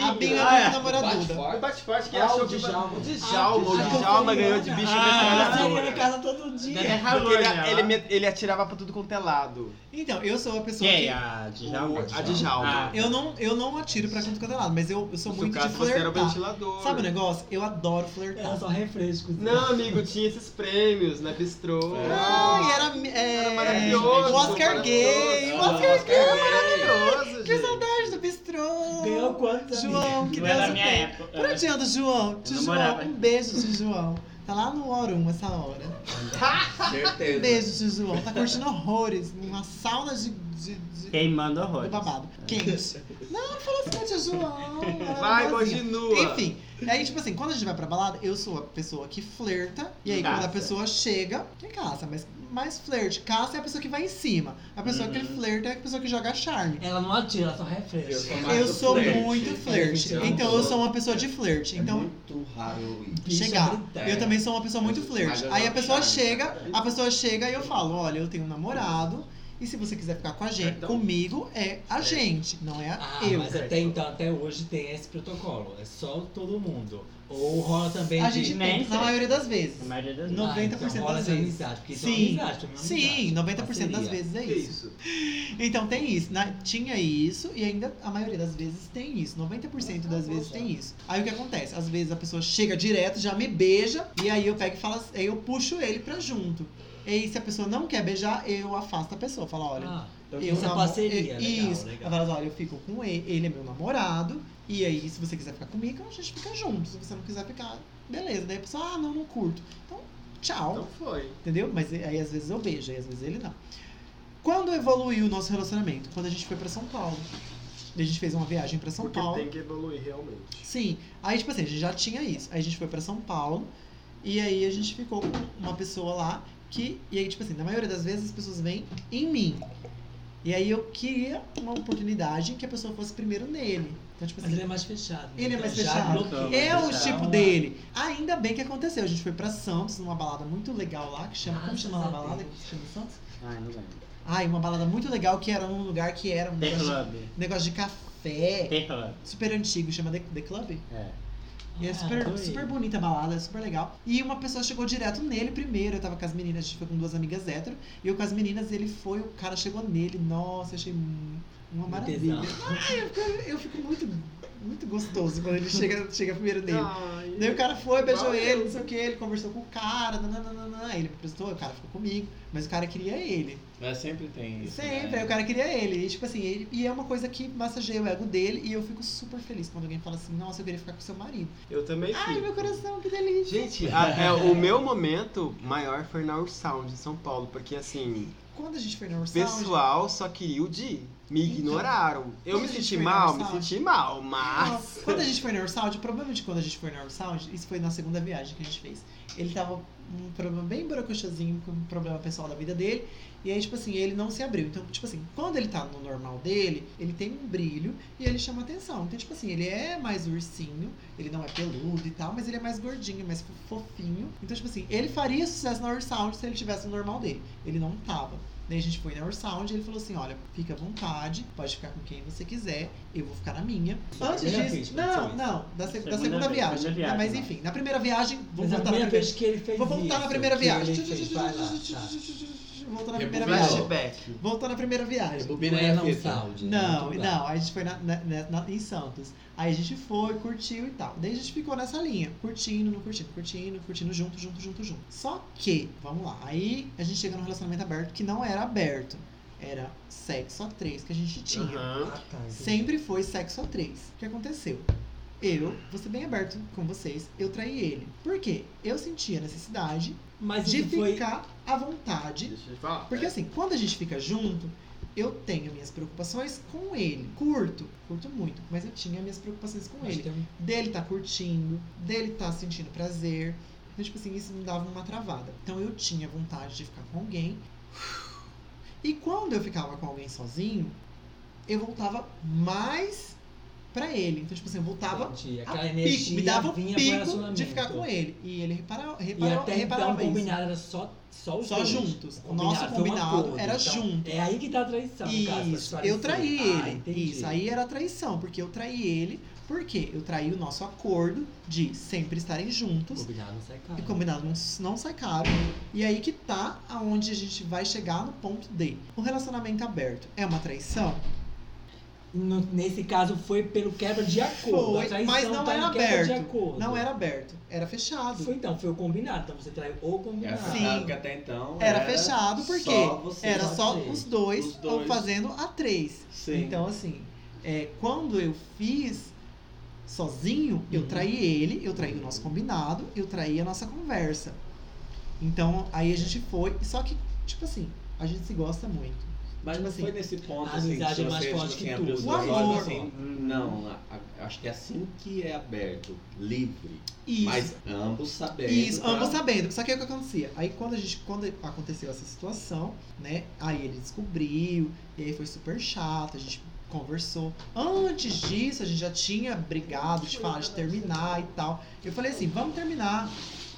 Speaker 1: A Binho é
Speaker 4: Olha.
Speaker 1: muito namoraduda.
Speaker 3: Foi
Speaker 2: Bate
Speaker 3: bate forte que
Speaker 5: Ah,
Speaker 3: achou
Speaker 5: o
Speaker 3: que...
Speaker 5: Djalma.
Speaker 3: O Djalma,
Speaker 5: Ah,
Speaker 3: o Djalma
Speaker 5: Djalma.
Speaker 3: ganhou de bicha
Speaker 5: Ah,
Speaker 4: Ah,
Speaker 5: ele ia na
Speaker 3: metralhadora.
Speaker 5: casa todo
Speaker 4: Você
Speaker 5: dia.
Speaker 4: derramou,
Speaker 3: Porque
Speaker 1: é-
Speaker 4: né?
Speaker 3: ele, ele, me- ele atirava pra tudo quanto é lado.
Speaker 1: Então, eu sou a pessoa
Speaker 4: Quem?
Speaker 1: que.
Speaker 4: é? A Djalma?
Speaker 3: O- a Djalma.
Speaker 4: Ah.
Speaker 1: Eu não, eu não atiro pra canto cantar lado, mas eu, eu sou
Speaker 3: No seu
Speaker 1: muito de
Speaker 3: caso, você era o
Speaker 1: flertar.
Speaker 3: ventilador.
Speaker 1: Sabe né? o negócio? Eu adoro
Speaker 5: Era
Speaker 1: flertar.
Speaker 5: só refresco.
Speaker 3: Não, amigo, tinha esses prêmios na bistrô.
Speaker 6: É.
Speaker 1: Ah, e era, é,
Speaker 3: Era maravilhoso,
Speaker 1: O Oscar
Speaker 3: maravilhoso.
Speaker 1: gay. O
Speaker 6: Ah,
Speaker 1: um Oscar gay.
Speaker 3: Maravilhoso,
Speaker 1: Que
Speaker 3: gente.
Speaker 1: saudade do bistrô.
Speaker 5: Ganhou quantos? amigos?
Speaker 1: João, que
Speaker 4: Não
Speaker 1: Deus
Speaker 4: era
Speaker 1: o
Speaker 4: é minha
Speaker 1: tenha.
Speaker 4: época.
Speaker 1: Pra onde anda o João? Tio
Speaker 4: Eu
Speaker 1: João,
Speaker 4: namorava.
Speaker 1: um beijo, tio João. Tá lá no Orum essa hora. Um
Speaker 2: Certeza.
Speaker 1: beijo, tio João. Tá curtindo horrores. Uma sauna de, de, de-
Speaker 4: Queimando
Speaker 1: do
Speaker 4: horrores.
Speaker 1: babado. Quente. Não, fala assim, tio João.
Speaker 3: Vai,
Speaker 1: Maravilhosinha.
Speaker 3: continua.
Speaker 1: é Enfim, aí, tipo assim, quando a gente vai pra balada, eu sou a pessoa que flerta. E aí, quando a
Speaker 4: Caça.
Speaker 1: pessoa chega, que caça, mas mais flerte. Caça é a pessoa que vai em cima. A pessoa que
Speaker 4: Uhum.
Speaker 1: flerta é a pessoa que joga charme.
Speaker 5: Ela não atira, ela só refresca.
Speaker 2: mais
Speaker 1: Eu
Speaker 2: do
Speaker 1: sou
Speaker 2: flerte.
Speaker 1: muito flerte.
Speaker 5: Eu
Speaker 1: Então, eu sou uma pessoa de flerte.
Speaker 2: É
Speaker 1: Então,
Speaker 2: muito raro eu ir.
Speaker 5: Bicha
Speaker 1: chegar.
Speaker 5: britânica.
Speaker 1: Eu também sou uma pessoa muito
Speaker 2: Mas
Speaker 1: flerte.
Speaker 2: eu
Speaker 1: Aí a
Speaker 2: não
Speaker 1: pessoa
Speaker 2: saio.
Speaker 1: chega, a pessoa chega e eu falo, olha, eu tenho um namorado e se você quiser ficar com a gente,
Speaker 3: Então-
Speaker 1: comigo é a gente, não é
Speaker 5: Ah,
Speaker 1: a eu.
Speaker 5: mas até então, até hoje tem esse protocolo. É só todo mundo. Ou rola também
Speaker 1: A
Speaker 5: de-
Speaker 1: gente
Speaker 4: nem
Speaker 1: tem, na
Speaker 4: sei.
Speaker 1: maioria das vezes.
Speaker 4: A maioria das
Speaker 1: Não. 90%
Speaker 5: Ah, então rola
Speaker 1: das
Speaker 5: de
Speaker 1: vezes.
Speaker 5: amizade, porque isso é uma
Speaker 1: Sim,
Speaker 5: amizade, também é uma
Speaker 1: sim,
Speaker 5: amizade.
Speaker 1: 90% das
Speaker 5: Parceria.
Speaker 1: vezes é
Speaker 3: Que
Speaker 1: isso.
Speaker 3: isso?
Speaker 1: Então tem isso, né? Tinha isso e ainda a maioria das vezes tem isso. 90% das vezes tem isso. Aí o que acontece? Às vezes a pessoa chega direto, já me beija, e aí eu pego e falo, assim- aí eu puxo ele pra junto. E se a pessoa não quer beijar, eu afasto a pessoa. Falo, olha, então
Speaker 5: Ah,
Speaker 1: eu
Speaker 5: isso é
Speaker 1: namo-
Speaker 5: parceria,
Speaker 1: eu-
Speaker 5: legal,
Speaker 1: isso.
Speaker 5: legal.
Speaker 1: Ela fala, olha, eu fico com ele, ele é meu namorado. E aí, se você quiser ficar comigo, a gente fica junto. Se você não quiser ficar, beleza. Daí a pessoa, ah, não, não curto. Então, tchau.
Speaker 3: Então foi.
Speaker 1: Entendeu? Mas aí às vezes eu beijo, aí às vezes ele não. Quando evoluiu o nosso relacionamento? Quando a gente foi pra São Paulo. A gente fez uma viagem pra São
Speaker 3: Porque
Speaker 1: Paulo.
Speaker 3: tem que evoluir realmente.
Speaker 1: Sim. Aí, tipo assim, a gente já tinha isso. Aí a gente foi pra São Paulo. E aí a gente ficou com uma pessoa lá que. E aí, tipo assim, na maioria das vezes as pessoas vêm em mim. E aí eu queria uma oportunidade em que a pessoa fosse primeiro nele. Então, tipo
Speaker 5: Mas
Speaker 1: assim.
Speaker 5: ele é mais fechado. né?
Speaker 1: Ele é mais
Speaker 5: Já
Speaker 1: fechado.
Speaker 5: bloqueia,
Speaker 1: É o
Speaker 4: né?
Speaker 5: já
Speaker 1: tipo
Speaker 5: uma-
Speaker 1: dele. Ainda bem que aconteceu. A gente foi pra Santos, numa balada muito legal lá, que chama. Como
Speaker 5: Graças
Speaker 1: chama lá a
Speaker 5: a
Speaker 1: balada
Speaker 5: Deus.
Speaker 1: que chama em Santos?
Speaker 4: Ai, Ah, não lembro.
Speaker 1: Ai, uma balada muito legal que era num lugar que era um
Speaker 4: The
Speaker 1: negócio
Speaker 4: Club.
Speaker 1: de, negócio de café.
Speaker 4: The Club.
Speaker 1: Super antigo, chama The, The Club.
Speaker 4: É.
Speaker 1: E é
Speaker 5: Ah,
Speaker 1: super,
Speaker 5: doido.
Speaker 1: super bonita a balada, é super legal. E uma pessoa chegou direto nele primeiro. Eu tava com as meninas, a gente foi com duas amigas hétero. E eu com as meninas, ele foi, o cara chegou nele. Nossa, eu achei um- uma
Speaker 5: Um
Speaker 1: maravilha.
Speaker 5: tesão.
Speaker 1: Ai, eu, fico- eu fico muito, muito gostoso quando ele chega, chega primeiro nele.
Speaker 3: Ai.
Speaker 1: Daí o cara foi, beijou
Speaker 3: Valeu.
Speaker 1: ele, não sei o que, ele conversou com o cara, nananana, aí ele me apresentou, o cara ficou comigo, mas o cara queria ele.
Speaker 2: Mas sempre tem isso.
Speaker 1: Sempre, aí
Speaker 2: né?
Speaker 1: o cara queria ele. E, tipo assim, ele- e é uma coisa que massageia o ego dele e eu fico super feliz quando alguém fala assim, nossa, eu queria ficar com seu marido.
Speaker 3: Eu também
Speaker 1: Ai,
Speaker 3: fico.
Speaker 1: meu coração, que delícia.
Speaker 3: Gente, a- é, o meu momento maior foi na Sound em São Paulo, porque assim,
Speaker 1: Quando a gente foi na
Speaker 3: o
Speaker 1: Ursound,
Speaker 3: pessoal só queria o Di. Me
Speaker 1: Então,
Speaker 3: ignoraram. Eu
Speaker 1: quando
Speaker 3: me
Speaker 1: a gente
Speaker 3: senti
Speaker 1: foi na
Speaker 3: mal, me
Speaker 1: Sound-
Speaker 3: senti mal, mas.
Speaker 1: quando a gente foi na Ursound, o problema de quando a gente foi na Ursound, isso foi na segunda viagem que a gente fez. Ele tava um problema bem brocochazinho, com um problema pessoal da vida dele. E aí, tipo assim, ele não se abriu. Então, tipo assim, quando ele tá no normal dele, ele tem um brilho e ele chama atenção. Então, tipo assim, ele é mais ursinho, ele não é peludo e tal, mas ele é mais gordinho, mais fo- fofinho. Então, tipo assim, ele faria sucesso na Ursound se ele tivesse no normal dele. Ele não tava. Daí a gente foi na Ursound e ele falou assim: olha, fica à vontade, pode ficar com quem você quiser, eu vou ficar na minha. Antes
Speaker 5: é primeira
Speaker 1: disso.
Speaker 5: vez que aconteceu
Speaker 1: não,
Speaker 5: isso.
Speaker 1: não, da, seg- da
Speaker 4: Segunda
Speaker 1: segunda
Speaker 4: vez,
Speaker 1: viagem.
Speaker 4: segunda
Speaker 1: Não, mas
Speaker 4: viagem,
Speaker 1: enfim, na primeira viagem, vou
Speaker 5: né? Mas a
Speaker 1: voltar na
Speaker 5: primeira
Speaker 1: primeira.
Speaker 5: vez que ele fez
Speaker 1: Vou voltar na
Speaker 5: isso,
Speaker 1: primeira
Speaker 5: que
Speaker 1: viagem.
Speaker 5: Ele fez, vai lá, tá.
Speaker 1: Voltar na primeira
Speaker 2: Rebobina.
Speaker 1: viagem.
Speaker 3: Flashback.
Speaker 1: Voltou na primeira viagem.
Speaker 2: Rebobina
Speaker 5: Não
Speaker 2: aí
Speaker 5: é
Speaker 2: a
Speaker 5: não
Speaker 2: fita.
Speaker 5: saúde. né?
Speaker 1: Não,
Speaker 5: Muito bem.
Speaker 1: não, a gente foi na- na- na- na- em Santos. Aí a gente foi, curtiu e tal. Daí a gente ficou nessa linha, curtindo, não curtindo, curtindo, curtindo, junto, junto, junto, junto. Só que, vamos lá, aí a gente chega num relacionamento aberto que não era aberto. Era sexo a três que a gente tinha.
Speaker 3: Aham.
Speaker 5: Ah, tá, entendi.
Speaker 1: Sempre foi sexo a três. O que aconteceu? Eu, vou ser bem aberto com vocês, eu traí ele. Por quê? Eu senti a necessidade
Speaker 5: Mas
Speaker 1: de
Speaker 5: isso foi...
Speaker 1: ficar à vontade
Speaker 3: Deixa eu te falar.
Speaker 1: porque assim, quando a gente fica junto, eu tenho minhas preocupações com ele. Curto, curto muito, mas eu tinha minhas preocupações com
Speaker 5: Mas
Speaker 1: ele.
Speaker 5: tem um-
Speaker 1: Dele tá curtindo, dele tá sentindo prazer. Então, tipo assim, isso me dava uma travada. Então eu tinha vontade de ficar com alguém. E quando eu ficava com alguém sozinho, eu voltava mais pra ele. Então, tipo assim, eu voltava.
Speaker 5: Entendi.
Speaker 1: a
Speaker 5: Aquela
Speaker 1: pico,
Speaker 5: energia
Speaker 1: me dava um
Speaker 5: vinha
Speaker 1: pico
Speaker 5: pro
Speaker 1: de ficar com
Speaker 5: relacionamento.
Speaker 1: ele. E ele reparava,
Speaker 5: E
Speaker 1: reparava,
Speaker 5: até então,
Speaker 1: reparava isso.
Speaker 5: combinado era só, só os
Speaker 1: Só
Speaker 5: dois.
Speaker 1: juntos. O
Speaker 5: Combinado,
Speaker 1: nosso
Speaker 5: foi um
Speaker 1: combinado
Speaker 5: acordo,
Speaker 1: era
Speaker 5: então.
Speaker 1: junto.
Speaker 5: É aí que tá a traição, no caso. pra
Speaker 1: Isso, eu
Speaker 5: esclarecer.
Speaker 1: traí
Speaker 5: Ah,
Speaker 1: ele.
Speaker 5: entendi.
Speaker 1: Isso, aí era traição, porque eu traí ele, porque eu traí o nosso acordo de sempre estarem juntos.
Speaker 5: Combinado não sai caro.
Speaker 1: E combinado não, não sai caro. E aí que tá aonde a gente vai chegar no ponto D. O relacionamento aberto é uma traição?
Speaker 5: No- nesse caso foi pelo quebra de acordo.
Speaker 1: Foi,
Speaker 5: A traição
Speaker 1: mas não
Speaker 5: tá
Speaker 1: era
Speaker 5: no quebra de
Speaker 1: aberto.
Speaker 5: acordo.
Speaker 1: Não era aberto, era fechado.
Speaker 5: Foi então, foi o combinado. Então você traiu o
Speaker 2: É
Speaker 5: combinado.
Speaker 1: Sim.
Speaker 2: Sim. que até então
Speaker 1: Era fechado porque
Speaker 2: só você,
Speaker 1: Era
Speaker 5: só
Speaker 1: só
Speaker 5: três.
Speaker 1: os dois,
Speaker 6: Os dois.
Speaker 1: fazendo a três.
Speaker 6: Sim.
Speaker 1: Então, assim, é, quando eu fiz sozinho, eu
Speaker 5: Uhum.
Speaker 1: traí ele, eu traí o nosso combinado, eu traí a nossa conversa. Então, aí a gente foi, só que, tipo assim, a gente se gosta muito.
Speaker 2: Mas
Speaker 1: Tipo
Speaker 2: não
Speaker 1: assim,
Speaker 2: foi nesse ponto
Speaker 5: a
Speaker 2: assim,
Speaker 5: amizade
Speaker 2: que
Speaker 5: é mais
Speaker 2: você,
Speaker 5: forte
Speaker 2: tipo,
Speaker 5: que
Speaker 2: assim, abriu
Speaker 5: tudo.
Speaker 2: os
Speaker 1: O
Speaker 2: olhos,
Speaker 1: amor.
Speaker 2: assim, não, a- a- acho que é assim que é aberto, livre,
Speaker 1: Isso.
Speaker 2: mas ambos sabendo.
Speaker 1: Isso,
Speaker 2: tá?
Speaker 1: ambos sabendo. Só que aí o que acontecia? Aí quando a gente, quando aconteceu essa situação, né? Aí ele descobriu, e aí foi super chato, a gente conversou. Antes disso, a gente já tinha brigado de falar de terminar e tal. Eu falei assim, vamos terminar.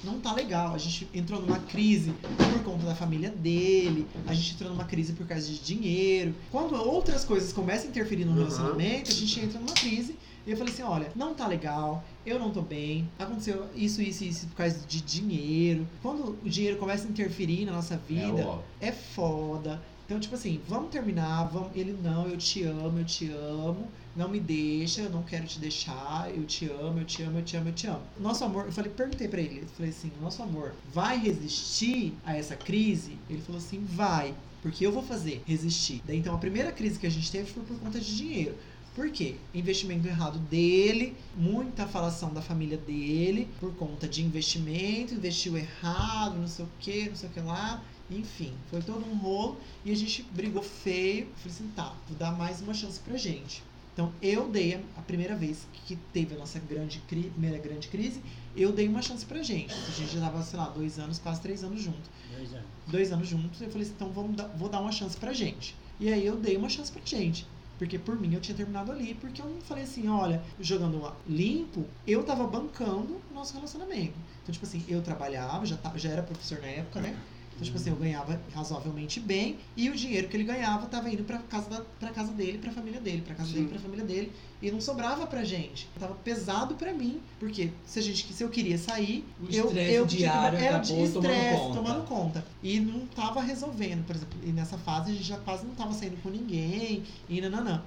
Speaker 1: Não tá legal. A gente entrou numa crise por conta da família dele. A gente entrou numa crise por causa de dinheiro. Quando outras coisas começam a interferir no
Speaker 3: Uhum.
Speaker 1: relacionamento, a gente entra numa crise. E eu falei assim, olha, não tá legal, eu não tô bem, aconteceu isso, isso, isso por causa de dinheiro. Quando o dinheiro começa a interferir na nossa
Speaker 2: É,
Speaker 1: vida,
Speaker 2: ó,
Speaker 1: é, foda. Então, Então, tipo assim, vamos terminar, vamos. Ele, não, eu te amo, eu te amo, não me deixa, eu não quero te deixar, eu te amo, eu te amo, eu te amo, eu te amo. Nosso amor, eu falei, perguntei pra ele, eu falei assim, nosso amor, vai resistir a essa crise? Ele falou assim, vai, porque eu vou fazer, resistir. Daí então a primeira crise que a gente teve foi por conta de dinheiro. Por quê? Investimento errado dele, muita falação da família dele, por conta de investimento, investiu errado, não sei o que, não sei o que lá. Enfim, foi todo um rolo e a gente brigou feio. Falei assim, tá, vou dar mais uma chance pra gente. Então eu dei, a, a primeira vez que teve a nossa grande cri- primeira grande crise, eu dei uma chance pra gente. A gente já tava, sei lá, dois anos, quase três anos junto
Speaker 4: Dois anos.
Speaker 1: dois anos juntos, eu falei assim, então vamos dar- vou dar uma chance pra gente. E aí eu dei uma chance pra gente. Porque por mim eu tinha terminado ali, porque eu não falei assim, olha, jogando lá limpo, eu tava bancando o nosso relacionamento. Então, tipo assim, eu trabalhava, já, ta- já era professor na época, né? Então, tipo assim, eu ganhava razoavelmente bem e o dinheiro que ele ganhava tava indo pra casa, da, pra casa dele, pra família dele, pra casa dele,
Speaker 3: Sim.
Speaker 1: pra família dele. E não sobrava pra gente. Tava pesado pra mim, porque se, a gente, se eu queria sair,
Speaker 5: O
Speaker 1: eu,
Speaker 5: estresse
Speaker 1: eu tinha que-
Speaker 5: diário
Speaker 1: era de
Speaker 5: acabou tomando
Speaker 1: estresse,
Speaker 5: conta.
Speaker 1: tomando conta. E não tava resolvendo, por exemplo. E nessa fase a gente já quase não tava saindo com ninguém, e nananã.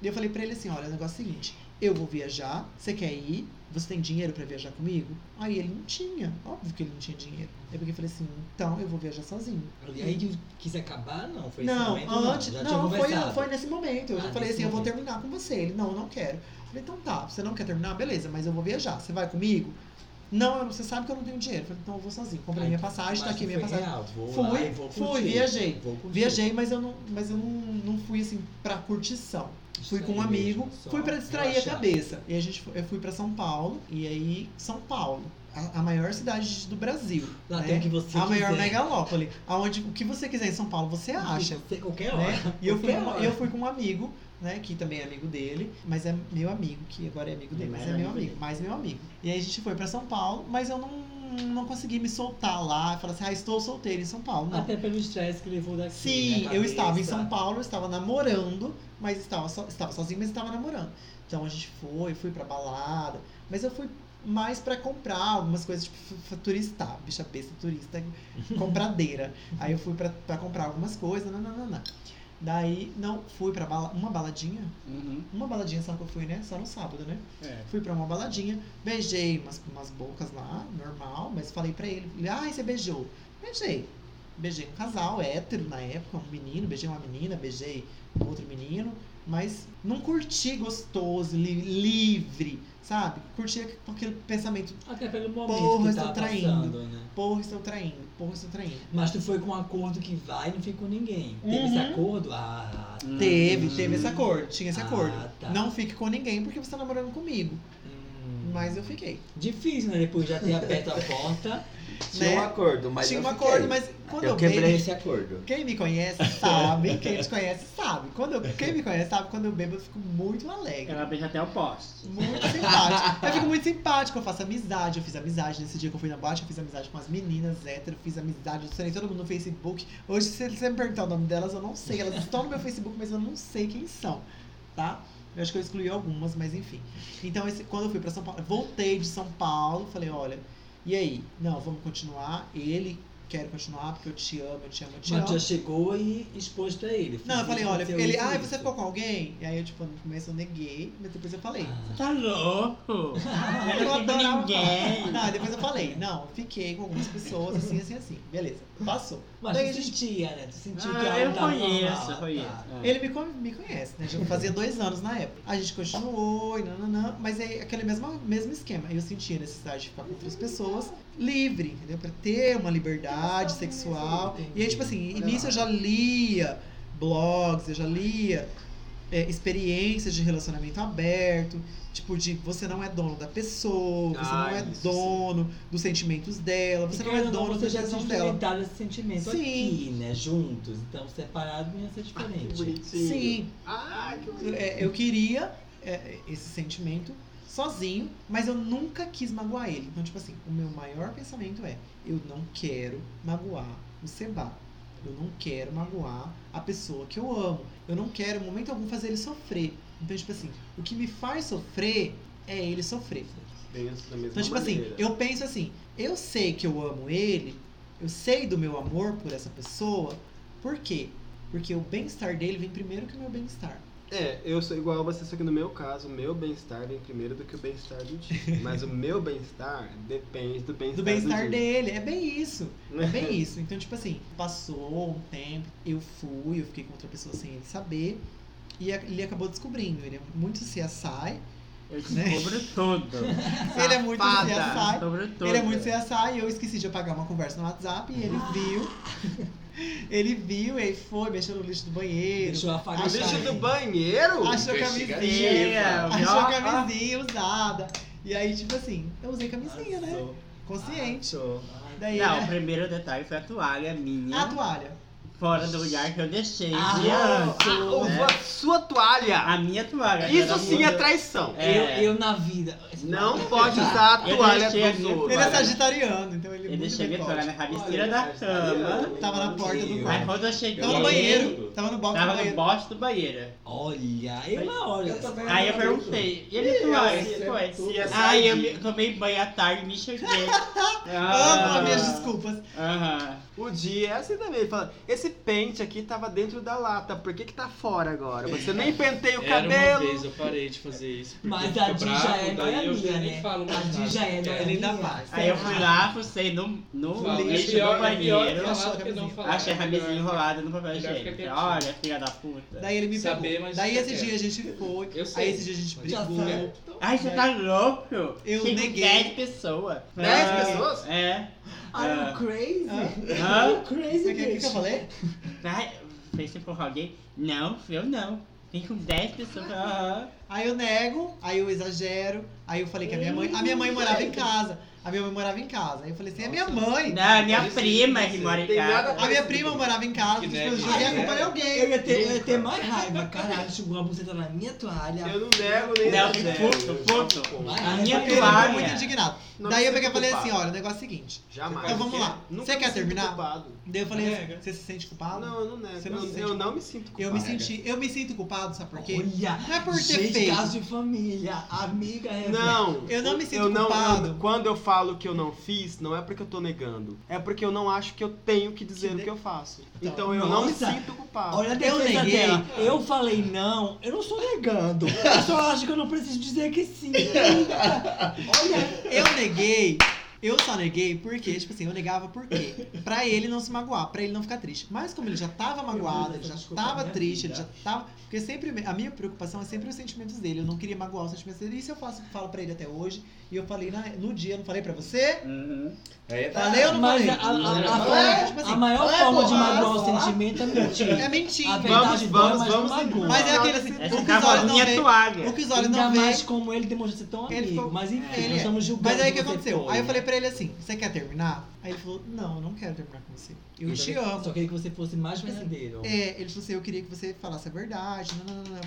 Speaker 1: E eu falei pra ele assim, olha, o negócio é o seguinte, eu vou viajar, você quer ir? Você tem dinheiro pra viajar comigo? Aí ele não tinha, óbvio que ele não tinha dinheiro. Eu peguei e falei assim, então eu vou viajar sozinho.
Speaker 5: E aí que quis acabar, não. Foi
Speaker 1: não,
Speaker 5: esse momento,
Speaker 1: antes,
Speaker 5: Já
Speaker 1: não,
Speaker 5: tinha
Speaker 1: foi,
Speaker 5: conversado.
Speaker 1: foi nesse momento. Eu
Speaker 5: Ah,
Speaker 1: falei
Speaker 5: nesse
Speaker 1: assim, eu vou
Speaker 5: momento.
Speaker 1: terminar com você. Ele, não, eu não quero. Eu falei, então tá, você não quer terminar? Beleza, mas eu vou viajar, você vai comigo? Não, eu não- você sabe que eu não tenho dinheiro. Eu falei, então eu vou sozinho. Comprei
Speaker 5: Aí,
Speaker 1: minha passagem, tá
Speaker 5: Ah, mas
Speaker 1: aqui minha
Speaker 5: foi
Speaker 1: passagem.
Speaker 5: real, vou
Speaker 1: Fui,
Speaker 5: lá e vou
Speaker 1: fui,
Speaker 5: curtir.
Speaker 1: viajei.
Speaker 5: Vou curtir.
Speaker 1: Viajei, mas eu não, mas eu não, não fui assim pra curtição. Fui com um
Speaker 5: Distrair
Speaker 1: amigo,
Speaker 5: mesmo, só
Speaker 1: fui pra distrair
Speaker 5: relaxar.
Speaker 1: a cabeça. E a gente foi- eu fui pra São Paulo, e aí São Paulo, a, a maior cidade do Brasil,
Speaker 5: Lá
Speaker 1: né?
Speaker 5: tem o que você
Speaker 1: a maior
Speaker 5: quiser.
Speaker 1: megalópole, aonde o que você quiser em São Paulo você acha.
Speaker 5: Você- Qualquer hora.
Speaker 1: Né? E eu fui,
Speaker 5: Qualquer hora.
Speaker 1: eu fui com um amigo, né? Que também é amigo dele, mas é meu amigo, que agora é amigo dele, mas é meu amigo, mais meu amigo. E aí a gente foi pra São Paulo, mas eu não, não consegui me soltar lá, falar assim, ah, estou solteiro em São Paulo. Não.
Speaker 5: Até pelo estresse que levou daqui.
Speaker 1: Sim,
Speaker 5: né,
Speaker 1: eu estava em
Speaker 5: cabeça.
Speaker 1: São Paulo, eu estava namorando, mas estava, so- estava sozinho, mas estava namorando. Então a gente foi, fui pra balada, mas eu fui mais pra comprar algumas coisas, tipo, fu- fu- turistar, bicha besta, turista, compradeira. Aí eu fui pra, pra comprar algumas coisas, não, não, não, não. Daí, não, fui pra bala, uma baladinha,
Speaker 4: Uhum.
Speaker 1: uma baladinha só que eu fui, né? Só no sábado, né?
Speaker 4: É.
Speaker 1: Fui pra uma baladinha, beijei umas, umas bocas lá, normal, mas falei pra ele, ele, ai, você beijou. Beijei. Beijei um casal hétero na época, um menino, beijei uma menina, beijei um outro menino, mas não curti gostoso, li- livre, sabe? Curti aqu- aquele pensamento,
Speaker 5: Até pelo momento
Speaker 1: Porra,
Speaker 5: que
Speaker 1: eu
Speaker 5: tá
Speaker 1: tô traindo.
Speaker 5: passando, né?
Speaker 1: porra, estou traindo, porra, estou traindo.
Speaker 5: Mas tu foi com um acordo que vai e não fica com ninguém. Teve
Speaker 1: Uhum.
Speaker 5: esse acordo? Ah,
Speaker 4: Hum.
Speaker 1: Teve, teve esse acordo, tinha esse
Speaker 5: Ah,
Speaker 1: acordo.
Speaker 5: tá.
Speaker 1: Não fique com ninguém porque você tá namorando comigo.
Speaker 5: hum.
Speaker 1: Mas eu fiquei.
Speaker 5: Difícil, né? Depois já ter aberto a porta.
Speaker 2: Tinha um
Speaker 1: né?
Speaker 2: acordo, mas.
Speaker 1: tinha
Speaker 2: eu
Speaker 1: um
Speaker 2: fiquei.
Speaker 1: acordo, mas quando eu,
Speaker 2: Eu quebrei
Speaker 1: beijo-
Speaker 2: esse acordo.
Speaker 1: Quem me conhece sabe, quem te conhece sabe. Quando eu- quem me conhece sabe, quando eu bebo eu fico muito alegre.
Speaker 4: Ela beija até o poste.
Speaker 1: Muito simpática. Eu fico muito simpática, eu faço amizade. Eu fiz amizade nesse dia que eu fui na boate, eu fiz amizade com as meninas hétero, fiz amizade, eu adicionei todo mundo no Facebook. Hoje, se você me perguntar o nome delas, eu não sei. Elas estão no meu Facebook, mas eu não sei quem são, tá? Eu acho que eu excluí algumas, mas enfim. Então, esse- quando eu fui pra São Paulo, voltei de São Paulo, falei, olha, e aí? Não, vamos continuar. Ele, quero continuar porque eu te amo, eu te amo, eu te amo.
Speaker 5: Mas já chegou e expôs pra ele. Fiz
Speaker 1: Não, eu falei,
Speaker 5: isso,
Speaker 1: olha,
Speaker 5: aconteceu
Speaker 1: ele,
Speaker 5: isso,
Speaker 1: ah,
Speaker 5: isso."
Speaker 1: você ficou com alguém? E aí eu, tipo, no começo eu neguei, mas depois eu falei.
Speaker 5: Ah,
Speaker 4: Tá louco?
Speaker 1: Eu
Speaker 4: não tem
Speaker 1: adorava
Speaker 4: ninguém.
Speaker 1: falar. Não, depois eu falei, não, fiquei com algumas pessoas, assim, assim, assim. Beleza, passou.
Speaker 5: Mas
Speaker 1: Daí a
Speaker 5: tu
Speaker 1: gente-
Speaker 5: sentia, né? Tu sentia que
Speaker 4: Ah,
Speaker 5: algo
Speaker 4: eu
Speaker 5: tava
Speaker 4: conheço,
Speaker 5: mal,
Speaker 4: eu
Speaker 5: tá.
Speaker 4: conheço. É.
Speaker 1: Ele me, con- me conhece, né? Já fazia dois anos na época. A gente continuou e nananã, mas é aquele mesmo, mesmo esquema. Eu sentia necessidade de ficar com outras pessoas livre, entendeu? Pra ter uma liberdade sexual. E aí, tipo assim,
Speaker 5: Olha
Speaker 1: início
Speaker 5: lá.
Speaker 1: eu já lia blogs, eu já lia é, experiências de relacionamento aberto. Tipo, de você não é dono da pessoa, você
Speaker 3: Ah,
Speaker 1: não é
Speaker 3: isso sim.
Speaker 1: dono dos sentimentos dela, você
Speaker 5: E
Speaker 1: não é
Speaker 5: querendo ou
Speaker 1: dono da
Speaker 5: você já tinha
Speaker 1: decisão dela.
Speaker 5: experimentado esse sentimento
Speaker 1: Sim.
Speaker 5: aqui, né? Juntos. Então, separado ia ser
Speaker 3: Que
Speaker 5: diferente.
Speaker 3: bonitinho.
Speaker 1: Sim,
Speaker 3: Ah, que bonitinho.
Speaker 1: É, eu queria é, esse sentimento sozinho, mas eu nunca quis magoar ele. Então, tipo assim, o meu maior pensamento é: eu não quero magoar o Seba. Eu não quero magoar a pessoa que eu amo. Eu não quero, em momento algum, fazer ele sofrer. Então, tipo assim, o que me faz sofrer é ele sofrer.
Speaker 3: Penso da mesma
Speaker 1: Então, tipo assim,
Speaker 3: maneira.
Speaker 1: eu penso assim, eu sei que eu amo ele, eu sei do meu amor por essa pessoa, por quê? Porque o bem-estar dele vem primeiro que o meu bem-estar.
Speaker 3: É, eu sou igual a você, só que no meu caso, o meu bem-estar vem primeiro do que o bem-estar do dia. Mas o meu bem-estar depende do bem-estar
Speaker 1: Do bem-estar
Speaker 3: do
Speaker 1: dele. É bem isso. É
Speaker 3: dia.
Speaker 1: bem isso. Então, tipo assim, passou um tempo, eu fui, eu fiquei com outra pessoa sem ele saber. E a- ele acabou descobrindo. Ele é muito CSI.
Speaker 4: Eu
Speaker 1: Né?
Speaker 4: descubro tudo.
Speaker 1: Ele é muito
Speaker 4: Safada,
Speaker 1: CSI.
Speaker 4: Descubro tudo.
Speaker 1: Ele é muito CSI e eu esqueci de apagar uma conversa no WhatsApp. E ele viu. ele viu, e aí foi, mexeu no lixo do banheiro.
Speaker 5: Deixou a faca
Speaker 1: Ah,
Speaker 5: cair.
Speaker 1: lixo
Speaker 3: Bicho do banheiro?
Speaker 1: Achou camisinha.
Speaker 4: Investigativa.
Speaker 1: Achou
Speaker 4: Ó, ó.
Speaker 1: camisinha usada. E aí, tipo assim, eu usei camisinha, né?
Speaker 6: Arrasou.
Speaker 1: Consciente.
Speaker 6: Arrasou.
Speaker 1: Daí,
Speaker 4: Não, o
Speaker 1: né?
Speaker 4: primeiro detalhe foi a toalha minha.
Speaker 1: A toalha.
Speaker 4: Fora do lugar que eu deixei.
Speaker 5: Ah,
Speaker 4: de antes,
Speaker 3: Ah, ou
Speaker 4: né?
Speaker 3: a sua toalha!
Speaker 4: A minha é né? toalha.
Speaker 3: Isso
Speaker 4: era
Speaker 3: sim é
Speaker 4: muito-
Speaker 3: traição.
Speaker 4: É.
Speaker 5: Eu, eu na vida.
Speaker 3: Não pode usar a
Speaker 4: Eu
Speaker 3: toalha
Speaker 4: deixei
Speaker 3: dos
Speaker 4: aqui.
Speaker 3: outros.
Speaker 1: Ele é
Speaker 4: Toalha.
Speaker 1: sagitariano, então ele é
Speaker 4: Eu
Speaker 1: muito
Speaker 4: deixei minha toalha
Speaker 1: decote.
Speaker 4: na cabeceira da cama.
Speaker 1: Tava na porta do
Speaker 4: Aí
Speaker 1: quarto.
Speaker 4: quando eu cheguei.
Speaker 1: Tava no banheiro. Tava no box do
Speaker 4: Tava no
Speaker 1: banheiro.
Speaker 4: bote do banheiro.
Speaker 5: Olha, eu na hora.
Speaker 4: Aí é eu perguntei, e ele
Speaker 6: esse
Speaker 4: foi?
Speaker 6: é
Speaker 4: Foi.
Speaker 6: tudo.
Speaker 4: Ai, eu me- tomei banho à tarde, me enxerguei.
Speaker 1: Amo as minhas desculpas.
Speaker 4: Aham.
Speaker 3: O dia é assim também. Ele fala, esse pente aqui tava dentro da lata, por que que tá fora agora? Você nem penteia o
Speaker 6: É, Era uma
Speaker 3: cabelo.
Speaker 6: vez eu parei de fazer isso. porque
Speaker 5: Mas
Speaker 6: fica
Speaker 5: a Di
Speaker 6: bravo,
Speaker 5: já é
Speaker 6: daí eu já
Speaker 5: noianinha,
Speaker 6: nem
Speaker 5: né?
Speaker 6: falo mais
Speaker 5: A Di
Speaker 6: nada.
Speaker 5: já é
Speaker 6: É,
Speaker 1: Ele ainda
Speaker 5: Minha.
Speaker 1: faz.
Speaker 4: Aí eu fui lá, fucei no, no
Speaker 6: fala,
Speaker 4: lixo
Speaker 6: é
Speaker 4: do
Speaker 6: pior, é pior
Speaker 4: banheiro,
Speaker 6: falar do que não falar.
Speaker 4: achei a
Speaker 6: É
Speaker 4: camisinha
Speaker 6: melhor-
Speaker 4: enrolada no papel
Speaker 6: melhor
Speaker 4: higiênico.
Speaker 6: ficar
Speaker 4: Olha, filha da puta.
Speaker 1: Daí ele me
Speaker 6: Saber,
Speaker 1: pegou.
Speaker 6: mas
Speaker 1: Daí
Speaker 6: fica
Speaker 1: esse dia a gente foi.
Speaker 6: Eu sei.
Speaker 1: Aí esse dia a gente
Speaker 5: Já
Speaker 1: brigou.
Speaker 5: sabe.
Speaker 4: Ai, você tá louco?
Speaker 1: Eu
Speaker 4: Tinha
Speaker 1: neguei.
Speaker 4: 10 pessoas.
Speaker 3: 10
Speaker 4: Ah,
Speaker 3: pessoas?
Speaker 4: É.
Speaker 5: Are you
Speaker 4: Ah.
Speaker 5: crazy?
Speaker 1: Hã?
Speaker 5: Are
Speaker 4: Hã?
Speaker 5: you crazy,
Speaker 1: O que, o que que eu
Speaker 5: bitch?
Speaker 1: falei?
Speaker 4: Ai, fez você empurrar alguém? Não, eu não. Vim com 10 pessoas. Aham.
Speaker 1: Aí eu nego, aí eu exagero, aí eu falei que a minha mãe. A minha mãe morava em casa. A minha mãe morava em casa. Aí eu falei assim, é minha mãe.
Speaker 4: Não, é minha
Speaker 6: Parece
Speaker 4: prima
Speaker 6: que
Speaker 4: que mora em
Speaker 3: tem nada
Speaker 4: casa.
Speaker 1: A minha prima morava em casa,
Speaker 6: Que
Speaker 1: tipo,
Speaker 6: neve,
Speaker 1: eu joguei a
Speaker 6: né?
Speaker 1: culpa em alguém.
Speaker 5: É. Eu ia, ter, eu ia ter mais raiva, caralho. Chegou a buceta na minha toalha.
Speaker 3: Eu não nego nem
Speaker 4: Não,
Speaker 3: nego.
Speaker 4: puto, puto.
Speaker 5: Mais
Speaker 4: A
Speaker 5: raiva
Speaker 4: minha
Speaker 5: ainda.
Speaker 1: Ele ficou
Speaker 4: toalha.
Speaker 1: é muito indignado.
Speaker 3: Não
Speaker 1: Daí eu
Speaker 3: me
Speaker 1: peguei e
Speaker 3: sinto
Speaker 1: falei assim,
Speaker 3: culpado.
Speaker 1: olha, o negócio é o seguinte.
Speaker 3: Jamais.
Speaker 1: Então vamos lá.
Speaker 3: Nunca
Speaker 1: Você
Speaker 3: me
Speaker 1: quer
Speaker 3: sinto
Speaker 1: terminar?
Speaker 3: culpado.
Speaker 1: Daí eu falei,
Speaker 6: Nega.
Speaker 1: você se sente culpado?
Speaker 3: Ah, Não, eu não nego.
Speaker 1: Você não
Speaker 3: eu,
Speaker 1: se sente
Speaker 3: eu não me sinto culpado.
Speaker 1: Eu me senti, eu me sinto culpado, sabe por quê?
Speaker 5: Olha.
Speaker 1: Não é por ter
Speaker 5: gente,
Speaker 1: feito.
Speaker 5: caso de família. Amiga, é-
Speaker 3: Não.
Speaker 1: Eu não me sinto
Speaker 3: eu não,
Speaker 1: culpado.
Speaker 3: eu- quando eu falo que eu não fiz, não é porque eu tô negando. É porque eu não acho que eu tenho que dizer
Speaker 1: Que
Speaker 3: o
Speaker 1: ne-
Speaker 3: que eu faço. Então,
Speaker 1: Então,
Speaker 3: eu não me
Speaker 5: nossa.
Speaker 3: sinto culpado.
Speaker 5: Olha a
Speaker 1: Eu
Speaker 5: defesa
Speaker 1: neguei.
Speaker 5: dela. Eu falei não, eu não estou negando. Eu só acho que eu não preciso dizer que sim. Olha,
Speaker 1: Eu neguei. Eu só neguei porque, tipo assim, eu negava por quê? Pra ele não se magoar, pra ele não ficar triste. Mas como ele já tava magoado, ele já
Speaker 5: Desculpa,
Speaker 1: tava
Speaker 5: minha
Speaker 1: triste, ele
Speaker 5: vida.
Speaker 1: já tava. Porque sempre. A minha preocupação é sempre os sentimentos dele. Eu não queria magoar os sentimentos dele. Isso eu faço, falo pra ele até hoje. E eu falei na- no dia, eu não falei pra você?
Speaker 4: Uhum.
Speaker 1: Falei ou não
Speaker 5: mas
Speaker 1: falei?
Speaker 5: a, a- a- a
Speaker 1: Não,
Speaker 5: forma-
Speaker 1: é, tipo assim,
Speaker 5: a maior
Speaker 1: não é
Speaker 5: forma de
Speaker 1: porrada,
Speaker 5: magoar o
Speaker 1: falar.
Speaker 5: sentimento é mentir.
Speaker 1: É
Speaker 5: A
Speaker 1: mentira.
Speaker 5: verdade dói,
Speaker 3: vamos,
Speaker 5: mas
Speaker 3: vamos
Speaker 5: não
Speaker 3: sim.
Speaker 5: magoa.
Speaker 1: Mas é aquele assim,
Speaker 4: Essa
Speaker 1: o que os
Speaker 4: acabou a
Speaker 1: olhos
Speaker 4: minha
Speaker 1: não veem.
Speaker 4: toalha.
Speaker 1: O que os olhos
Speaker 5: é Ainda
Speaker 1: não veem.
Speaker 5: mais como ele demonstra ser tão
Speaker 1: Ele
Speaker 5: amigo.
Speaker 1: ficou-
Speaker 5: Mas enfim,
Speaker 1: Ele
Speaker 5: nós
Speaker 1: é.
Speaker 5: estamos julgando.
Speaker 1: Mas aí o que
Speaker 5: você
Speaker 1: aconteceu?
Speaker 5: foi.
Speaker 1: Aí eu falei pra ele assim: você quer terminar? Aí ele falou: não, eu não quero terminar com você. Eu te
Speaker 5: falei,
Speaker 1: amo.
Speaker 5: Só queria que você fosse mais verdadeiro.
Speaker 1: É, ele falou assim, eu queria que você falasse a verdade. Não, não, não, não.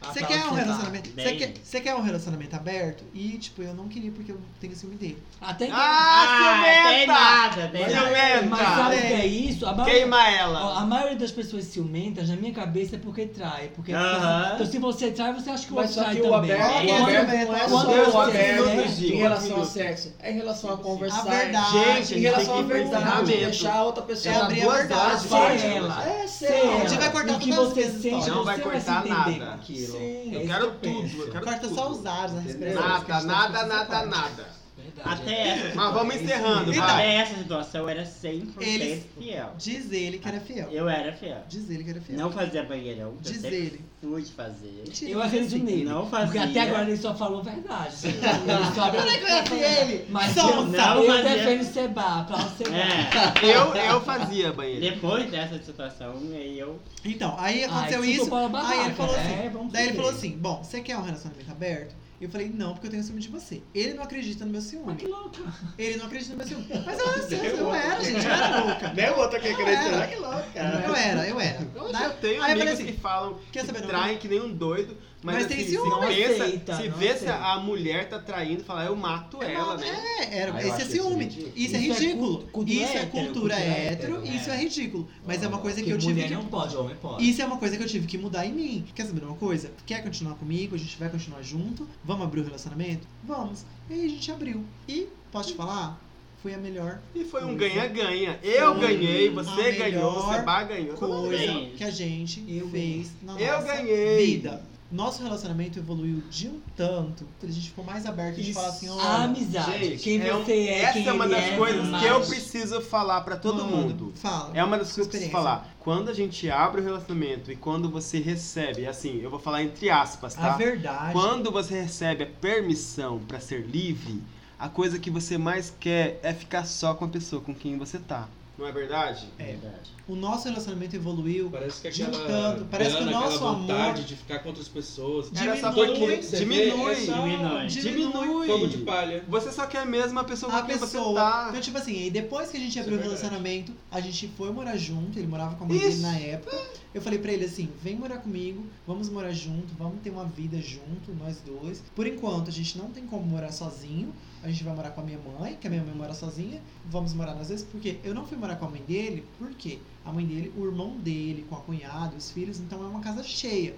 Speaker 5: Ah,
Speaker 1: Você
Speaker 5: pra
Speaker 1: quer um
Speaker 5: você tá.
Speaker 1: relacionamento? Você
Speaker 4: bem.
Speaker 1: quer, você quer um relacionamento aberto? E, tipo, eu não queria porque eu tenho ciúme dele.
Speaker 5: Até que.
Speaker 3: Ah,
Speaker 4: é, tem
Speaker 3: ciumenta!
Speaker 4: nada, tem
Speaker 3: Mas
Speaker 1: então
Speaker 4: nada.
Speaker 3: ciumenta!
Speaker 5: mas é sabe o
Speaker 1: tá.
Speaker 5: que é isso? A maioria-
Speaker 3: Queima
Speaker 5: Ó,
Speaker 3: ela.
Speaker 5: A maioria das pessoas ciumentas, na minha cabeça, é porque trai. Porque
Speaker 4: Aham.
Speaker 5: então, se você trai, você acha que o
Speaker 7: Mas
Speaker 5: outro
Speaker 7: só
Speaker 5: trai
Speaker 7: que
Speaker 5: também.
Speaker 7: o aberto,
Speaker 1: É,
Speaker 7: o aberto
Speaker 1: quando
Speaker 7: não
Speaker 2: "Ah,
Speaker 7: é
Speaker 5: você
Speaker 7: só o
Speaker 5: é
Speaker 7: aberto
Speaker 5: honesto,
Speaker 7: em relação
Speaker 3: filho.
Speaker 7: ao sexo, é em relação
Speaker 1: Tipo assim,
Speaker 7: a conversar.
Speaker 1: A verdade.
Speaker 7: Em
Speaker 3: Gente, a gente
Speaker 7: relação à
Speaker 3: tem que
Speaker 7: verdade,
Speaker 3: fundamento.
Speaker 7: deixar a outra pessoa
Speaker 1: É
Speaker 7: na
Speaker 1: abrir a
Speaker 7: boa
Speaker 1: verdade,
Speaker 7: vontade,
Speaker 5: ser
Speaker 7: parte.
Speaker 5: ela.
Speaker 7: É,
Speaker 5: Ser
Speaker 7: ser
Speaker 5: ela.
Speaker 7: ela.
Speaker 1: gente vai cortar
Speaker 5: o que
Speaker 1: todas as
Speaker 5: você
Speaker 1: vezes,
Speaker 5: sente,
Speaker 1: então.
Speaker 3: Não vai
Speaker 5: você
Speaker 3: cortar
Speaker 5: se entender
Speaker 3: nada.
Speaker 5: com aquilo.
Speaker 7: Sim,
Speaker 5: É
Speaker 3: Eu
Speaker 5: isso
Speaker 3: quero
Speaker 5: que eu
Speaker 3: tudo. Eu
Speaker 5: penso.
Speaker 3: quero
Speaker 1: Corta
Speaker 3: tudo.
Speaker 1: só os ares, né, as expressões. que a
Speaker 3: Nada,
Speaker 1: gente
Speaker 3: nada,
Speaker 1: tá-
Speaker 3: nada, nada.
Speaker 5: Verdade.
Speaker 4: Até essa.
Speaker 3: Mas vamos encerrando,
Speaker 1: Então,
Speaker 3: vai.
Speaker 4: Até essa situação era 100%
Speaker 1: Eles-
Speaker 4: fiel.
Speaker 1: Diz ele que era fiel.
Speaker 4: Eu era fiel.
Speaker 1: Diz ele que era fiel.
Speaker 4: Não fazia banheirão. que
Speaker 1: Diz
Speaker 4: eu sempre
Speaker 1: ele.
Speaker 4: fui de fazer.
Speaker 1: Mentira,
Speaker 5: Eu
Speaker 1: mas
Speaker 5: acredito
Speaker 1: assim,
Speaker 5: nele.
Speaker 4: Não fazia.
Speaker 5: Porque até agora ele só falou verdade. Ele só abriu-
Speaker 1: Como é que eu ia ser ele?
Speaker 5: Mas
Speaker 1: Sonsa.
Speaker 5: eu,
Speaker 4: Não
Speaker 5: eu
Speaker 4: fazia.
Speaker 5: defendo Seba, pra você.
Speaker 4: É.
Speaker 3: Eu, eu fazia banheiro.
Speaker 4: Depois dessa situação, aí eu.
Speaker 1: Então, aí aconteceu
Speaker 5: Ai,
Speaker 1: isso.
Speaker 5: desculpa, babaca,
Speaker 1: Aí ele falou assim.
Speaker 5: né? Vamos
Speaker 1: Daí ele
Speaker 5: ver.
Speaker 1: falou assim: Bom, você quer um relacionamento aberto? Eu falei, não, porque eu tenho ciúme de você. Ele não acredita no meu ciúme.
Speaker 5: Que louca.
Speaker 1: Ele não acredita no meu ciúme. Mas eu era ciúme, eu era, gente, eu era louca.
Speaker 7: Nem o outro que
Speaker 1: Era.
Speaker 7: acredita, que louco, cara.
Speaker 1: Eu era, eu era.
Speaker 3: Hoje
Speaker 1: Daí-
Speaker 3: eu tenho
Speaker 1: Aí eu
Speaker 3: amigos
Speaker 1: falei assim,
Speaker 3: que falam
Speaker 1: quer
Speaker 3: que
Speaker 1: saber não?
Speaker 3: traem que nem um doido, mas,
Speaker 1: Mas tem
Speaker 3: assim,
Speaker 1: ciúme.
Speaker 3: se
Speaker 5: Não
Speaker 3: pensa,
Speaker 5: aceita,
Speaker 3: se
Speaker 5: não
Speaker 3: vê se
Speaker 5: aceita.
Speaker 3: a mulher tá traindo, fala, eu mato ela,
Speaker 1: mato-
Speaker 3: né?
Speaker 1: É, era,
Speaker 2: Ah, eu
Speaker 1: esse
Speaker 2: acho
Speaker 1: é
Speaker 2: isso
Speaker 1: ciúme. Isso,
Speaker 2: ridículo.
Speaker 1: é
Speaker 5: Isso é
Speaker 1: ridículo.
Speaker 5: cultu- cultura
Speaker 1: isso é
Speaker 5: hétero,
Speaker 1: cultura
Speaker 5: cultura
Speaker 1: hétero,
Speaker 5: hétero,
Speaker 1: isso é
Speaker 5: é.
Speaker 1: ridículo. Mas é uma coisa que
Speaker 5: Porque
Speaker 1: eu tive
Speaker 5: mulher
Speaker 1: que.
Speaker 5: não pode, homem pode.
Speaker 1: Isso é uma coisa que eu tive que mudar em mim. Quer saber de uma coisa? Quer continuar comigo? A gente vai continuar junto? Vamos abrir o relacionamento? Vamos. E aí a gente abriu. E, posso te falar? foi a melhor
Speaker 3: E foi um
Speaker 1: Coisa.
Speaker 3: ganha-ganha. Eu
Speaker 1: Foi
Speaker 3: ganhei,
Speaker 1: é. a
Speaker 3: você ganhou,
Speaker 1: melhor
Speaker 3: você Seba ganhou. todo mundo
Speaker 1: coisa
Speaker 3: ganhou.
Speaker 1: que a gente
Speaker 5: Eu
Speaker 1: fez na
Speaker 3: Eu
Speaker 1: nossa
Speaker 3: ganhei.
Speaker 1: vida. Nosso relacionamento evoluiu de um tanto que a gente ficou mais aberto de falar assim,
Speaker 5: A
Speaker 1: olha,
Speaker 5: amizade.
Speaker 3: Gente,
Speaker 5: quem
Speaker 3: é um-
Speaker 5: você é,
Speaker 3: essa
Speaker 5: quem
Speaker 3: é uma
Speaker 5: ele
Speaker 3: das
Speaker 5: é,
Speaker 3: coisas
Speaker 5: mas-
Speaker 3: que eu preciso falar pra todo
Speaker 1: mano,
Speaker 3: mundo.
Speaker 1: Fala.
Speaker 3: É uma das coisas que eu preciso
Speaker 1: Experiência.
Speaker 3: falar. Quando a gente abre o relacionamento e quando você recebe, assim, eu vou falar entre aspas,
Speaker 1: A
Speaker 3: tá?
Speaker 1: verdade.
Speaker 3: Quando você recebe a permissão pra ser livre, a coisa que você mais quer é ficar só com a pessoa com quem você tá. Não é verdade?
Speaker 1: É.
Speaker 7: Verdade.
Speaker 1: O nosso relacionamento evoluiu.
Speaker 6: Parece que é
Speaker 1: De um
Speaker 6: aquela.
Speaker 1: tanto, parece que o
Speaker 6: aquela
Speaker 1: nosso
Speaker 6: vontade
Speaker 1: amor-
Speaker 6: de ficar com outras pessoas.
Speaker 3: Era só
Speaker 1: Diminui,
Speaker 6: Todo mundo que você vê
Speaker 3: diminui,
Speaker 6: é só
Speaker 4: diminui.
Speaker 3: Diminui.
Speaker 6: Fogo de palha.
Speaker 3: Você só quer mesmo a pessoa
Speaker 1: A
Speaker 3: com quem você
Speaker 1: pessoa.
Speaker 3: tá.
Speaker 1: Então, tipo assim, aí depois que a gente
Speaker 6: Isso é
Speaker 1: abriu o
Speaker 6: verdade.
Speaker 1: relacionamento, a gente foi morar junto. Ele morava com a mãe dele
Speaker 3: Isso.
Speaker 1: na época. Eu falei pra ele assim: vem morar comigo, vamos morar junto, vamos ter uma vida junto, nós dois. Por enquanto, a gente não tem como morar sozinho. A gente vai morar com a minha mãe, que a minha mãe mora sozinha. Vamos morar nós dois, porque eu não fui morar com a mãe dele, porque a mãe dele, o irmão dele, com a cunhada, os filhos, então é uma casa cheia.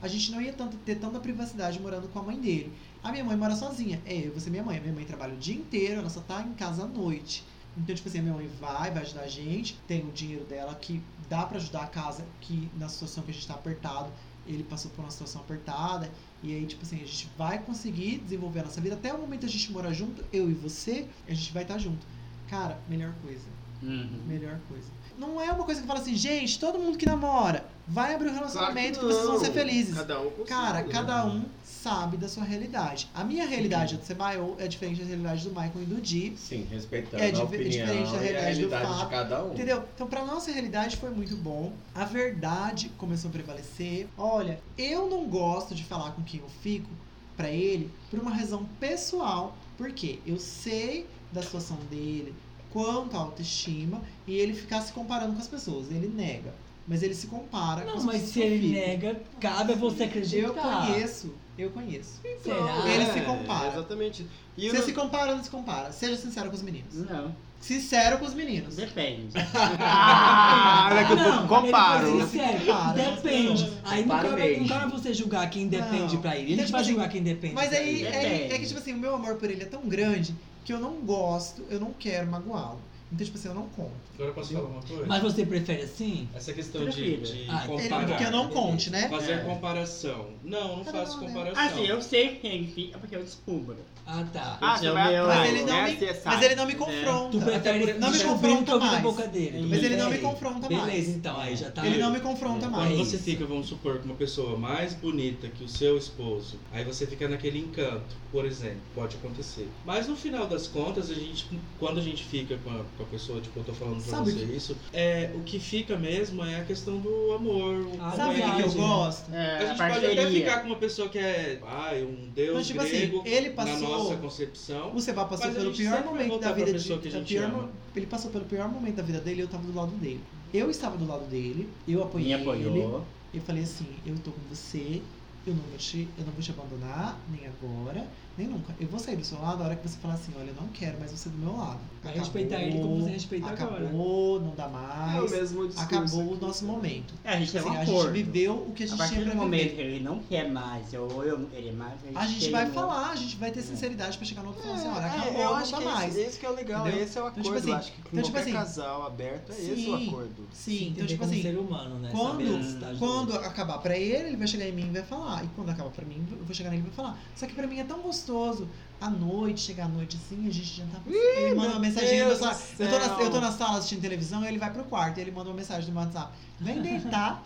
Speaker 1: A gente não ia tanto, ter tanta privacidade morando com a mãe dele. A minha mãe mora sozinha. É, eu vou ser minha mãe. A minha mãe trabalha o dia inteiro, ela só tá em casa à noite. Então, tipo assim, a minha mãe vai, vai ajudar a gente. Tem o dinheiro dela que dá pra ajudar a casa, que na situação que a gente tá apertado, ele passou por uma situação apertada. E aí, tipo assim, a gente vai conseguir desenvolver a nossa vida. Até o momento a gente morar junto, eu e você, a gente vai estar junto. Cara, melhor coisa.
Speaker 4: Uhum.
Speaker 1: Melhor coisa. Não é uma coisa que fala assim, gente, todo mundo que namora, vai abrir um
Speaker 3: Claro que
Speaker 1: relacionamento que,
Speaker 3: não.
Speaker 1: vocês vão ser felizes.
Speaker 3: Cada um com
Speaker 1: Cara,
Speaker 3: seu, né?
Speaker 1: cada um sabe da sua realidade. A minha realidade a do Sebaio é diferente da realidade do Michael e do Di.
Speaker 2: Sim, respeitando
Speaker 1: É
Speaker 2: a
Speaker 1: dif-
Speaker 2: opinião
Speaker 1: diferente da
Speaker 2: e a
Speaker 1: realidade do
Speaker 2: realidade
Speaker 1: fato,
Speaker 2: de cada um.
Speaker 1: Entendeu? Então, pra nossa realidade foi muito bom. A verdade começou a prevalecer. Olha, eu não gosto de falar com quem eu fico pra ele por uma razão pessoal, porque eu sei da situação dele quanto à autoestima e ele ficar se comparando com as pessoas. Ele nega, mas ele se compara com
Speaker 5: Não,
Speaker 1: as
Speaker 5: mas
Speaker 1: pessoas
Speaker 5: se
Speaker 1: que eu
Speaker 5: ele
Speaker 1: fico.
Speaker 5: nega, cabe a você acreditar.
Speaker 1: Eu conheço, eu conheço.
Speaker 5: Será?
Speaker 1: Ele um se compara.
Speaker 3: É, Exatamente. E
Speaker 1: Você
Speaker 3: eu
Speaker 1: se compara ou não se compara? Seja sincero com os meninos.
Speaker 4: Não,
Speaker 1: Sincero com os meninos.
Speaker 4: depende.
Speaker 3: Ah, olha que eu
Speaker 5: Não,
Speaker 3: comparo.
Speaker 5: ele foi sincero,
Speaker 1: Comparo.
Speaker 5: depende. Aí não
Speaker 7: Comparo
Speaker 5: cabe, não
Speaker 7: mesmo.
Speaker 5: cabe você julgar quem depende
Speaker 1: Não.
Speaker 5: pra ele.
Speaker 1: Então,
Speaker 5: Ele
Speaker 1: tipo
Speaker 5: vai
Speaker 1: assim,
Speaker 5: julgar quem depende.
Speaker 1: Mas
Speaker 5: pra
Speaker 1: aí
Speaker 5: ele.
Speaker 1: é,
Speaker 4: Depende.
Speaker 1: é que, tipo assim, o meu amor por ele é tão grande que eu não gosto, eu não quero magoá-lo. Então, tipo assim, eu não conto.
Speaker 6: Agora eu posso falar uma coisa?
Speaker 5: Mas você prefere assim?
Speaker 6: Essa questão de,
Speaker 4: Prefiro.
Speaker 6: de
Speaker 5: Ah,
Speaker 1: Ele,
Speaker 6: comparar.
Speaker 1: que eu não conte, né?
Speaker 6: Fazer
Speaker 4: É.
Speaker 6: comparação. Não, não
Speaker 5: Tá
Speaker 1: Cada
Speaker 6: faço
Speaker 1: um, né?
Speaker 6: comparação.
Speaker 4: Assim, eu sei quem fica é porque eu descubro.
Speaker 5: Ah, tá.
Speaker 3: Ah,
Speaker 4: Esse
Speaker 3: você
Speaker 4: é o
Speaker 3: vai
Speaker 4: meu-
Speaker 3: atrás,
Speaker 1: Mas ele não
Speaker 3: né?
Speaker 1: me-
Speaker 3: Você
Speaker 1: Mas
Speaker 3: sabe.
Speaker 1: ele não me confronta.
Speaker 5: Tu prefere
Speaker 1: tá. Não me
Speaker 5: descobrir
Speaker 1: confronta
Speaker 5: o que eu vi na
Speaker 1: mais.
Speaker 5: boca dele. tu
Speaker 1: Mas ele não me
Speaker 6: né?
Speaker 5: prefere?
Speaker 1: confronta mais.
Speaker 5: Beleza, então, aí já tá.
Speaker 1: Ele não me confronta
Speaker 5: É,
Speaker 1: mais.
Speaker 6: Quando você
Speaker 5: isso.
Speaker 6: fica, vamos supor, com uma pessoa mais bonita que o seu esposo, aí você fica naquele encanto, por exemplo, pode acontecer. Mas no final das contas, a gente, quando a gente fica com a, com a pessoa, tipo, eu tô falando pra
Speaker 1: Sabe
Speaker 6: você isso, é, o que fica mesmo é a questão do amor. o
Speaker 5: Ah,
Speaker 1: Sabe o que
Speaker 6: companheirismo.
Speaker 1: eu
Speaker 5: Verdade, né?
Speaker 1: gosto?
Speaker 4: É,
Speaker 6: A gente pode até ficar com uma pessoa que é, ai, um deus
Speaker 1: Então, tipo assim,
Speaker 6: grego
Speaker 1: ele
Speaker 6: na
Speaker 1: passou-
Speaker 6: nossa concepção.
Speaker 1: O Seba passou
Speaker 6: Mas a
Speaker 1: pelo
Speaker 6: gente
Speaker 1: pior
Speaker 6: sempre vai
Speaker 1: momento
Speaker 6: voltar
Speaker 1: da
Speaker 6: pra
Speaker 1: vida
Speaker 6: pessoa que a
Speaker 1: da
Speaker 6: gente
Speaker 1: pior
Speaker 6: ama.
Speaker 1: mo- Ele passou pelo pior momento da vida dele e eu tava do lado dele. Eu estava do lado dele, eu apoiei
Speaker 4: Me
Speaker 1: ele.
Speaker 4: apoiou.
Speaker 1: Eu falei assim, eu tô com você, eu não vou te, eu não vou te abandonar, nem agora, nem nunca. Eu vou sair do seu lado a hora que você falar assim, olha, eu não quero mais você do meu lado.
Speaker 5: Vai respeitar ele como você respeita
Speaker 1: acabou,
Speaker 5: agora.
Speaker 1: Acabou, não dá
Speaker 3: É o
Speaker 1: mais.
Speaker 3: mesmo discurso.
Speaker 1: acabou o nosso momento.
Speaker 4: É, a gente tem
Speaker 1: Assim,
Speaker 4: um
Speaker 1: a
Speaker 4: acordo.
Speaker 1: gente viveu o que a
Speaker 4: A
Speaker 1: gente
Speaker 4: partir
Speaker 1: tinha
Speaker 4: do
Speaker 1: pra
Speaker 4: momento
Speaker 1: viver.
Speaker 4: que ele não quer mais, ou eu não querer mais,
Speaker 1: A gente vai
Speaker 4: tem um-
Speaker 1: falar, a gente vai ter sinceridade pra chegar no outro e falar assim, olha,
Speaker 3: É,
Speaker 1: acabou,
Speaker 3: eu
Speaker 1: não
Speaker 3: acho
Speaker 1: dá
Speaker 3: que
Speaker 1: mais.
Speaker 3: Esse, esse que é o legal,
Speaker 1: Entendeu?
Speaker 3: esse é o
Speaker 1: Então,
Speaker 3: acordo.
Speaker 1: tipo assim,
Speaker 3: eu acho que com
Speaker 1: então, tipo
Speaker 3: qualquer
Speaker 1: assim,
Speaker 3: casal aberto é esse o
Speaker 1: sim.
Speaker 3: acordo.
Speaker 1: Sim, então
Speaker 5: entender
Speaker 1: tipo
Speaker 5: como
Speaker 1: assim,
Speaker 5: ser humano, né?
Speaker 1: quando-
Speaker 5: Saber a necessidade do
Speaker 1: Quando
Speaker 5: outro.
Speaker 1: acabar pra ele, ele vai chegar em mim e vai falar. E quando acabar pra mim, eu vou chegar nele e vai falar. Só que pra mim é tão gostoso. À noite, chegar à noite assim, a gente jantar. Ele manda uma mensagem no
Speaker 3: Deus
Speaker 1: meu celular.
Speaker 3: do
Speaker 1: Eu tô, na,
Speaker 3: céu.
Speaker 1: eu tô na sala assistindo televisão, ele vai pro quarto. Ele manda uma mensagem no WhatsApp. Vem deitar.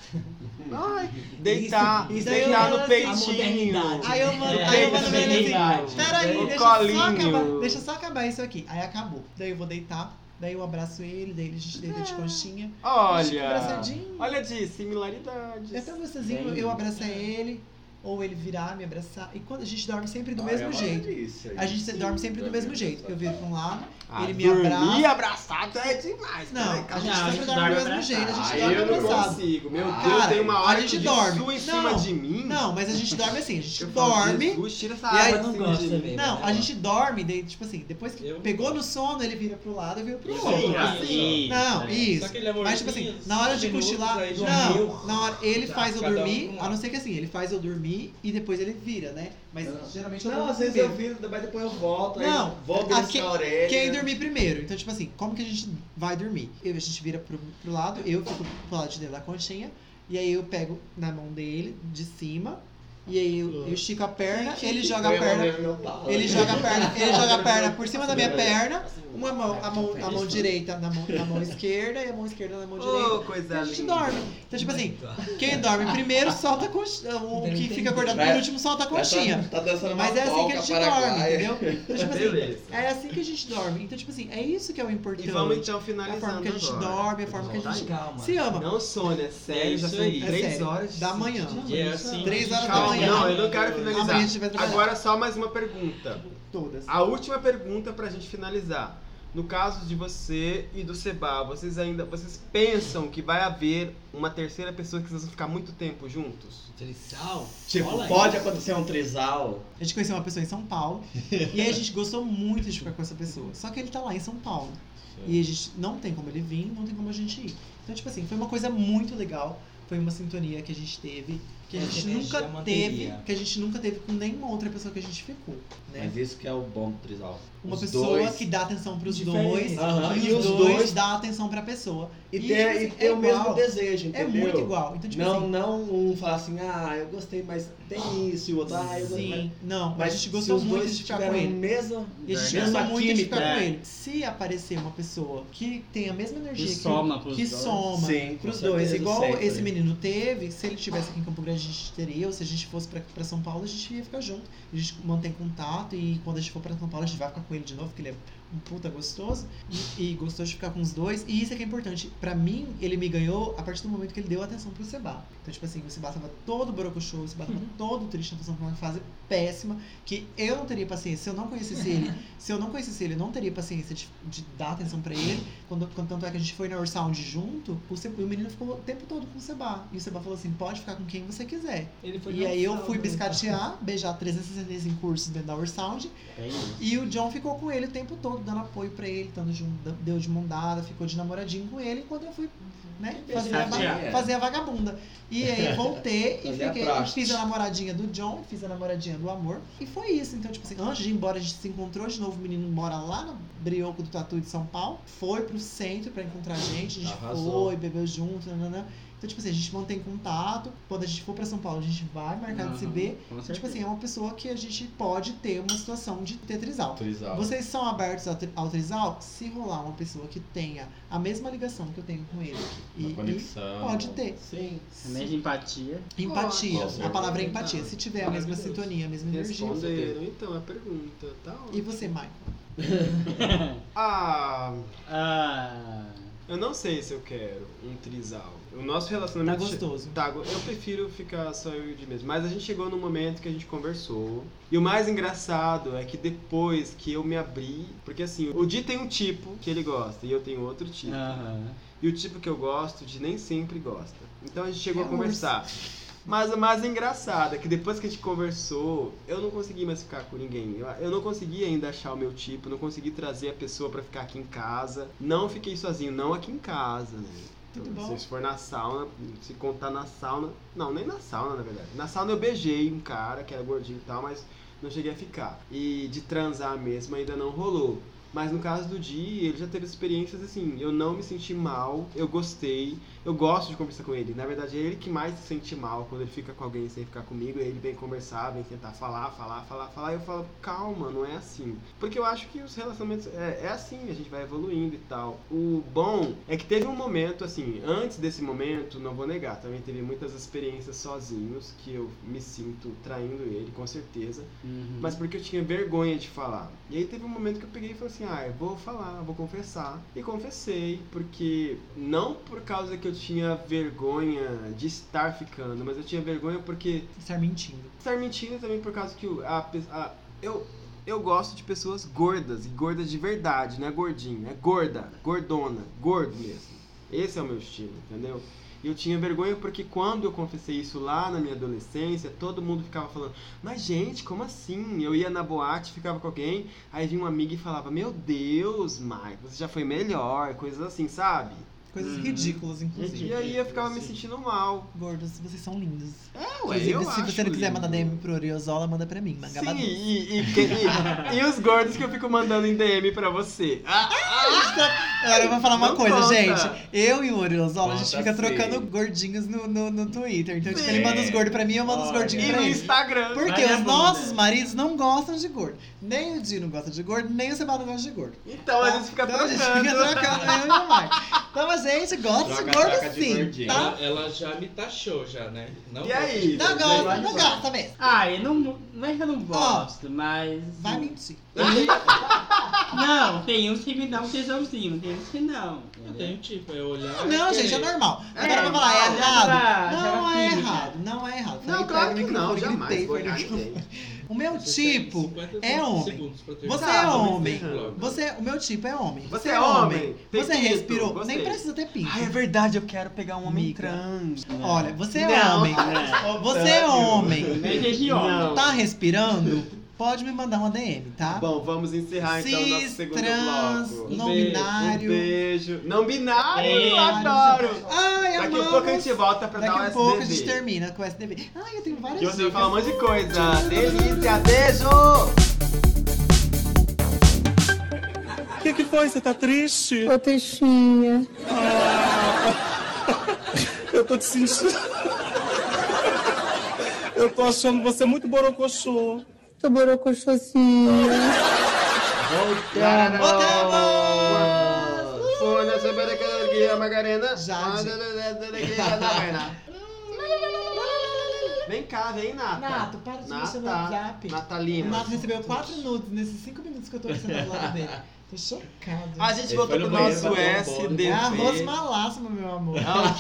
Speaker 3: Ai,
Speaker 1: é
Speaker 3: deitar,
Speaker 5: Isso- isso aí
Speaker 3: deitar
Speaker 1: eu-
Speaker 3: no
Speaker 1: a
Speaker 3: peitinho.
Speaker 5: modernidade.
Speaker 1: aí eu mando,
Speaker 4: É,
Speaker 1: aí eu mando pra ele assim.
Speaker 4: verdade.
Speaker 1: Peraí,
Speaker 3: O
Speaker 1: deixa eu só
Speaker 3: colinho.
Speaker 1: acabar. Deixa eu só acabar isso aqui. Aí acabou. Daí eu vou deitar. Daí eu abraço ele, daí a gente deita de conchinha. A gente fica
Speaker 3: Ah. Olha,
Speaker 1: abraçadinho.
Speaker 3: olha de similaridades.
Speaker 1: É tão gostosinho eu abraçar ele, ou ele virar, me abraçar. E quando a gente dorme sempre do
Speaker 2: Ah, é
Speaker 1: mesmo
Speaker 2: uma
Speaker 1: jeito.
Speaker 2: delícia
Speaker 1: A gente
Speaker 2: isso.
Speaker 1: dorme sempre do
Speaker 2: Dorme
Speaker 1: mesmo jeito. Eu
Speaker 2: abraçado.
Speaker 1: viro pra um lado.
Speaker 3: Ah,
Speaker 1: ele me
Speaker 3: dormir abraçado é demais.
Speaker 1: Não,
Speaker 3: peraí,
Speaker 1: a
Speaker 3: calma.
Speaker 1: gente
Speaker 4: Não, a
Speaker 1: sempre
Speaker 4: gente
Speaker 1: dorme do
Speaker 4: dorme
Speaker 1: mesmo jeito. A
Speaker 3: Ah,
Speaker 1: gente
Speaker 3: eu
Speaker 1: dorme
Speaker 3: não
Speaker 1: abraçado.
Speaker 3: consigo. Meu
Speaker 1: Ah,
Speaker 3: Deus,
Speaker 1: cara,
Speaker 3: tem uma
Speaker 1: a
Speaker 3: hora
Speaker 1: gente
Speaker 3: que
Speaker 1: dorme.
Speaker 3: sua em
Speaker 1: Não.
Speaker 3: cima de mim.
Speaker 1: Não, mas a gente dorme assim. A gente
Speaker 3: Eu falo,
Speaker 1: dorme.
Speaker 3: Jesus, tira essa
Speaker 1: E aí-
Speaker 3: água
Speaker 5: Eu não
Speaker 3: assim
Speaker 5: gosto
Speaker 3: de mim.
Speaker 5: também.
Speaker 1: Não, a gente dorme, daí, tipo assim, depois que
Speaker 6: é Eu-
Speaker 1: pegou no sono, ele vira pro lado, eu viro pro
Speaker 6: Sim,
Speaker 1: outro.
Speaker 4: Assim,
Speaker 1: Não,
Speaker 6: Só
Speaker 1: isso.
Speaker 6: aquele amorzinho,
Speaker 1: Mas, tipo assim, na hora de
Speaker 6: cinco minutos,
Speaker 1: cochilar.
Speaker 6: aí já-
Speaker 1: Não, na hora, ele faz eu
Speaker 6: cada um
Speaker 1: dormir,
Speaker 6: com um
Speaker 1: a não ser que assim, ele faz eu dormir dormir e depois ele vira, né? Mas
Speaker 7: Não.
Speaker 1: geralmente eu
Speaker 7: Não,
Speaker 1: durmo
Speaker 7: às vezes eu
Speaker 1: primeiro.
Speaker 7: viro, mas depois eu volto.
Speaker 1: Não,
Speaker 7: aí vou
Speaker 1: a
Speaker 7: beliscar
Speaker 1: quem-
Speaker 7: a orelha.
Speaker 1: Quem é dormir primeiro? Então, tipo assim, como que a gente vai dormir? Eu, a gente vira pro, pro lado, eu fico pro lado de dentro da conchinha, e aí eu pego na mão dele, de cima, e aí eu, eu estico a perna, ele joga a
Speaker 7: Põe mão
Speaker 1: perna.
Speaker 7: no meu pau.
Speaker 1: Ele joga a perna, ele joga a perna por cima da minha perna,
Speaker 7: Assim,
Speaker 1: uma mão, a mão, a mão direita na mão, na mão esquerda e a mão esquerda na mão direita.
Speaker 3: Ô, coisa
Speaker 1: E a gente
Speaker 3: linda.
Speaker 1: dorme. Então, tipo assim, quem dorme primeiro solta a conchinha. O
Speaker 5: Entendi.
Speaker 1: que fica acordado
Speaker 7: Vai-
Speaker 1: por último solta a
Speaker 7: Ela
Speaker 1: conchinha.
Speaker 7: Tá, tá dançando uma
Speaker 1: Mas é assim que a
Speaker 7: polca
Speaker 1: gente dorme,
Speaker 7: paraguaia.
Speaker 1: entendeu? Então, tipo assim,
Speaker 3: Beleza.
Speaker 1: é assim que a gente dorme. Então, tipo assim, é isso que é o importante.
Speaker 3: E vamos então
Speaker 1: É a
Speaker 3: finalizando
Speaker 1: forma que a gente
Speaker 3: agora.
Speaker 1: dorme, é a forma que a gente
Speaker 5: Tá, Calma.
Speaker 1: se ama.
Speaker 3: Não sono, é sério,
Speaker 6: É
Speaker 3: já
Speaker 6: isso
Speaker 3: são
Speaker 6: aí.
Speaker 1: É
Speaker 3: 3
Speaker 1: sério.
Speaker 3: horas.
Speaker 1: Da manhã.
Speaker 6: E é assim.
Speaker 1: Três horas da
Speaker 3: Calma,
Speaker 1: manhã.
Speaker 3: não, eu não quero
Speaker 1: Amanhã a
Speaker 3: finalizar.
Speaker 1: gente vai trabalhar
Speaker 3: Agora só mais uma pergunta.
Speaker 1: todas.
Speaker 3: A última pergunta pra gente finalizar. No caso de você e do Seba, vocês ainda vocês pensam que vai haver uma terceira pessoa que vocês vão ficar muito tempo juntos?
Speaker 5: Trisal?
Speaker 7: Tipo,
Speaker 5: Olha aí.
Speaker 7: pode acontecer um trisal.
Speaker 1: A gente conheceu uma pessoa em São Paulo e aí a gente gostou muito de ficar com essa pessoa. Só que ele tá lá em São Paulo. E a gente não tem como ele vir, não tem como a gente ir. Então, tipo assim, foi uma coisa muito legal. Foi uma sintonia que a gente teve, que a
Speaker 5: Essa
Speaker 1: gente
Speaker 5: energia
Speaker 1: nunca
Speaker 5: manteria.
Speaker 1: teve, que a gente nunca teve com nenhuma outra pessoa que a gente ficou. Né?
Speaker 2: Mas isso que é o bom do Trisal.
Speaker 1: Uma
Speaker 2: Os
Speaker 1: pessoa
Speaker 2: dois-
Speaker 1: que dá atenção pros
Speaker 5: Diferente.
Speaker 1: dois
Speaker 7: Aham,
Speaker 1: e,
Speaker 7: e
Speaker 1: os
Speaker 7: os
Speaker 1: dois,
Speaker 7: dois-
Speaker 1: dá atenção pra pessoa.
Speaker 7: E,
Speaker 1: E,
Speaker 7: ter,
Speaker 1: tipo
Speaker 7: e
Speaker 1: assim,
Speaker 7: ter
Speaker 1: é
Speaker 7: o mesmo
Speaker 1: igual.
Speaker 7: desejo, entendeu?
Speaker 1: É muito igual. Então, tipo
Speaker 7: não,
Speaker 1: assim,
Speaker 7: não um falar assim, ah, eu gostei, mas tem isso, e o outro, ah, eu gostei.
Speaker 1: sim,
Speaker 7: mas-
Speaker 1: não,
Speaker 7: Mas
Speaker 1: a gente gostou
Speaker 7: se os
Speaker 1: muito
Speaker 7: dois um
Speaker 1: de ficar com
Speaker 7: tiveram
Speaker 1: ele.
Speaker 7: Mesmo,
Speaker 1: E a gente
Speaker 7: mesma
Speaker 1: gostou muito tipo de ficar
Speaker 7: química.
Speaker 1: com ele. Se aparecer uma pessoa que tem a mesma energia
Speaker 4: Que
Speaker 1: que,
Speaker 4: soma pros
Speaker 1: que
Speaker 4: dois.
Speaker 1: soma
Speaker 7: Sim, com
Speaker 1: pros
Speaker 7: certeza,
Speaker 1: dois, igual
Speaker 7: sempre.
Speaker 1: esse menino teve, se ele estivesse aqui em Campo Grande a gente teria, ou se a gente fosse pra, pra São Paulo a gente ia ficar junto. A gente mantém contato e quando a gente for pra São Paulo a gente vai ficar com ele de novo, porque ele é um puta gostoso e, e gostou de ficar com os dois. E isso é que é importante. Pra mim, ele me ganhou a partir do momento que ele deu atenção pro Seba. Então, tipo assim, o Seba tava todo borocochô, o Seba
Speaker 7: Uhum.
Speaker 1: tava todo triste, tava passando por uma fase péssima, que eu não teria paciência. Se eu não conhecesse ele, se eu não conhecesse ele, eu não teria paciência de, de dar atenção pra ele. Quando, quando- tanto é que a gente foi na Orsound junto, o, Se- o menino ficou o tempo todo com o Seba. E o Seba falou assim: pode ficar com quem você quiser.
Speaker 5: Ele foi
Speaker 1: e aí eu
Speaker 5: dançar,
Speaker 1: fui
Speaker 5: né?
Speaker 1: biscatear, beijar 365 cursos dentro da Orsound.
Speaker 6: É
Speaker 1: E o John ficou com ele o tempo todo, dando apoio pra ele, dando de, um, deu de mão dada, ficou de namoradinho com ele, enquanto eu fui né, fazer, a, va-
Speaker 7: Chateada.
Speaker 1: fazer a vagabunda. E aí voltei e
Speaker 2: Fazer a
Speaker 1: fiquei,
Speaker 2: praxe.
Speaker 1: fiz a namoradinha do John, fiz a namoradinha do amor. E foi isso. Então, tipo assim, antes de ir embora, a gente se encontrou de novo. O menino mora lá no Brioco do Tatu de São Paulo. Foi pro centro pra encontrar a gente. A gente
Speaker 2: Arrasou.
Speaker 1: foi, bebeu junto, nananã. Então, tipo assim, a gente mantém contato. Quando a gente for pra São Paulo, a gente vai marcar de se
Speaker 4: Aham.
Speaker 1: ver.
Speaker 4: Com
Speaker 1: Tipo
Speaker 4: certeza.
Speaker 1: assim, é uma pessoa que a gente pode ter uma situação de tetrisal.
Speaker 2: Trisal.
Speaker 1: Vocês são abertos ao tri- ao trisal? Se rolar uma pessoa que tenha a mesma ligação que eu tenho com ele e,
Speaker 2: Uma
Speaker 1: e
Speaker 2: conexão.
Speaker 1: pode ter.
Speaker 2: Sim.
Speaker 1: assim,
Speaker 4: A mesma empatia.
Speaker 1: Empatia.
Speaker 2: Pode.
Speaker 1: a palavra é empatia. Se tiver a mesma sintonia, a mesma energia.
Speaker 3: Responderam então a pergunta, tá?
Speaker 1: E você, Michael?
Speaker 3: Ah,
Speaker 4: ah,
Speaker 3: eu não sei se eu quero um trisal. O nosso
Speaker 1: Tá
Speaker 3: relacionamento
Speaker 1: gostoso.
Speaker 3: Tá, eu prefiro ficar só eu e o de mesmo. Mas a gente chegou num momento que a gente conversou. E o mais engraçado é que depois que eu me abri. Porque assim, o Di tem um tipo que ele gosta e eu tenho outro tipo.
Speaker 4: aham.
Speaker 3: E o tipo que eu gosto, o Di nem sempre gosta. Então a gente chegou
Speaker 1: É
Speaker 3: a
Speaker 1: urso.
Speaker 3: conversar. Mas o mais engraçado é que depois que a gente conversou, eu não consegui mais ficar com ninguém. Eu, eu não consegui ainda achar o meu tipo, não consegui trazer a pessoa pra ficar aqui em casa. Não fiquei sozinho, não aqui em casa, né?
Speaker 1: Tudo
Speaker 3: Então,
Speaker 1: bom?
Speaker 3: Se for na sauna, se contar na sauna. Não, nem na sauna, na verdade. Na sauna eu beijei um cara que era gordinho e tal, mas não cheguei a ficar. E de transar mesmo ainda não rolou. Mas no caso do Di, ele já teve experiências assim, eu não me senti mal, eu gostei, eu gosto de conversar com ele. Na verdade, é ele que mais se sente mal quando ele fica com alguém sem ficar comigo, ele vem conversar, vem tentar falar, falar, falar, falar, e eu falo, calma, não é assim. Porque eu acho que os relacionamentos é, é assim, a gente vai evoluindo e tal. O bom é que teve um momento, assim, antes desse momento, não vou negar, também teve muitas experiências sozinhos que eu me sinto traindo ele, com certeza
Speaker 4: Uhum.
Speaker 3: mas porque eu tinha vergonha de falar. E aí teve um momento que eu peguei e falei assim: ah, eu vou falar, eu vou confessar. E confessei, porque não por causa que eu tinha vergonha de estar ficando, mas eu tinha vergonha porque
Speaker 1: Estar mentindo.
Speaker 3: estar mentindo também por causa que o- a, pe- a eu eu gosto de pessoas gordas, e gordas de verdade, não é gordinho, é gorda, gordona, gordo mesmo. Esse é o meu estilo, entendeu? E eu tinha vergonha porque quando eu confessei isso lá na minha adolescência, todo mundo ficava falando: "Mas gente, como assim?". Eu ia na boate, ficava com alguém, aí vinha um amigo e falava: "Meu Deus, Mike, você já foi melhor", coisas assim, sabe?
Speaker 1: Coisas
Speaker 4: Uhum.
Speaker 1: ridículas,
Speaker 3: E
Speaker 1: inclusive.
Speaker 3: aí eu ficava me sentindo mal.
Speaker 1: Gordos, vocês são lindos.
Speaker 3: É,
Speaker 1: Inclusive, se você não quiser
Speaker 3: lindo.
Speaker 1: mandar DM pro Oriozola, manda pra mim.
Speaker 3: Sim,
Speaker 1: Magabadu.
Speaker 3: e, e, e- e os gordos que eu fico mandando em DM pra você. Ah,
Speaker 1: Agora eu vou falar uma
Speaker 3: Não
Speaker 1: coisa,
Speaker 3: conta.
Speaker 1: gente. Eu e o Oriozola, a gente
Speaker 2: Conta
Speaker 1: fica
Speaker 2: sim.
Speaker 1: trocando gordinhos no, no, no Twitter. Então, tipo,
Speaker 3: Sim.
Speaker 1: ele manda os gordos pra mim, eu mando os
Speaker 2: Olha.
Speaker 1: gordinhos
Speaker 3: e
Speaker 1: pra
Speaker 3: no
Speaker 1: ele.
Speaker 3: Instagram.
Speaker 1: Porque os
Speaker 4: Vagabundo.
Speaker 1: nossos maridos não gostam de gordo. Nem o Dino gosta de gordo, nem o Sebastião gosta de gordo.
Speaker 3: Então a
Speaker 1: Tá?
Speaker 3: gente fica
Speaker 1: então a gente fica
Speaker 3: trocando.
Speaker 1: trocando eu e o Marco. Então a gente gosta de
Speaker 2: Troca, troca
Speaker 1: gordo
Speaker 2: de
Speaker 1: sim,
Speaker 2: gordinho.
Speaker 1: tá?
Speaker 6: Ela, ela já me taxou já, né? Não
Speaker 3: E
Speaker 6: gosto
Speaker 3: aí?
Speaker 6: de
Speaker 1: Não
Speaker 6: gordo.
Speaker 1: gosta,
Speaker 6: Vai,
Speaker 1: não
Speaker 6: vai.
Speaker 1: gosta mesmo.
Speaker 4: Ah, eu não, não é que eu não gosto, mas.
Speaker 1: Vai mentir.
Speaker 4: Não, tem uns que me dão um tesãozinho, tem uns que não.
Speaker 6: Eu tenho tipo, eu olhar.
Speaker 1: Não,
Speaker 6: e
Speaker 1: gente, é
Speaker 6: querer.
Speaker 1: normal.
Speaker 3: É,
Speaker 1: Agora eu vou falar,
Speaker 4: não,
Speaker 1: é errado.
Speaker 4: já- já
Speaker 1: Não é
Speaker 4: fiz,
Speaker 1: errado, não é errado.
Speaker 3: Não,
Speaker 1: Falei,
Speaker 3: claro
Speaker 1: pega
Speaker 3: que
Speaker 1: o
Speaker 3: não,
Speaker 1: microfone,
Speaker 3: jamais.
Speaker 1: gritei,
Speaker 3: vou
Speaker 1: falei,
Speaker 3: olhar ninguém.
Speaker 1: O meu
Speaker 6: Você tem
Speaker 1: tipo
Speaker 6: 50
Speaker 1: é homem.
Speaker 6: segundos pra né? ter-
Speaker 1: Você
Speaker 3: Tá,
Speaker 1: é
Speaker 3: vamos
Speaker 1: homem.
Speaker 3: encerrando.
Speaker 1: Você, o meu tipo é homem.
Speaker 3: Você é homem. Tem
Speaker 1: Você
Speaker 3: pinto,
Speaker 1: respirou.
Speaker 3: gostei.
Speaker 1: Nem precisa ter pinto.
Speaker 3: Ai, é verdade, eu quero pegar um homem
Speaker 1: Miga.
Speaker 3: trans.
Speaker 1: Olha, você é
Speaker 3: Não.
Speaker 1: homem. Você é homem.
Speaker 4: Mas é de homem.
Speaker 3: Não.
Speaker 1: Tá respirando? Pode me mandar uma DM, tá?
Speaker 3: Bom, vamos encerrar então o nosso
Speaker 1: Cis,
Speaker 3: segundo
Speaker 1: trans,
Speaker 3: bloco.
Speaker 1: não
Speaker 6: beijo, um
Speaker 3: Um
Speaker 1: binário.
Speaker 3: beijo. Não binário,
Speaker 4: Beijo.
Speaker 3: eu adoro.
Speaker 1: Ai,
Speaker 3: Daqui
Speaker 1: amamos.
Speaker 3: a pouco a gente volta pra
Speaker 1: Daqui
Speaker 3: dar
Speaker 1: a
Speaker 3: o
Speaker 1: pouco a gente
Speaker 3: SBD.
Speaker 1: termina assim, né? com o SDB. Ai, eu tenho várias
Speaker 3: E você vai falar um
Speaker 1: dicas.
Speaker 3: monte de coisa. Delícia, beijo!
Speaker 8: Ô, Teixinha.
Speaker 9: Eu tô te sentindo. Eu tô achando você muito borocochô.
Speaker 8: Tô borocochosinha.
Speaker 1: Voltamos!
Speaker 3: Folha sobre a alergia, Margarina.
Speaker 1: Jade.
Speaker 3: Vem cá, vem, Nata.
Speaker 1: Nato, para de mexer no WhatsApp. O
Speaker 3: Natalina.
Speaker 1: Nato recebeu quatro nudes nesses cinco minutos que eu tô sentado do lado dele. Tô chocado.
Speaker 3: A gente
Speaker 2: Ele
Speaker 3: voltou
Speaker 2: foi
Speaker 3: pro
Speaker 2: no
Speaker 3: nosso
Speaker 2: banheiro, bateu um bolo.
Speaker 3: SDV.
Speaker 1: É arroz malássimo, meu amor.
Speaker 3: Ah, o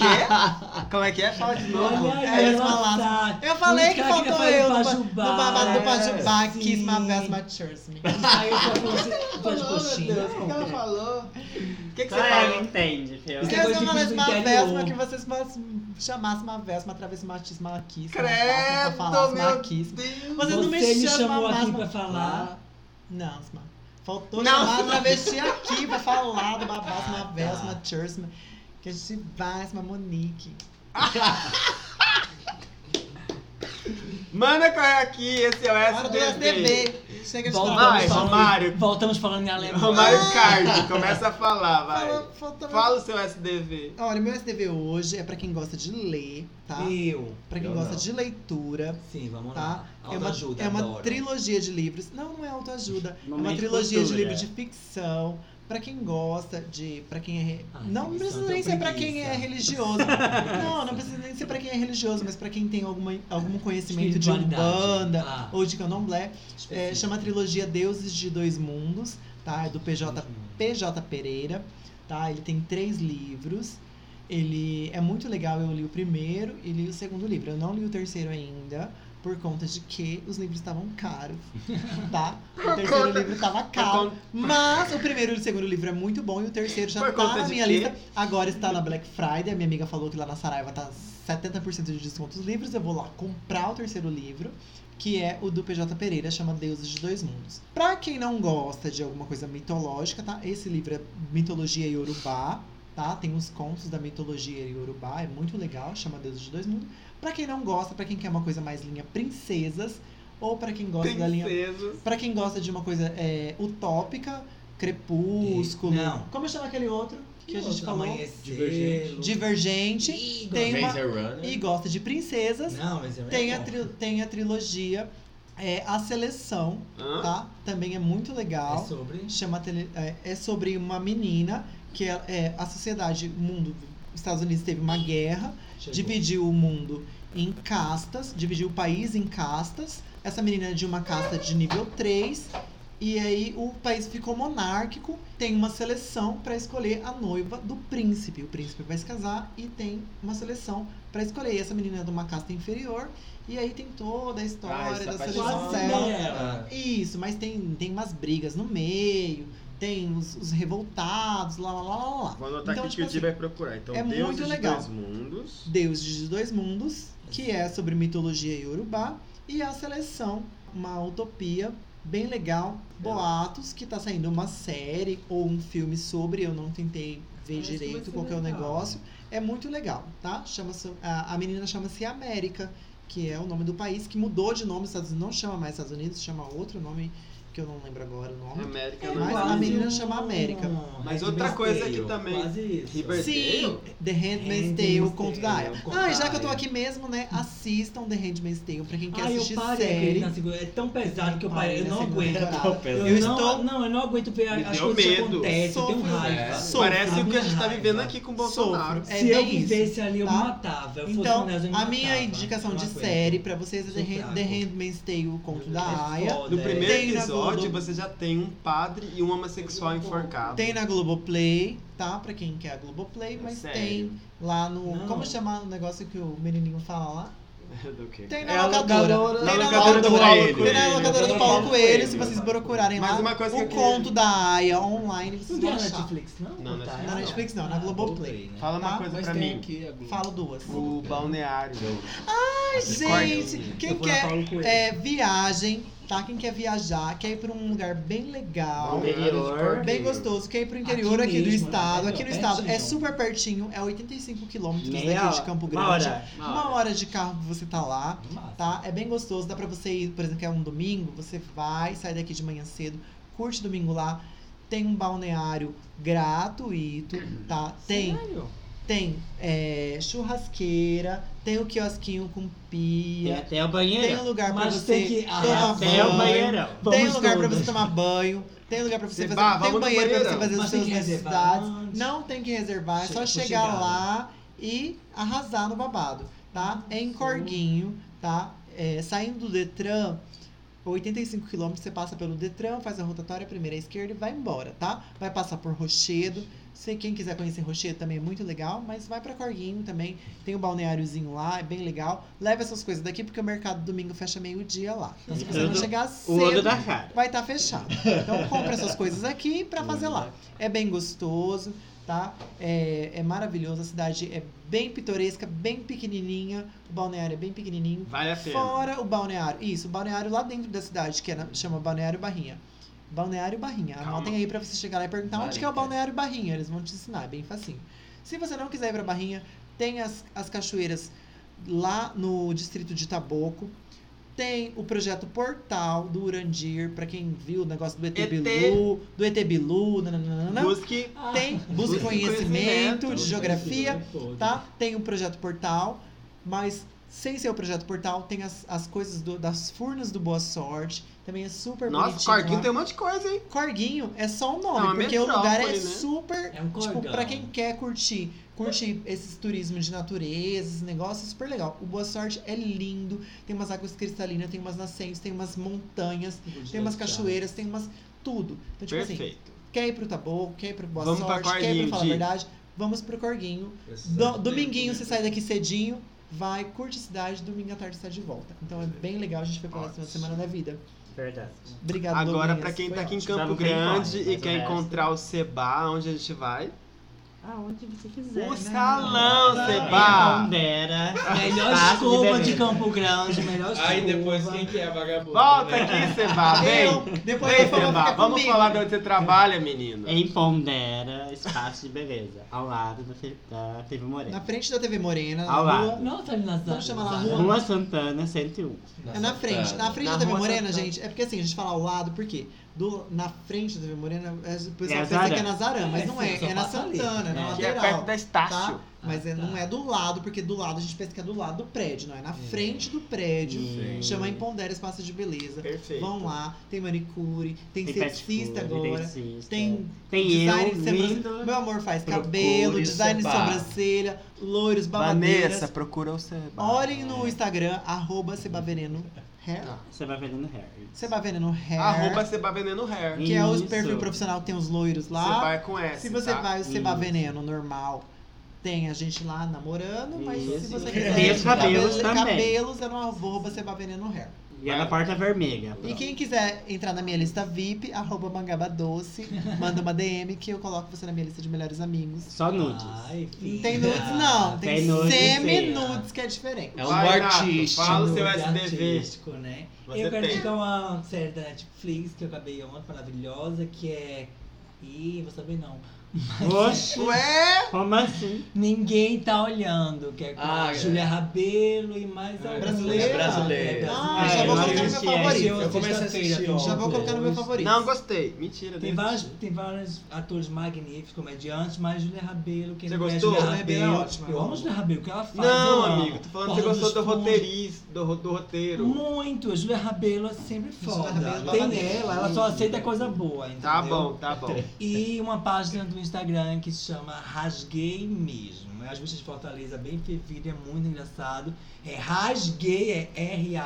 Speaker 3: quê? Como é que é? Fala de novo.
Speaker 5: Olha
Speaker 1: É,
Speaker 5: aí,
Speaker 1: eles falaram.
Speaker 5: ela
Speaker 1: Eu falei
Speaker 5: Os
Speaker 1: que
Speaker 5: cara que
Speaker 1: faltou
Speaker 5: faz
Speaker 1: eu no, ba- no
Speaker 5: Pajubá.
Speaker 1: babado do Pajubá,
Speaker 5: É. Sim.
Speaker 1: Kiss My Best Matures Me.
Speaker 5: Aí eu só falo assim, faz coxinha.
Speaker 3: Deus, o que que ela falou? O que, que você
Speaker 4: Ah, ela
Speaker 3: falou?
Speaker 4: entende, filho.
Speaker 5: Isso
Speaker 1: Se
Speaker 5: é
Speaker 1: eu
Speaker 5: coisa de
Speaker 1: chamasse
Speaker 5: piso
Speaker 1: uma
Speaker 5: interior.
Speaker 1: Vesma, que vocês mas- chamassem uma Vesma, através de matismo aqui.
Speaker 3: Credo,
Speaker 1: Falassem
Speaker 3: meu
Speaker 1: maquismo.
Speaker 3: Deus.
Speaker 1: Vocês
Speaker 5: Você
Speaker 1: não me,
Speaker 5: me
Speaker 1: chamam
Speaker 5: chamou
Speaker 1: mais
Speaker 5: aqui
Speaker 1: ma-
Speaker 5: pra falar.
Speaker 1: Não, Sma. Faltou
Speaker 3: Não.
Speaker 1: chamar a travesti aqui pra falar do babado,
Speaker 5: Ah, tá.
Speaker 1: uma Vesma, Chursma. Que a gente vai, Sma Monique.
Speaker 3: Manda correr aqui, esse é o
Speaker 1: Hora do
Speaker 3: SDV.
Speaker 1: SDB. Chega de
Speaker 5: Volta
Speaker 1: falar.
Speaker 3: Vai,
Speaker 5: Vamos falar.
Speaker 1: é
Speaker 3: Romário.
Speaker 5: Voltamos falando em alemão.
Speaker 3: Romário Cardi, começa a falar, vai.
Speaker 1: Fala- falta-
Speaker 3: Fala o seu SDV.
Speaker 1: Olha, meu SDV hoje é pra quem gosta de ler, tá?
Speaker 5: Eu.
Speaker 1: Pra quem
Speaker 2: Eu
Speaker 1: gosta
Speaker 2: não.
Speaker 1: de leitura.
Speaker 5: Sim, vamos
Speaker 1: Tá?
Speaker 5: lá.
Speaker 1: É uma,
Speaker 5: Autoajuda,
Speaker 1: é uma
Speaker 5: adoro.
Speaker 1: trilogia de livros. Não, não é autoajuda. é uma
Speaker 4: Momento
Speaker 1: trilogia de
Speaker 4: cultura.
Speaker 1: livros de ficção. Pra quem gosta de. para quem é. re-
Speaker 5: Ai,
Speaker 1: não
Speaker 5: Ah, ficção,
Speaker 1: precisa
Speaker 5: tô
Speaker 1: nem ser pra quem
Speaker 5: preguiça.
Speaker 1: é religioso. não, não precisa nem ser pra quem é religioso, mas pra quem tem alguma, algum conhecimento de
Speaker 5: Ah, Espiritualidade.
Speaker 1: Umbanda
Speaker 5: Ah.
Speaker 1: ou de Candomblé. É,
Speaker 5: Específico.
Speaker 1: chama a trilogia Deuses de Dois Mundos, tá? É do PJ, PJ Pereira, tá? Ele tem três livros. Ele é muito legal, eu li o primeiro e li o segundo livro. Eu não li o terceiro ainda, por conta de que os livros estavam caros, tá? O terceiro livro estava caro. Mas o primeiro e o segundo livro é muito bom e o terceiro já
Speaker 3: Por
Speaker 1: tá
Speaker 3: conta
Speaker 1: na
Speaker 3: de
Speaker 1: minha
Speaker 3: quê?
Speaker 1: lista. Agora está na Black Friday. A minha amiga falou que lá na Saraiva tá 70% de desconto dos livros. Eu vou lá comprar o terceiro livro que é o do PJ Pereira, chama Deuses de Dois Mundos. Pra quem não gosta de alguma coisa mitológica, tá? Esse livro é Mitologia Yorubá, tá? Tem os contos da mitologia Yorubá, é muito legal, chama Deuses de Dois Mundos. Pra quem não gosta, pra quem quer uma coisa mais linha princesas, ou pra quem gosta da linha
Speaker 3: Princesas.
Speaker 1: Pra quem gosta de uma coisa é, utópica, crepúsculo.
Speaker 5: E- não.
Speaker 1: Como chama aquele outro que, a gente falou?
Speaker 5: Divergente.
Speaker 1: Divergente. Tem uma-
Speaker 2: Maze Runner.
Speaker 1: E gosta de princesas.
Speaker 5: Não, mas é
Speaker 1: Tem a,
Speaker 5: bom.
Speaker 1: tri- tem a trilogia é, A Seleção,
Speaker 3: Hã?
Speaker 1: tá? Também é muito
Speaker 5: É
Speaker 1: legal.
Speaker 5: sobre...
Speaker 1: Chama a tele- é, é sobre uma menina que ela- é, a sociedade, o mundo, os Estados Unidos teve uma guerra, dividiu o mundo em castas, dividiu o país em castas. Essa menina é de uma casta de nível 3. E aí o país ficou monárquico, tem uma seleção pra escolher a noiva do príncipe. O príncipe vai se casar e tem uma seleção pra escolher. E essa menina é de uma casta inferior, e aí tem toda a
Speaker 2: Ah,
Speaker 1: história
Speaker 2: se
Speaker 1: da seleção.
Speaker 2: apaixona.
Speaker 5: Quase
Speaker 6: Ah,
Speaker 5: dela.
Speaker 1: Isso, mas tem, tem umas brigas no meio, tem os, os revoltados, lá, lá, lá, lá, lá.
Speaker 7: Vou anotar
Speaker 1: Então,
Speaker 7: aqui
Speaker 1: tipo
Speaker 7: que o Di vai procurar. Então,
Speaker 1: é
Speaker 7: Deuses
Speaker 1: muito
Speaker 7: de
Speaker 1: legal.
Speaker 7: Dois Mundos.
Speaker 1: Deus de Dois Mundos, que é sobre mitologia iorubá, e a seleção, uma utopia bem legal, Boatos, que tá saindo uma série ou um filme sobre, eu não tentei ver
Speaker 4: Parece que vai
Speaker 1: direito
Speaker 4: ser
Speaker 1: qual que é o
Speaker 4: legal.
Speaker 1: negócio. É muito legal, tá? Chama a, a menina chama-se América, que é o nome do país, que mudou de nome, os Estados Unidos não chama mais Estados Unidos, chama outro nome que eu não lembro agora o nome.
Speaker 3: América
Speaker 5: É
Speaker 3: não
Speaker 1: Mas
Speaker 5: quase
Speaker 1: a menina
Speaker 5: um-
Speaker 1: chama América.
Speaker 3: Mas outra coisa aqui também.
Speaker 5: Quase isso.
Speaker 3: Riverdale?
Speaker 1: Sim, The Handmaid's
Speaker 5: Handmaid's
Speaker 1: Tale, o
Speaker 5: Tale,
Speaker 1: conto da Aya.
Speaker 2: o conto
Speaker 1: Ah, e
Speaker 2: da
Speaker 1: já que eu tô
Speaker 2: Aya.
Speaker 1: aqui mesmo, né, assistam The Handmaid's Tale pra quem quer
Speaker 5: Ai, eu
Speaker 1: assistir
Speaker 5: parei
Speaker 1: série. tá.
Speaker 5: na segunda. É tão pesado que eu parei. Eu
Speaker 1: na
Speaker 5: não
Speaker 1: segunda
Speaker 5: aguento.
Speaker 1: temporada.
Speaker 5: Eu,
Speaker 1: Eu
Speaker 5: não,
Speaker 1: estou-
Speaker 5: não, eu não aguento ver
Speaker 3: Me
Speaker 5: as
Speaker 3: deu
Speaker 5: coisas que
Speaker 3: medo.
Speaker 5: acontecem. Eu tenho
Speaker 1: Sofro,
Speaker 5: raiva.
Speaker 2: é.
Speaker 1: Sofro.
Speaker 3: Parece
Speaker 5: A
Speaker 3: o que a
Speaker 5: minha
Speaker 3: gente tá
Speaker 5: raiva.
Speaker 3: vivendo aqui com o Bolsonaro.
Speaker 1: Sofro. É
Speaker 5: Se eu
Speaker 1: bem isso,
Speaker 5: vivesse ali, eu
Speaker 1: tá?
Speaker 5: matava. Eu fosse
Speaker 1: Então,
Speaker 5: um anel, eu me
Speaker 1: a minha
Speaker 5: matava.
Speaker 1: indicação
Speaker 5: Eu
Speaker 1: de
Speaker 5: não aguento.
Speaker 1: série pra vocês é The,
Speaker 5: Sou
Speaker 1: Hand,
Speaker 5: fraco.
Speaker 1: The Handmaid's Tale, o conto da
Speaker 5: É
Speaker 1: Aya.
Speaker 5: foda,
Speaker 3: No
Speaker 5: é.
Speaker 1: Tem
Speaker 3: primeiro
Speaker 1: na
Speaker 3: episódio
Speaker 1: Globo.
Speaker 3: você já tem um padre e um homossexual enforcado.
Speaker 1: Tem na Globoplay, tá? Pra quem quer a Globoplay, mas
Speaker 3: É Sério?
Speaker 1: tem lá no.
Speaker 5: Não.
Speaker 1: Como chamar o negócio que o menininho fala lá?
Speaker 3: Do quê?
Speaker 1: Tem na
Speaker 2: É a
Speaker 1: locadora.
Speaker 2: locadora-
Speaker 1: Tem
Speaker 3: na
Speaker 1: na
Speaker 3: locadora
Speaker 1: locadora
Speaker 3: do
Speaker 1: do
Speaker 3: Paulo
Speaker 1: Coelho. Tem na
Speaker 3: Coelho.
Speaker 1: locadora do Paulo Coelho, se vocês procurarem
Speaker 3: Mas
Speaker 1: lá.
Speaker 3: uma coisa que
Speaker 1: o
Speaker 3: eu queria-
Speaker 1: conto da Aya online, vocês
Speaker 5: Não tem
Speaker 1: vão
Speaker 5: na
Speaker 1: achar.
Speaker 5: Netflix, não?
Speaker 3: Não, na
Speaker 5: Tá,
Speaker 3: Netflix
Speaker 1: Na Netflix não, na Globoplay.
Speaker 3: Fala uma
Speaker 1: Tá,
Speaker 3: coisa
Speaker 2: Mas
Speaker 3: pra
Speaker 2: tem
Speaker 3: mim.
Speaker 2: aqui a Globo.
Speaker 1: Falo duas.
Speaker 3: O balneário.
Speaker 1: Ai,
Speaker 3: Discord.
Speaker 1: gente, quem
Speaker 5: Eu vou na
Speaker 1: quer
Speaker 5: Paulo Coelho.
Speaker 1: é, viagem, tá? Quem quer viajar, quer ir pra um lugar bem legal.
Speaker 3: Interior.
Speaker 1: Bem gostoso, quer ir pro interior
Speaker 5: Aqui
Speaker 1: aqui, do
Speaker 5: mesmo,
Speaker 1: estado.
Speaker 5: né?
Speaker 1: Aqui no
Speaker 5: Pertinho.
Speaker 1: estado é super pertinho, é 85 quilômetros
Speaker 4: Meia
Speaker 1: daqui de Campo
Speaker 4: uma
Speaker 1: Grande.
Speaker 4: hora, uma
Speaker 1: Uma
Speaker 4: hora.
Speaker 1: hora de carro você tá lá.
Speaker 5: Massa.
Speaker 1: tá? É bem gostoso, dá pra você ir, por exemplo, que é um domingo, você vai, sai daqui de manhã cedo, curte domingo lá, tem um balneário gratuito, tá? Tem,
Speaker 5: Sério?
Speaker 1: tem é, churrasqueira, tem o quiosquinho com
Speaker 4: Tem
Speaker 1: pia,
Speaker 4: até o
Speaker 1: tem
Speaker 4: banheiro.
Speaker 1: um lugar pra
Speaker 5: Mas
Speaker 1: você
Speaker 5: tem que- ah,
Speaker 1: tomar
Speaker 4: Até o
Speaker 1: banho,
Speaker 4: banheirão.
Speaker 1: tem
Speaker 5: Vamos
Speaker 1: lugar pra
Speaker 5: todas.
Speaker 1: você tomar banho, tem lugar pra você
Speaker 3: Seba,
Speaker 1: fazer, tem
Speaker 3: vamos
Speaker 1: um
Speaker 3: no
Speaker 1: banheiro pra você
Speaker 3: banheirão.
Speaker 1: fazer as
Speaker 5: Mas tem
Speaker 1: suas
Speaker 5: que reservar
Speaker 1: necessidades.
Speaker 5: antes.
Speaker 1: Não tem que reservar, é
Speaker 5: Chega,
Speaker 1: só
Speaker 5: vou
Speaker 1: chegar
Speaker 5: chegar.
Speaker 1: lá e arrasar no babado, tá? É em Corguinho, tá? É, saindo do Detran, 85 km você passa pelo Detran, faz a rotatória, primeira à esquerda e vai embora, tá? Vai passar por Rochedo. Se quem quiser conhecer Rochedo também é muito legal, mas vai pra Corguinho também. Tem um balneáriozinho lá, é bem legal. Leva essas coisas daqui porque o mercado domingo fecha meio-dia lá. Então se você não
Speaker 4: Tudo-
Speaker 1: chegar
Speaker 4: O olho
Speaker 1: cedo,
Speaker 4: da cara.
Speaker 1: vai estar fechado. Então compra essas coisas aqui pra fazer lá. É bem gostoso, tá? É, é maravilhoso, a cidade é bem pitoresca, bem pequenininha, o balneário é bem pequenininho.
Speaker 3: Vale a pena.
Speaker 1: Fora o balneário, isso, o balneário lá dentro da cidade, que é na- chama Balneário Barrinha. Balneário Barrinha.
Speaker 3: Calma.
Speaker 1: Anotem aí pra você chegar lá e perguntar onde que é o
Speaker 2: Barrica.
Speaker 1: Balneário Barrinha. Eles vão te ensinar, é bem facinho. Se você não quiser ir pra Barrinha, tem as, as cachoeiras lá no distrito de Taboco. Tem o projeto Portal do Urandir, pra quem viu o negócio do ET,
Speaker 3: ET.
Speaker 1: Bilu, do ET Bilu, nananana.
Speaker 3: Busque
Speaker 5: Ah,
Speaker 1: Tem busca
Speaker 3: Busque
Speaker 1: conhecimento
Speaker 3: Conhecimento.
Speaker 1: de geografia
Speaker 2: Todo.
Speaker 1: tá? Tem o projeto Portal, mas sem ser o projeto Portal, tem as, as coisas do- das furnas do Boa Sorte. Também é super
Speaker 3: Nossa,
Speaker 1: bonitinho.
Speaker 3: Corguinho
Speaker 1: lá.
Speaker 3: tem um monte de coisa, hein?
Speaker 1: Corguinho é só um
Speaker 3: É
Speaker 1: nome,
Speaker 3: uma
Speaker 1: porque o lugar é
Speaker 3: metrópole, né?
Speaker 1: super.
Speaker 5: É um
Speaker 1: Tipo,
Speaker 5: cordão.
Speaker 1: pra quem quer curtir, curtir esses turismos de natureza, esses negócios, é super legal. O Boa Sorte é lindo, tem umas águas cristalinas, tem umas nascentes, tem umas montanhas, tem umas cachoeiras, tem umas. tudo. Então, tipo assim,
Speaker 3: Perfeito.
Speaker 1: quer ir pro Taboco, quer ir pro Boa
Speaker 3: Vamos pra
Speaker 1: Sorte, quer ir
Speaker 3: Corguinho,
Speaker 1: pro Fala a
Speaker 3: Di.
Speaker 1: Verdade, vamos pro Corguinho.
Speaker 6: Precisa de
Speaker 1: Do-
Speaker 6: tempo,
Speaker 1: dominguinho
Speaker 6: né?
Speaker 1: você sai daqui cedinho, vai, curte a cidade, domingo à tarde você está de volta. Então é bem legal, a gente foi pela
Speaker 3: Ótimo.
Speaker 1: uma semana da vida.
Speaker 4: Verdade.
Speaker 1: Obrigado,
Speaker 3: Agora,
Speaker 1: Douglas.
Speaker 3: pra quem
Speaker 1: Foi
Speaker 3: tá aqui em
Speaker 1: ótimo.
Speaker 3: Campo
Speaker 4: Vamos ver
Speaker 3: Grande
Speaker 4: mais,
Speaker 3: e
Speaker 4: mais o
Speaker 3: quer
Speaker 4: resto.
Speaker 3: encontrar o Seba, onde a gente vai?
Speaker 4: Aonde você quiser.
Speaker 3: O
Speaker 4: né?
Speaker 3: salão,
Speaker 4: Quem
Speaker 3: Seba!
Speaker 4: pondera.
Speaker 5: Melhor
Speaker 4: Espaço
Speaker 5: escova
Speaker 4: de
Speaker 5: de Campo Grande, melhor escova.
Speaker 6: Aí depois quem que é a vagabunda?
Speaker 3: Volta
Speaker 6: né?
Speaker 3: aqui, Seba,
Speaker 1: Eu,
Speaker 3: vem!
Speaker 1: depois
Speaker 3: Vem,
Speaker 1: por favor,
Speaker 3: Seba,
Speaker 1: fica
Speaker 3: vamos
Speaker 1: comigo.
Speaker 3: falar de onde você trabalha, menino.
Speaker 4: Em Pondera, espaço de beleza. Ao lado da, Fe- da TV
Speaker 1: Na
Speaker 4: Morena.
Speaker 1: frente da TV Morena, na
Speaker 3: Ah
Speaker 4: Ao
Speaker 1: rua.
Speaker 4: lado.
Speaker 5: Nossa, ali nas
Speaker 1: Vamos chamar lá,
Speaker 5: nas-
Speaker 1: rua.
Speaker 4: Rua Santana 101.
Speaker 1: É na frente. Na frente da TV
Speaker 4: rua
Speaker 1: Morena,
Speaker 4: Santana.
Speaker 1: gente, é porque assim, a gente fala ao lado, por quê? Do, na frente da TV Morena, é- o pessoal
Speaker 4: É
Speaker 1: pensa
Speaker 4: Azarã.
Speaker 1: que é na Zarã, mas
Speaker 5: É,
Speaker 1: não
Speaker 5: sim,
Speaker 1: é.
Speaker 5: só
Speaker 1: É na
Speaker 5: passa ali.
Speaker 1: Santana, é na
Speaker 5: É.
Speaker 3: Que é
Speaker 1: laderal.
Speaker 3: perto da
Speaker 1: tá?
Speaker 3: Estácio.
Speaker 1: Mas é- não é do lado, porque do lado a gente pensa que é do lado do prédio, não é na frente do prédio.
Speaker 4: Sim.
Speaker 1: Chama em Pondera Espaço de Beleza.
Speaker 3: Perfeito.
Speaker 1: Vão lá, tem manicure, tem, sexista agora,
Speaker 4: Tem,
Speaker 1: tem
Speaker 4: tem
Speaker 1: design
Speaker 4: eu,
Speaker 1: de sobrancelha.
Speaker 4: lindo.
Speaker 1: Meu amor faz
Speaker 2: Procure
Speaker 1: cabelo, design de
Speaker 2: Seba.
Speaker 1: sobrancelha, loiros,
Speaker 3: Vanessa,
Speaker 1: babadeiras.
Speaker 3: procura o Seba.
Speaker 1: Olhem
Speaker 4: Ah.
Speaker 1: no Instagram, arroba Sebaveneno Hair.
Speaker 4: Você vai vendo Harry.
Speaker 1: Sebaveneno Hair,
Speaker 3: Arroba Seba Veneno Hair.
Speaker 1: que é o
Speaker 4: Isso.
Speaker 1: perfil profissional que tem os loiros
Speaker 3: Seba
Speaker 1: lá.
Speaker 3: é com S,
Speaker 1: Se você
Speaker 3: tá?
Speaker 1: vai o Seba
Speaker 4: Isso.
Speaker 1: Veneno normal, tem a gente lá namorando, mas se
Speaker 4: Isso.
Speaker 1: você
Speaker 4: Tem
Speaker 1: quiser...
Speaker 4: os cabelos
Speaker 1: cabelos
Speaker 4: também.
Speaker 1: Cabelos é no arroba Sebaveneno Hair.
Speaker 4: E é na porta vermelha.
Speaker 1: E quem quiser entrar na minha lista VIP, arroba Mangaba Doce, manda uma DM que eu coloco você na minha lista de melhores amigos.
Speaker 4: Só nudes.
Speaker 5: Ai,
Speaker 1: Não
Speaker 5: filha.
Speaker 1: tem nudes, não. Tem,
Speaker 4: Tem nudes,
Speaker 1: semi-nudes, que é diferente.
Speaker 2: É um
Speaker 3: Vai, Nato,
Speaker 2: artístico.
Speaker 3: Fala o seu
Speaker 5: Nude
Speaker 3: SBV.
Speaker 5: artístico, né?
Speaker 3: Você
Speaker 5: eu quero
Speaker 3: tem.
Speaker 5: indicar uma série da Netflix que eu acabei ontem, maravilhosa, que é. Ih, vou saber não.
Speaker 4: Oxi,
Speaker 3: Ué?
Speaker 4: como assim?
Speaker 5: Ninguém tá olhando, que é com
Speaker 2: Ah,
Speaker 5: a
Speaker 2: é.
Speaker 5: Julia Rabelo e mais alguém.
Speaker 1: É
Speaker 5: É
Speaker 1: brasileira.
Speaker 2: Brasileira.
Speaker 1: Ah,
Speaker 4: já vou colocar no meu
Speaker 1: favorito.
Speaker 7: Eu comecei a assistir
Speaker 1: Já vou colocar no meu favorito.
Speaker 3: Não, gostei. Mentira.
Speaker 5: Tem
Speaker 3: não
Speaker 5: vários,
Speaker 3: assisti.
Speaker 5: tem vários atores magníficos, comediantes, mas Julia Rabelo, quem
Speaker 3: Você
Speaker 5: não conhece
Speaker 3: gostou?
Speaker 5: Julia
Speaker 1: Julia Rabelo é
Speaker 5: Rabelo,
Speaker 1: ótima,
Speaker 5: eu
Speaker 1: eu
Speaker 5: amo
Speaker 1: amo.
Speaker 5: Julia Rabelo, o que ela faz. eu
Speaker 3: Não,
Speaker 5: amo.
Speaker 3: amigo. Tô falando que
Speaker 5: Porta
Speaker 3: você gostou do
Speaker 5: dos Fundos.
Speaker 3: roteiriz, do, ro- do roteiro.
Speaker 5: Muito, a Julia Rabelo é sempre foda.
Speaker 1: Rabelo é
Speaker 5: Tem
Speaker 1: babadeira.
Speaker 5: ela, ela só aceita coisa boa, entendeu?
Speaker 3: Tá bom, tá bom.
Speaker 5: E uma página do Instagram que se chama Rasguei Mesmo. É As bichas de Fortaleza, bem fervida, é muito engraçado. É Rasguei, é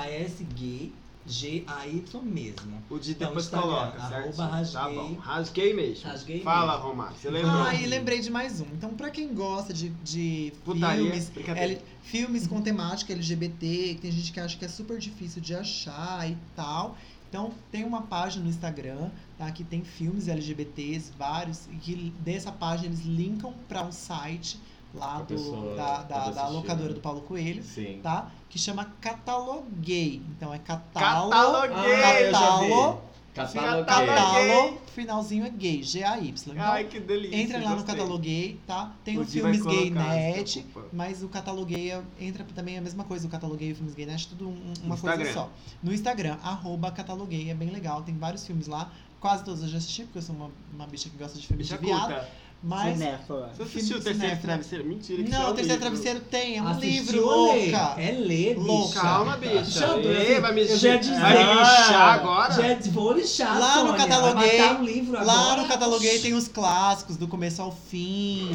Speaker 5: R-A-S-G, G-A-Y mesmo.
Speaker 3: O de
Speaker 5: Então,
Speaker 3: depois
Speaker 5: Instagram,
Speaker 3: coloca, certo?
Speaker 5: arroba
Speaker 3: Tá
Speaker 5: rasguei.
Speaker 3: bom. Rasguei mesmo.
Speaker 5: Rasguei
Speaker 3: Fala,
Speaker 5: mesmo.
Speaker 3: Romar. Você lembrou?
Speaker 1: Ah, e lembrei de mais um. Então, pra quem gosta de, de
Speaker 3: Putaria.
Speaker 1: é filmes,
Speaker 3: Brincadeira.
Speaker 1: L- filmes com temática LGBT, que tem gente que acha que é super difícil de achar e tal. Então, tem uma página no Instagram, tá? Que tem filmes LGBTs, vários, e que dessa página eles linkam pra um site lá
Speaker 2: A
Speaker 1: do-
Speaker 2: pessoa
Speaker 1: da, da,
Speaker 2: pode
Speaker 1: da
Speaker 2: assistir,
Speaker 1: locadora
Speaker 2: né?
Speaker 1: do Paulo Coelho,
Speaker 2: Sim.
Speaker 1: tá? Que chama Cataloguei. Então, é catalo...
Speaker 2: Ah, eu
Speaker 3: Cataloguei!
Speaker 2: já
Speaker 1: Catalo...
Speaker 2: Cataloguei.
Speaker 1: Catalo... Finalzinho é gay, G-A-Y. Então,
Speaker 3: Ai, que delícia.
Speaker 1: Entra lá no
Speaker 3: gostei.
Speaker 1: Cataloguei, tá? Tem
Speaker 3: O
Speaker 1: os
Speaker 3: Di vai
Speaker 1: filmes Gay
Speaker 3: colocar, então, não se
Speaker 1: Net,
Speaker 3: preocupa.
Speaker 1: mas o Cataloguei é- entra também a mesma coisa. O Cataloguei e o Filmes Gay Net, tudo um- uma
Speaker 3: Instagram.
Speaker 1: coisa só. No Instagram, arroba Cataloguei, é bem legal. Tem vários filmes lá. Quase todos eu já assisti, porque eu sou uma, uma bicha que gosta de filmes
Speaker 3: Bicha
Speaker 1: de viado.
Speaker 3: culta.
Speaker 1: Mas...
Speaker 5: né?
Speaker 4: Cinéfila.
Speaker 3: Você assistiu o terceiro
Speaker 1: Cinéfila.
Speaker 3: travesseiro? Mentira, que isso é
Speaker 1: Não,
Speaker 3: um
Speaker 1: o Terceiro
Speaker 3: livro.
Speaker 1: Travesseiro tem, é um
Speaker 5: Assistiu,
Speaker 1: livro
Speaker 5: lê.
Speaker 1: louca.
Speaker 5: É ler, bicha.
Speaker 1: Louca.
Speaker 3: Calma, bicha.
Speaker 5: Bicha,
Speaker 3: Ei,
Speaker 5: eu-
Speaker 3: vai me
Speaker 5: eu já ia dizer.
Speaker 3: Vai me lixar agora?
Speaker 5: Já é de- vou lixar,
Speaker 1: Lá no
Speaker 5: Sônia,
Speaker 1: Cataloguei,
Speaker 5: vai matar o livro
Speaker 1: Lá
Speaker 5: agora.
Speaker 1: no Cataloguei tem os clássicos, do começo ao fim,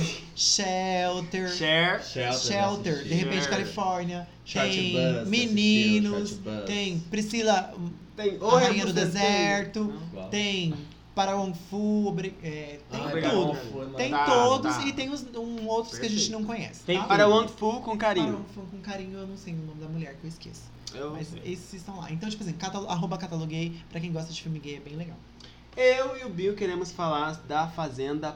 Speaker 1: Shelter,
Speaker 3: Share.
Speaker 2: Shelter. né,
Speaker 1: Shelter, de repente
Speaker 3: Shelter.
Speaker 1: Califórnia,
Speaker 2: Short
Speaker 1: tem
Speaker 2: Bus, assistiu,
Speaker 1: Meninos,
Speaker 2: Short Bus.
Speaker 1: tem Priscila,
Speaker 3: Tem
Speaker 1: a Rainha
Speaker 3: Repulsa, tem-
Speaker 1: do Deserto,
Speaker 2: Qual?
Speaker 1: tem Paragon Fu, Bri- é, tem
Speaker 2: Ah,
Speaker 3: Paragon
Speaker 1: tudo.
Speaker 2: Bom, foi, mano.
Speaker 1: Tem
Speaker 3: Tá,
Speaker 1: todos
Speaker 3: tá.
Speaker 1: e tem os, um, outros que a gente
Speaker 3: Perfeito.
Speaker 1: não conhece.
Speaker 4: Tem
Speaker 1: tá?
Speaker 3: Para o Full com
Speaker 1: Paragon
Speaker 3: carinho.
Speaker 1: Fu com carinho, eu não sei o nome da mulher que eu esqueço.
Speaker 3: Eu,
Speaker 1: Mas esses estão lá. Então, tipo assim, catal arroba cataloguei, pra quem gosta de filme gay é bem legal.
Speaker 3: eu e o Bill queremos falar da Fazenda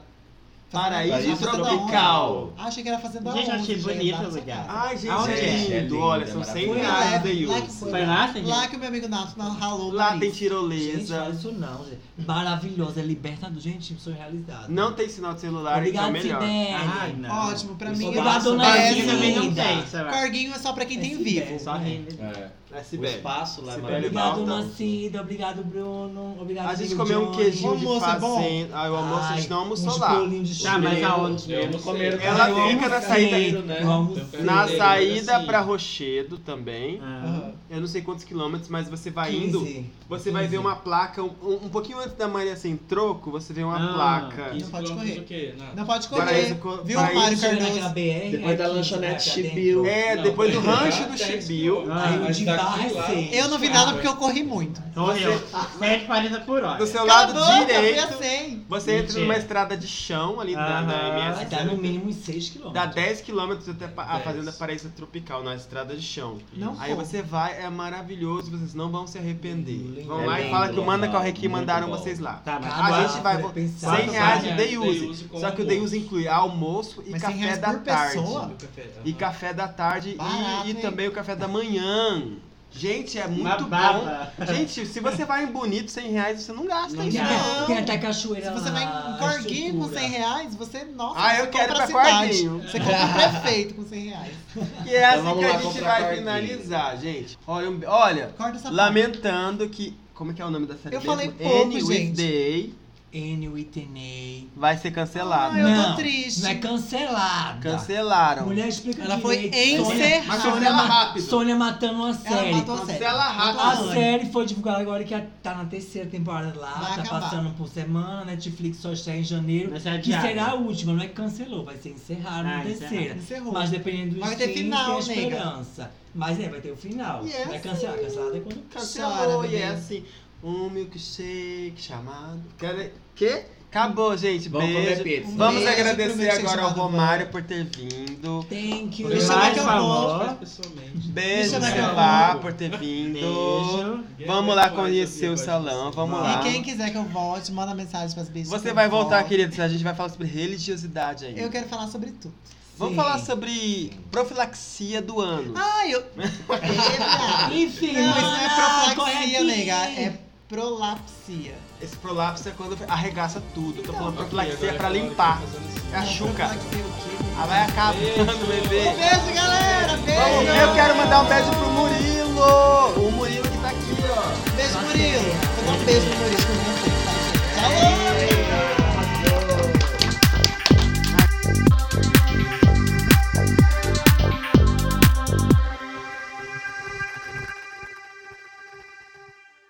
Speaker 3: Paraíso,
Speaker 2: Paraíso
Speaker 3: Tropical.
Speaker 1: Ah, achei que era fazendo
Speaker 4: Gente, eu achei bonito o lugar.
Speaker 3: Ai, gente,
Speaker 4: Aonde
Speaker 3: é
Speaker 4: é?
Speaker 3: lindo.
Speaker 2: É lindo,
Speaker 3: Olha,
Speaker 2: é
Speaker 3: são 100
Speaker 2: maravilhoso.
Speaker 3: reais
Speaker 1: Lá-
Speaker 3: daí.
Speaker 1: lá que foi-
Speaker 4: Foi lá, Cindy?
Speaker 1: Lá que o meu amigo Nato na- ralou o
Speaker 3: Lá tem
Speaker 1: nariz.
Speaker 5: Gente, fala
Speaker 3: tirolesa.
Speaker 5: isso não, gente. Maravilhoso, é libertador. Gente, sonho realizado.
Speaker 3: Não tem sinal de celular, então é
Speaker 5: Obrigado,
Speaker 3: melhor.
Speaker 5: Sibeli.
Speaker 4: Ai, Ah, não.
Speaker 1: Ótimo, pra mim
Speaker 5: Obrigado,
Speaker 1: eu acho
Speaker 5: dona
Speaker 1: péssimo.
Speaker 5: Gina,
Speaker 4: né? também não
Speaker 5: linda.
Speaker 4: tem, sei lá.
Speaker 1: Corguinho é só pra quem tem
Speaker 5: Esse
Speaker 1: vivo.
Speaker 5: velho.
Speaker 4: Só rindo.
Speaker 2: É.
Speaker 3: É,
Speaker 2: O
Speaker 3: Sibeli.
Speaker 2: espaço lá é
Speaker 3: Sibeli
Speaker 2: maravilhoso.
Speaker 5: né? Obrigado,
Speaker 3: Balta.
Speaker 1: assim,
Speaker 5: Macida. Obrigado, Bruno. Obrigado,
Speaker 3: A gente
Speaker 5: amigo
Speaker 3: comeu um
Speaker 5: Johnny.
Speaker 3: queijinho de
Speaker 1: almoço é bom?
Speaker 3: fazenda. Ai, o almoço a gente não almoçou
Speaker 5: uns
Speaker 3: lá.
Speaker 5: bolinhos de
Speaker 4: Ah, mas
Speaker 5: chuva.
Speaker 4: aonde
Speaker 1: né?
Speaker 2: Eu
Speaker 4: mesmo?
Speaker 2: não comer.
Speaker 3: Ela
Speaker 5: Eu
Speaker 3: fica na
Speaker 5: almocei,
Speaker 3: saída- né?
Speaker 5: eu almocei.
Speaker 3: Na
Speaker 2: Sim.
Speaker 3: saída
Speaker 2: Sim.
Speaker 3: pra Rochedo também.
Speaker 5: Uhum.
Speaker 4: Ah.
Speaker 1: Aham.
Speaker 3: Eu não sei quantos quilômetros, mas você vai indo.
Speaker 5: 15.
Speaker 3: Você vai ver uma placa, um, um pouquinho antes da Maria sem troco, você vê uma
Speaker 4: Ah,
Speaker 3: placa.
Speaker 1: Não pode correr.
Speaker 6: O quê? Nada.
Speaker 1: Não pode correr.
Speaker 3: Paraíso co-
Speaker 1: Viu,
Speaker 3: paraíso
Speaker 1: Mário
Speaker 5: Chega
Speaker 1: Cardoso?
Speaker 5: naquela BR,
Speaker 2: Depois
Speaker 5: é
Speaker 2: da
Speaker 5: 15,
Speaker 2: lanchonete
Speaker 5: vai pra dentro.
Speaker 2: Chibiu.
Speaker 3: É,
Speaker 6: Não,
Speaker 3: depois do
Speaker 6: pode correr.
Speaker 3: rancho do
Speaker 6: 10
Speaker 3: Chibiu.
Speaker 6: quilômetros.
Speaker 5: Aí o
Speaker 6: Mas
Speaker 5: de
Speaker 6: daqui
Speaker 5: barra é
Speaker 6: lá- Ah,
Speaker 5: seis.
Speaker 1: Eu não vi nada porque eu corri muito.
Speaker 4: Correu. 140 por hora.
Speaker 3: Do seu
Speaker 1: Cala a
Speaker 3: lado
Speaker 1: boca, eu fui a
Speaker 3: direito,
Speaker 1: 100.
Speaker 3: você entra
Speaker 4: Mentira.
Speaker 3: numa estrada de chão ali da, da
Speaker 4: Aham.
Speaker 3: MS.
Speaker 5: Vai dar tá no mínimo uns 6
Speaker 3: Dá
Speaker 5: quilômetros.
Speaker 3: 10 quilômetros até pa- a
Speaker 6: 10.
Speaker 3: Fazenda Paraíso Tropical, na estrada de chão.
Speaker 1: Não
Speaker 3: Aí
Speaker 1: vou.
Speaker 3: você vai, é maravilhoso, vocês não vão se arrepender.
Speaker 5: Lindo.
Speaker 3: Vão
Speaker 2: É
Speaker 3: lá e
Speaker 2: lindo,
Speaker 3: fala que o Manda
Speaker 2: legal,
Speaker 3: Corre aqui
Speaker 2: muito
Speaker 3: mandaram
Speaker 2: bom.
Speaker 3: vocês lá.
Speaker 4: Tá, mas
Speaker 5: Tá
Speaker 3: A
Speaker 5: bom.
Speaker 4: agora-
Speaker 3: um gente vai
Speaker 5: vou pensar.
Speaker 3: 100 reais
Speaker 1: é?
Speaker 3: de day use.
Speaker 6: com
Speaker 3: Só que o day use inclui almoço e
Speaker 1: Mas 100
Speaker 3: café
Speaker 1: reais
Speaker 3: da
Speaker 1: por
Speaker 3: tarde.
Speaker 1: pessoa?
Speaker 6: Do café.
Speaker 3: E
Speaker 6: Aham.
Speaker 3: café da tarde e-
Speaker 1: Barato,
Speaker 3: e,
Speaker 1: hein?
Speaker 3: também o café da manhã. Gente, é
Speaker 4: Uma
Speaker 3: muito bom.
Speaker 4: baba.
Speaker 3: Gente, se você vai em bonito, 100 reais, você não gasta
Speaker 4: Não
Speaker 3: isso.
Speaker 5: Tem,
Speaker 1: gasta.
Speaker 3: não.
Speaker 5: a- tem até a cachoeira
Speaker 1: Se você
Speaker 5: lá,
Speaker 1: vai
Speaker 5: a
Speaker 1: em Corguinho com
Speaker 5: Ah, estrutura.
Speaker 1: 100 reais, você, nossa,
Speaker 3: Ah,
Speaker 1: você
Speaker 3: eu quero ir
Speaker 1: compra
Speaker 3: pra
Speaker 1: a cidade.
Speaker 3: Corguinho.
Speaker 1: Você compra o prefeito com 100 reais.
Speaker 3: E é assim
Speaker 2: Então vamos
Speaker 3: que a
Speaker 2: lá
Speaker 3: gente
Speaker 2: comprar
Speaker 3: vai
Speaker 2: cordinha.
Speaker 3: finalizar, gente. Olha, um be- olha,
Speaker 1: Corta essa
Speaker 3: lamentando que. Como é que é o nome da série
Speaker 1: Tá Eu
Speaker 3: mesmo?
Speaker 1: falei pouco,
Speaker 3: Any
Speaker 1: gente.
Speaker 3: Day
Speaker 5: N, U, I, T, N,
Speaker 3: vai ser
Speaker 1: Ah,
Speaker 3: cancelado.
Speaker 1: eu
Speaker 5: Não,
Speaker 1: tô triste.
Speaker 5: Não é cancelada.
Speaker 3: Cancelaram.
Speaker 5: Mulher explica
Speaker 1: Ela foi
Speaker 5: direito. Sônia-
Speaker 3: Mas
Speaker 1: encerrada.
Speaker 3: cancela
Speaker 5: ma-
Speaker 3: rápido.
Speaker 5: Sônia matando uma série.
Speaker 1: Ela matou a série.
Speaker 3: Cancela rápido.
Speaker 5: A
Speaker 1: Matou
Speaker 5: série foi divulgada agora que tá na terceira temporada lá,
Speaker 1: Vai
Speaker 5: tá
Speaker 1: acabar.
Speaker 5: passando por semana, Netflix só está em janeiro.
Speaker 4: Mas é
Speaker 5: Que
Speaker 4: diário.
Speaker 5: será a última, não é que cancelou, vai ser encerrada na
Speaker 4: Ah, encerrada.
Speaker 5: terceira.
Speaker 1: Encerrou.
Speaker 5: Mas dependendo do
Speaker 1: Vai ter
Speaker 5: streaming, tem
Speaker 1: final,
Speaker 5: a
Speaker 1: nega.
Speaker 5: esperança. Mas é, vai ter o final.
Speaker 3: E é
Speaker 5: Não é cancelado, cancelado é quando
Speaker 3: Cancelou
Speaker 1: Chora,
Speaker 3: e é
Speaker 1: bebê.
Speaker 3: assim. Um milkshake chamado. Quero... Que? Acabou, gente.
Speaker 2: Vamos comer
Speaker 3: Beijo.
Speaker 2: pizza.
Speaker 3: Vamos
Speaker 1: Beijo pro
Speaker 3: agradecer
Speaker 1: milkshake
Speaker 3: agora ao
Speaker 1: chamado
Speaker 3: Romário por ter vindo.
Speaker 5: tem que
Speaker 1: Deixa eu ver
Speaker 4: Mais
Speaker 1: que eu
Speaker 4: favor.
Speaker 1: é
Speaker 6: Pessoalmente.
Speaker 3: Beijo,
Speaker 1: Deixa eu
Speaker 3: Vá,
Speaker 6: ver.
Speaker 3: por ter vindo.
Speaker 4: Beijo.
Speaker 3: Vamos lá conhecer o salão, vamos lá.
Speaker 1: E quem quiser que eu volte, manda mensagem pras bichas. que
Speaker 3: Você
Speaker 1: eu
Speaker 3: vai voltar,
Speaker 1: volto.
Speaker 3: querido. A gente vai falar sobre religiosidade aí.
Speaker 1: é Eu quero falar sobre tudo.
Speaker 3: Vamos
Speaker 5: Sim.
Speaker 3: falar sobre profilaxia do ano.
Speaker 1: Ai, eu. Eita!
Speaker 5: Enfim,
Speaker 1: Não,
Speaker 5: mana,
Speaker 1: isso não
Speaker 5: corre
Speaker 1: é profilaxia,
Speaker 5: aqui.
Speaker 1: nega. É prolapsia.
Speaker 3: Esse prolapso é quando arregaça tudo. Eu tô falando
Speaker 6: Ok,
Speaker 3: profilaxia
Speaker 6: agora
Speaker 3: é pra
Speaker 6: agora
Speaker 3: limpar.
Speaker 6: ele tá fazendo assim.
Speaker 3: É a chuca.
Speaker 1: Vai ser o quê?
Speaker 3: Ela vai acabando, bebê.
Speaker 1: Um beijo, galera! Beijo!
Speaker 3: Vamos ver, eu quero mandar um beijo pro Murilo. O Murilo que tá aqui, ó.
Speaker 1: Beijo, Murilo! Vou dar um beijo no Murilo.